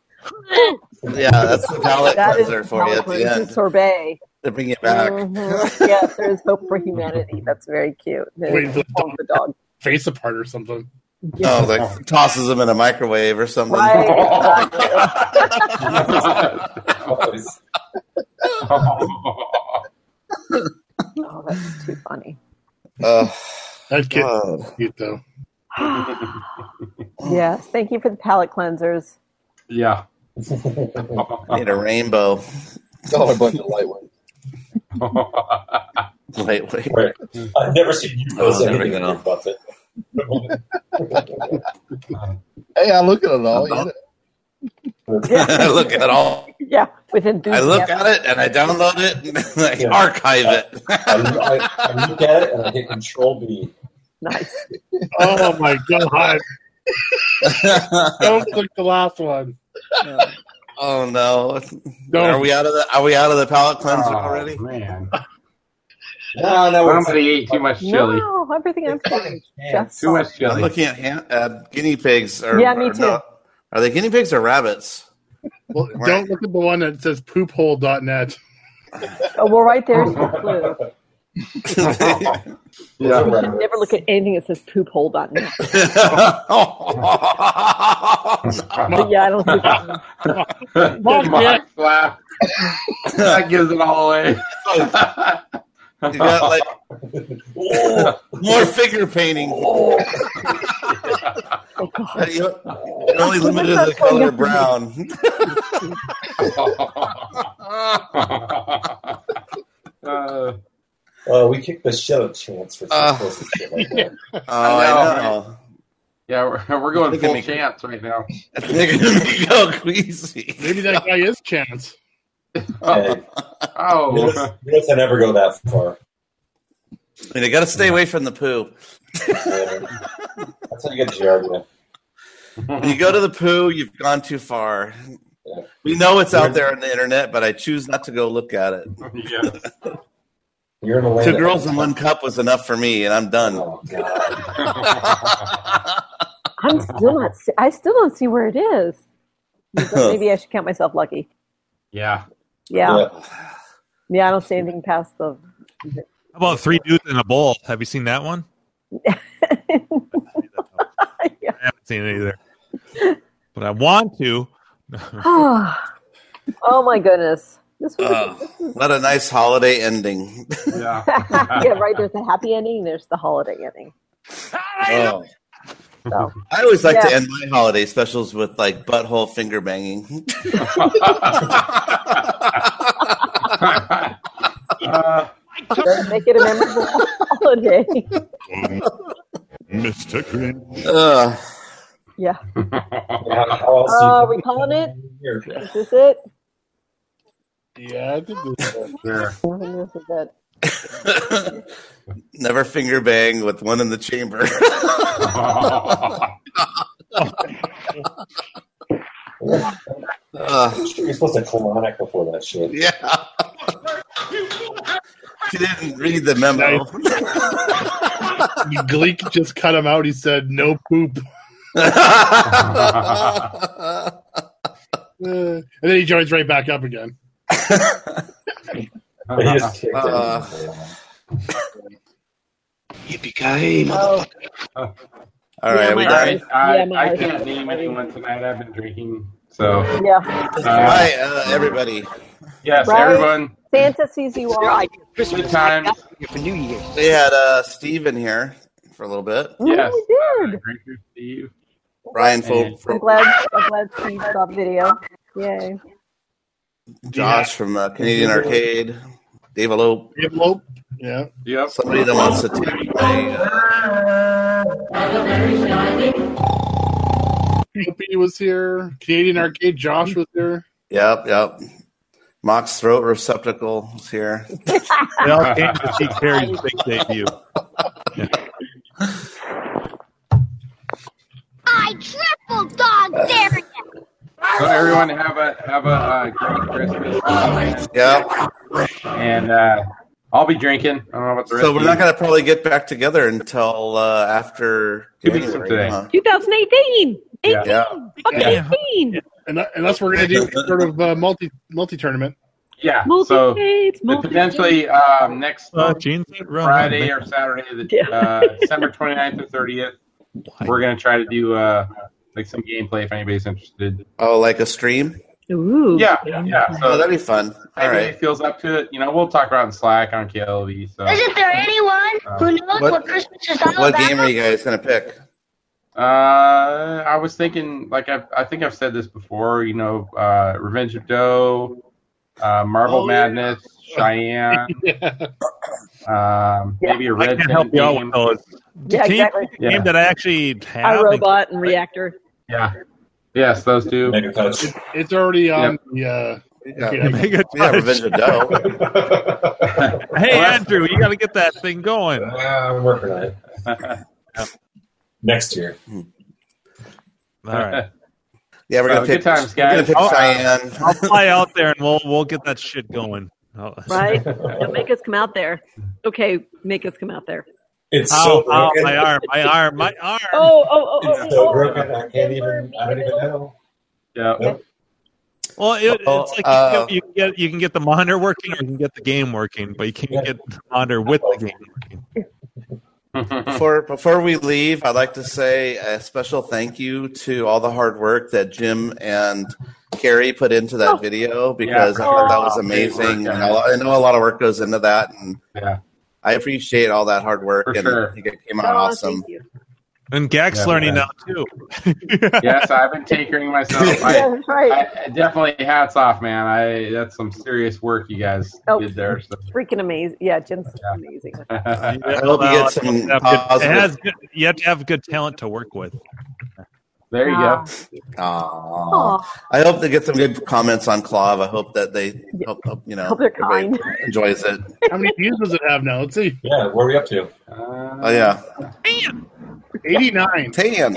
[SPEAKER 7] Yeah, that's the palate
[SPEAKER 2] That is
[SPEAKER 7] cleanser for you
[SPEAKER 2] palate
[SPEAKER 7] at the
[SPEAKER 2] cleanser
[SPEAKER 7] end.
[SPEAKER 2] sorbet.
[SPEAKER 7] To bring it back.
[SPEAKER 2] Mhm. yes, there's hope for humanity. That's very cute. There's
[SPEAKER 7] Wait for the
[SPEAKER 2] hope for the dog.
[SPEAKER 1] Face apart or something.
[SPEAKER 7] Oh, like tosses them in a microwave or something.
[SPEAKER 2] Right, Oh, that's too funny.
[SPEAKER 7] Uh,
[SPEAKER 1] that kid cute though.
[SPEAKER 2] Yes, thank you for the palate cleansers.
[SPEAKER 4] Yeah.
[SPEAKER 7] I need a rainbow.
[SPEAKER 11] Y'all are a bunch of lightweight.
[SPEAKER 7] Lightweight.
[SPEAKER 6] I've never seen you post
[SPEAKER 7] Oh, there we
[SPEAKER 6] anything
[SPEAKER 7] go.
[SPEAKER 6] on Buffett.
[SPEAKER 11] Hey, I look at it all.
[SPEAKER 7] Uh-huh.
[SPEAKER 11] yeah.
[SPEAKER 7] I look at all.
[SPEAKER 2] Yeah, with
[SPEAKER 7] I
[SPEAKER 2] enthusiasm.
[SPEAKER 7] look at it and I download it and I archive it.
[SPEAKER 6] I, I look at it and I hit Control B.
[SPEAKER 2] Nice.
[SPEAKER 1] Oh my god. Don't click the last one.
[SPEAKER 7] Oh no.
[SPEAKER 1] No.
[SPEAKER 7] Are we out of the Are we out of the palate cleanser
[SPEAKER 4] Oh,
[SPEAKER 7] already?
[SPEAKER 4] Man.
[SPEAKER 7] No, no, we're-
[SPEAKER 4] Somebody ate too much chili.
[SPEAKER 2] No, everything I'm saying. Just
[SPEAKER 4] Too much
[SPEAKER 7] I'm
[SPEAKER 4] chili.
[SPEAKER 7] looking at ham- uh, guinea pigs. Or,
[SPEAKER 2] Yeah, me
[SPEAKER 7] or no- are they guinea pigs or rabbits?
[SPEAKER 1] Well, Don't look at the one that says poophole.net.
[SPEAKER 2] oh, well, right there's the clue.
[SPEAKER 1] Yeah.
[SPEAKER 2] You should never look at anything that says poop hole dot net.
[SPEAKER 7] Oh.
[SPEAKER 2] But yeah, I don't think
[SPEAKER 4] Mom slap. that
[SPEAKER 6] Uh,
[SPEAKER 4] gives it all away.
[SPEAKER 7] You got like more figure painting.
[SPEAKER 4] Oh.
[SPEAKER 2] Oh,
[SPEAKER 7] you you're only limited to the color brown.
[SPEAKER 4] Uh,
[SPEAKER 6] Uh, we kicked the shit out of Chance for some
[SPEAKER 4] Uh,
[SPEAKER 6] crazy shit like that.
[SPEAKER 7] Oh, I know.
[SPEAKER 4] Yeah, we're, we're going
[SPEAKER 7] Look at
[SPEAKER 4] full
[SPEAKER 7] me.
[SPEAKER 4] chance right now.
[SPEAKER 7] They go crazy.
[SPEAKER 1] Maybe that guy is Chance.
[SPEAKER 6] Hey,
[SPEAKER 4] Oh.
[SPEAKER 6] Minutes, minutes I never go that far.
[SPEAKER 7] I mean, I got to stay away from the poo.
[SPEAKER 6] That's how you get Gerald.
[SPEAKER 7] When you go to the poo, you've gone too far. We know it's out there on the internet, but I choose not to go look at it.
[SPEAKER 6] You're in a
[SPEAKER 7] Two
[SPEAKER 6] lane.
[SPEAKER 7] girls in one cup was enough for me, and I'm done.
[SPEAKER 6] Oh,
[SPEAKER 2] I'm still not. See, I still don't see where it is. Maybe I should count myself lucky.
[SPEAKER 4] Yeah.
[SPEAKER 2] Yeah. yeah, I don't see anything past the.
[SPEAKER 3] How about three dudes in a bowl? Have you seen that one? I haven't seen it either, but I want to.
[SPEAKER 2] oh my goodness! This was.
[SPEAKER 7] Uh, what a nice holiday ending.
[SPEAKER 4] Yeah.
[SPEAKER 2] yeah, right. There's the happy ending. There's the holiday ending.
[SPEAKER 7] Oh. I always like to
[SPEAKER 2] Yeah.
[SPEAKER 7] end my holiday specials with like butthole finger banging.
[SPEAKER 2] Make it a memorable holiday.
[SPEAKER 28] Mr. Cringe.
[SPEAKER 6] Uh,
[SPEAKER 2] Yeah.
[SPEAKER 28] you-
[SPEAKER 2] Uh, we calling it? Is this it?
[SPEAKER 1] Yeah, I think this is
[SPEAKER 4] Sure.
[SPEAKER 2] I think this is it.
[SPEAKER 7] Never finger bang with one in the chamber.
[SPEAKER 6] You're supposed to colonic before that shit.
[SPEAKER 7] Yeah. she didn't read the memo.
[SPEAKER 1] Gleek just cut him out. He said, no poop. Uh, and then he joins right back up again.
[SPEAKER 6] They just kicked
[SPEAKER 7] Uh,
[SPEAKER 6] Yippee-ki-yay,
[SPEAKER 2] Oh,
[SPEAKER 7] All right, we done.
[SPEAKER 4] I,
[SPEAKER 2] Yeah,
[SPEAKER 4] I
[SPEAKER 2] my-
[SPEAKER 4] can't name anyone tonight. I've been drinking. So,
[SPEAKER 2] Yeah.
[SPEAKER 7] Bye, uh, everybody.
[SPEAKER 4] yes,
[SPEAKER 2] Right.
[SPEAKER 4] everyone.
[SPEAKER 2] Santa sees you all.
[SPEAKER 4] Good times.
[SPEAKER 7] For New Year's. They had uh, Steve in here for a little bit.
[SPEAKER 4] Yes.
[SPEAKER 2] we did.
[SPEAKER 4] Drinker Steve.
[SPEAKER 7] Brian Fo-
[SPEAKER 4] And-
[SPEAKER 2] I'm
[SPEAKER 7] from
[SPEAKER 2] glad. I'm glad Steve saw the video. Yay!
[SPEAKER 7] Josh from uh, Canadian Arcade. Dave Elope.
[SPEAKER 1] Dave Elope. Yeah.
[SPEAKER 4] Yep.
[SPEAKER 7] Somebody that wants to take my. Uh,
[SPEAKER 1] Flippy was here. Canadian Arcade Josh was here.
[SPEAKER 7] yep, yep. Mock's throat receptacle is here.
[SPEAKER 3] They all came to see Terry's big debut.
[SPEAKER 29] I triple dog dare you.
[SPEAKER 4] So everyone have a have a uh, great Christmas.
[SPEAKER 7] Yeah.
[SPEAKER 4] And uh, I'll be drinking. I don't know about the rest.
[SPEAKER 7] So
[SPEAKER 4] of
[SPEAKER 7] we're
[SPEAKER 4] you.
[SPEAKER 7] not going to probably get back together until uh, after
[SPEAKER 4] Two weeks from
[SPEAKER 7] January,
[SPEAKER 4] today.
[SPEAKER 7] huh?
[SPEAKER 2] 2018.
[SPEAKER 1] Yeah.
[SPEAKER 30] Fucking
[SPEAKER 1] Yeah.
[SPEAKER 30] 18.
[SPEAKER 1] And, unless we're going to do sort of uh, multi multi tournament.
[SPEAKER 4] Yeah. so
[SPEAKER 30] Multi-states,
[SPEAKER 4] but potentially um, next
[SPEAKER 3] Uh, Gene said run,
[SPEAKER 4] Friday
[SPEAKER 3] man.
[SPEAKER 4] or Saturday, the, uh, December 29th or 30th, we're going to try to do uh, like some gameplay if anybody's interested.
[SPEAKER 7] Oh, like a stream?
[SPEAKER 30] Ooh.
[SPEAKER 4] Yeah, yeah. So
[SPEAKER 7] Oh, that'd be fun. All
[SPEAKER 4] anybody
[SPEAKER 7] right.
[SPEAKER 4] feels up to it, you know, we'll talk about it in Slack on KLV. So
[SPEAKER 10] Isn't there anyone who knows
[SPEAKER 4] what-
[SPEAKER 10] what, Christmas is all
[SPEAKER 4] what
[SPEAKER 10] about?
[SPEAKER 4] game are
[SPEAKER 7] you guys going to pick?
[SPEAKER 4] Uh, I was thinking, like I've, I think I've said this before. You know, uh, Revenge of Doe, uh, Marble
[SPEAKER 7] Oh, yeah.
[SPEAKER 4] Madness, Cheyenne. Um, maybe a
[SPEAKER 3] I
[SPEAKER 4] red.
[SPEAKER 3] can't help
[SPEAKER 4] Dead
[SPEAKER 3] you out
[SPEAKER 4] game.
[SPEAKER 3] with those.
[SPEAKER 2] Yeah,
[SPEAKER 3] Can you
[SPEAKER 2] exactly.
[SPEAKER 3] pick a game that I actually have?
[SPEAKER 2] iRobot and Reactor.
[SPEAKER 4] Yeah. Yes, those two.
[SPEAKER 1] It, it's um, already
[SPEAKER 3] uh,
[SPEAKER 1] on the. Uh,
[SPEAKER 3] Yeah, Mega Touch. hey, Andrew, you got to get that thing going.
[SPEAKER 6] I'm working on it. uh, Next year.
[SPEAKER 3] All right.
[SPEAKER 7] Yeah, we're gonna
[SPEAKER 3] Uh,
[SPEAKER 7] pick-
[SPEAKER 3] good times,
[SPEAKER 7] we're gonna
[SPEAKER 3] guys.
[SPEAKER 7] pick
[SPEAKER 3] I'll, uh,
[SPEAKER 7] Cheyenne.
[SPEAKER 3] I'll fly out there and we'll we'll get that shit going. I'll-
[SPEAKER 2] Right? Don't make us come out there. Okay, make us come out there.
[SPEAKER 6] It's
[SPEAKER 3] Ow,
[SPEAKER 6] so
[SPEAKER 3] ow,
[SPEAKER 6] broken.
[SPEAKER 3] my arm, my arm, my arm.
[SPEAKER 2] Oh, oh,
[SPEAKER 6] It's so broken. I can't even. I don't even know.
[SPEAKER 4] Yeah.
[SPEAKER 3] Well, it,
[SPEAKER 7] Oh,
[SPEAKER 6] Well,
[SPEAKER 3] it's like
[SPEAKER 6] uh,
[SPEAKER 3] you, can get, you can get the monitor working or you can get the game working, but you can't get the monitor with the game working.
[SPEAKER 7] Before before we leave, I'd like to say a special thank you to all the hard work that Jim and Carrie put into that video because I thought that was
[SPEAKER 4] Oh, great work,
[SPEAKER 7] amazing.
[SPEAKER 4] guys.
[SPEAKER 7] And I I know a lot of work goes into that, and
[SPEAKER 4] Yeah.
[SPEAKER 7] I appreciate all that hard work.
[SPEAKER 4] For
[SPEAKER 7] and
[SPEAKER 4] sure.
[SPEAKER 7] I think it
[SPEAKER 6] Oh,
[SPEAKER 7] came out awesome.
[SPEAKER 3] And Gak's
[SPEAKER 4] Yeah,
[SPEAKER 3] learning
[SPEAKER 4] man.
[SPEAKER 3] now too.
[SPEAKER 4] yes, I've been tinkering myself. I,
[SPEAKER 3] Yeah,
[SPEAKER 4] right. I, definitely hats off, man. I that's some serious work you guys
[SPEAKER 2] Oh.
[SPEAKER 4] did there. So.
[SPEAKER 2] Freaking amazing. Yeah, Jim's amazing.
[SPEAKER 7] I hope you get some
[SPEAKER 3] You have to have good-
[SPEAKER 7] positive-
[SPEAKER 3] it has good- you have to have good talent to work with.
[SPEAKER 4] There
[SPEAKER 7] you
[SPEAKER 2] go.
[SPEAKER 7] Aw. I hope they get some good comments on Clav. I hope that they hope, hope, you know
[SPEAKER 2] Hope they're
[SPEAKER 7] everybody enjoys it.
[SPEAKER 1] How many views does it have now? Let's see.
[SPEAKER 6] Yeah, what are we up to?
[SPEAKER 7] Oh yeah,
[SPEAKER 1] eighty nine.
[SPEAKER 7] Tan.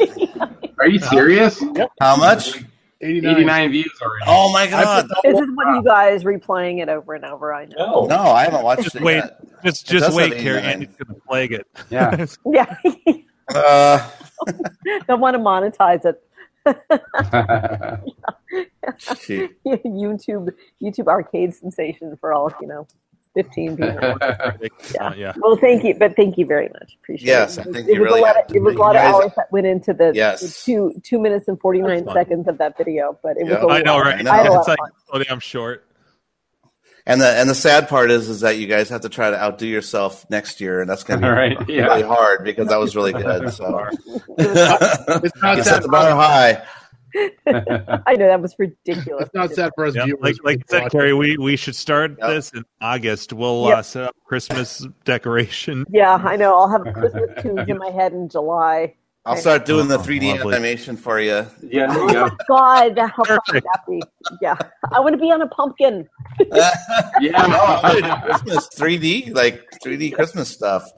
[SPEAKER 4] Are you serious?
[SPEAKER 7] How much?
[SPEAKER 1] 89.
[SPEAKER 4] 89 views already.
[SPEAKER 7] Oh my
[SPEAKER 2] I put- This is one of you guys replaying it over and over. I
[SPEAKER 6] Oh.
[SPEAKER 2] know.
[SPEAKER 7] No, I haven't watched
[SPEAKER 3] Just
[SPEAKER 7] it
[SPEAKER 3] wait,
[SPEAKER 7] yet.
[SPEAKER 3] just
[SPEAKER 7] It does
[SPEAKER 3] just
[SPEAKER 7] have
[SPEAKER 3] wait, Carrie.
[SPEAKER 7] 89.
[SPEAKER 3] Andy's gonna plague it.
[SPEAKER 4] Yeah.
[SPEAKER 2] Yeah,
[SPEAKER 7] Uh,
[SPEAKER 2] they want to monetize it.
[SPEAKER 7] Shoot.
[SPEAKER 2] YouTube, YouTube arcade sensation for all you know, fifteen people.
[SPEAKER 3] yeah. yeah.
[SPEAKER 2] Well, thank you, but thank you very much. Appreciate
[SPEAKER 7] Yes,
[SPEAKER 2] it.
[SPEAKER 7] I think
[SPEAKER 2] it
[SPEAKER 7] you
[SPEAKER 2] was
[SPEAKER 7] really
[SPEAKER 2] a lot.
[SPEAKER 7] have
[SPEAKER 2] Of, it was a
[SPEAKER 7] to-
[SPEAKER 2] lot of
[SPEAKER 7] you guys-
[SPEAKER 2] hours that went into the,
[SPEAKER 7] Yes.
[SPEAKER 2] the two two minutes and forty nine
[SPEAKER 7] That's fun.
[SPEAKER 2] seconds of that video, but it was
[SPEAKER 7] Yeah.
[SPEAKER 2] a lot.
[SPEAKER 7] I know, right?
[SPEAKER 2] I had a lot
[SPEAKER 7] It's
[SPEAKER 2] of
[SPEAKER 7] like-
[SPEAKER 2] fun.
[SPEAKER 3] Oh, damn short.
[SPEAKER 7] And the and the sad part is is that you guys have to try to outdo yourself next year, and that's going to be
[SPEAKER 4] All right, yeah.
[SPEAKER 7] really hard because that was really good. So
[SPEAKER 1] not
[SPEAKER 7] you set
[SPEAKER 1] that
[SPEAKER 7] the bar high.
[SPEAKER 2] I know that was ridiculous.
[SPEAKER 1] It's not sad for us
[SPEAKER 3] Yeah,
[SPEAKER 1] viewers.
[SPEAKER 3] like like I said, Carrie, we, we should start
[SPEAKER 1] Yep.
[SPEAKER 3] this in August. We'll
[SPEAKER 2] Yep.
[SPEAKER 3] uh, set up Christmas decoration.
[SPEAKER 2] Yeah, I know. I'll have a Christmas tune in my head in July.
[SPEAKER 7] I'll start doing the
[SPEAKER 3] Oh,
[SPEAKER 7] 3D
[SPEAKER 3] lovely.
[SPEAKER 7] animation for you.
[SPEAKER 4] Yeah,
[SPEAKER 2] Oh my god, how fun would that be? Yeah, I want to be on a pumpkin.
[SPEAKER 4] yeah.
[SPEAKER 7] Christmas 3D, like 3D Christmas stuff.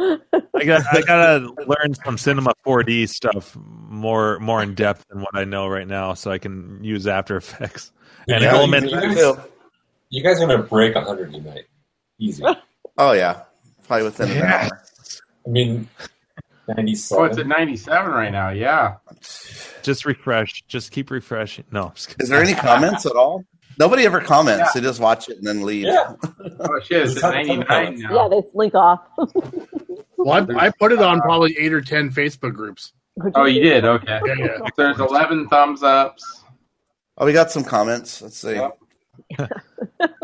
[SPEAKER 3] I got I gotta learn some Cinema 4D stuff more more in depth than what I know right now, so I can use After Effects and
[SPEAKER 6] Yeah,
[SPEAKER 3] Element.
[SPEAKER 6] you guys, you guys are gonna break hundred tonight, easy.
[SPEAKER 7] Oh yeah, probably within an
[SPEAKER 6] Yeah.
[SPEAKER 7] hour.
[SPEAKER 6] I mean,
[SPEAKER 4] Oh, it's at
[SPEAKER 6] ninety-seven.
[SPEAKER 4] 97 right now. Yeah.
[SPEAKER 3] Just refresh. Just keep refreshing. No, I'm just kidding.
[SPEAKER 7] Is there any comments at all? Nobody ever comments. They just watch it and then leave.
[SPEAKER 6] Yeah.
[SPEAKER 4] Oh, shit. It's at 99 now.
[SPEAKER 2] Yeah, they link off.
[SPEAKER 1] Well, I, I put it on probably eight or ten Facebook groups.
[SPEAKER 4] Oh, you did? Okay.
[SPEAKER 1] Yeah, yeah.
[SPEAKER 4] So There's 11 thumbs ups.
[SPEAKER 7] Oh, we got some comments. Let's see.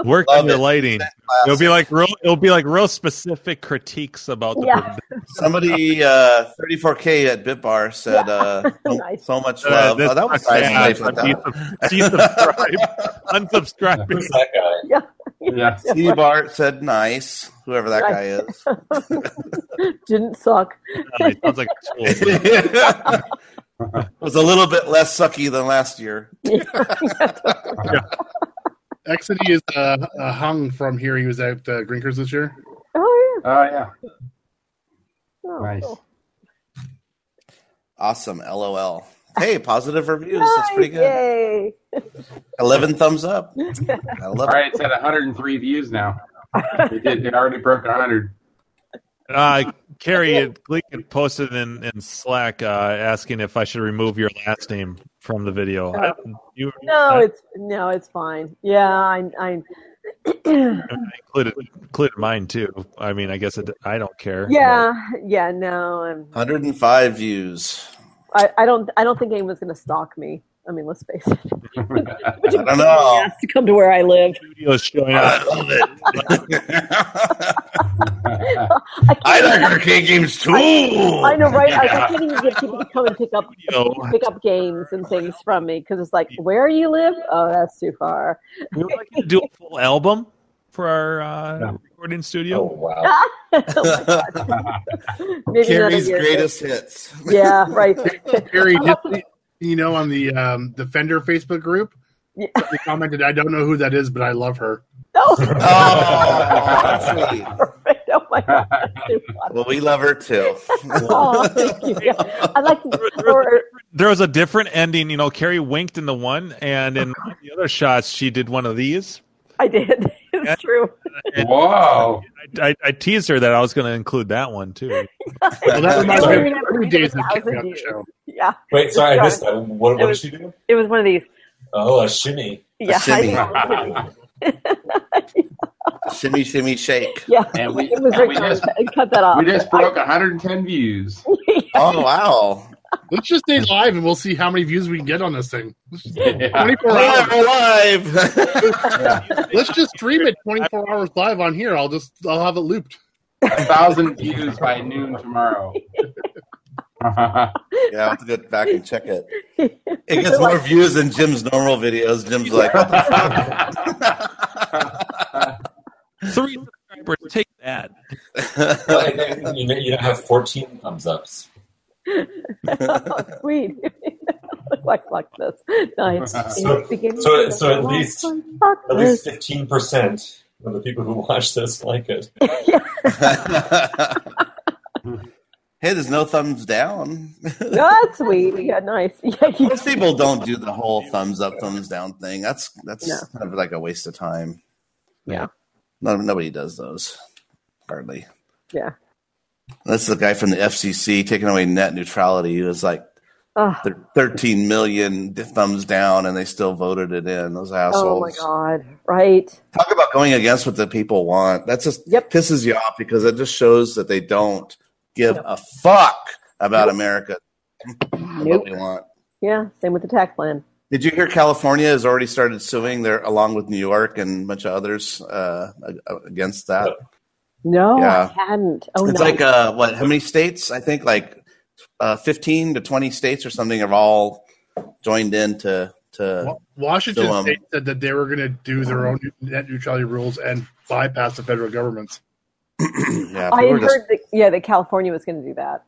[SPEAKER 3] Work
[SPEAKER 7] Love
[SPEAKER 3] on your
[SPEAKER 7] it.
[SPEAKER 3] lighting. It'll be like real. It'll be like real specific critiques about the.
[SPEAKER 2] Yeah.
[SPEAKER 7] Somebody, uh, 34K at Bitbar said, uh, so- so much
[SPEAKER 3] Uh,
[SPEAKER 7] love.
[SPEAKER 3] this
[SPEAKER 7] oh, that was
[SPEAKER 3] sucks ass.
[SPEAKER 7] nice. when they put that.
[SPEAKER 3] Desubscribe. Unsubscribe.
[SPEAKER 6] Who's that guy?
[SPEAKER 4] Yeah.
[SPEAKER 7] C Bart said nice, whoever that guy is.
[SPEAKER 2] Didn't suck.
[SPEAKER 3] It sounds like a tool.
[SPEAKER 7] It was a little bit less sucky than last year.
[SPEAKER 1] Exidy is uh, uh, hung from here. He was at uh, Grinkers this year.
[SPEAKER 2] Oh
[SPEAKER 4] yeah. Oh yeah.
[SPEAKER 7] Nice. Awesome. LOL. Hey, positive reviews. That's pretty good.
[SPEAKER 2] Yay!
[SPEAKER 7] 11 thumbs up. I
[SPEAKER 4] All
[SPEAKER 7] love
[SPEAKER 4] right.
[SPEAKER 7] it.
[SPEAKER 4] It's at 103 views now. It, did, it already broke 100.
[SPEAKER 3] Uh, Carrie had, Gleek had posted in, in Slack uh, asking if I should remove your last name from the video.
[SPEAKER 2] Oh.
[SPEAKER 3] I, you
[SPEAKER 2] No, it's no, it's fine. Yeah, I, I
[SPEAKER 3] included, included mine too. I mean, I guess it, I don't care.
[SPEAKER 2] yeah, yeah. No, I'm.
[SPEAKER 7] 105 views.
[SPEAKER 2] I, I don't. I don't think anyone's going to stalk me. I mean, let's face it.
[SPEAKER 7] I don't know.
[SPEAKER 2] to come to where I live.
[SPEAKER 3] Videos showing up.
[SPEAKER 7] I love it. I like arcade games too.
[SPEAKER 2] I know, right? I, I can't even get people to come and pick up pick up games and things from me because it's like, where you live? Oh, that's too far.
[SPEAKER 3] We would like to do a full album for our uh, recording studio. Oh,
[SPEAKER 6] wow.
[SPEAKER 2] Maybe another
[SPEAKER 7] Carrie's
[SPEAKER 2] year.
[SPEAKER 7] greatest hits.
[SPEAKER 2] Yeah, right.
[SPEAKER 1] Carrie, did, you know, on the um, the Fender Facebook group, they commented, "I don't know who that is, but I love her."
[SPEAKER 2] Oh,
[SPEAKER 7] well, we love her too.
[SPEAKER 2] Oh, thank you. Yeah. I like to, or,
[SPEAKER 3] There was a different ending. You know, Carrie winked in the one, and in one of the other shots, she did one of these.
[SPEAKER 2] I did. It's true.
[SPEAKER 3] And
[SPEAKER 4] Wow.
[SPEAKER 3] I, I, I teased her that I was going to include that one too.
[SPEAKER 1] Well, that reminds me of
[SPEAKER 2] Sorry.
[SPEAKER 1] early days of
[SPEAKER 2] Thousand
[SPEAKER 1] Carrie on the
[SPEAKER 2] years.
[SPEAKER 1] show.
[SPEAKER 2] Yeah.
[SPEAKER 6] Wait, sorry, I missed that. What, what did she do?
[SPEAKER 2] It was one of these.
[SPEAKER 6] Oh, a shimmy.
[SPEAKER 2] Yeah. I-
[SPEAKER 7] shimmy, shimmy, shake.
[SPEAKER 2] yeah.
[SPEAKER 4] And we-
[SPEAKER 2] it was
[SPEAKER 4] and
[SPEAKER 2] Rick
[SPEAKER 4] we
[SPEAKER 2] Owens.
[SPEAKER 4] just-
[SPEAKER 2] cut that off.
[SPEAKER 4] We just broke 110 views.
[SPEAKER 7] Oh wow!
[SPEAKER 1] Let's just stay live and we'll see how many views we can get on this thing. Let's just- 24
[SPEAKER 7] Live,
[SPEAKER 1] hours.
[SPEAKER 7] live.
[SPEAKER 1] Let's just stream it 24 hours live on here. I'll just I'll have it looped.
[SPEAKER 4] A thousand views by noon tomorrow.
[SPEAKER 7] yeah, I'll have to go back and check it. It gets more views than Jim's normal videos. Jim's like, what the
[SPEAKER 3] Three subscribers, take that.
[SPEAKER 6] Well, and then you, know, you have 14 thumbs ups.
[SPEAKER 2] oh, sweet. like like this. Nice.
[SPEAKER 6] So, so, so at least at least 15% of the people who watch this like it.
[SPEAKER 7] hey, there's no thumbs down.
[SPEAKER 2] That's sweet. Yeah, nice. Yeah, you,
[SPEAKER 7] Most people don't do the whole thumbs up, thumbs down thing. That's that's
[SPEAKER 2] No.
[SPEAKER 7] kind of like a waste of time.
[SPEAKER 2] Yeah.
[SPEAKER 7] No, nobody does those. Hardly.
[SPEAKER 2] yeah.
[SPEAKER 7] That's the guy from the FCC taking away net neutrality. He was like
[SPEAKER 2] Oh,
[SPEAKER 7] th- 13 million thumbs down, and they still voted it in. Those assholes.
[SPEAKER 2] oh my God. Right.
[SPEAKER 7] Talk about going against what the people want. That just pisses you off because it just shows that they don't give a fuck about America. and What we want.
[SPEAKER 2] Yeah. Same with the tax plan.
[SPEAKER 7] Did you hear California has already started suing there along with New York and a bunch of others uh, ag- against that?
[SPEAKER 2] No,
[SPEAKER 7] Yeah.
[SPEAKER 2] I hadn't. Oh,
[SPEAKER 7] it's
[SPEAKER 2] nice.
[SPEAKER 7] like uh, what? How many states? I think like uh, fifteen to twenty states or something have all joined in to to.
[SPEAKER 1] Washington
[SPEAKER 7] So, um,
[SPEAKER 1] State said that they were going to do their own net neutrality rules and bypass the federal government.
[SPEAKER 7] yeah,
[SPEAKER 2] I had heard that. Yeah, that California was going to do that.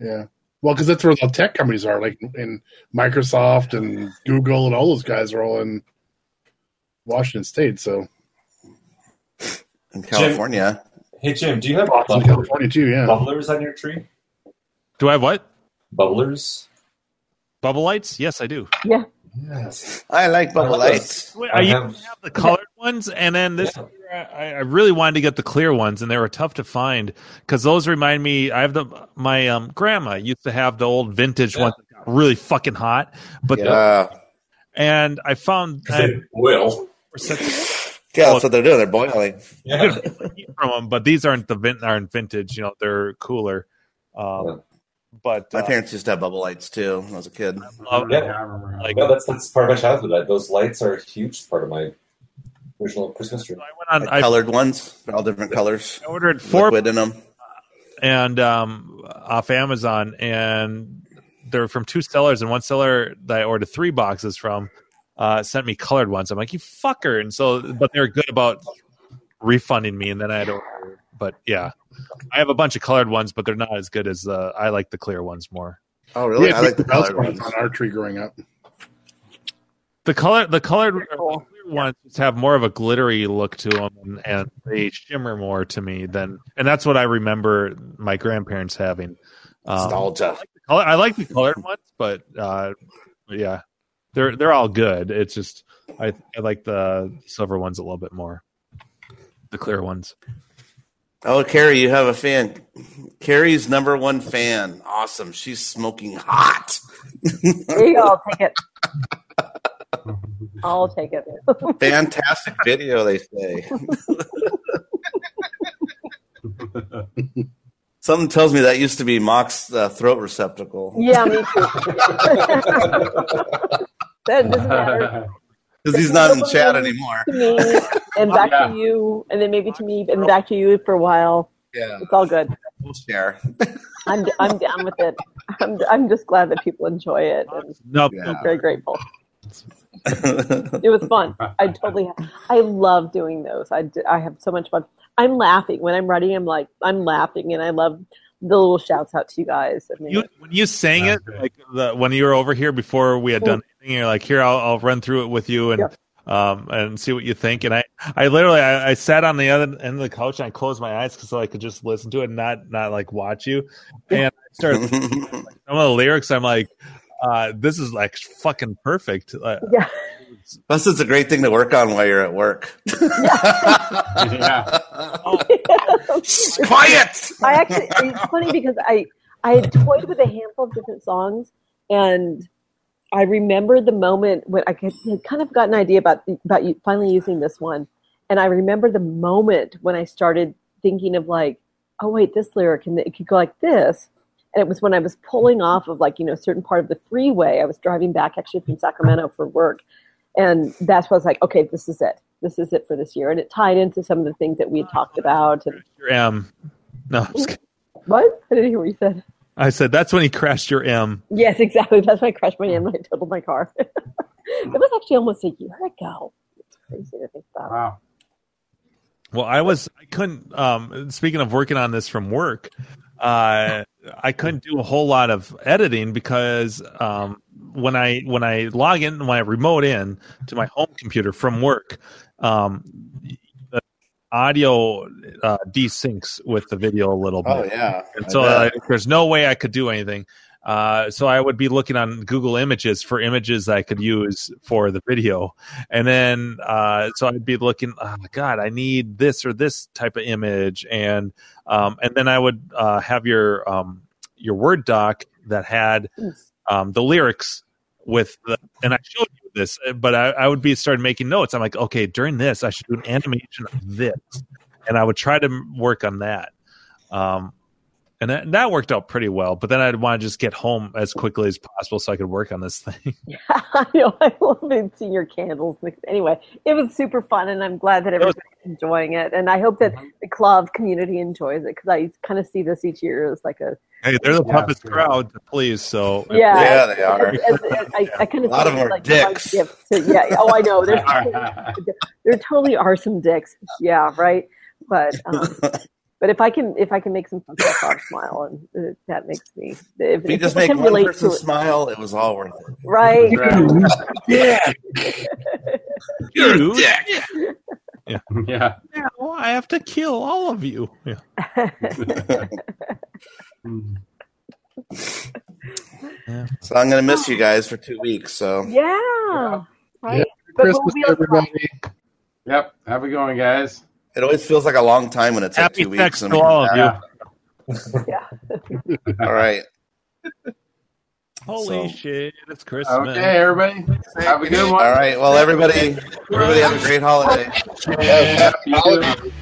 [SPEAKER 1] Yeah. Well, because that's where the tech companies are, like in Microsoft and Google and all those guys are all in Washington State. So
[SPEAKER 7] in
[SPEAKER 6] California. Hey, Jim, do you have
[SPEAKER 1] Boston,
[SPEAKER 6] bubblers,
[SPEAKER 1] California too. Yeah.
[SPEAKER 6] bubblers on your tree?
[SPEAKER 3] Do I have what?
[SPEAKER 6] Bubblers.
[SPEAKER 3] Bubble lights? Yes, I do.
[SPEAKER 2] Yeah.
[SPEAKER 6] Yes.
[SPEAKER 7] I like bubble lights.
[SPEAKER 3] I, used to have the colored ones, and then this year uh, I, I really wanted to get the clear ones, and they were tough to find because those remind me. I have the my um, grandma used to have the old vintage ones, that got really fucking hot. But the-
[SPEAKER 7] Yeah.
[SPEAKER 3] and I found I,
[SPEAKER 6] Will.
[SPEAKER 7] Yeah, that's what they're doing. They're boiling.
[SPEAKER 6] Yeah.
[SPEAKER 3] from them, but these aren't the vin- aren't vintage. You know, they're cooler. Um, But
[SPEAKER 7] My
[SPEAKER 3] uh,
[SPEAKER 7] parents used to have bubble lights too when I was a kid.
[SPEAKER 3] love-
[SPEAKER 6] Yeah. no, that's that's part of my childhood. I- Those lights are a huge part of my original Christmas tree.
[SPEAKER 3] I went on-
[SPEAKER 7] Like colored ones, they're all different colors.
[SPEAKER 3] I ordered four-
[SPEAKER 7] liquid in them.
[SPEAKER 3] and um, off Amazon, and they're from two sellers, and one seller that I ordered three boxes from uh, sent me colored ones. I'm like, you fucker! And so, but they're good about refunding me, and then I had to order. But yeah, I have a bunch of colored ones, but they're not as good as the. I like the clear ones more.
[SPEAKER 7] Oh,
[SPEAKER 1] We had people else on our tree growing up.
[SPEAKER 3] The color, the colored or the clear ones just have more of a glittery look to them, and, and they shimmer more to me than, and that's what I remember my grandparents having. Um,
[SPEAKER 7] Nostalgia.
[SPEAKER 3] I like, the color, I like the colored ones, but uh, but yeah, they're they're all good. It's just I I like the silver ones a little bit more, the clear ones.
[SPEAKER 7] Oh, Carrie, you have a fan. Carrie's number one fan. Awesome. She's smoking hot.
[SPEAKER 2] There you go. I'll take it. I'll take it.
[SPEAKER 7] Fantastic video, they say. Something tells me that used to be Mock's uh, throat receptacle.
[SPEAKER 2] Yeah, me too. that doesn't matter.
[SPEAKER 7] Because he's not in the chat anymore.
[SPEAKER 2] To me, and back
[SPEAKER 7] Yeah.
[SPEAKER 2] to you, and then maybe to me, and back to you for a while.
[SPEAKER 7] Yeah.
[SPEAKER 2] It's all good.
[SPEAKER 7] We'll share.
[SPEAKER 2] I'm, I'm down with it. I'm, I'm just glad that people enjoy it. And
[SPEAKER 3] No.
[SPEAKER 2] I'm very grateful. It was fun. I totally, I love doing those. I, d- I have so much fun. I'm laughing when I'm writing. I'm like, I'm laughing, and I love the little shouts out to you guys. I mean,
[SPEAKER 3] You when you sang it like the, when you were over here before we had done anything, you're like, "Here, I'll, I'll run through it with you and um and see what you think." And I I literally I, I sat on the other end of the couch and I closed my eyes because so I could just listen to it, and not not like watch you. And I started like, some of the lyrics. I'm like, uh, "This is like fucking perfect." Uh,
[SPEAKER 2] yeah.
[SPEAKER 7] Plus, it's a great thing to work on while you're at work. Quiet.
[SPEAKER 2] Oh, I actually, it's funny because I I had toyed with a handful of different songs, and I remember the moment when I could- had kind of got an idea about the- about you finally using this one, and I remember the moment when I started thinking of like, oh wait, this lyric and it could go like this. And it was when I was pulling off of like you know a certain part of the freeway. I was driving back actually from Sacramento for work, and that's when I was like, okay, this is it. This is it for this year. And it tied into some of the things that we had talked about. And
[SPEAKER 3] your M. No, I'm just kidding.
[SPEAKER 2] what? I didn't hear what you said.
[SPEAKER 3] I said that's when he crashed your M.
[SPEAKER 2] Yes, exactly. That's when I crashed my hand when I totaled my car. it was actually almost a year ago. It's crazy to think about.
[SPEAKER 6] Wow.
[SPEAKER 3] Well, I was I couldn't um speaking of working on this from work, uh I couldn't do a whole lot of editing because um when I when I log in when I remote in to my home computer from work, um the audio uh desyncs with the video a little bit.
[SPEAKER 7] Oh, yeah.
[SPEAKER 3] And
[SPEAKER 7] I
[SPEAKER 3] so
[SPEAKER 7] bet.
[SPEAKER 3] uh, there's no way I could do anything. Uh, so I would be looking on Google Images for images I could use for the video, and then uh, so I'd be looking. Oh my God, I need this or this type of image, and um, and then I would uh, have your um, your Word doc that had um, the lyrics with the and I showed you this, but I, I would be started making notes. I'm like, okay, during this I should do an animation of this, and I would try to work on that. Um, and that, that worked out pretty well. But then I'd want to just get home as quickly as possible so I could work on this thing.
[SPEAKER 2] I know. I love it, seeing your candles. Anyway, it was super fun, and I'm glad that everybody's enjoying it. And I hope that the Clove community enjoys it because I kind of see this each year as like a
[SPEAKER 3] Hey, they're the
[SPEAKER 7] Yeah,
[SPEAKER 3] toughest crowd to please. So
[SPEAKER 2] yeah,
[SPEAKER 7] Yeah, they are.
[SPEAKER 2] As- as- as- I, I kind
[SPEAKER 7] A
[SPEAKER 2] of
[SPEAKER 7] lot of them are
[SPEAKER 2] like
[SPEAKER 7] dicks.
[SPEAKER 2] a gift to- yeah. yeah. Oh, I know. There's there totally are some dicks. Yeah, right. But um, but if I can if I can make some people smile, and uh, that makes me. If,
[SPEAKER 7] If you
[SPEAKER 2] if
[SPEAKER 7] just
[SPEAKER 2] I
[SPEAKER 7] make
[SPEAKER 2] can
[SPEAKER 7] one
[SPEAKER 2] relate
[SPEAKER 7] person
[SPEAKER 2] to it,
[SPEAKER 7] smile, it was all worth it.
[SPEAKER 2] right?
[SPEAKER 7] yeah.
[SPEAKER 3] You're a
[SPEAKER 7] dick.
[SPEAKER 3] Yeah.
[SPEAKER 6] yeah.
[SPEAKER 3] Now I have to kill all of you. Yeah.
[SPEAKER 7] So I'm gonna miss you guys for two weeks. So
[SPEAKER 2] Yeah. Right. But we'll be on-
[SPEAKER 7] everybody.
[SPEAKER 6] Yep. Have a good one, guys.
[SPEAKER 7] It always feels like a long time when it's like
[SPEAKER 6] Happy
[SPEAKER 7] two
[SPEAKER 6] sex
[SPEAKER 7] weeks.
[SPEAKER 6] to all of
[SPEAKER 7] you. all right.
[SPEAKER 3] Holy shit! It's Christmas.
[SPEAKER 6] Okay, everybody. Have a good one.
[SPEAKER 7] All right. Well, everybody, everybody have a great holiday.
[SPEAKER 6] Yeah, you too.